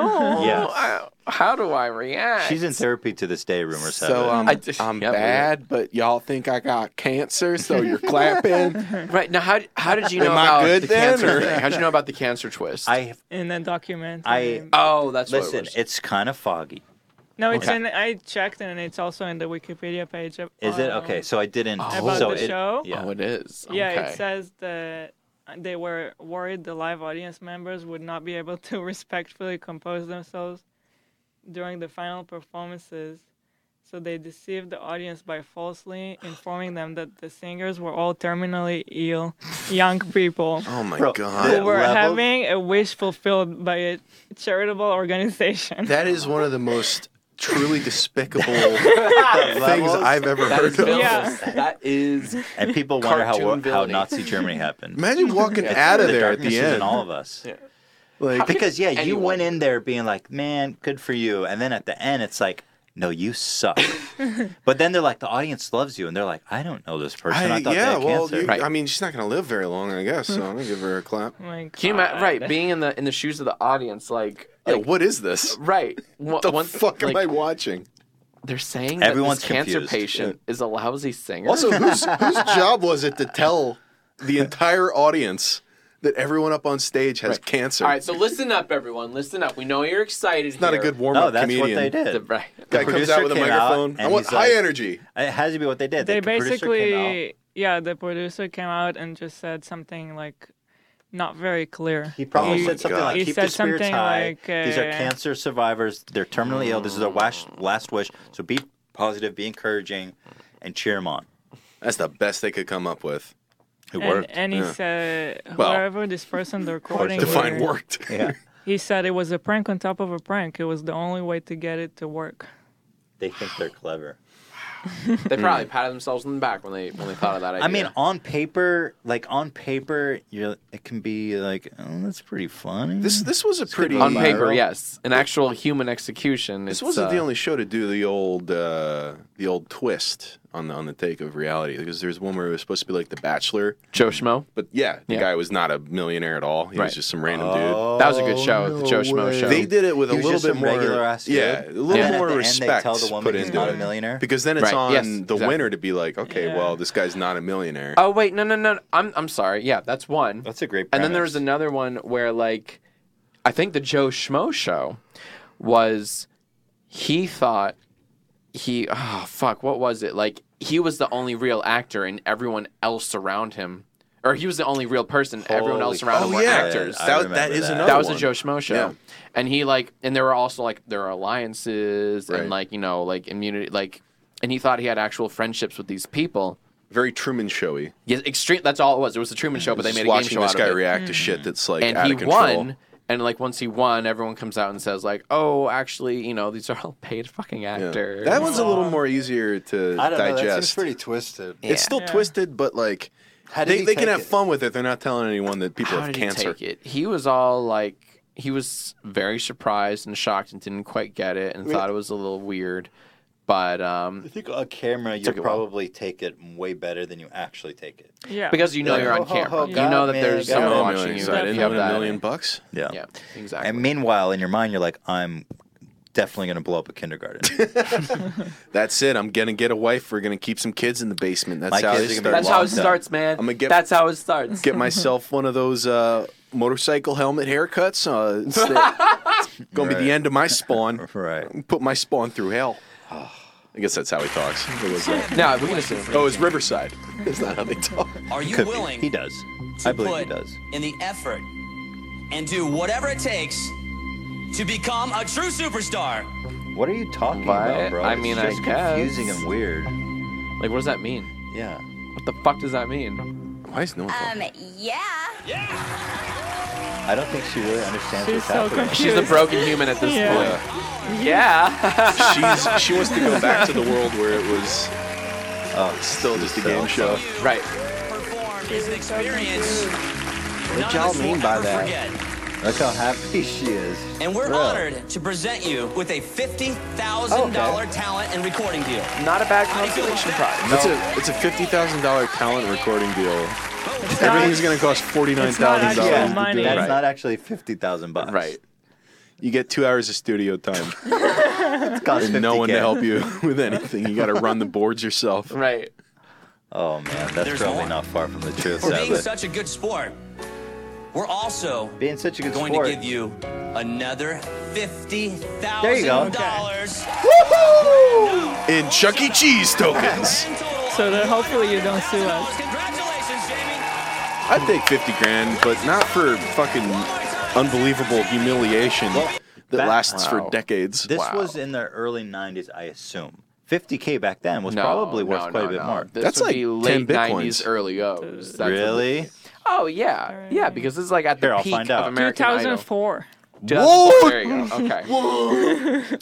Speaker 1: Yes.
Speaker 2: I- how do I react?
Speaker 1: She's in therapy to this day. Rumors have
Speaker 4: So,
Speaker 1: it.
Speaker 4: um,
Speaker 2: I-
Speaker 4: I'm
Speaker 2: yeah,
Speaker 4: bad, but y'all think I got cancer, so you're clapping.
Speaker 2: Right now, how how did you
Speaker 4: Am
Speaker 2: know
Speaker 4: I
Speaker 2: about
Speaker 4: good
Speaker 2: the
Speaker 4: then,
Speaker 2: cancer
Speaker 4: or-
Speaker 2: thing? How did you know about the cancer twist?
Speaker 1: I
Speaker 3: in that document.
Speaker 1: I
Speaker 2: oh that's what it
Speaker 1: listen.
Speaker 2: was.
Speaker 1: It's kind of foggy.
Speaker 3: No, it's
Speaker 1: Okay.
Speaker 3: in. I checked and it's also in the Wikipedia page. Of,
Speaker 1: Is it
Speaker 3: um,
Speaker 1: okay? So I didn't.
Speaker 3: About
Speaker 1: so
Speaker 3: the
Speaker 1: it,
Speaker 3: show?
Speaker 1: Yeah.
Speaker 2: Oh, it is.
Speaker 3: Yeah,
Speaker 2: okay.
Speaker 3: it says that they were worried the live audience members would not be able to respectfully compose themselves during the final performances. So they deceived the audience by falsely informing them that the singers were all terminally ill young people.
Speaker 4: Oh my
Speaker 1: Bro,
Speaker 4: god!
Speaker 1: that
Speaker 3: who were
Speaker 1: level-
Speaker 3: having a wish fulfilled by a charitable organization.
Speaker 4: That is one of the most truly despicable things
Speaker 1: levels-
Speaker 4: I've ever
Speaker 1: that
Speaker 4: heard
Speaker 1: is
Speaker 4: of.
Speaker 1: villainous.
Speaker 3: Yeah.
Speaker 2: That is
Speaker 1: And people wonder how
Speaker 2: Cartoon
Speaker 1: how
Speaker 2: villainy.
Speaker 1: Nazi Germany happened.
Speaker 4: Imagine walking
Speaker 1: It's-
Speaker 4: out of
Speaker 1: the
Speaker 4: there at
Speaker 1: darkness
Speaker 4: the
Speaker 1: is
Speaker 4: end.
Speaker 1: in all of us.
Speaker 4: Like,
Speaker 1: because yeah, you went in there being like, "Man, good for you," and then at the end, it's like, "No, you suck." but then they're like, "The audience loves you," and they're like, "I don't know this person. I,
Speaker 4: I-
Speaker 1: thought they
Speaker 4: yeah,
Speaker 1: had
Speaker 4: well,
Speaker 1: cancer."
Speaker 4: you- I mean, she's not going to live very long, I guess. So I'm going to give her a clap.
Speaker 3: My
Speaker 2: Can you ima- right being in the in the shoes of the audience, like,
Speaker 4: Yeah,
Speaker 2: like,
Speaker 4: what is this?
Speaker 2: right? What
Speaker 4: the fuck am I watching?
Speaker 2: They're saying
Speaker 1: Everyone's
Speaker 2: that this cancer
Speaker 1: confused.
Speaker 2: patient is a lousy singer.
Speaker 4: Also, whose whose job was it to tell the entire audience that everyone up on stage has cancer?
Speaker 2: all right, so listen up, everyone. Listen up. We know you're excited.
Speaker 4: it's not a good warm-up
Speaker 1: no, that's
Speaker 4: comedian.
Speaker 1: what they did.
Speaker 2: The, right.
Speaker 4: Guy comes out
Speaker 1: producer
Speaker 4: with a
Speaker 1: came out
Speaker 4: microphone. I
Speaker 1: and
Speaker 4: want
Speaker 1: he's
Speaker 4: high
Speaker 1: like-
Speaker 4: energy.
Speaker 1: It has to be what they did.
Speaker 3: they
Speaker 1: The producer came out,
Speaker 3: basically yeah the producer came out and just said something like not very clear
Speaker 1: He probably
Speaker 4: Oh my
Speaker 1: said something
Speaker 4: God.
Speaker 1: like,
Speaker 3: He
Speaker 1: "Keep
Speaker 3: said
Speaker 1: the spirits
Speaker 3: something
Speaker 1: high.
Speaker 3: like, uh,
Speaker 1: These are cancer survivors. They're terminally ill. This is their last last wish. So be positive, be encouraging, and cheer them on."
Speaker 4: That's the best they could come up with.
Speaker 1: It
Speaker 3: and,
Speaker 1: worked.
Speaker 3: and he
Speaker 4: yeah.
Speaker 3: said
Speaker 4: Well,
Speaker 3: whoever this person the recording
Speaker 4: Define
Speaker 3: with,
Speaker 4: worked.
Speaker 1: Yeah,
Speaker 3: he said it was a prank on top of a prank it was the only way to get it to work
Speaker 1: they think they're clever.
Speaker 2: They probably patted themselves on the back when they when they thought of that idea.
Speaker 1: I mean, on paper, like on paper, you're it can be like, oh, that's pretty funny.
Speaker 4: This this was a pretty
Speaker 2: on paper,
Speaker 1: viral.
Speaker 2: yes, an actual human execution.
Speaker 4: This
Speaker 2: it's,
Speaker 4: wasn't the
Speaker 2: uh,
Speaker 4: only show to do the old uh, the old twist on the on the take of reality because there's one where it was supposed to be like The Bachelor,
Speaker 2: Joe Schmo.
Speaker 4: but yeah, the
Speaker 2: Yeah.
Speaker 4: guy was not a millionaire at all. He
Speaker 2: Right. Oh,
Speaker 4: was just some random
Speaker 2: That was a good show, the Joe Schmo
Speaker 4: dude.
Speaker 2: show.
Speaker 4: They did it with
Speaker 1: He
Speaker 4: a
Speaker 1: was
Speaker 4: little
Speaker 1: just
Speaker 4: bit
Speaker 1: some
Speaker 4: more
Speaker 1: regular ass dude.
Speaker 4: yeah, a little
Speaker 1: And then at
Speaker 4: more
Speaker 1: the end, they
Speaker 4: respect
Speaker 1: tell the woman
Speaker 4: put
Speaker 1: he's
Speaker 4: into
Speaker 1: not
Speaker 4: it.
Speaker 1: a millionaire.
Speaker 4: because then it's
Speaker 2: Right,
Speaker 4: on
Speaker 2: yes,
Speaker 4: the
Speaker 2: exactly.
Speaker 4: winner to be like, okay,
Speaker 3: Yeah.
Speaker 4: well, this guy's not a millionaire.
Speaker 2: Oh wait, no, no, no. I'm I'm sorry. Yeah, that's one.
Speaker 1: That's a great.
Speaker 2: And then there was another one where, like, I think the Joe Schmo show was he thought he, oh, fuck, what was it? Like, he was the only real actor and everyone else around him, or he was the only real person, everyone else around him
Speaker 4: oh
Speaker 2: were
Speaker 4: yeah,
Speaker 2: actors.
Speaker 1: I
Speaker 4: That-
Speaker 1: remember
Speaker 4: that is
Speaker 1: that.
Speaker 4: another.
Speaker 2: that was
Speaker 4: one.
Speaker 2: a Joe Schmo show.
Speaker 4: Yeah.
Speaker 2: And he, like, and there were also, like, there were alliances
Speaker 4: Right.
Speaker 2: and, like, you know, like immunity, like, and he thought he had actual friendships with these people.
Speaker 4: Very Truman Showy.
Speaker 2: Yes, extreme. That's all it was. It was a Truman show, but they
Speaker 4: Just
Speaker 2: made a game
Speaker 4: watching
Speaker 2: show
Speaker 4: this
Speaker 2: out
Speaker 4: guy
Speaker 2: of it
Speaker 4: react to shit that's like
Speaker 2: and
Speaker 4: out
Speaker 2: he
Speaker 4: of control.
Speaker 2: won and like once he won everyone comes out and says like oh actually you know these are all paid fucking
Speaker 4: Yeah.
Speaker 2: actors
Speaker 4: That one's a little more easier to
Speaker 12: I don't know. That seems
Speaker 4: digest.
Speaker 12: pretty twisted.
Speaker 2: Yeah.
Speaker 4: It's still
Speaker 3: Yeah.
Speaker 4: twisted, but like
Speaker 12: How did
Speaker 4: they,
Speaker 12: he
Speaker 4: they can
Speaker 12: take
Speaker 4: have
Speaker 12: it?
Speaker 4: fun with it. They're not telling anyone that people
Speaker 2: How
Speaker 4: have
Speaker 2: did
Speaker 4: cancer.
Speaker 2: he take it he was all like he was very surprised and shocked and didn't quite get it and
Speaker 12: mean-
Speaker 2: thought it was a little weird but um
Speaker 1: I think uh, on camera you
Speaker 2: Took it well.
Speaker 1: probably take it way better than you actually take it.
Speaker 3: yeah
Speaker 2: because you know
Speaker 1: Yeah.
Speaker 2: you're on
Speaker 1: Ho, ho,
Speaker 2: camera
Speaker 1: ho,
Speaker 2: you
Speaker 1: got
Speaker 2: know that
Speaker 1: me,
Speaker 2: there's
Speaker 1: got
Speaker 4: I
Speaker 1: me.
Speaker 2: someone
Speaker 4: don't know,
Speaker 2: watching
Speaker 4: man,
Speaker 2: you
Speaker 4: is that
Speaker 2: you
Speaker 4: in
Speaker 2: have
Speaker 4: on a
Speaker 2: that
Speaker 4: million bucks.
Speaker 1: Yeah.
Speaker 2: yeah exactly
Speaker 1: And meanwhile, in your mind, you're like, I'm definitely gonna blow up a kindergarten.
Speaker 4: That's it. I'm gonna get a wife. We're gonna keep some kids in the basement. That's
Speaker 1: My
Speaker 4: how
Speaker 1: kids
Speaker 4: they
Speaker 1: are
Speaker 4: start.
Speaker 1: gonna be
Speaker 2: that's how it
Speaker 1: locked up.
Speaker 2: starts man
Speaker 4: I'm gonna get-
Speaker 2: that's how it starts
Speaker 4: Get myself one of those uh, motorcycle helmet haircuts. Uh, it's the- gonna be
Speaker 1: Right.
Speaker 4: the end of my spawn.
Speaker 1: right.
Speaker 4: Put my spawn through hell. I guess that's how he talks. It was, uh,
Speaker 2: no we can assume
Speaker 4: oh, it's Riverside. That's not how they talk.
Speaker 19: Are you
Speaker 1: Could be.
Speaker 19: willing
Speaker 1: He does.
Speaker 19: to
Speaker 1: I believe
Speaker 19: put
Speaker 1: he does.
Speaker 19: in the effort and do whatever it takes to become a true superstar?
Speaker 1: What are you talking
Speaker 2: What?
Speaker 1: about, bro?
Speaker 2: I
Speaker 1: It's
Speaker 2: mean, I
Speaker 1: just confusing
Speaker 2: guess.
Speaker 1: and weird.
Speaker 2: like what does that mean
Speaker 1: Yeah.
Speaker 2: what the fuck does that mean
Speaker 4: Why is no one?
Speaker 15: Um, yeah.
Speaker 1: I don't think she really understands
Speaker 3: She's
Speaker 1: what's
Speaker 3: so
Speaker 1: happening.
Speaker 3: confused.
Speaker 2: she's the broken human at this
Speaker 3: Yeah.
Speaker 2: point yeah
Speaker 4: She's, she wants to go back to the world where it was uh, still just a game show.
Speaker 2: right
Speaker 19: Perform is an experience. What
Speaker 12: y'all mean by that?
Speaker 19: Forget.
Speaker 1: Look how happy she is.
Speaker 19: And we're
Speaker 1: Bro.
Speaker 19: honored to present you with a $50,000
Speaker 1: Oh,
Speaker 19: talent and recording deal.
Speaker 20: Not a bad consolation prize.
Speaker 4: It's a it's a fifty thousand dollar talent recording deal. Everything's gonna cost forty nine
Speaker 1: It's not
Speaker 4: thousand
Speaker 1: actual
Speaker 4: dollars.
Speaker 1: money. That's not
Speaker 4: actually fifty thousand bucks. Right. You get two hours of studio time.
Speaker 1: cost
Speaker 4: and no one to
Speaker 1: 50K.
Speaker 4: help you with anything. You got to run the boards yourself.
Speaker 2: Right.
Speaker 1: Oh man, that's
Speaker 19: There's
Speaker 1: probably
Speaker 19: more.
Speaker 1: not far from the truth.
Speaker 19: For being
Speaker 1: sadly.
Speaker 19: such a good sport, we're also
Speaker 1: being such a good
Speaker 19: going
Speaker 1: sport.
Speaker 19: to give you another fifty thousand
Speaker 1: There you go.
Speaker 19: dollars.
Speaker 4: In Chuck E. Cheese tokens.
Speaker 3: So that hopefully you don't sue us.
Speaker 4: I'd take fifty grand, but not for fucking unbelievable humiliation that,
Speaker 1: Back-
Speaker 4: lasts
Speaker 1: Wow.
Speaker 4: for decades.
Speaker 1: This was in the early '90s, I assume. 50k back then was
Speaker 2: No,
Speaker 1: probably worth
Speaker 2: no,
Speaker 1: quite
Speaker 2: no,
Speaker 1: a bit
Speaker 2: no.
Speaker 1: more.
Speaker 2: This would be late 90s, early O's. That's what-
Speaker 1: Really?
Speaker 2: Oh yeah, yeah. Because this is like at the
Speaker 1: Here, I'll
Speaker 2: peak
Speaker 1: find
Speaker 2: of
Speaker 1: out.
Speaker 2: American Idol.
Speaker 3: 2004.
Speaker 2: Whoa! There you go. Okay.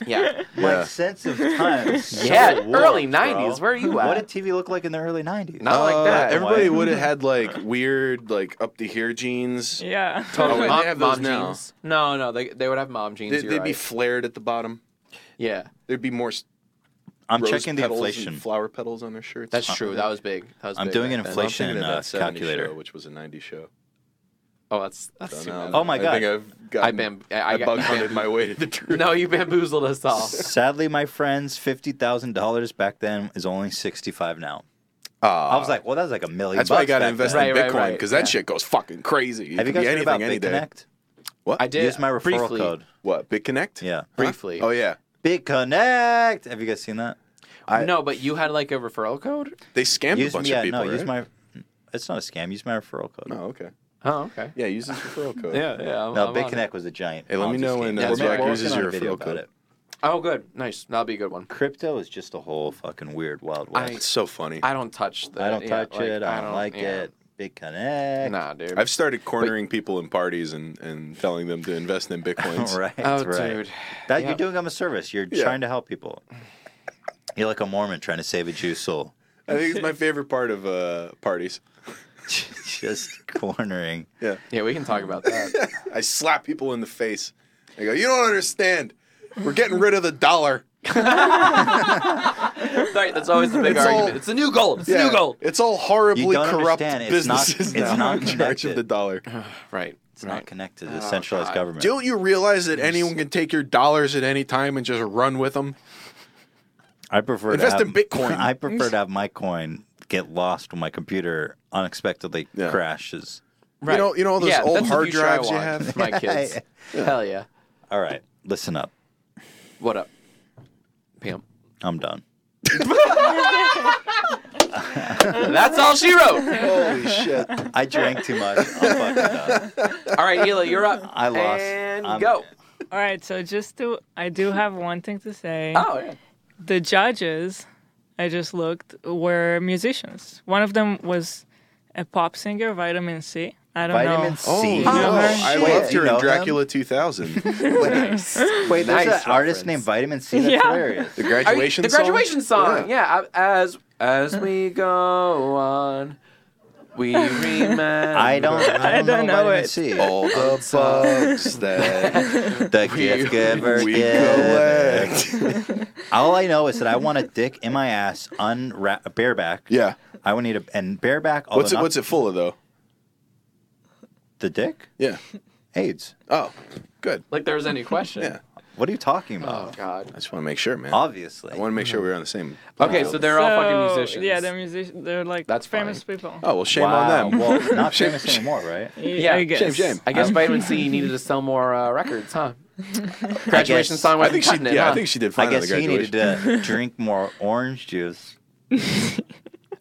Speaker 2: Yeah.
Speaker 1: My sense of time. is so
Speaker 2: Yeah,
Speaker 1: warped,
Speaker 2: early
Speaker 1: bro.
Speaker 2: 90s, where are you
Speaker 1: What
Speaker 2: at?
Speaker 1: did TV look like in the early 90s?
Speaker 4: Uh, Everybody would have had like weird, like up to here jeans.
Speaker 3: Yeah.
Speaker 4: Totally.
Speaker 2: Mom,
Speaker 4: they have those
Speaker 2: mom
Speaker 4: now.
Speaker 2: jeans. No, no. They they would have mom jeans.
Speaker 4: They,
Speaker 2: you're
Speaker 4: would be
Speaker 2: right.
Speaker 4: flared at the bottom.
Speaker 2: Yeah.
Speaker 4: There'd be more. s-
Speaker 1: I'm
Speaker 4: rose
Speaker 1: checking the
Speaker 4: petals and
Speaker 1: inflation.
Speaker 4: Flower petals on their shirts.
Speaker 2: That's true. That was big. That was
Speaker 1: I'm
Speaker 2: big
Speaker 1: doing
Speaker 2: back
Speaker 1: an
Speaker 2: then.
Speaker 1: inflation,
Speaker 4: I'm thinking of
Speaker 1: uh,
Speaker 4: that 70
Speaker 1: calculator.
Speaker 4: show, which was a '90s show.
Speaker 2: Oh, that's that's
Speaker 4: Don't
Speaker 2: too
Speaker 4: know.
Speaker 2: bad.
Speaker 1: Oh my
Speaker 4: I
Speaker 1: God.
Speaker 4: think I've got.
Speaker 2: I bam- I- I got-
Speaker 4: bug
Speaker 2: you
Speaker 4: hunted
Speaker 2: bam-
Speaker 4: my way to the truth.
Speaker 2: No, you bamboozled us all.
Speaker 1: Sadly, my friends, fifty thousand dollars back then is only sixty-five now. I was like, well, that's like a million.
Speaker 4: That's why I
Speaker 1: bucks
Speaker 4: got to
Speaker 1: back
Speaker 4: invest
Speaker 1: then.
Speaker 4: in Bitcoin because that shit goes fucking crazy. It
Speaker 1: Have you
Speaker 4: could
Speaker 1: guys
Speaker 4: be
Speaker 1: heard
Speaker 4: anything
Speaker 1: about
Speaker 4: any day.
Speaker 1: BitConnect?
Speaker 4: What?
Speaker 2: I did,
Speaker 1: Use my referral
Speaker 2: briefly.
Speaker 1: code.
Speaker 4: What? BitConnect?
Speaker 1: Yeah.
Speaker 2: Briefly.
Speaker 4: Oh yeah.
Speaker 1: BitConnect. Have you guys seen that? I-
Speaker 2: no, but you had like a referral code.
Speaker 4: They scammed
Speaker 1: Use-
Speaker 4: a bunch
Speaker 1: yeah,
Speaker 4: of people.
Speaker 1: no, use
Speaker 4: right?
Speaker 1: my. It's not a scam. Use my referral code.
Speaker 4: Oh, okay.
Speaker 2: Oh, okay.
Speaker 4: Yeah, use this referral code.
Speaker 2: Yeah, yeah, I'm-
Speaker 1: no,
Speaker 2: I'm on
Speaker 1: BitConnect
Speaker 2: it.
Speaker 1: was a giant.
Speaker 4: Hey, let me
Speaker 1: Ponzi
Speaker 4: know
Speaker 1: scheme.
Speaker 4: when, uh,
Speaker 1: That's
Speaker 4: Zach
Speaker 1: right. We're
Speaker 4: uses
Speaker 1: working on
Speaker 4: your
Speaker 1: a video
Speaker 4: referral
Speaker 1: about
Speaker 4: code.
Speaker 1: it.
Speaker 2: Oh, good. Nice. That'll be a good one.
Speaker 1: Crypto is just a whole fucking weird wild
Speaker 2: I-
Speaker 1: west.
Speaker 2: It's
Speaker 4: so funny.
Speaker 2: I don't touch that.
Speaker 1: I don't
Speaker 2: yeah,
Speaker 1: touch
Speaker 2: like,
Speaker 1: it. I don't, like
Speaker 2: yeah.
Speaker 1: it. Big Connect.
Speaker 2: Nah, dude.
Speaker 4: I've started cornering people in parties and, and telling them to invest in bitcoins.
Speaker 1: right.
Speaker 2: Oh,
Speaker 1: right.
Speaker 2: dude.
Speaker 1: That
Speaker 2: Yeah.
Speaker 1: you're doing them a service. You're
Speaker 4: Yeah.
Speaker 1: trying to help people. You're like a Mormon trying to save a Jew soul.
Speaker 4: I think it's my favorite part of uh, parties.
Speaker 1: Just cornering.
Speaker 4: Yeah.
Speaker 2: Yeah, we can talk about that.
Speaker 4: I slap people in the face. I go, you don't understand. We're getting rid of the dollar.
Speaker 2: right. That's always the big
Speaker 4: It's all-
Speaker 2: argument. It's the new gold. It's the
Speaker 4: Yeah,
Speaker 2: new gold.
Speaker 4: It's all horribly
Speaker 1: You don't
Speaker 4: corrupt
Speaker 1: understand. It's not-
Speaker 4: businesses
Speaker 1: it's
Speaker 4: now
Speaker 1: not
Speaker 4: in charge
Speaker 1: connected.
Speaker 4: of the dollar.
Speaker 2: Right. Oh,
Speaker 1: It's not connected to centralized government.
Speaker 4: Don't you realize that anyone can take your dollars at any time and just run with them?
Speaker 1: I prefer
Speaker 4: Invest
Speaker 1: to have,
Speaker 4: in Bitcoin.
Speaker 1: I prefer to have my coin get lost when my computer unexpectedly crashes.
Speaker 4: You know, you know all those
Speaker 2: yeah,
Speaker 4: old
Speaker 2: that's the
Speaker 4: hard
Speaker 2: future I
Speaker 4: drives you
Speaker 2: want
Speaker 4: have.
Speaker 2: for my kids. Hell yeah.
Speaker 1: All right, listen up.
Speaker 2: What up, Pam?
Speaker 1: I'm done.
Speaker 2: That's all she wrote.
Speaker 4: Holy shit!
Speaker 1: I drank too much. I'm fucking done.
Speaker 2: All right, Hila, you're up.
Speaker 1: I lost.
Speaker 2: And
Speaker 1: I'm-
Speaker 2: go.
Speaker 3: All right, so just to, I do have one thing to say.
Speaker 2: Oh yeah.
Speaker 3: The judges, I just looked, were musicians. One of them was a pop singer, Vitamin C. I don't
Speaker 1: Vitamin
Speaker 3: know.
Speaker 1: C. Oh,
Speaker 3: You know her?
Speaker 4: I
Speaker 1: Shit.
Speaker 4: loved
Speaker 1: You
Speaker 4: her
Speaker 1: know
Speaker 4: in
Speaker 1: them?
Speaker 4: Dracula 2000.
Speaker 1: Wait, there's
Speaker 2: Nice
Speaker 1: an artist
Speaker 2: reference.
Speaker 1: named Vitamin C. That's
Speaker 3: Yeah.
Speaker 1: hilarious.
Speaker 4: The
Speaker 2: Are you-
Speaker 4: graduation
Speaker 2: the
Speaker 4: song?
Speaker 2: graduation song. Yeah. I- uh, as as we go on, we remember.
Speaker 1: I don't. I don't,
Speaker 3: don't know
Speaker 1: Vitamin
Speaker 3: it.
Speaker 1: C.
Speaker 4: All the bugs that
Speaker 1: The gift giver
Speaker 4: we
Speaker 1: giver.
Speaker 4: collect.
Speaker 1: All I know is that I want a dick in my ass, unwrap bareback.
Speaker 4: Yeah.
Speaker 1: I would need a and bareback. although
Speaker 4: What's it,
Speaker 1: not
Speaker 4: what's it full of though?
Speaker 1: The dick?
Speaker 4: Yeah.
Speaker 1: AIDS.
Speaker 4: Oh, good.
Speaker 2: Like there was any question.
Speaker 4: Yeah.
Speaker 1: What are you talking
Speaker 2: Oh
Speaker 1: about?
Speaker 4: I
Speaker 2: God.
Speaker 4: just want to make sure, man.
Speaker 1: Obviously.
Speaker 4: I want to make sure we're on the same.
Speaker 2: Okay, so they're all fucking
Speaker 3: So,
Speaker 2: musicians.
Speaker 3: Yeah, they're musicians. They're like
Speaker 2: That's
Speaker 3: famous people.
Speaker 4: Oh well, shame
Speaker 1: Wow.
Speaker 4: on them.
Speaker 1: Well, not
Speaker 4: Shame-
Speaker 1: famous anymore, right?
Speaker 2: Yeah,
Speaker 3: I guess.
Speaker 4: shame, shame. Um,
Speaker 2: I guess Vitamin C needed to sell more uh, records, huh? Graduation
Speaker 1: guess-
Speaker 2: song.
Speaker 4: I
Speaker 2: wasn't
Speaker 4: think she.
Speaker 2: cutting it,
Speaker 4: Yeah,
Speaker 2: huh?
Speaker 4: I think she did fine
Speaker 1: I
Speaker 4: on
Speaker 1: guess
Speaker 4: the
Speaker 1: he
Speaker 4: graduation.
Speaker 1: needed to drink more orange juice.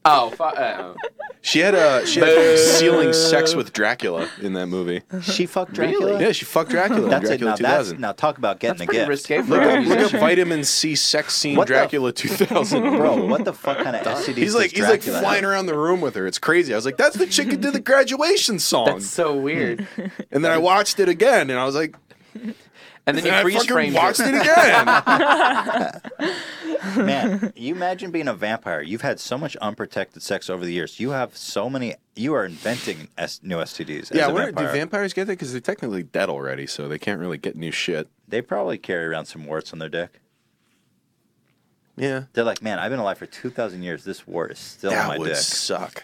Speaker 2: Oh, fu- uh,
Speaker 4: She had a she had ceiling sex with Dracula in that movie.
Speaker 1: She fucked Dracula.
Speaker 4: Yeah, she fucked Dracula. in
Speaker 1: That's it.
Speaker 4: Dracula
Speaker 1: Now, that's,
Speaker 4: 2000.
Speaker 1: now talk about getting
Speaker 2: that's
Speaker 1: a
Speaker 2: pretty
Speaker 1: gift.
Speaker 2: risque for a
Speaker 4: Look up, look up
Speaker 2: musician.
Speaker 4: vitamin C sex scene
Speaker 1: What the-
Speaker 4: Dracula 2000,
Speaker 1: Bro, what the fuck kind of STDs
Speaker 4: He's like
Speaker 1: does
Speaker 4: he's like
Speaker 1: Dracula
Speaker 4: flying
Speaker 1: have?
Speaker 4: around the room with her. It's crazy. I was like, that's the chick who did the graduation song.
Speaker 2: That's so weird.
Speaker 4: and then I watched it again, and I was like,
Speaker 2: And then you
Speaker 4: I
Speaker 2: freeze
Speaker 4: fucking
Speaker 2: framed
Speaker 4: watched it
Speaker 2: again.
Speaker 1: Man, you imagine being a vampire. You've had so much unprotected sex over the years. You have so many. You are inventing S- new STDs. As
Speaker 4: yeah, I
Speaker 1: a
Speaker 4: wonder, do
Speaker 1: vampire.
Speaker 4: vampires get that? Because they're technically dead already, so they can't really get new shit.
Speaker 1: They probably carry around some warts on their dick.
Speaker 4: Yeah,
Speaker 1: They're like, man, I've been alive for two thousand years. This wart is still
Speaker 4: that
Speaker 1: on my
Speaker 4: would
Speaker 1: dick.
Speaker 4: suck.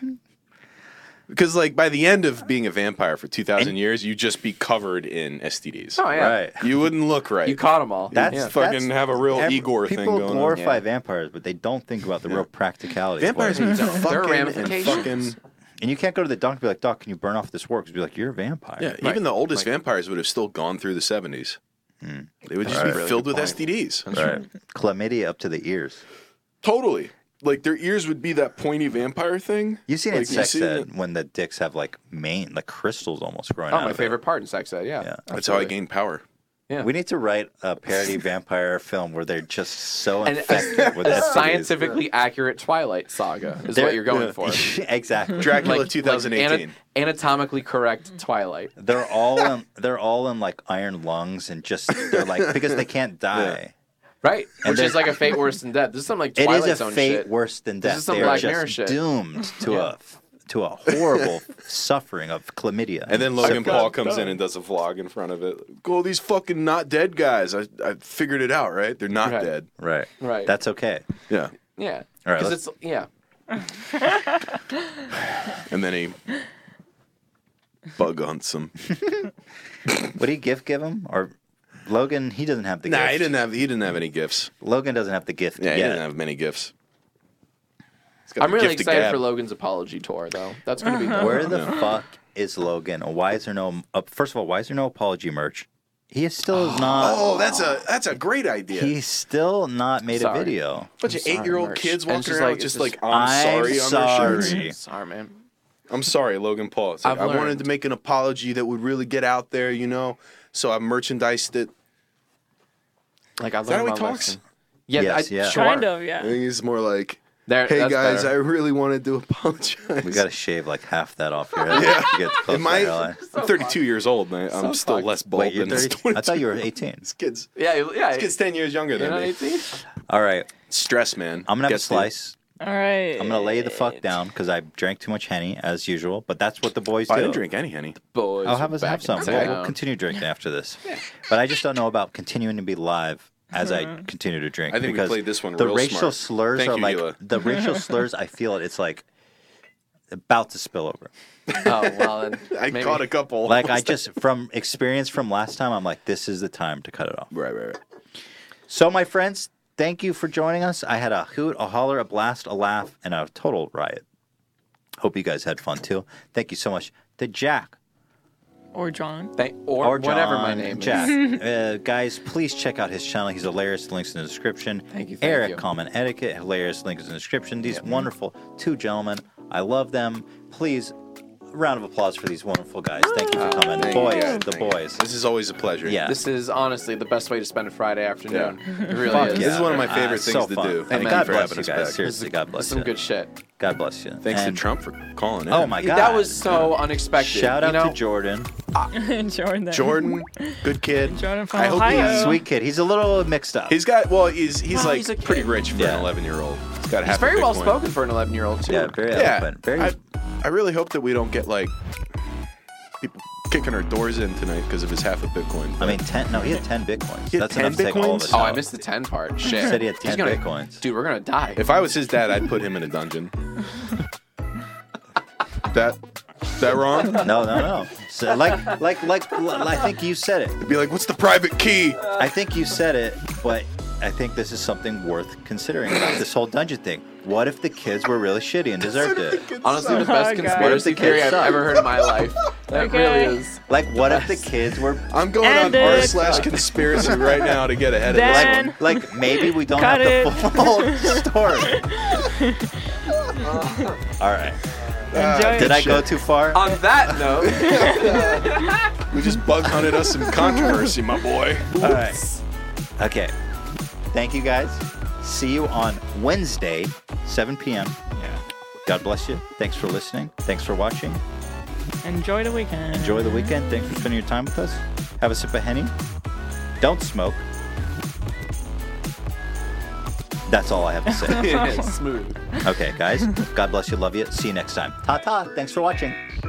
Speaker 4: Because like by the end of being a vampire for two thousand years, you'd just be covered in STDs.
Speaker 2: Oh, yeah.
Speaker 1: Right.
Speaker 4: You wouldn't look right. You
Speaker 2: caught them all.
Speaker 4: That's fucking
Speaker 1: that's-
Speaker 4: have a real
Speaker 1: every-
Speaker 4: Igor thing
Speaker 1: people
Speaker 4: going on.
Speaker 1: glorify vampires, but they don't think about the real practicality.
Speaker 4: Vampires
Speaker 1: of
Speaker 4: means
Speaker 1: what it is.
Speaker 4: There are fucking and ramifications. fucking-
Speaker 1: And you can't go to the doc and be like, Doc, can you burn off this wart? Because be like, you're a vampire.
Speaker 4: Yeah, even the oldest vampires would have still gone through the seventies.
Speaker 1: Hmm.
Speaker 4: They would just
Speaker 1: That's a
Speaker 4: be
Speaker 1: really
Speaker 4: filled
Speaker 1: good
Speaker 4: with
Speaker 1: point.
Speaker 4: STDs.
Speaker 1: Right. Chlamydia up to the ears.
Speaker 4: Totally. Like their ears would be that pointy vampire thing.
Speaker 1: You've seen it in
Speaker 4: like,
Speaker 1: sex
Speaker 4: seen
Speaker 1: ed
Speaker 4: it-
Speaker 1: when the dicks have like mane, like crystals almost growing
Speaker 2: Oh,
Speaker 1: out
Speaker 2: my
Speaker 1: of
Speaker 2: favorite part in sex ed. Yeah.
Speaker 1: it.
Speaker 4: That's how I gained power.
Speaker 2: Yeah.
Speaker 1: We need to write a parody vampire film where they're just so
Speaker 2: And
Speaker 1: infected with
Speaker 2: a
Speaker 1: STDs.
Speaker 2: scientifically accurate Twilight saga is
Speaker 1: There-
Speaker 2: what you're going
Speaker 1: yeah.
Speaker 2: for.
Speaker 1: exactly.
Speaker 4: Dracula
Speaker 2: Like-
Speaker 4: 2018.
Speaker 2: ana- anatomically correct Twilight.
Speaker 1: They're all in, they're all in like iron lungs and just they're like because they can't die.
Speaker 2: Right.
Speaker 1: And
Speaker 2: Which is
Speaker 1: they're-
Speaker 2: like a fate worse than death. This is some like
Speaker 1: It
Speaker 2: Twilight
Speaker 1: is a
Speaker 2: Zone
Speaker 1: fate
Speaker 2: shit.
Speaker 1: worse than
Speaker 2: This
Speaker 1: death.
Speaker 2: is some
Speaker 1: they
Speaker 2: Black
Speaker 1: are
Speaker 2: Mirror
Speaker 1: just
Speaker 2: shit.
Speaker 1: doomed to
Speaker 2: Yeah.
Speaker 1: a to a horrible suffering of chlamydia.
Speaker 4: And then Logan
Speaker 1: Syphilis.
Speaker 4: Paul comes in and does a vlog in front of it. All these fucking not dead guys. I, I figured it out, right? They're not
Speaker 2: Right.
Speaker 4: dead.
Speaker 1: Right.
Speaker 2: Right.
Speaker 1: That's okay.
Speaker 4: Yeah.
Speaker 2: Yeah.
Speaker 1: All right, let's-
Speaker 2: Because it's yeah.
Speaker 4: And then
Speaker 1: Um,
Speaker 4: he bug hunts him.
Speaker 1: Would he gift give him or Logan? He doesn't have the.
Speaker 4: nah,
Speaker 1: gift.
Speaker 4: he didn't have he didn't have any gifts.
Speaker 1: Logan doesn't have the gift.
Speaker 4: Yeah, he
Speaker 1: yet.
Speaker 4: didn't have many gifts. He's got
Speaker 2: I'm
Speaker 4: the
Speaker 2: really
Speaker 4: gift of
Speaker 2: excited
Speaker 4: gab.
Speaker 2: for Logan's apology tour though. That's gonna be dope.
Speaker 1: Where the fuck is Logan? Why is there no? Uh, first of all, why is there no apology merch? He is still is not.
Speaker 4: Oh, that's a that's a great idea.
Speaker 1: He's still not made
Speaker 2: Sorry.
Speaker 1: a video.
Speaker 4: bunch of eight year old
Speaker 2: merch.
Speaker 4: kids
Speaker 2: And it's
Speaker 4: walking
Speaker 2: just
Speaker 4: around
Speaker 2: like-
Speaker 4: with just
Speaker 2: it's
Speaker 4: like
Speaker 2: just-
Speaker 4: I'm,
Speaker 1: I'm
Speaker 4: sorry, on their
Speaker 1: sorry.
Speaker 4: shirts.
Speaker 2: Sorry, man.
Speaker 4: I'm sorry, Logan Paul. It's like,
Speaker 2: I've
Speaker 4: I wanted
Speaker 2: learned.
Speaker 4: to make an apology that would really get out there, you know. So I merchandised it.
Speaker 2: Like I
Speaker 4: Is that
Speaker 2: learned
Speaker 4: how he
Speaker 2: my
Speaker 4: talks?
Speaker 2: lesson. Yeah,
Speaker 1: Yes,
Speaker 2: I,
Speaker 1: yeah.
Speaker 2: sure.
Speaker 3: Kind of,
Speaker 4: I
Speaker 3: yeah.
Speaker 4: think he's more like,
Speaker 2: There,
Speaker 4: "Hey
Speaker 2: that's
Speaker 4: guys, I
Speaker 2: better.
Speaker 4: really wanted to apologize."
Speaker 1: We got to shave like half that off your head.
Speaker 4: Yeah.
Speaker 1: to get close
Speaker 4: Am
Speaker 1: to
Speaker 4: I-
Speaker 1: your eye.
Speaker 4: I'm 32 years old, man. I'm
Speaker 2: So
Speaker 4: still
Speaker 2: fucked.
Speaker 4: less bald
Speaker 1: Wait, you're
Speaker 4: than this
Speaker 1: 30? I thought you were 18.
Speaker 4: This kid's
Speaker 2: yeah, you- yeah.
Speaker 4: this kid's 10 years younger
Speaker 2: you
Speaker 4: than
Speaker 2: know,
Speaker 4: me.
Speaker 2: it's-
Speaker 1: All right,
Speaker 4: Stress, man.
Speaker 1: I'm gonna have a
Speaker 4: Gets to-
Speaker 1: slice.
Speaker 3: All right.
Speaker 1: I'm gonna lay the fuck down because I drank too much henny as usual. But that's what the boys do.
Speaker 4: I didn't drink any honey.
Speaker 2: boys.
Speaker 1: I'll have us
Speaker 2: back
Speaker 1: have
Speaker 2: in
Speaker 1: some. We'll, we'll
Speaker 2: town.
Speaker 1: continue drinking after this. But I just don't know about continuing to be live as
Speaker 2: Mm-hmm.
Speaker 1: I continue to drink.
Speaker 4: I think we
Speaker 1: because
Speaker 4: played this one
Speaker 1: The
Speaker 4: real
Speaker 1: racial
Speaker 4: smart.
Speaker 1: slurs
Speaker 4: Thank
Speaker 1: are
Speaker 4: you,
Speaker 1: like
Speaker 4: Hila.
Speaker 1: the racial slurs. I feel it. It's like about to spill over.
Speaker 2: Oh well, then
Speaker 4: I
Speaker 2: maybe-
Speaker 4: caught a couple.
Speaker 1: Like I just from experience from last time, I'm like, this is the time to cut it off.
Speaker 4: right, right, right.
Speaker 1: So, my friends, thank you for joining us. I had a hoot, a holler, a blast, a laugh, and a total riot. Hope you guys had fun too. Thank you so much to Jack
Speaker 3: Or John.
Speaker 2: Thank, or,
Speaker 1: or
Speaker 2: whatever my
Speaker 1: John
Speaker 2: name
Speaker 1: Jack.
Speaker 2: is.
Speaker 1: uh, guys, please check out his channel. He's hilarious. Links in the description.
Speaker 2: Thank you, thank
Speaker 1: Eric,
Speaker 2: you.
Speaker 1: Common Etiquette, hilarious. Links in the description. These wonderful two gentlemen. I love them. Please, round of applause for these wonderful guys. Thank you for coming.
Speaker 4: Thank you,
Speaker 1: boys,
Speaker 4: guys.
Speaker 1: the
Speaker 4: Thank you.
Speaker 1: boys.
Speaker 4: This is always a pleasure.
Speaker 1: Yeah.
Speaker 2: This is honestly the best way to spend a Friday afternoon. It really
Speaker 1: Fuck
Speaker 2: is.
Speaker 1: yeah.
Speaker 4: This is one of my favorite
Speaker 1: Uh,
Speaker 4: things
Speaker 1: so
Speaker 4: to
Speaker 1: fun.
Speaker 4: do.
Speaker 1: And
Speaker 4: Thank
Speaker 1: God
Speaker 4: you for
Speaker 1: bless
Speaker 4: having
Speaker 1: you
Speaker 4: us
Speaker 1: guys.
Speaker 4: back.
Speaker 1: Seriously, God bless
Speaker 2: Some
Speaker 1: you.
Speaker 2: good shit.
Speaker 1: God bless you.
Speaker 4: Thanks
Speaker 1: And-
Speaker 4: to Trump for calling in.
Speaker 1: Oh my God.
Speaker 2: That was so unexpected.
Speaker 1: Shout out
Speaker 2: you know?
Speaker 1: to Jordan.
Speaker 3: Jordan.
Speaker 4: Ah. Jordan, good kid.
Speaker 3: Jordan from
Speaker 4: I hope
Speaker 3: Ohio.
Speaker 4: he's
Speaker 1: Sweet kid. He's a little mixed up.
Speaker 4: He's got well. He's he's
Speaker 2: Well,
Speaker 4: like
Speaker 2: he's a kid.
Speaker 4: pretty rich for
Speaker 1: Yeah.
Speaker 4: an 11 year old. He's got
Speaker 2: He's
Speaker 4: half. a
Speaker 2: very well
Speaker 4: Bitcoin.
Speaker 2: spoken for an 11 year old too.
Speaker 1: yeah, very
Speaker 4: Yeah.
Speaker 1: eloquent. Very.
Speaker 4: I, I really hope that we don't get like people kicking our doors in tonight because of his half a Bitcoin.
Speaker 1: I mean, ten. No, he had ten bitcoins.
Speaker 4: He had
Speaker 1: That's
Speaker 4: 10
Speaker 1: enough to take all of
Speaker 4: bitcoins?
Speaker 1: us.
Speaker 2: Oh,
Speaker 1: out.
Speaker 2: I missed the 10 part. Shit.
Speaker 1: Said he had
Speaker 2: He's
Speaker 1: 10
Speaker 2: gonna-
Speaker 1: bitcoins.
Speaker 2: Dude, we're gonna die.
Speaker 4: If I was his dad, I'd put him in a dungeon. that that wrong?
Speaker 1: No, no, no. So, like, like, like, li- I think you said it.
Speaker 4: Be like, what's the private key?
Speaker 1: I think you said it, but I think this is something worth considering about this whole dungeon thing. What if the kids were really shitty and deserved it?
Speaker 2: Honestly, the best
Speaker 3: Oh, God.
Speaker 2: conspiracy
Speaker 1: What if the
Speaker 2: theory
Speaker 1: kids
Speaker 2: I've
Speaker 1: suck?
Speaker 2: ever heard in my life. That
Speaker 3: Okay.
Speaker 2: really is.
Speaker 1: Like, what if the kids were
Speaker 4: I'm going
Speaker 3: And
Speaker 4: on r
Speaker 3: it-
Speaker 4: slash conspiracy right now to get ahead of this
Speaker 3: Then-
Speaker 4: one.
Speaker 1: like, like maybe we don't
Speaker 3: Cut
Speaker 1: have the
Speaker 3: it.
Speaker 1: full story? All right.
Speaker 4: Ah,
Speaker 1: Did I go too far?
Speaker 2: On that note,
Speaker 4: we just bug hunted us some controversy, my boy.
Speaker 1: All right. Okay. Thank you guys. See you on Wednesday, 7 p.m.
Speaker 4: Yeah.
Speaker 1: God bless you. Thanks for listening. Thanks for watching.
Speaker 3: Enjoy the weekend.
Speaker 1: Enjoy the weekend. Thanks for spending your time with us. Have a sip of Henny. Don't smoke. That's all I have to say.
Speaker 2: Smooth.
Speaker 1: Okay, guys. God bless you. Love you. See you next time. Ta ta. Thanks for watching.